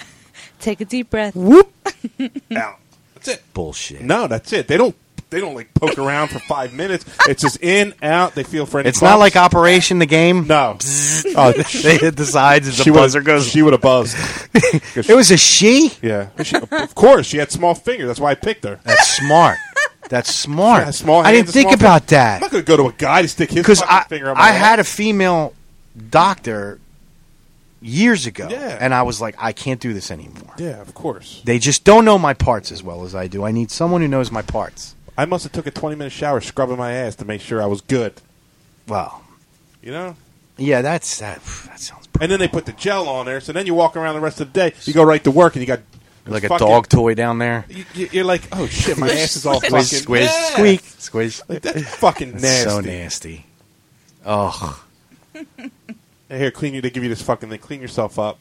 [SPEAKER 9] Take a deep breath.
[SPEAKER 7] Out. That's it.
[SPEAKER 8] Bullshit.
[SPEAKER 7] No, that's it. They don't. They don't like poke around for five minutes. It's just in, out. They feel for any.
[SPEAKER 8] It's not
[SPEAKER 7] bumps.
[SPEAKER 8] like Operation the Game.
[SPEAKER 7] no.
[SPEAKER 8] Oh, they hit the sides and the
[SPEAKER 7] she
[SPEAKER 8] buzzer
[SPEAKER 7] would.
[SPEAKER 8] goes.
[SPEAKER 7] She would have buzzed.
[SPEAKER 8] it was a she.
[SPEAKER 7] Yeah. She- of course, she had small fingers. That's why I picked her. I'm
[SPEAKER 8] That's smart. That's smart.
[SPEAKER 7] Yeah, small
[SPEAKER 8] I didn't
[SPEAKER 7] hands and
[SPEAKER 8] think
[SPEAKER 7] small
[SPEAKER 8] about
[SPEAKER 7] not
[SPEAKER 8] that
[SPEAKER 7] going to go to a guy to stick his
[SPEAKER 8] because
[SPEAKER 7] fucking
[SPEAKER 8] I
[SPEAKER 7] finger. on my
[SPEAKER 8] I had a female doctor years ago,
[SPEAKER 7] Yeah.
[SPEAKER 8] and I was like, I can't do this anymore.
[SPEAKER 7] Yeah, of course.
[SPEAKER 8] They just don't know my parts as well as I do. I need someone who knows my parts.
[SPEAKER 7] I must have took a twenty minute shower, scrubbing my ass to make sure I was good.
[SPEAKER 8] Well,
[SPEAKER 7] You know.
[SPEAKER 8] yeah, that's that. That sounds
[SPEAKER 7] And then they put the gel on there, so then you walk around the rest of the day. You go right to work, and you got
[SPEAKER 8] like a
[SPEAKER 7] fucking-
[SPEAKER 8] dog toy down there.
[SPEAKER 7] You, you- you're like, oh shit, my ass is all fucking
[SPEAKER 8] Squish, squish,
[SPEAKER 7] Yeah.
[SPEAKER 8] squeak, squish.
[SPEAKER 7] Like, that's fucking
[SPEAKER 8] That's
[SPEAKER 7] nasty.
[SPEAKER 8] So nasty. Oh.
[SPEAKER 7] Here, clean you. They give you this fucking. They clean yourself up.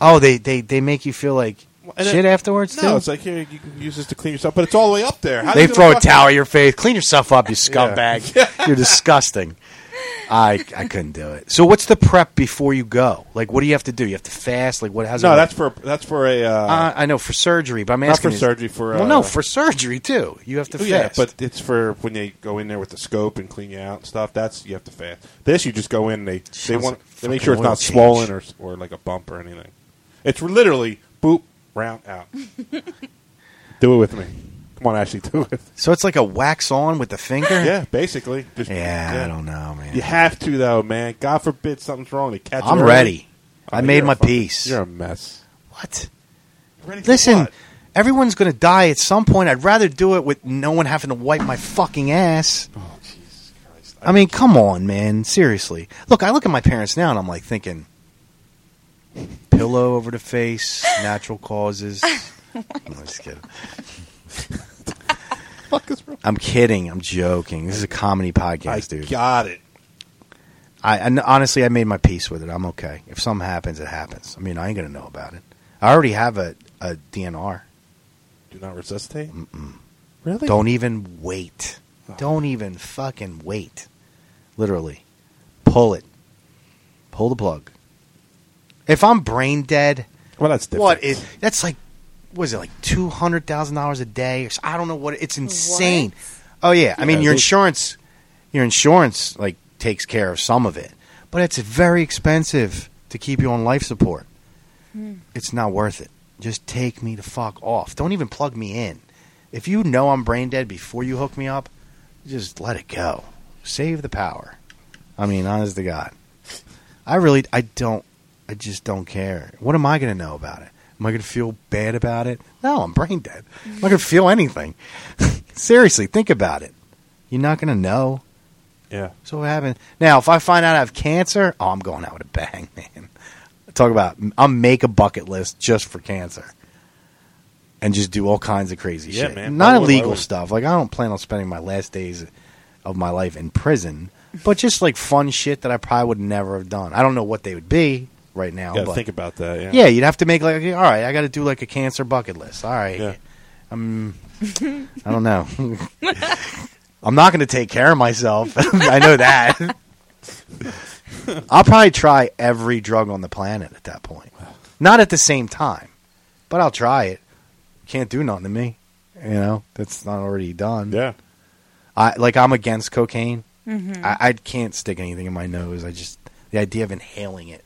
[SPEAKER 8] Oh, they, they, they make you feel like
[SPEAKER 7] And
[SPEAKER 8] shit afterwards
[SPEAKER 7] No,
[SPEAKER 8] too?
[SPEAKER 7] it's like here you can use this to clean yourself, but it's all the way up there. How
[SPEAKER 8] they
[SPEAKER 7] you gonna
[SPEAKER 8] throw a
[SPEAKER 7] fuck-
[SPEAKER 8] towel at your face. Clean yourself up, you scumbag. You're disgusting. I I couldn't do it. So what's the prep before you go? Like, what do you have to do? You have to fast. Like, what? How's it
[SPEAKER 7] No,
[SPEAKER 8] work?
[SPEAKER 7] that's for that's for a. Uh,
[SPEAKER 8] Uh, I know for surgery, but I'm
[SPEAKER 7] Not for
[SPEAKER 8] asking. is-
[SPEAKER 7] surgery, for,
[SPEAKER 8] well, no,
[SPEAKER 7] uh,
[SPEAKER 8] for surgery too. You have to
[SPEAKER 7] oh,
[SPEAKER 8] fast.
[SPEAKER 7] yeah, but it's for when they go in there with the scope and clean you out and stuff. That's you have to fast. This you just go in. They they
[SPEAKER 8] Sounds
[SPEAKER 7] want
[SPEAKER 8] like
[SPEAKER 7] they make
[SPEAKER 8] fucking
[SPEAKER 7] sure it's
[SPEAKER 8] oil
[SPEAKER 7] not
[SPEAKER 8] change.
[SPEAKER 7] swollen or or like a bump or anything. It's literally boop round out. do it with me. Come on, Ashley, do it.
[SPEAKER 8] so it's like a wax on with the finger.
[SPEAKER 7] Yeah, basically. Just,
[SPEAKER 8] Yeah, I don't know, man.
[SPEAKER 7] You have to though, man. God forbid something's wrong. They catch.
[SPEAKER 8] I'm
[SPEAKER 7] it early.
[SPEAKER 8] ready.
[SPEAKER 7] Oh,
[SPEAKER 8] I made
[SPEAKER 7] you're a
[SPEAKER 8] my
[SPEAKER 7] fucking-
[SPEAKER 8] peace.
[SPEAKER 7] You're a mess.
[SPEAKER 8] What?
[SPEAKER 7] Ready for
[SPEAKER 8] Listen,
[SPEAKER 7] what?
[SPEAKER 8] everyone's going to die at some point. I'd rather do it with no one having to wipe my fucking ass.
[SPEAKER 7] Oh, Jesus Christ.
[SPEAKER 8] I mean, come on, man. Seriously. Look, I look at my parents now and I'm like thinking pillow over the face, natural causes. I'm just kidding.
[SPEAKER 7] what the fuck is wrong?
[SPEAKER 8] I'm kidding. I'm joking. This is a comedy
[SPEAKER 7] I
[SPEAKER 8] podcast, dude.
[SPEAKER 7] got it.
[SPEAKER 8] I, I- honestly, I made my peace with it. I'm okay. If something happens, it happens. I mean, I ain't gonna know about it. I already have a, a DNR.
[SPEAKER 7] Do not resuscitate. Really?
[SPEAKER 8] Don't even wait. Don't even fucking wait. Literally, pull it. Pull the plug. If I'm brain dead,
[SPEAKER 7] Well, that's different.
[SPEAKER 8] what is that's like? Was it like two hundred thousand dollars a day? Or s- I don't know what. It's insane. Oh yeah, I mean
[SPEAKER 7] Yeah,
[SPEAKER 8] your
[SPEAKER 7] they-
[SPEAKER 8] insurance, your insurance like takes care of some of it, but it's very expensive to keep you on life support. It's not worth it. Just take me the fuck off. Don't even plug me in. If you know I'm brain dead before you hook me up, just let it go. Save the power. I mean, honest to God, I really, I don't, I just don't care. What am I going to know about it? Am I going to feel bad about it? No, I'm brain dead. I'm not going to feel anything. Seriously, think about it. You're not going to know.
[SPEAKER 7] Yeah.
[SPEAKER 8] So what happened? Now, if I find out I have cancer, oh, I'm going out with a bang, man. Talk about I'll make a bucket list just for cancer, and just do all kinds of crazy
[SPEAKER 7] Yeah,
[SPEAKER 8] shit.
[SPEAKER 7] man.
[SPEAKER 8] Not
[SPEAKER 7] Why would- why
[SPEAKER 8] illegal
[SPEAKER 7] would-
[SPEAKER 8] stuff. Like I don't plan on spending my last days of my life in prison, but just like fun shit that I probably would never have done. I don't know what they would be right now.
[SPEAKER 7] Got to
[SPEAKER 8] but
[SPEAKER 7] think about that. Yeah.
[SPEAKER 8] yeah, you'd have to make like, all right, I got to do like a cancer bucket list. All right,
[SPEAKER 7] Yeah.
[SPEAKER 8] um, I don't know. I'm not going to take care of myself. I know that. I'll probably try every drug on the planet at that point. Not at the same time, but I'll try it. Can't do nothing to me. You know, that's not already done.
[SPEAKER 7] Yeah.
[SPEAKER 8] I like I'm against cocaine. I, I can't stick anything in my nose. I just the idea of inhaling it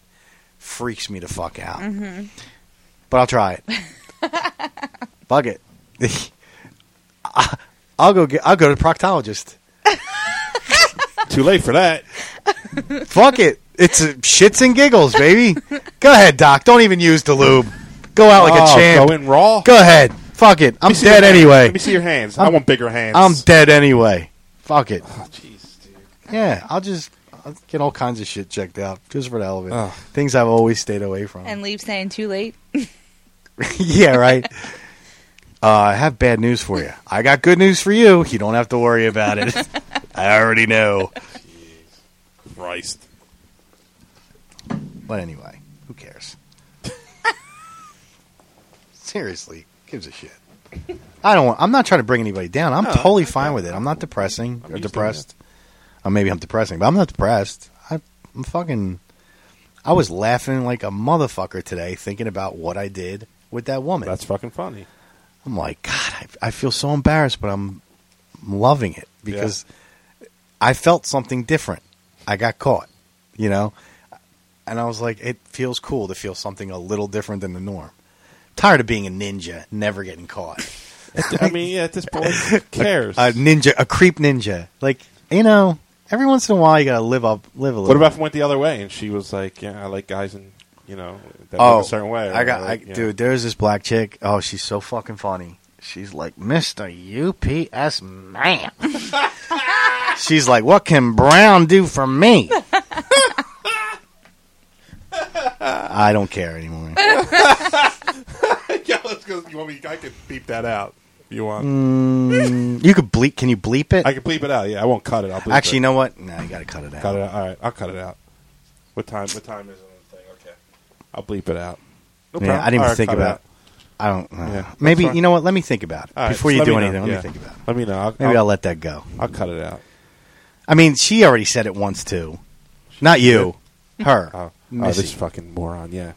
[SPEAKER 8] freaks me to fuck out. But I'll try it. Bug it. I- I'll go get. I'll go to the proctologist.
[SPEAKER 7] Too late for that.
[SPEAKER 8] Fuck it. It's a, shits and giggles, baby. go ahead, doc. Don't even use the lube. Go out like
[SPEAKER 7] Oh,
[SPEAKER 8] a champ.
[SPEAKER 7] Go in raw.
[SPEAKER 8] Go ahead. Fuck it. I'm
[SPEAKER 7] Let me see your
[SPEAKER 8] dead
[SPEAKER 7] hands.
[SPEAKER 8] anyway.
[SPEAKER 7] Let me see your hands. i
[SPEAKER 8] I'm-
[SPEAKER 7] want bigger hands.
[SPEAKER 8] I'm dead anyway. Fuck it. Yeah, I'll just I'll get all kinds of shit checked out just for the hell of it.
[SPEAKER 7] Ugh.
[SPEAKER 8] Things I've always stayed away from.
[SPEAKER 9] and leave saying too late.
[SPEAKER 8] yeah, right. Uh, I have bad news for you. I got good news for you. You don't have to worry about it. I already know.
[SPEAKER 7] Christ.
[SPEAKER 8] But anyway, who cares? Seriously, gives a shit. I don't. Want, I'm not trying to bring anybody down. I'm totally fine with it. I'm not depressing or
[SPEAKER 7] used to
[SPEAKER 8] depressed. Or maybe I'm depressing, but I'm not depressed. I, I'm fucking. I was laughing like a motherfucker today, thinking about what I did with that woman.
[SPEAKER 7] That's fucking funny.
[SPEAKER 8] I'm like, God, I, I feel so embarrassed, but I'm loving it because I felt something different. I got caught, you know, and I was like, it feels cool to feel something a little different than the norm. Tired of being a ninja, never getting caught.
[SPEAKER 7] I mean, yeah, at this point, who cares?
[SPEAKER 8] A ninja, a creep ninja. Like, you know, every once in a while you gotta live up, live a little.
[SPEAKER 7] what about if I went the other way and she was like, "Yeah, I like guys and you know that
[SPEAKER 8] oh,
[SPEAKER 7] look a certain way." or
[SPEAKER 8] I got, I,
[SPEAKER 7] like, yeah.
[SPEAKER 8] dude. There's this black chick. Oh, she's so fucking funny. She's like Mr. UPS man. she's like, what can Brown do for me? I don't care anymore.
[SPEAKER 7] yeah, let's go. You want me? I can beep that out. If you want?
[SPEAKER 8] You could bleep. Can you bleep it?
[SPEAKER 7] I can bleep it out. Yeah, I won't cut it. I'll bleep
[SPEAKER 8] Actually, you
[SPEAKER 7] it.
[SPEAKER 8] know what? No, you gotta cut it out.
[SPEAKER 7] Cut it out. All right, I'll cut it out. What time? What time is it? on the thing? Okay, I'll bleep it out. No
[SPEAKER 8] Yeah, I didn't even
[SPEAKER 7] All right,
[SPEAKER 8] think
[SPEAKER 7] cut
[SPEAKER 8] about.
[SPEAKER 7] out.
[SPEAKER 8] I don't. know.
[SPEAKER 7] Yeah, that's
[SPEAKER 8] Maybe
[SPEAKER 7] fine.
[SPEAKER 8] you know what? Let me think about it
[SPEAKER 7] All right,
[SPEAKER 8] before
[SPEAKER 7] just
[SPEAKER 8] you
[SPEAKER 7] let
[SPEAKER 8] do
[SPEAKER 7] me
[SPEAKER 8] anything.
[SPEAKER 7] know.
[SPEAKER 8] Let
[SPEAKER 7] Yeah.
[SPEAKER 8] me think about it.
[SPEAKER 7] Let me know. I'll,
[SPEAKER 8] Maybe I'll,
[SPEAKER 7] I'll,
[SPEAKER 8] let that go.
[SPEAKER 7] I'll cut it out.
[SPEAKER 8] I mean, she already said it once too. Not you, her.
[SPEAKER 7] Oh, oh,
[SPEAKER 8] Missy.
[SPEAKER 7] this fucking moron. Yeah,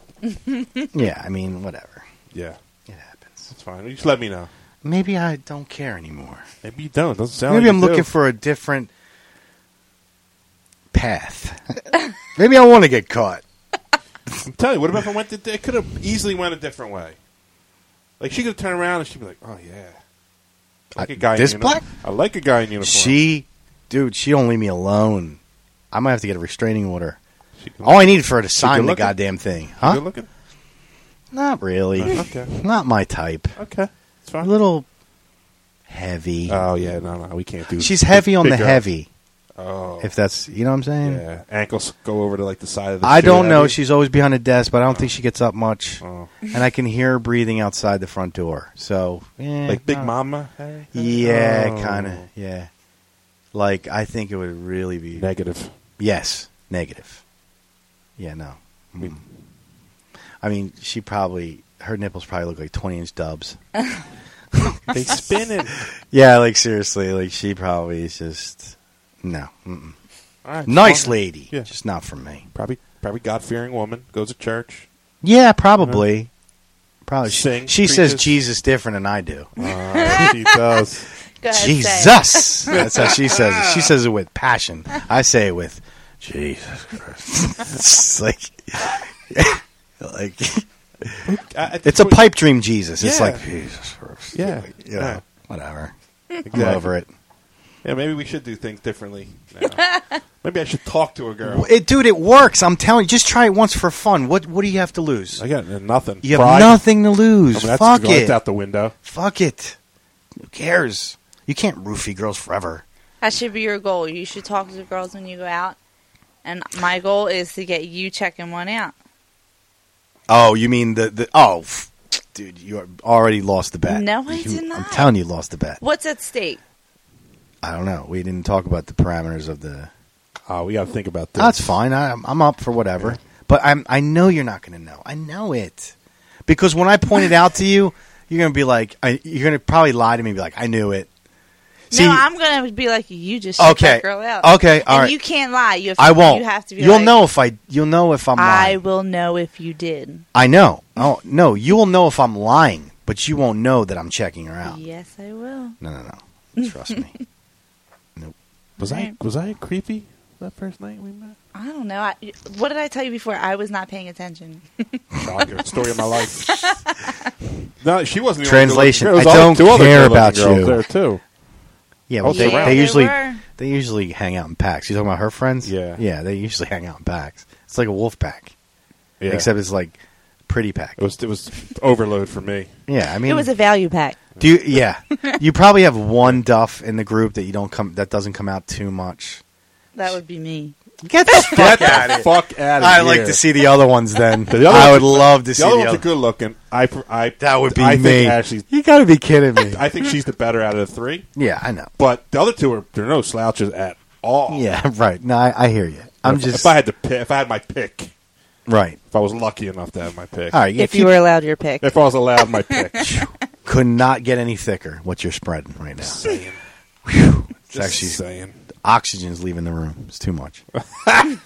[SPEAKER 8] yeah, I mean, whatever.
[SPEAKER 7] yeah,
[SPEAKER 8] It happens.
[SPEAKER 7] it's fine. You just let me know.
[SPEAKER 8] Maybe I don't care anymore.
[SPEAKER 7] Maybe you don't. Doesn't sound.
[SPEAKER 8] Maybe
[SPEAKER 7] like
[SPEAKER 8] I'm
[SPEAKER 7] you
[SPEAKER 8] looking
[SPEAKER 7] do.
[SPEAKER 8] for a different path. Maybe I want to get caught.
[SPEAKER 7] I'm telling you. What if I went? To, it could have easily went a different way. Like she could have turned around and she'd be like, "Oh yeah, I like a guy
[SPEAKER 8] Uh, this
[SPEAKER 7] in
[SPEAKER 8] black?
[SPEAKER 7] Uniform. I like a guy in uniform.
[SPEAKER 8] She, dude, she don't leave me alone. I might have to get a restraining order.
[SPEAKER 7] She could-
[SPEAKER 8] All I need for her to sign the
[SPEAKER 7] looking?
[SPEAKER 8] goddamn thing,
[SPEAKER 7] Good
[SPEAKER 8] huh?
[SPEAKER 7] looking.
[SPEAKER 8] Not really.
[SPEAKER 7] Uh, Okay. Uh-huh.
[SPEAKER 8] Not my type.
[SPEAKER 7] Okay. It's
[SPEAKER 8] A
[SPEAKER 7] fine.
[SPEAKER 8] little heavy.
[SPEAKER 7] Oh yeah, no, no, we can't do.
[SPEAKER 8] She's heavy on
[SPEAKER 7] big
[SPEAKER 8] the
[SPEAKER 7] girl.
[SPEAKER 8] heavy.
[SPEAKER 7] Oh,
[SPEAKER 8] If that's, you know what I'm saying?
[SPEAKER 7] yeah. Ankles go over to like the side of the.
[SPEAKER 8] I
[SPEAKER 7] shoe
[SPEAKER 8] don't know.
[SPEAKER 7] heavy.
[SPEAKER 8] She's always behind a desk, but I don't think she gets up much.
[SPEAKER 7] Oh.
[SPEAKER 8] And I can hear her breathing outside the front door. So, eh,
[SPEAKER 7] like Big
[SPEAKER 8] not-
[SPEAKER 7] Mama. heavy?
[SPEAKER 8] Yeah,
[SPEAKER 7] Oh.
[SPEAKER 8] kind of. Yeah. Like I think it would really be
[SPEAKER 7] Negative.
[SPEAKER 8] yes, negative. Yeah, no. Mm.
[SPEAKER 7] We-
[SPEAKER 8] I mean, she probably her nipples probably look like twenty inch dubs.
[SPEAKER 7] They spin it.
[SPEAKER 8] Yeah, like seriously, like she probably is just no. Mm-mm.
[SPEAKER 7] All right,
[SPEAKER 8] Nice
[SPEAKER 7] fine.
[SPEAKER 8] lady,
[SPEAKER 7] Yeah.
[SPEAKER 8] just not for me.
[SPEAKER 7] Probably, probably God fearing woman goes to church.
[SPEAKER 8] Yeah, probably. Probably. She-
[SPEAKER 7] Sing,
[SPEAKER 8] she says
[SPEAKER 7] preaches.
[SPEAKER 8] Jesus different than I do.
[SPEAKER 7] Uh, she does.
[SPEAKER 9] Go ahead, say it.
[SPEAKER 8] Jesus. That's how she says it. She says it with passion. I say it with Jesus Christ. it's like, like
[SPEAKER 7] I- I think
[SPEAKER 8] it's a
[SPEAKER 7] we-
[SPEAKER 8] pipe dream Jesus. It's
[SPEAKER 7] Yeah.
[SPEAKER 8] like Jesus Christ.
[SPEAKER 7] Yeah,
[SPEAKER 8] You know,
[SPEAKER 7] yeah.
[SPEAKER 8] whatever.
[SPEAKER 7] Exactly.
[SPEAKER 8] I'm over it.
[SPEAKER 7] Yeah, maybe we should do things differently. now. maybe I should talk to a girl.
[SPEAKER 8] it. Dude, it works. I'm telling you. Just try it once for fun. What What do you have to lose?
[SPEAKER 7] I got nothing.
[SPEAKER 8] You have
[SPEAKER 7] Pride?
[SPEAKER 8] nothing to
[SPEAKER 7] I
[SPEAKER 8] lose.
[SPEAKER 7] mean, that's,
[SPEAKER 8] Fuck
[SPEAKER 7] that's
[SPEAKER 8] it.
[SPEAKER 7] out the window.
[SPEAKER 8] Fuck it. Who cares? You can't roofie girls forever.
[SPEAKER 9] That should be your goal. You should talk to girls when you go out. And my goal is to get you checking one out.
[SPEAKER 8] Oh, you mean the the oh, f- dude, you are- already lost the bet.
[SPEAKER 9] No, I
[SPEAKER 8] You-
[SPEAKER 9] did
[SPEAKER 8] I'm
[SPEAKER 9] not.
[SPEAKER 8] telling you, lost the bet.
[SPEAKER 9] What's at stake?
[SPEAKER 8] I don't know. We didn't talk about the parameters of the.
[SPEAKER 7] Oh, we got to think about this.
[SPEAKER 8] That's fine. I, I'm up for whatever. But I'm. I know you're not going to know. I know it because when I point it out to you, you're going to be like, I, you're going to probably lie to me, and be like, I knew it. See,
[SPEAKER 9] no, I'm gonna be like you. Just check
[SPEAKER 8] Okay.
[SPEAKER 9] that girl out.
[SPEAKER 8] Okay,
[SPEAKER 9] And
[SPEAKER 8] all right.
[SPEAKER 9] you can't lie. You have to,
[SPEAKER 8] I won't.
[SPEAKER 9] You have to be.
[SPEAKER 8] You'll
[SPEAKER 9] like,
[SPEAKER 8] know if I. You'll know if I'm.
[SPEAKER 9] I
[SPEAKER 8] lying.
[SPEAKER 9] will know if you did.
[SPEAKER 8] I know. Oh no, you will know if I'm lying, but you won't know that I'm checking her out.
[SPEAKER 9] Yes, I will.
[SPEAKER 8] No, no, no. Trust me.
[SPEAKER 7] Was I was I creepy that first night we met?
[SPEAKER 9] I don't know. I, what did I tell you before? I was not paying attention.
[SPEAKER 8] Hmm.
[SPEAKER 7] Shocker. Story of my life. no, she wasn't. The
[SPEAKER 8] Translation.
[SPEAKER 7] Only
[SPEAKER 8] I
[SPEAKER 7] good-looking girl. It was all-
[SPEAKER 8] don't
[SPEAKER 7] two other
[SPEAKER 8] care
[SPEAKER 7] good-looking
[SPEAKER 8] about
[SPEAKER 7] girls
[SPEAKER 8] you.
[SPEAKER 7] There too.
[SPEAKER 8] Yeah, well,
[SPEAKER 7] Also
[SPEAKER 8] they,
[SPEAKER 7] round.
[SPEAKER 8] they
[SPEAKER 9] They
[SPEAKER 8] usually
[SPEAKER 9] were.
[SPEAKER 8] they usually hang out in packs. You talking about her friends?
[SPEAKER 7] Yeah.
[SPEAKER 8] yeah, they usually hang out in packs. It's like a wolf pack,
[SPEAKER 7] Yeah.
[SPEAKER 8] except it's like pretty pack.
[SPEAKER 7] it was it was overload for me.
[SPEAKER 8] yeah, I mean,
[SPEAKER 9] It was a value pack.
[SPEAKER 8] do you, yeah, you probably have one duff in the group that you don't come that doesn't come out too much.
[SPEAKER 9] That would be me.
[SPEAKER 8] Get the fuck out of here!
[SPEAKER 7] Fuck out of
[SPEAKER 8] I
[SPEAKER 7] here.
[SPEAKER 8] like to see the other ones then.
[SPEAKER 7] The other
[SPEAKER 8] I would
[SPEAKER 7] ones-
[SPEAKER 8] love to see
[SPEAKER 7] The other ones are
[SPEAKER 8] other-
[SPEAKER 7] good looking. I, pr- I
[SPEAKER 8] That would be
[SPEAKER 7] I
[SPEAKER 8] me.
[SPEAKER 7] Think Ashley's,
[SPEAKER 8] you got to be kidding me!
[SPEAKER 7] I think she's the better out of the three.
[SPEAKER 8] yeah, I know.
[SPEAKER 7] But the other two are they're no slouches at all.
[SPEAKER 8] Yeah, right. No, I, I hear you. I'm
[SPEAKER 7] if,
[SPEAKER 8] just
[SPEAKER 7] if I had to pick, if I had my pick, if
[SPEAKER 8] right.
[SPEAKER 7] I was lucky enough to have my pick,
[SPEAKER 8] All right, yeah,
[SPEAKER 9] if you were allowed your pick,
[SPEAKER 7] if I was allowed my pick,
[SPEAKER 8] could not get any thicker, what you're spreading right now.
[SPEAKER 7] saying,
[SPEAKER 8] It's actually
[SPEAKER 7] saying,
[SPEAKER 8] oxygen's leaving the room. It's too much. um,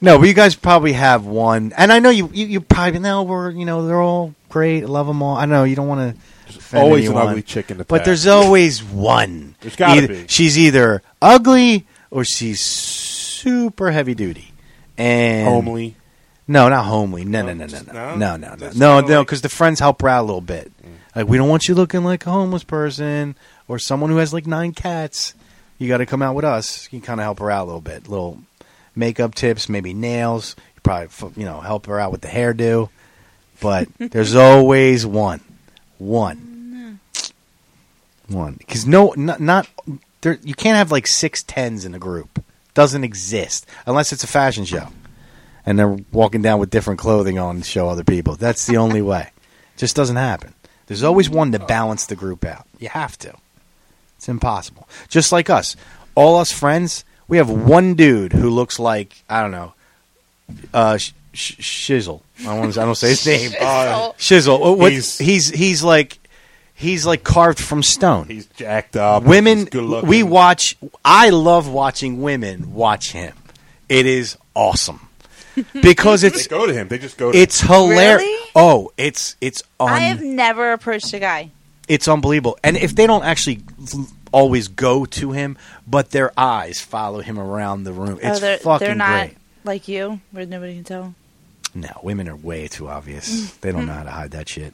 [SPEAKER 8] no, but you guys probably have one, and I know you. You, you probably know we're you know they're all great. I love them all. I know you don't want to.
[SPEAKER 7] always an
[SPEAKER 8] anyone,
[SPEAKER 7] ugly chick in the
[SPEAKER 8] but
[SPEAKER 7] pack.
[SPEAKER 8] there's always one.
[SPEAKER 7] There's gotta
[SPEAKER 8] Either-
[SPEAKER 7] be.
[SPEAKER 8] She's either ugly or she's super heavy duty and
[SPEAKER 7] homely.
[SPEAKER 8] no, not homely. No, no,
[SPEAKER 7] No,
[SPEAKER 8] no, no,
[SPEAKER 7] just-
[SPEAKER 8] no,
[SPEAKER 7] no?
[SPEAKER 8] no, no, no,
[SPEAKER 7] That's
[SPEAKER 8] no,
[SPEAKER 7] kinda
[SPEAKER 8] no.
[SPEAKER 7] like- Mm.
[SPEAKER 8] Because the friends help her out a little bit. Like we don't want you looking like a homeless person or someone who has like nine cats. You got to come out with us. You kind of help her out a little bit. Little makeup tips, maybe nails. You probably f- you know help her out with the hairdo. But there's always one, one, one. Because no, not, not there. You can't have like six tens in a group. Doesn't exist unless it's a fashion show and they're walking down with different clothing on to show other people. That's the only way. Just doesn't happen. There's always one to balance the group out. You have to. It's impossible. Just like us, all us friends, we have one dude who looks like I don't know, uh, Sh- Sh- Shizzle. I want. I don't say his name.
[SPEAKER 9] Shizzle.
[SPEAKER 8] Shizzle. What- what-
[SPEAKER 7] He's-
[SPEAKER 8] He's, he's like he's like carved from stone.
[SPEAKER 7] He's jacked up.
[SPEAKER 8] women.
[SPEAKER 7] he's good-looking.
[SPEAKER 8] We watch. I love watching women watch him. It is awesome because
[SPEAKER 7] They
[SPEAKER 8] it's
[SPEAKER 7] go to him. They just go. to
[SPEAKER 8] it's hilarious.
[SPEAKER 9] Really?
[SPEAKER 8] Oh, it's it's un-
[SPEAKER 9] I have never approached a guy.
[SPEAKER 8] it's unbelievable. And if they don't actually l- always go to him, but their eyes follow him around the room, it's
[SPEAKER 9] oh, they're,
[SPEAKER 8] fucking
[SPEAKER 9] they're not
[SPEAKER 8] great.
[SPEAKER 9] like you, where nobody can tell.
[SPEAKER 8] No, women are way too obvious.
[SPEAKER 9] Mm.
[SPEAKER 8] they don't know how to hide that shit.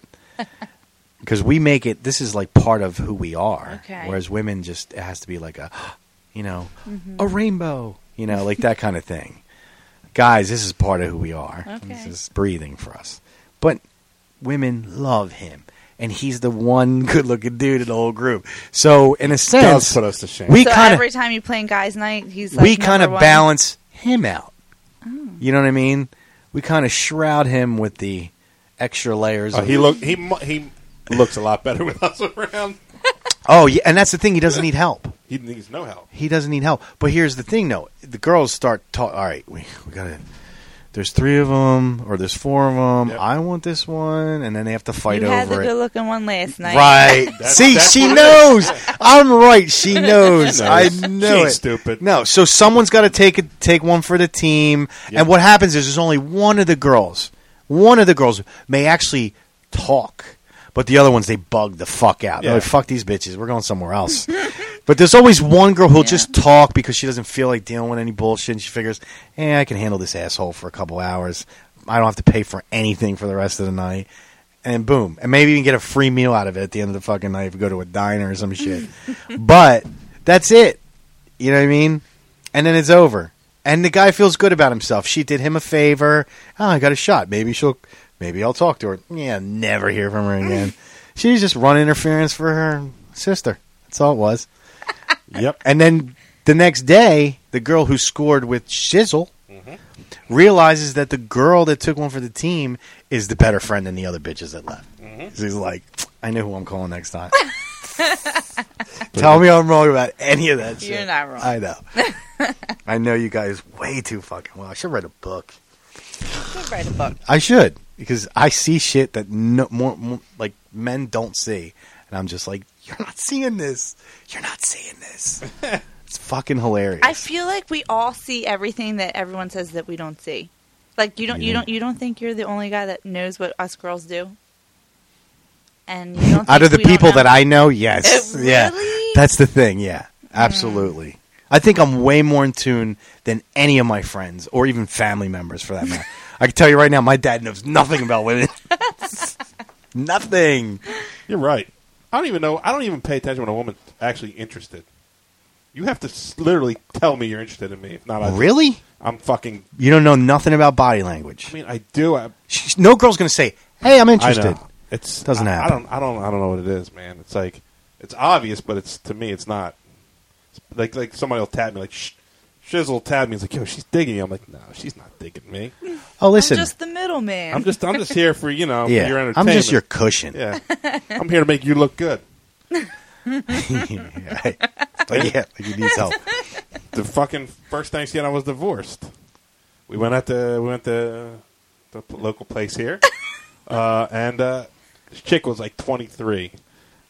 [SPEAKER 8] Because we make it. This is like part of who we are.
[SPEAKER 9] Okay.
[SPEAKER 8] Whereas women just it has to be like a, you know,
[SPEAKER 9] Mm-hmm.
[SPEAKER 8] a rainbow. You know, like that kind of thing. Guys, this is part of who we are. This
[SPEAKER 9] Okay.
[SPEAKER 8] is breathing for us. But women love him, and he's the one good-looking dude in the whole group. So in a
[SPEAKER 7] does
[SPEAKER 8] sense,
[SPEAKER 7] put us to shame.
[SPEAKER 8] we
[SPEAKER 9] so
[SPEAKER 8] kind of
[SPEAKER 9] every time you play in guys' night, he's like
[SPEAKER 8] we kind of
[SPEAKER 9] number one. Oh.
[SPEAKER 8] balance him out. You know what I mean? We kind of shroud him with the extra layers.
[SPEAKER 7] Uh,
[SPEAKER 8] of,
[SPEAKER 7] he look he mu- he looks a lot better with us around.
[SPEAKER 8] oh, yeah, and that's the thing. He doesn't need help.
[SPEAKER 7] He needs no help.
[SPEAKER 8] He doesn't need help. But here's the thing, though. The girls start talk. All right, we we got to. There's three of them, or there's four of them.
[SPEAKER 7] Yep.
[SPEAKER 8] I want this one, and then they have to fight
[SPEAKER 9] You
[SPEAKER 8] over
[SPEAKER 9] had the
[SPEAKER 8] it.
[SPEAKER 9] good-looking one last night.
[SPEAKER 8] Right.
[SPEAKER 7] That's-
[SPEAKER 8] See,
[SPEAKER 7] that's
[SPEAKER 8] she
[SPEAKER 7] what it
[SPEAKER 8] knows. I'm right. She knows.
[SPEAKER 7] She knows.
[SPEAKER 8] I
[SPEAKER 7] She
[SPEAKER 8] know
[SPEAKER 7] ain't
[SPEAKER 8] it.
[SPEAKER 7] stupid.
[SPEAKER 8] No. So someone's got to take it, take one for the team. And what happens is, there's only one of the girls. One of the girls may actually talk, but the other ones they bug the fuck out. They're
[SPEAKER 7] Yeah.
[SPEAKER 8] like, "Fuck these bitches. We're going somewhere else." but there's always one girl who'll just talk because she doesn't feel like dealing with any bullshit. And she figures, "Eh, I can handle this asshole for a couple hours. I don't have to pay for anything for the rest of the night." and boom, and maybe even get a free meal out of it at the end of the fucking night if you go to a diner or some shit. but that's it. You know what I mean? And then it's over. And the guy feels good about himself. She did him a favor. Oh, I got a shot. Maybe she'll. Maybe I'll talk to her. Yeah, never hear from her again. She's just run interference for her sister. That's all it was.
[SPEAKER 7] Yep.
[SPEAKER 8] And then the next day, the girl who scored with Shizzle realizes that the girl that took one for the team is the better friend than the other bitches that left. So he's like, I know who I'm calling next time. Tell me I'm wrong about any of that shit.
[SPEAKER 9] You're not wrong.
[SPEAKER 8] I know. I know you guys way too fucking well. I should write a book.
[SPEAKER 9] Write a book.
[SPEAKER 8] I should because I see shit that no more, more like men don't see, and I'm just like, you're not seeing this. You're not seeing this. it's fucking hilarious.
[SPEAKER 9] I feel like we all see everything that everyone says that we don't see. Like you don't,
[SPEAKER 8] Mm-hmm.
[SPEAKER 9] you don't, you don't think you're the only guy that knows what us girls do. And you don't
[SPEAKER 8] Out of the
[SPEAKER 9] think we don't
[SPEAKER 8] people
[SPEAKER 9] know.
[SPEAKER 8] that I know, yes,
[SPEAKER 9] Uh,
[SPEAKER 8] yeah,
[SPEAKER 9] really?
[SPEAKER 8] that's the thing. Yeah, absolutely. I think I'm way more in tune than any of my friends or even family members, for that matter. I can tell you right now, my dad knows nothing about women. nothing.
[SPEAKER 7] You're right. I don't even know. I don't even pay attention when a woman's actually interested. You have to s- literally tell me you're interested in me. If not, I
[SPEAKER 8] Really?
[SPEAKER 7] I'm fucking.
[SPEAKER 8] You don't know nothing about body language.
[SPEAKER 7] I mean, I do. I,
[SPEAKER 8] Sh- No girl's gonna say, "Hey, I'm
[SPEAKER 7] I
[SPEAKER 8] interested."
[SPEAKER 7] know. It's
[SPEAKER 8] Doesn't
[SPEAKER 7] I, I
[SPEAKER 8] happen.
[SPEAKER 7] don't. I don't. I don't know what it is, man. It's like it's obvious, but it's to me, it's not. It's like like somebody will tap me, like Shh, Shizzle will tap me. It's like yo, she's digging you. I'm like, no, she's not digging me.
[SPEAKER 8] Oh,
[SPEAKER 9] I'm
[SPEAKER 8] listen,
[SPEAKER 9] just the middleman.
[SPEAKER 7] I'm just. I'm just here for you know.
[SPEAKER 8] yeah,
[SPEAKER 7] your Oh, entertainment.
[SPEAKER 8] I'm just your cushion.
[SPEAKER 7] Yeah, I'm here to make you look good.
[SPEAKER 8] Right. Like, yeah, like he needs help.
[SPEAKER 7] the fucking first Thanksgiving I was divorced. We went at the we went to the p- local place here, uh, and uh, this chick was like 23.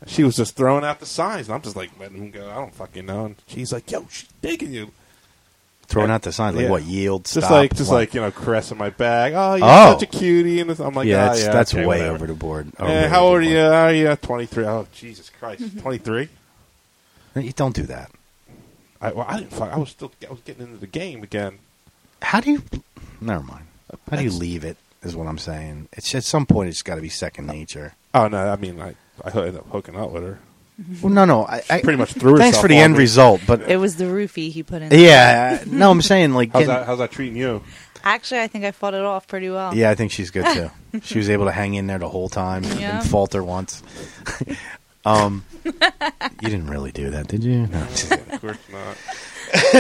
[SPEAKER 7] She was just throwing out the signs, and I'm just like letting them go. I don't fucking know. And she's like, "Yo, she's digging you."
[SPEAKER 8] Throwing out the sign like
[SPEAKER 7] Yeah.
[SPEAKER 8] what yield?
[SPEAKER 7] Just
[SPEAKER 8] stop,
[SPEAKER 7] like just
[SPEAKER 8] what?
[SPEAKER 7] like you know, caressing my back. Oh, you're
[SPEAKER 8] Oh.
[SPEAKER 7] such a cutie, and it's- I'm like,
[SPEAKER 8] yeah,
[SPEAKER 7] "Ah,
[SPEAKER 8] that's, that's
[SPEAKER 7] okay,
[SPEAKER 8] way
[SPEAKER 7] whatever."
[SPEAKER 8] over the board.
[SPEAKER 7] Eh, how old are you? How are you? 23. Oh, Jesus
[SPEAKER 8] Mm-hmm.
[SPEAKER 7] Christ, 23.
[SPEAKER 8] you? You don't do that.
[SPEAKER 7] I, well, I didn't fuck. I was still I was getting into the game again.
[SPEAKER 8] How do you? Never mind. How do you leave it? Is what I'm saying. It's at some point it's got to be second nature.
[SPEAKER 7] Oh no, I mean, I I ended up hooking up with her.
[SPEAKER 8] Well, no, no. I, I
[SPEAKER 7] Pretty much threw
[SPEAKER 8] Thanks
[SPEAKER 7] herself
[SPEAKER 8] for the
[SPEAKER 7] on
[SPEAKER 8] end
[SPEAKER 7] me.
[SPEAKER 8] result, but
[SPEAKER 9] it was the roofie he put in.
[SPEAKER 8] yeah, I- no, I'm saying like
[SPEAKER 7] How's
[SPEAKER 8] getting-
[SPEAKER 7] that? How's that treating you?
[SPEAKER 9] Actually, I think I fought it off pretty well.
[SPEAKER 8] Yeah, I think she's good too. she was able to hang in there the whole time.
[SPEAKER 9] Yeah.
[SPEAKER 8] Didn't falter once. um, you didn't really do that, did you? No,
[SPEAKER 7] of course not.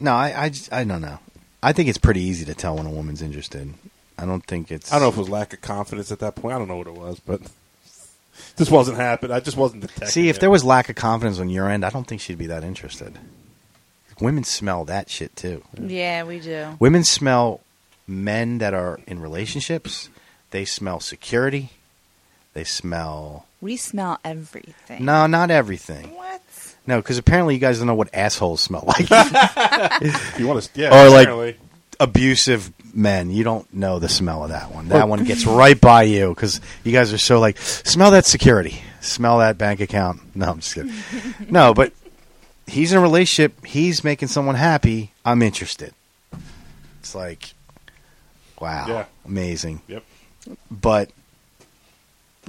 [SPEAKER 8] no I, I, just- I don't know. I think it's pretty easy to tell when a woman's interested. I don't think it's.
[SPEAKER 7] I don't know if it was lack of confidence at that point. I don't know what it was, but this wasn't happening. I just wasn't detecting.
[SPEAKER 8] See, if
[SPEAKER 7] it.
[SPEAKER 8] there was lack of confidence on your end, I don't think she'd be that interested. Women smell that shit too.
[SPEAKER 9] Yeah, we do.
[SPEAKER 8] Women smell men that are in relationships, they smell security. They smell
[SPEAKER 9] We smell everything.
[SPEAKER 8] no, not everything.
[SPEAKER 9] What?
[SPEAKER 8] No, because apparently you guys don't know what assholes smell like.
[SPEAKER 7] You want to? Yeah.
[SPEAKER 8] Or, like-
[SPEAKER 7] apparently.
[SPEAKER 8] Abusive men, you don't know the smell of that one. That one gets right by you because you guys are so like, smell that security, smell that bank account. No, I'm just kidding. no, but he's in a relationship. He's making someone happy. I'm interested. It's like, wow,
[SPEAKER 7] Yeah.
[SPEAKER 8] amazing.
[SPEAKER 7] Yep.
[SPEAKER 8] But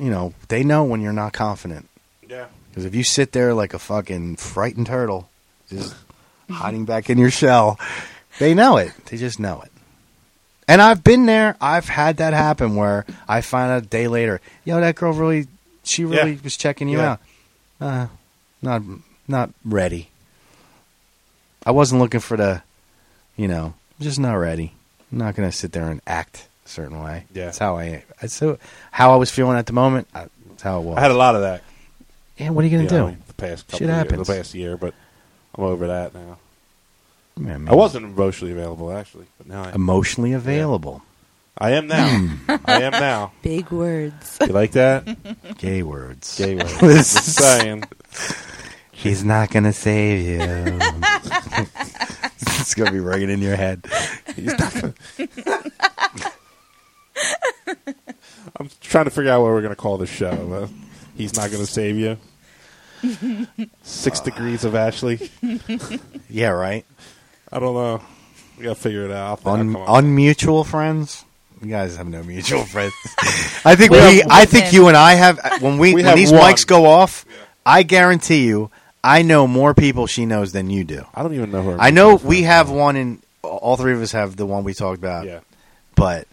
[SPEAKER 8] you know, they know when you're not confident.
[SPEAKER 7] Yeah.
[SPEAKER 8] Because if you sit there like a fucking frightened turtle, just hiding back in your shell, they know it. They just know it. And I've been there. I've had that happen where I find out a day later, yo, that girl really, she really
[SPEAKER 7] Yeah.
[SPEAKER 8] was checking you
[SPEAKER 7] Yeah.
[SPEAKER 8] out. Uh, not, not ready. I wasn't looking for the, you know, just not ready. I'm not gonna sit there and act a certain way.
[SPEAKER 7] Yeah.
[SPEAKER 8] that's how I. That's so how I was feeling at the moment. I, that's how it was.
[SPEAKER 7] I had a lot of that.
[SPEAKER 8] yeah, what are you gonna
[SPEAKER 7] you
[SPEAKER 8] do?
[SPEAKER 7] know, the past couple
[SPEAKER 8] Shit
[SPEAKER 7] of years-
[SPEAKER 8] happens.
[SPEAKER 7] the past year, but I'm over that now.
[SPEAKER 8] Yeah, man.
[SPEAKER 7] I wasn't emotionally available actually, but now I,
[SPEAKER 8] emotionally available.
[SPEAKER 7] I am now. I am now.
[SPEAKER 9] Big words.
[SPEAKER 7] You like that?
[SPEAKER 8] Gay words.
[SPEAKER 7] Gay word. Just saying.
[SPEAKER 8] He's not gonna save you. it's gonna be ringing in your head.
[SPEAKER 7] I'm trying to figure out what we're gonna call the show. Uh, he's not gonna save you. Six degrees of Ashley.
[SPEAKER 8] Yeah, right.
[SPEAKER 7] I don't know. We gotta figure it out. I'll-
[SPEAKER 8] Un-
[SPEAKER 7] I'll come up.
[SPEAKER 8] unmutual friends. You guys have no mutual friends. I think we.
[SPEAKER 9] We have
[SPEAKER 8] I
[SPEAKER 9] one
[SPEAKER 8] think
[SPEAKER 9] then.
[SPEAKER 8] you and I have. uh, When we,
[SPEAKER 7] We
[SPEAKER 8] when
[SPEAKER 7] have
[SPEAKER 8] these
[SPEAKER 7] one.
[SPEAKER 8] mics go off, I guarantee you, I know more people she knows than you do.
[SPEAKER 7] I don't even know her.
[SPEAKER 8] I know we have one, in all three of us have the one we talked about.
[SPEAKER 7] Yeah.
[SPEAKER 8] but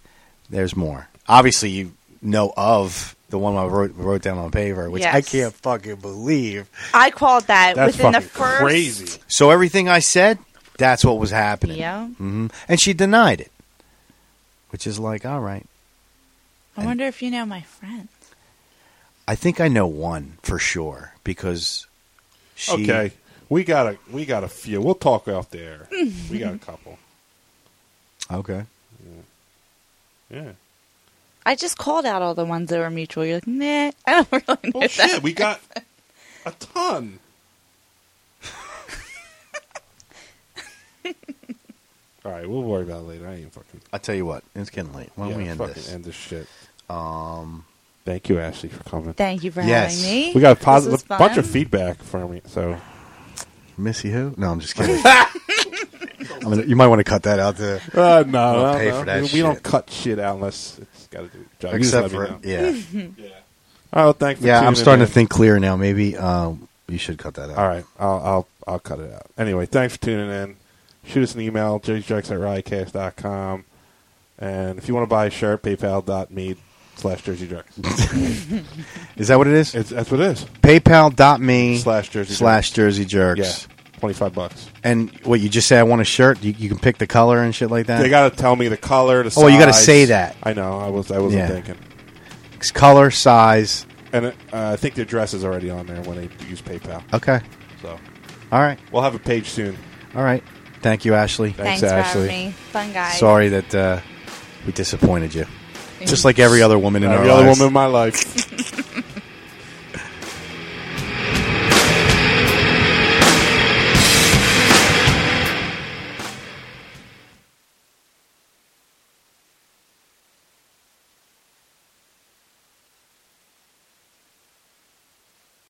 [SPEAKER 8] there's more. Obviously, you know of the one I wrote, wrote down on paper, which I
[SPEAKER 9] Yes.
[SPEAKER 8] can't fucking believe.
[SPEAKER 9] I called that
[SPEAKER 7] That's
[SPEAKER 9] within the
[SPEAKER 7] fucking
[SPEAKER 9] first.
[SPEAKER 7] crazy.
[SPEAKER 8] So everything I said, that's what was happening.
[SPEAKER 9] Yeah.
[SPEAKER 8] hmm And she denied it, which is like, all right.
[SPEAKER 9] I wonder if you know my friend.
[SPEAKER 8] I think I know one for sure because she.
[SPEAKER 7] Okay. We got a we got a few. We'll talk off the air. we got a couple.
[SPEAKER 8] Okay.
[SPEAKER 7] Yeah.
[SPEAKER 9] I just called out all the ones that were mutual. You're like, nah, I don't really know
[SPEAKER 7] Oh
[SPEAKER 9] that.
[SPEAKER 7] shit, we got a ton. All right, we'll worry about it later. I ain't fucking.
[SPEAKER 8] I'll tell you what, it's getting late. Why don't
[SPEAKER 7] yeah,
[SPEAKER 8] we end
[SPEAKER 7] fucking
[SPEAKER 8] this?
[SPEAKER 7] End this shit. Um, thank you, Ashley, for coming.
[SPEAKER 9] Thank you for
[SPEAKER 8] Yes.
[SPEAKER 9] having me.
[SPEAKER 7] We got a
[SPEAKER 9] This
[SPEAKER 7] positive
[SPEAKER 9] was fun.
[SPEAKER 7] bunch of feedback from you, so
[SPEAKER 8] Missy who? No, I'm just kidding. I'm gonna- you might want to cut that out there.
[SPEAKER 7] uh, no,
[SPEAKER 8] We'll
[SPEAKER 7] no,
[SPEAKER 8] pay
[SPEAKER 7] no.
[SPEAKER 8] for that
[SPEAKER 7] we, we don't
[SPEAKER 8] shit.
[SPEAKER 7] cut shit out unless it's got to do. with the job. You just
[SPEAKER 8] Except
[SPEAKER 7] let me
[SPEAKER 8] for
[SPEAKER 7] know.
[SPEAKER 8] yeah,
[SPEAKER 7] Oh, thanks. For
[SPEAKER 8] yeah. I'm
[SPEAKER 7] tuning
[SPEAKER 8] starting
[SPEAKER 7] in.
[SPEAKER 8] to think clear now. Maybe um, you should cut that out.
[SPEAKER 7] All right, I'll I'll I'll cut it out. Anyway, thanks for tuning in. Shoot us an email, jerseyjerks at riotcast.com. And if you want to buy a shirt, paypal.me slash jerseyjerks.
[SPEAKER 8] Is that what it is?
[SPEAKER 7] it's, that's what it is.
[SPEAKER 8] PayPal.me
[SPEAKER 7] Slash Jersey
[SPEAKER 8] slash Jersey Jerks.
[SPEAKER 7] Yeah, 25 bucks.
[SPEAKER 8] And what you just say, I want a shirt. You, you can pick the color and shit like that.
[SPEAKER 7] They got to tell me the color, the
[SPEAKER 8] Uh, Oh, you gotta
[SPEAKER 7] size.
[SPEAKER 8] say that.
[SPEAKER 7] I know. I was I wasn't
[SPEAKER 8] Yeah.
[SPEAKER 7] thinking.
[SPEAKER 8] It's color, size.
[SPEAKER 7] And uh, I think the address is already on there when they use PayPal.
[SPEAKER 8] Okay.
[SPEAKER 7] So
[SPEAKER 8] All right.
[SPEAKER 7] we'll have a page soon.
[SPEAKER 8] All right. Thank you, Ashley.
[SPEAKER 9] Thanks,
[SPEAKER 7] Thanks,
[SPEAKER 9] for
[SPEAKER 7] Ashley.
[SPEAKER 9] having me. Fun guys.
[SPEAKER 8] Sorry that uh, we disappointed you. Just like every other woman in
[SPEAKER 7] Every
[SPEAKER 8] our
[SPEAKER 7] other
[SPEAKER 8] lives.
[SPEAKER 7] woman in my life.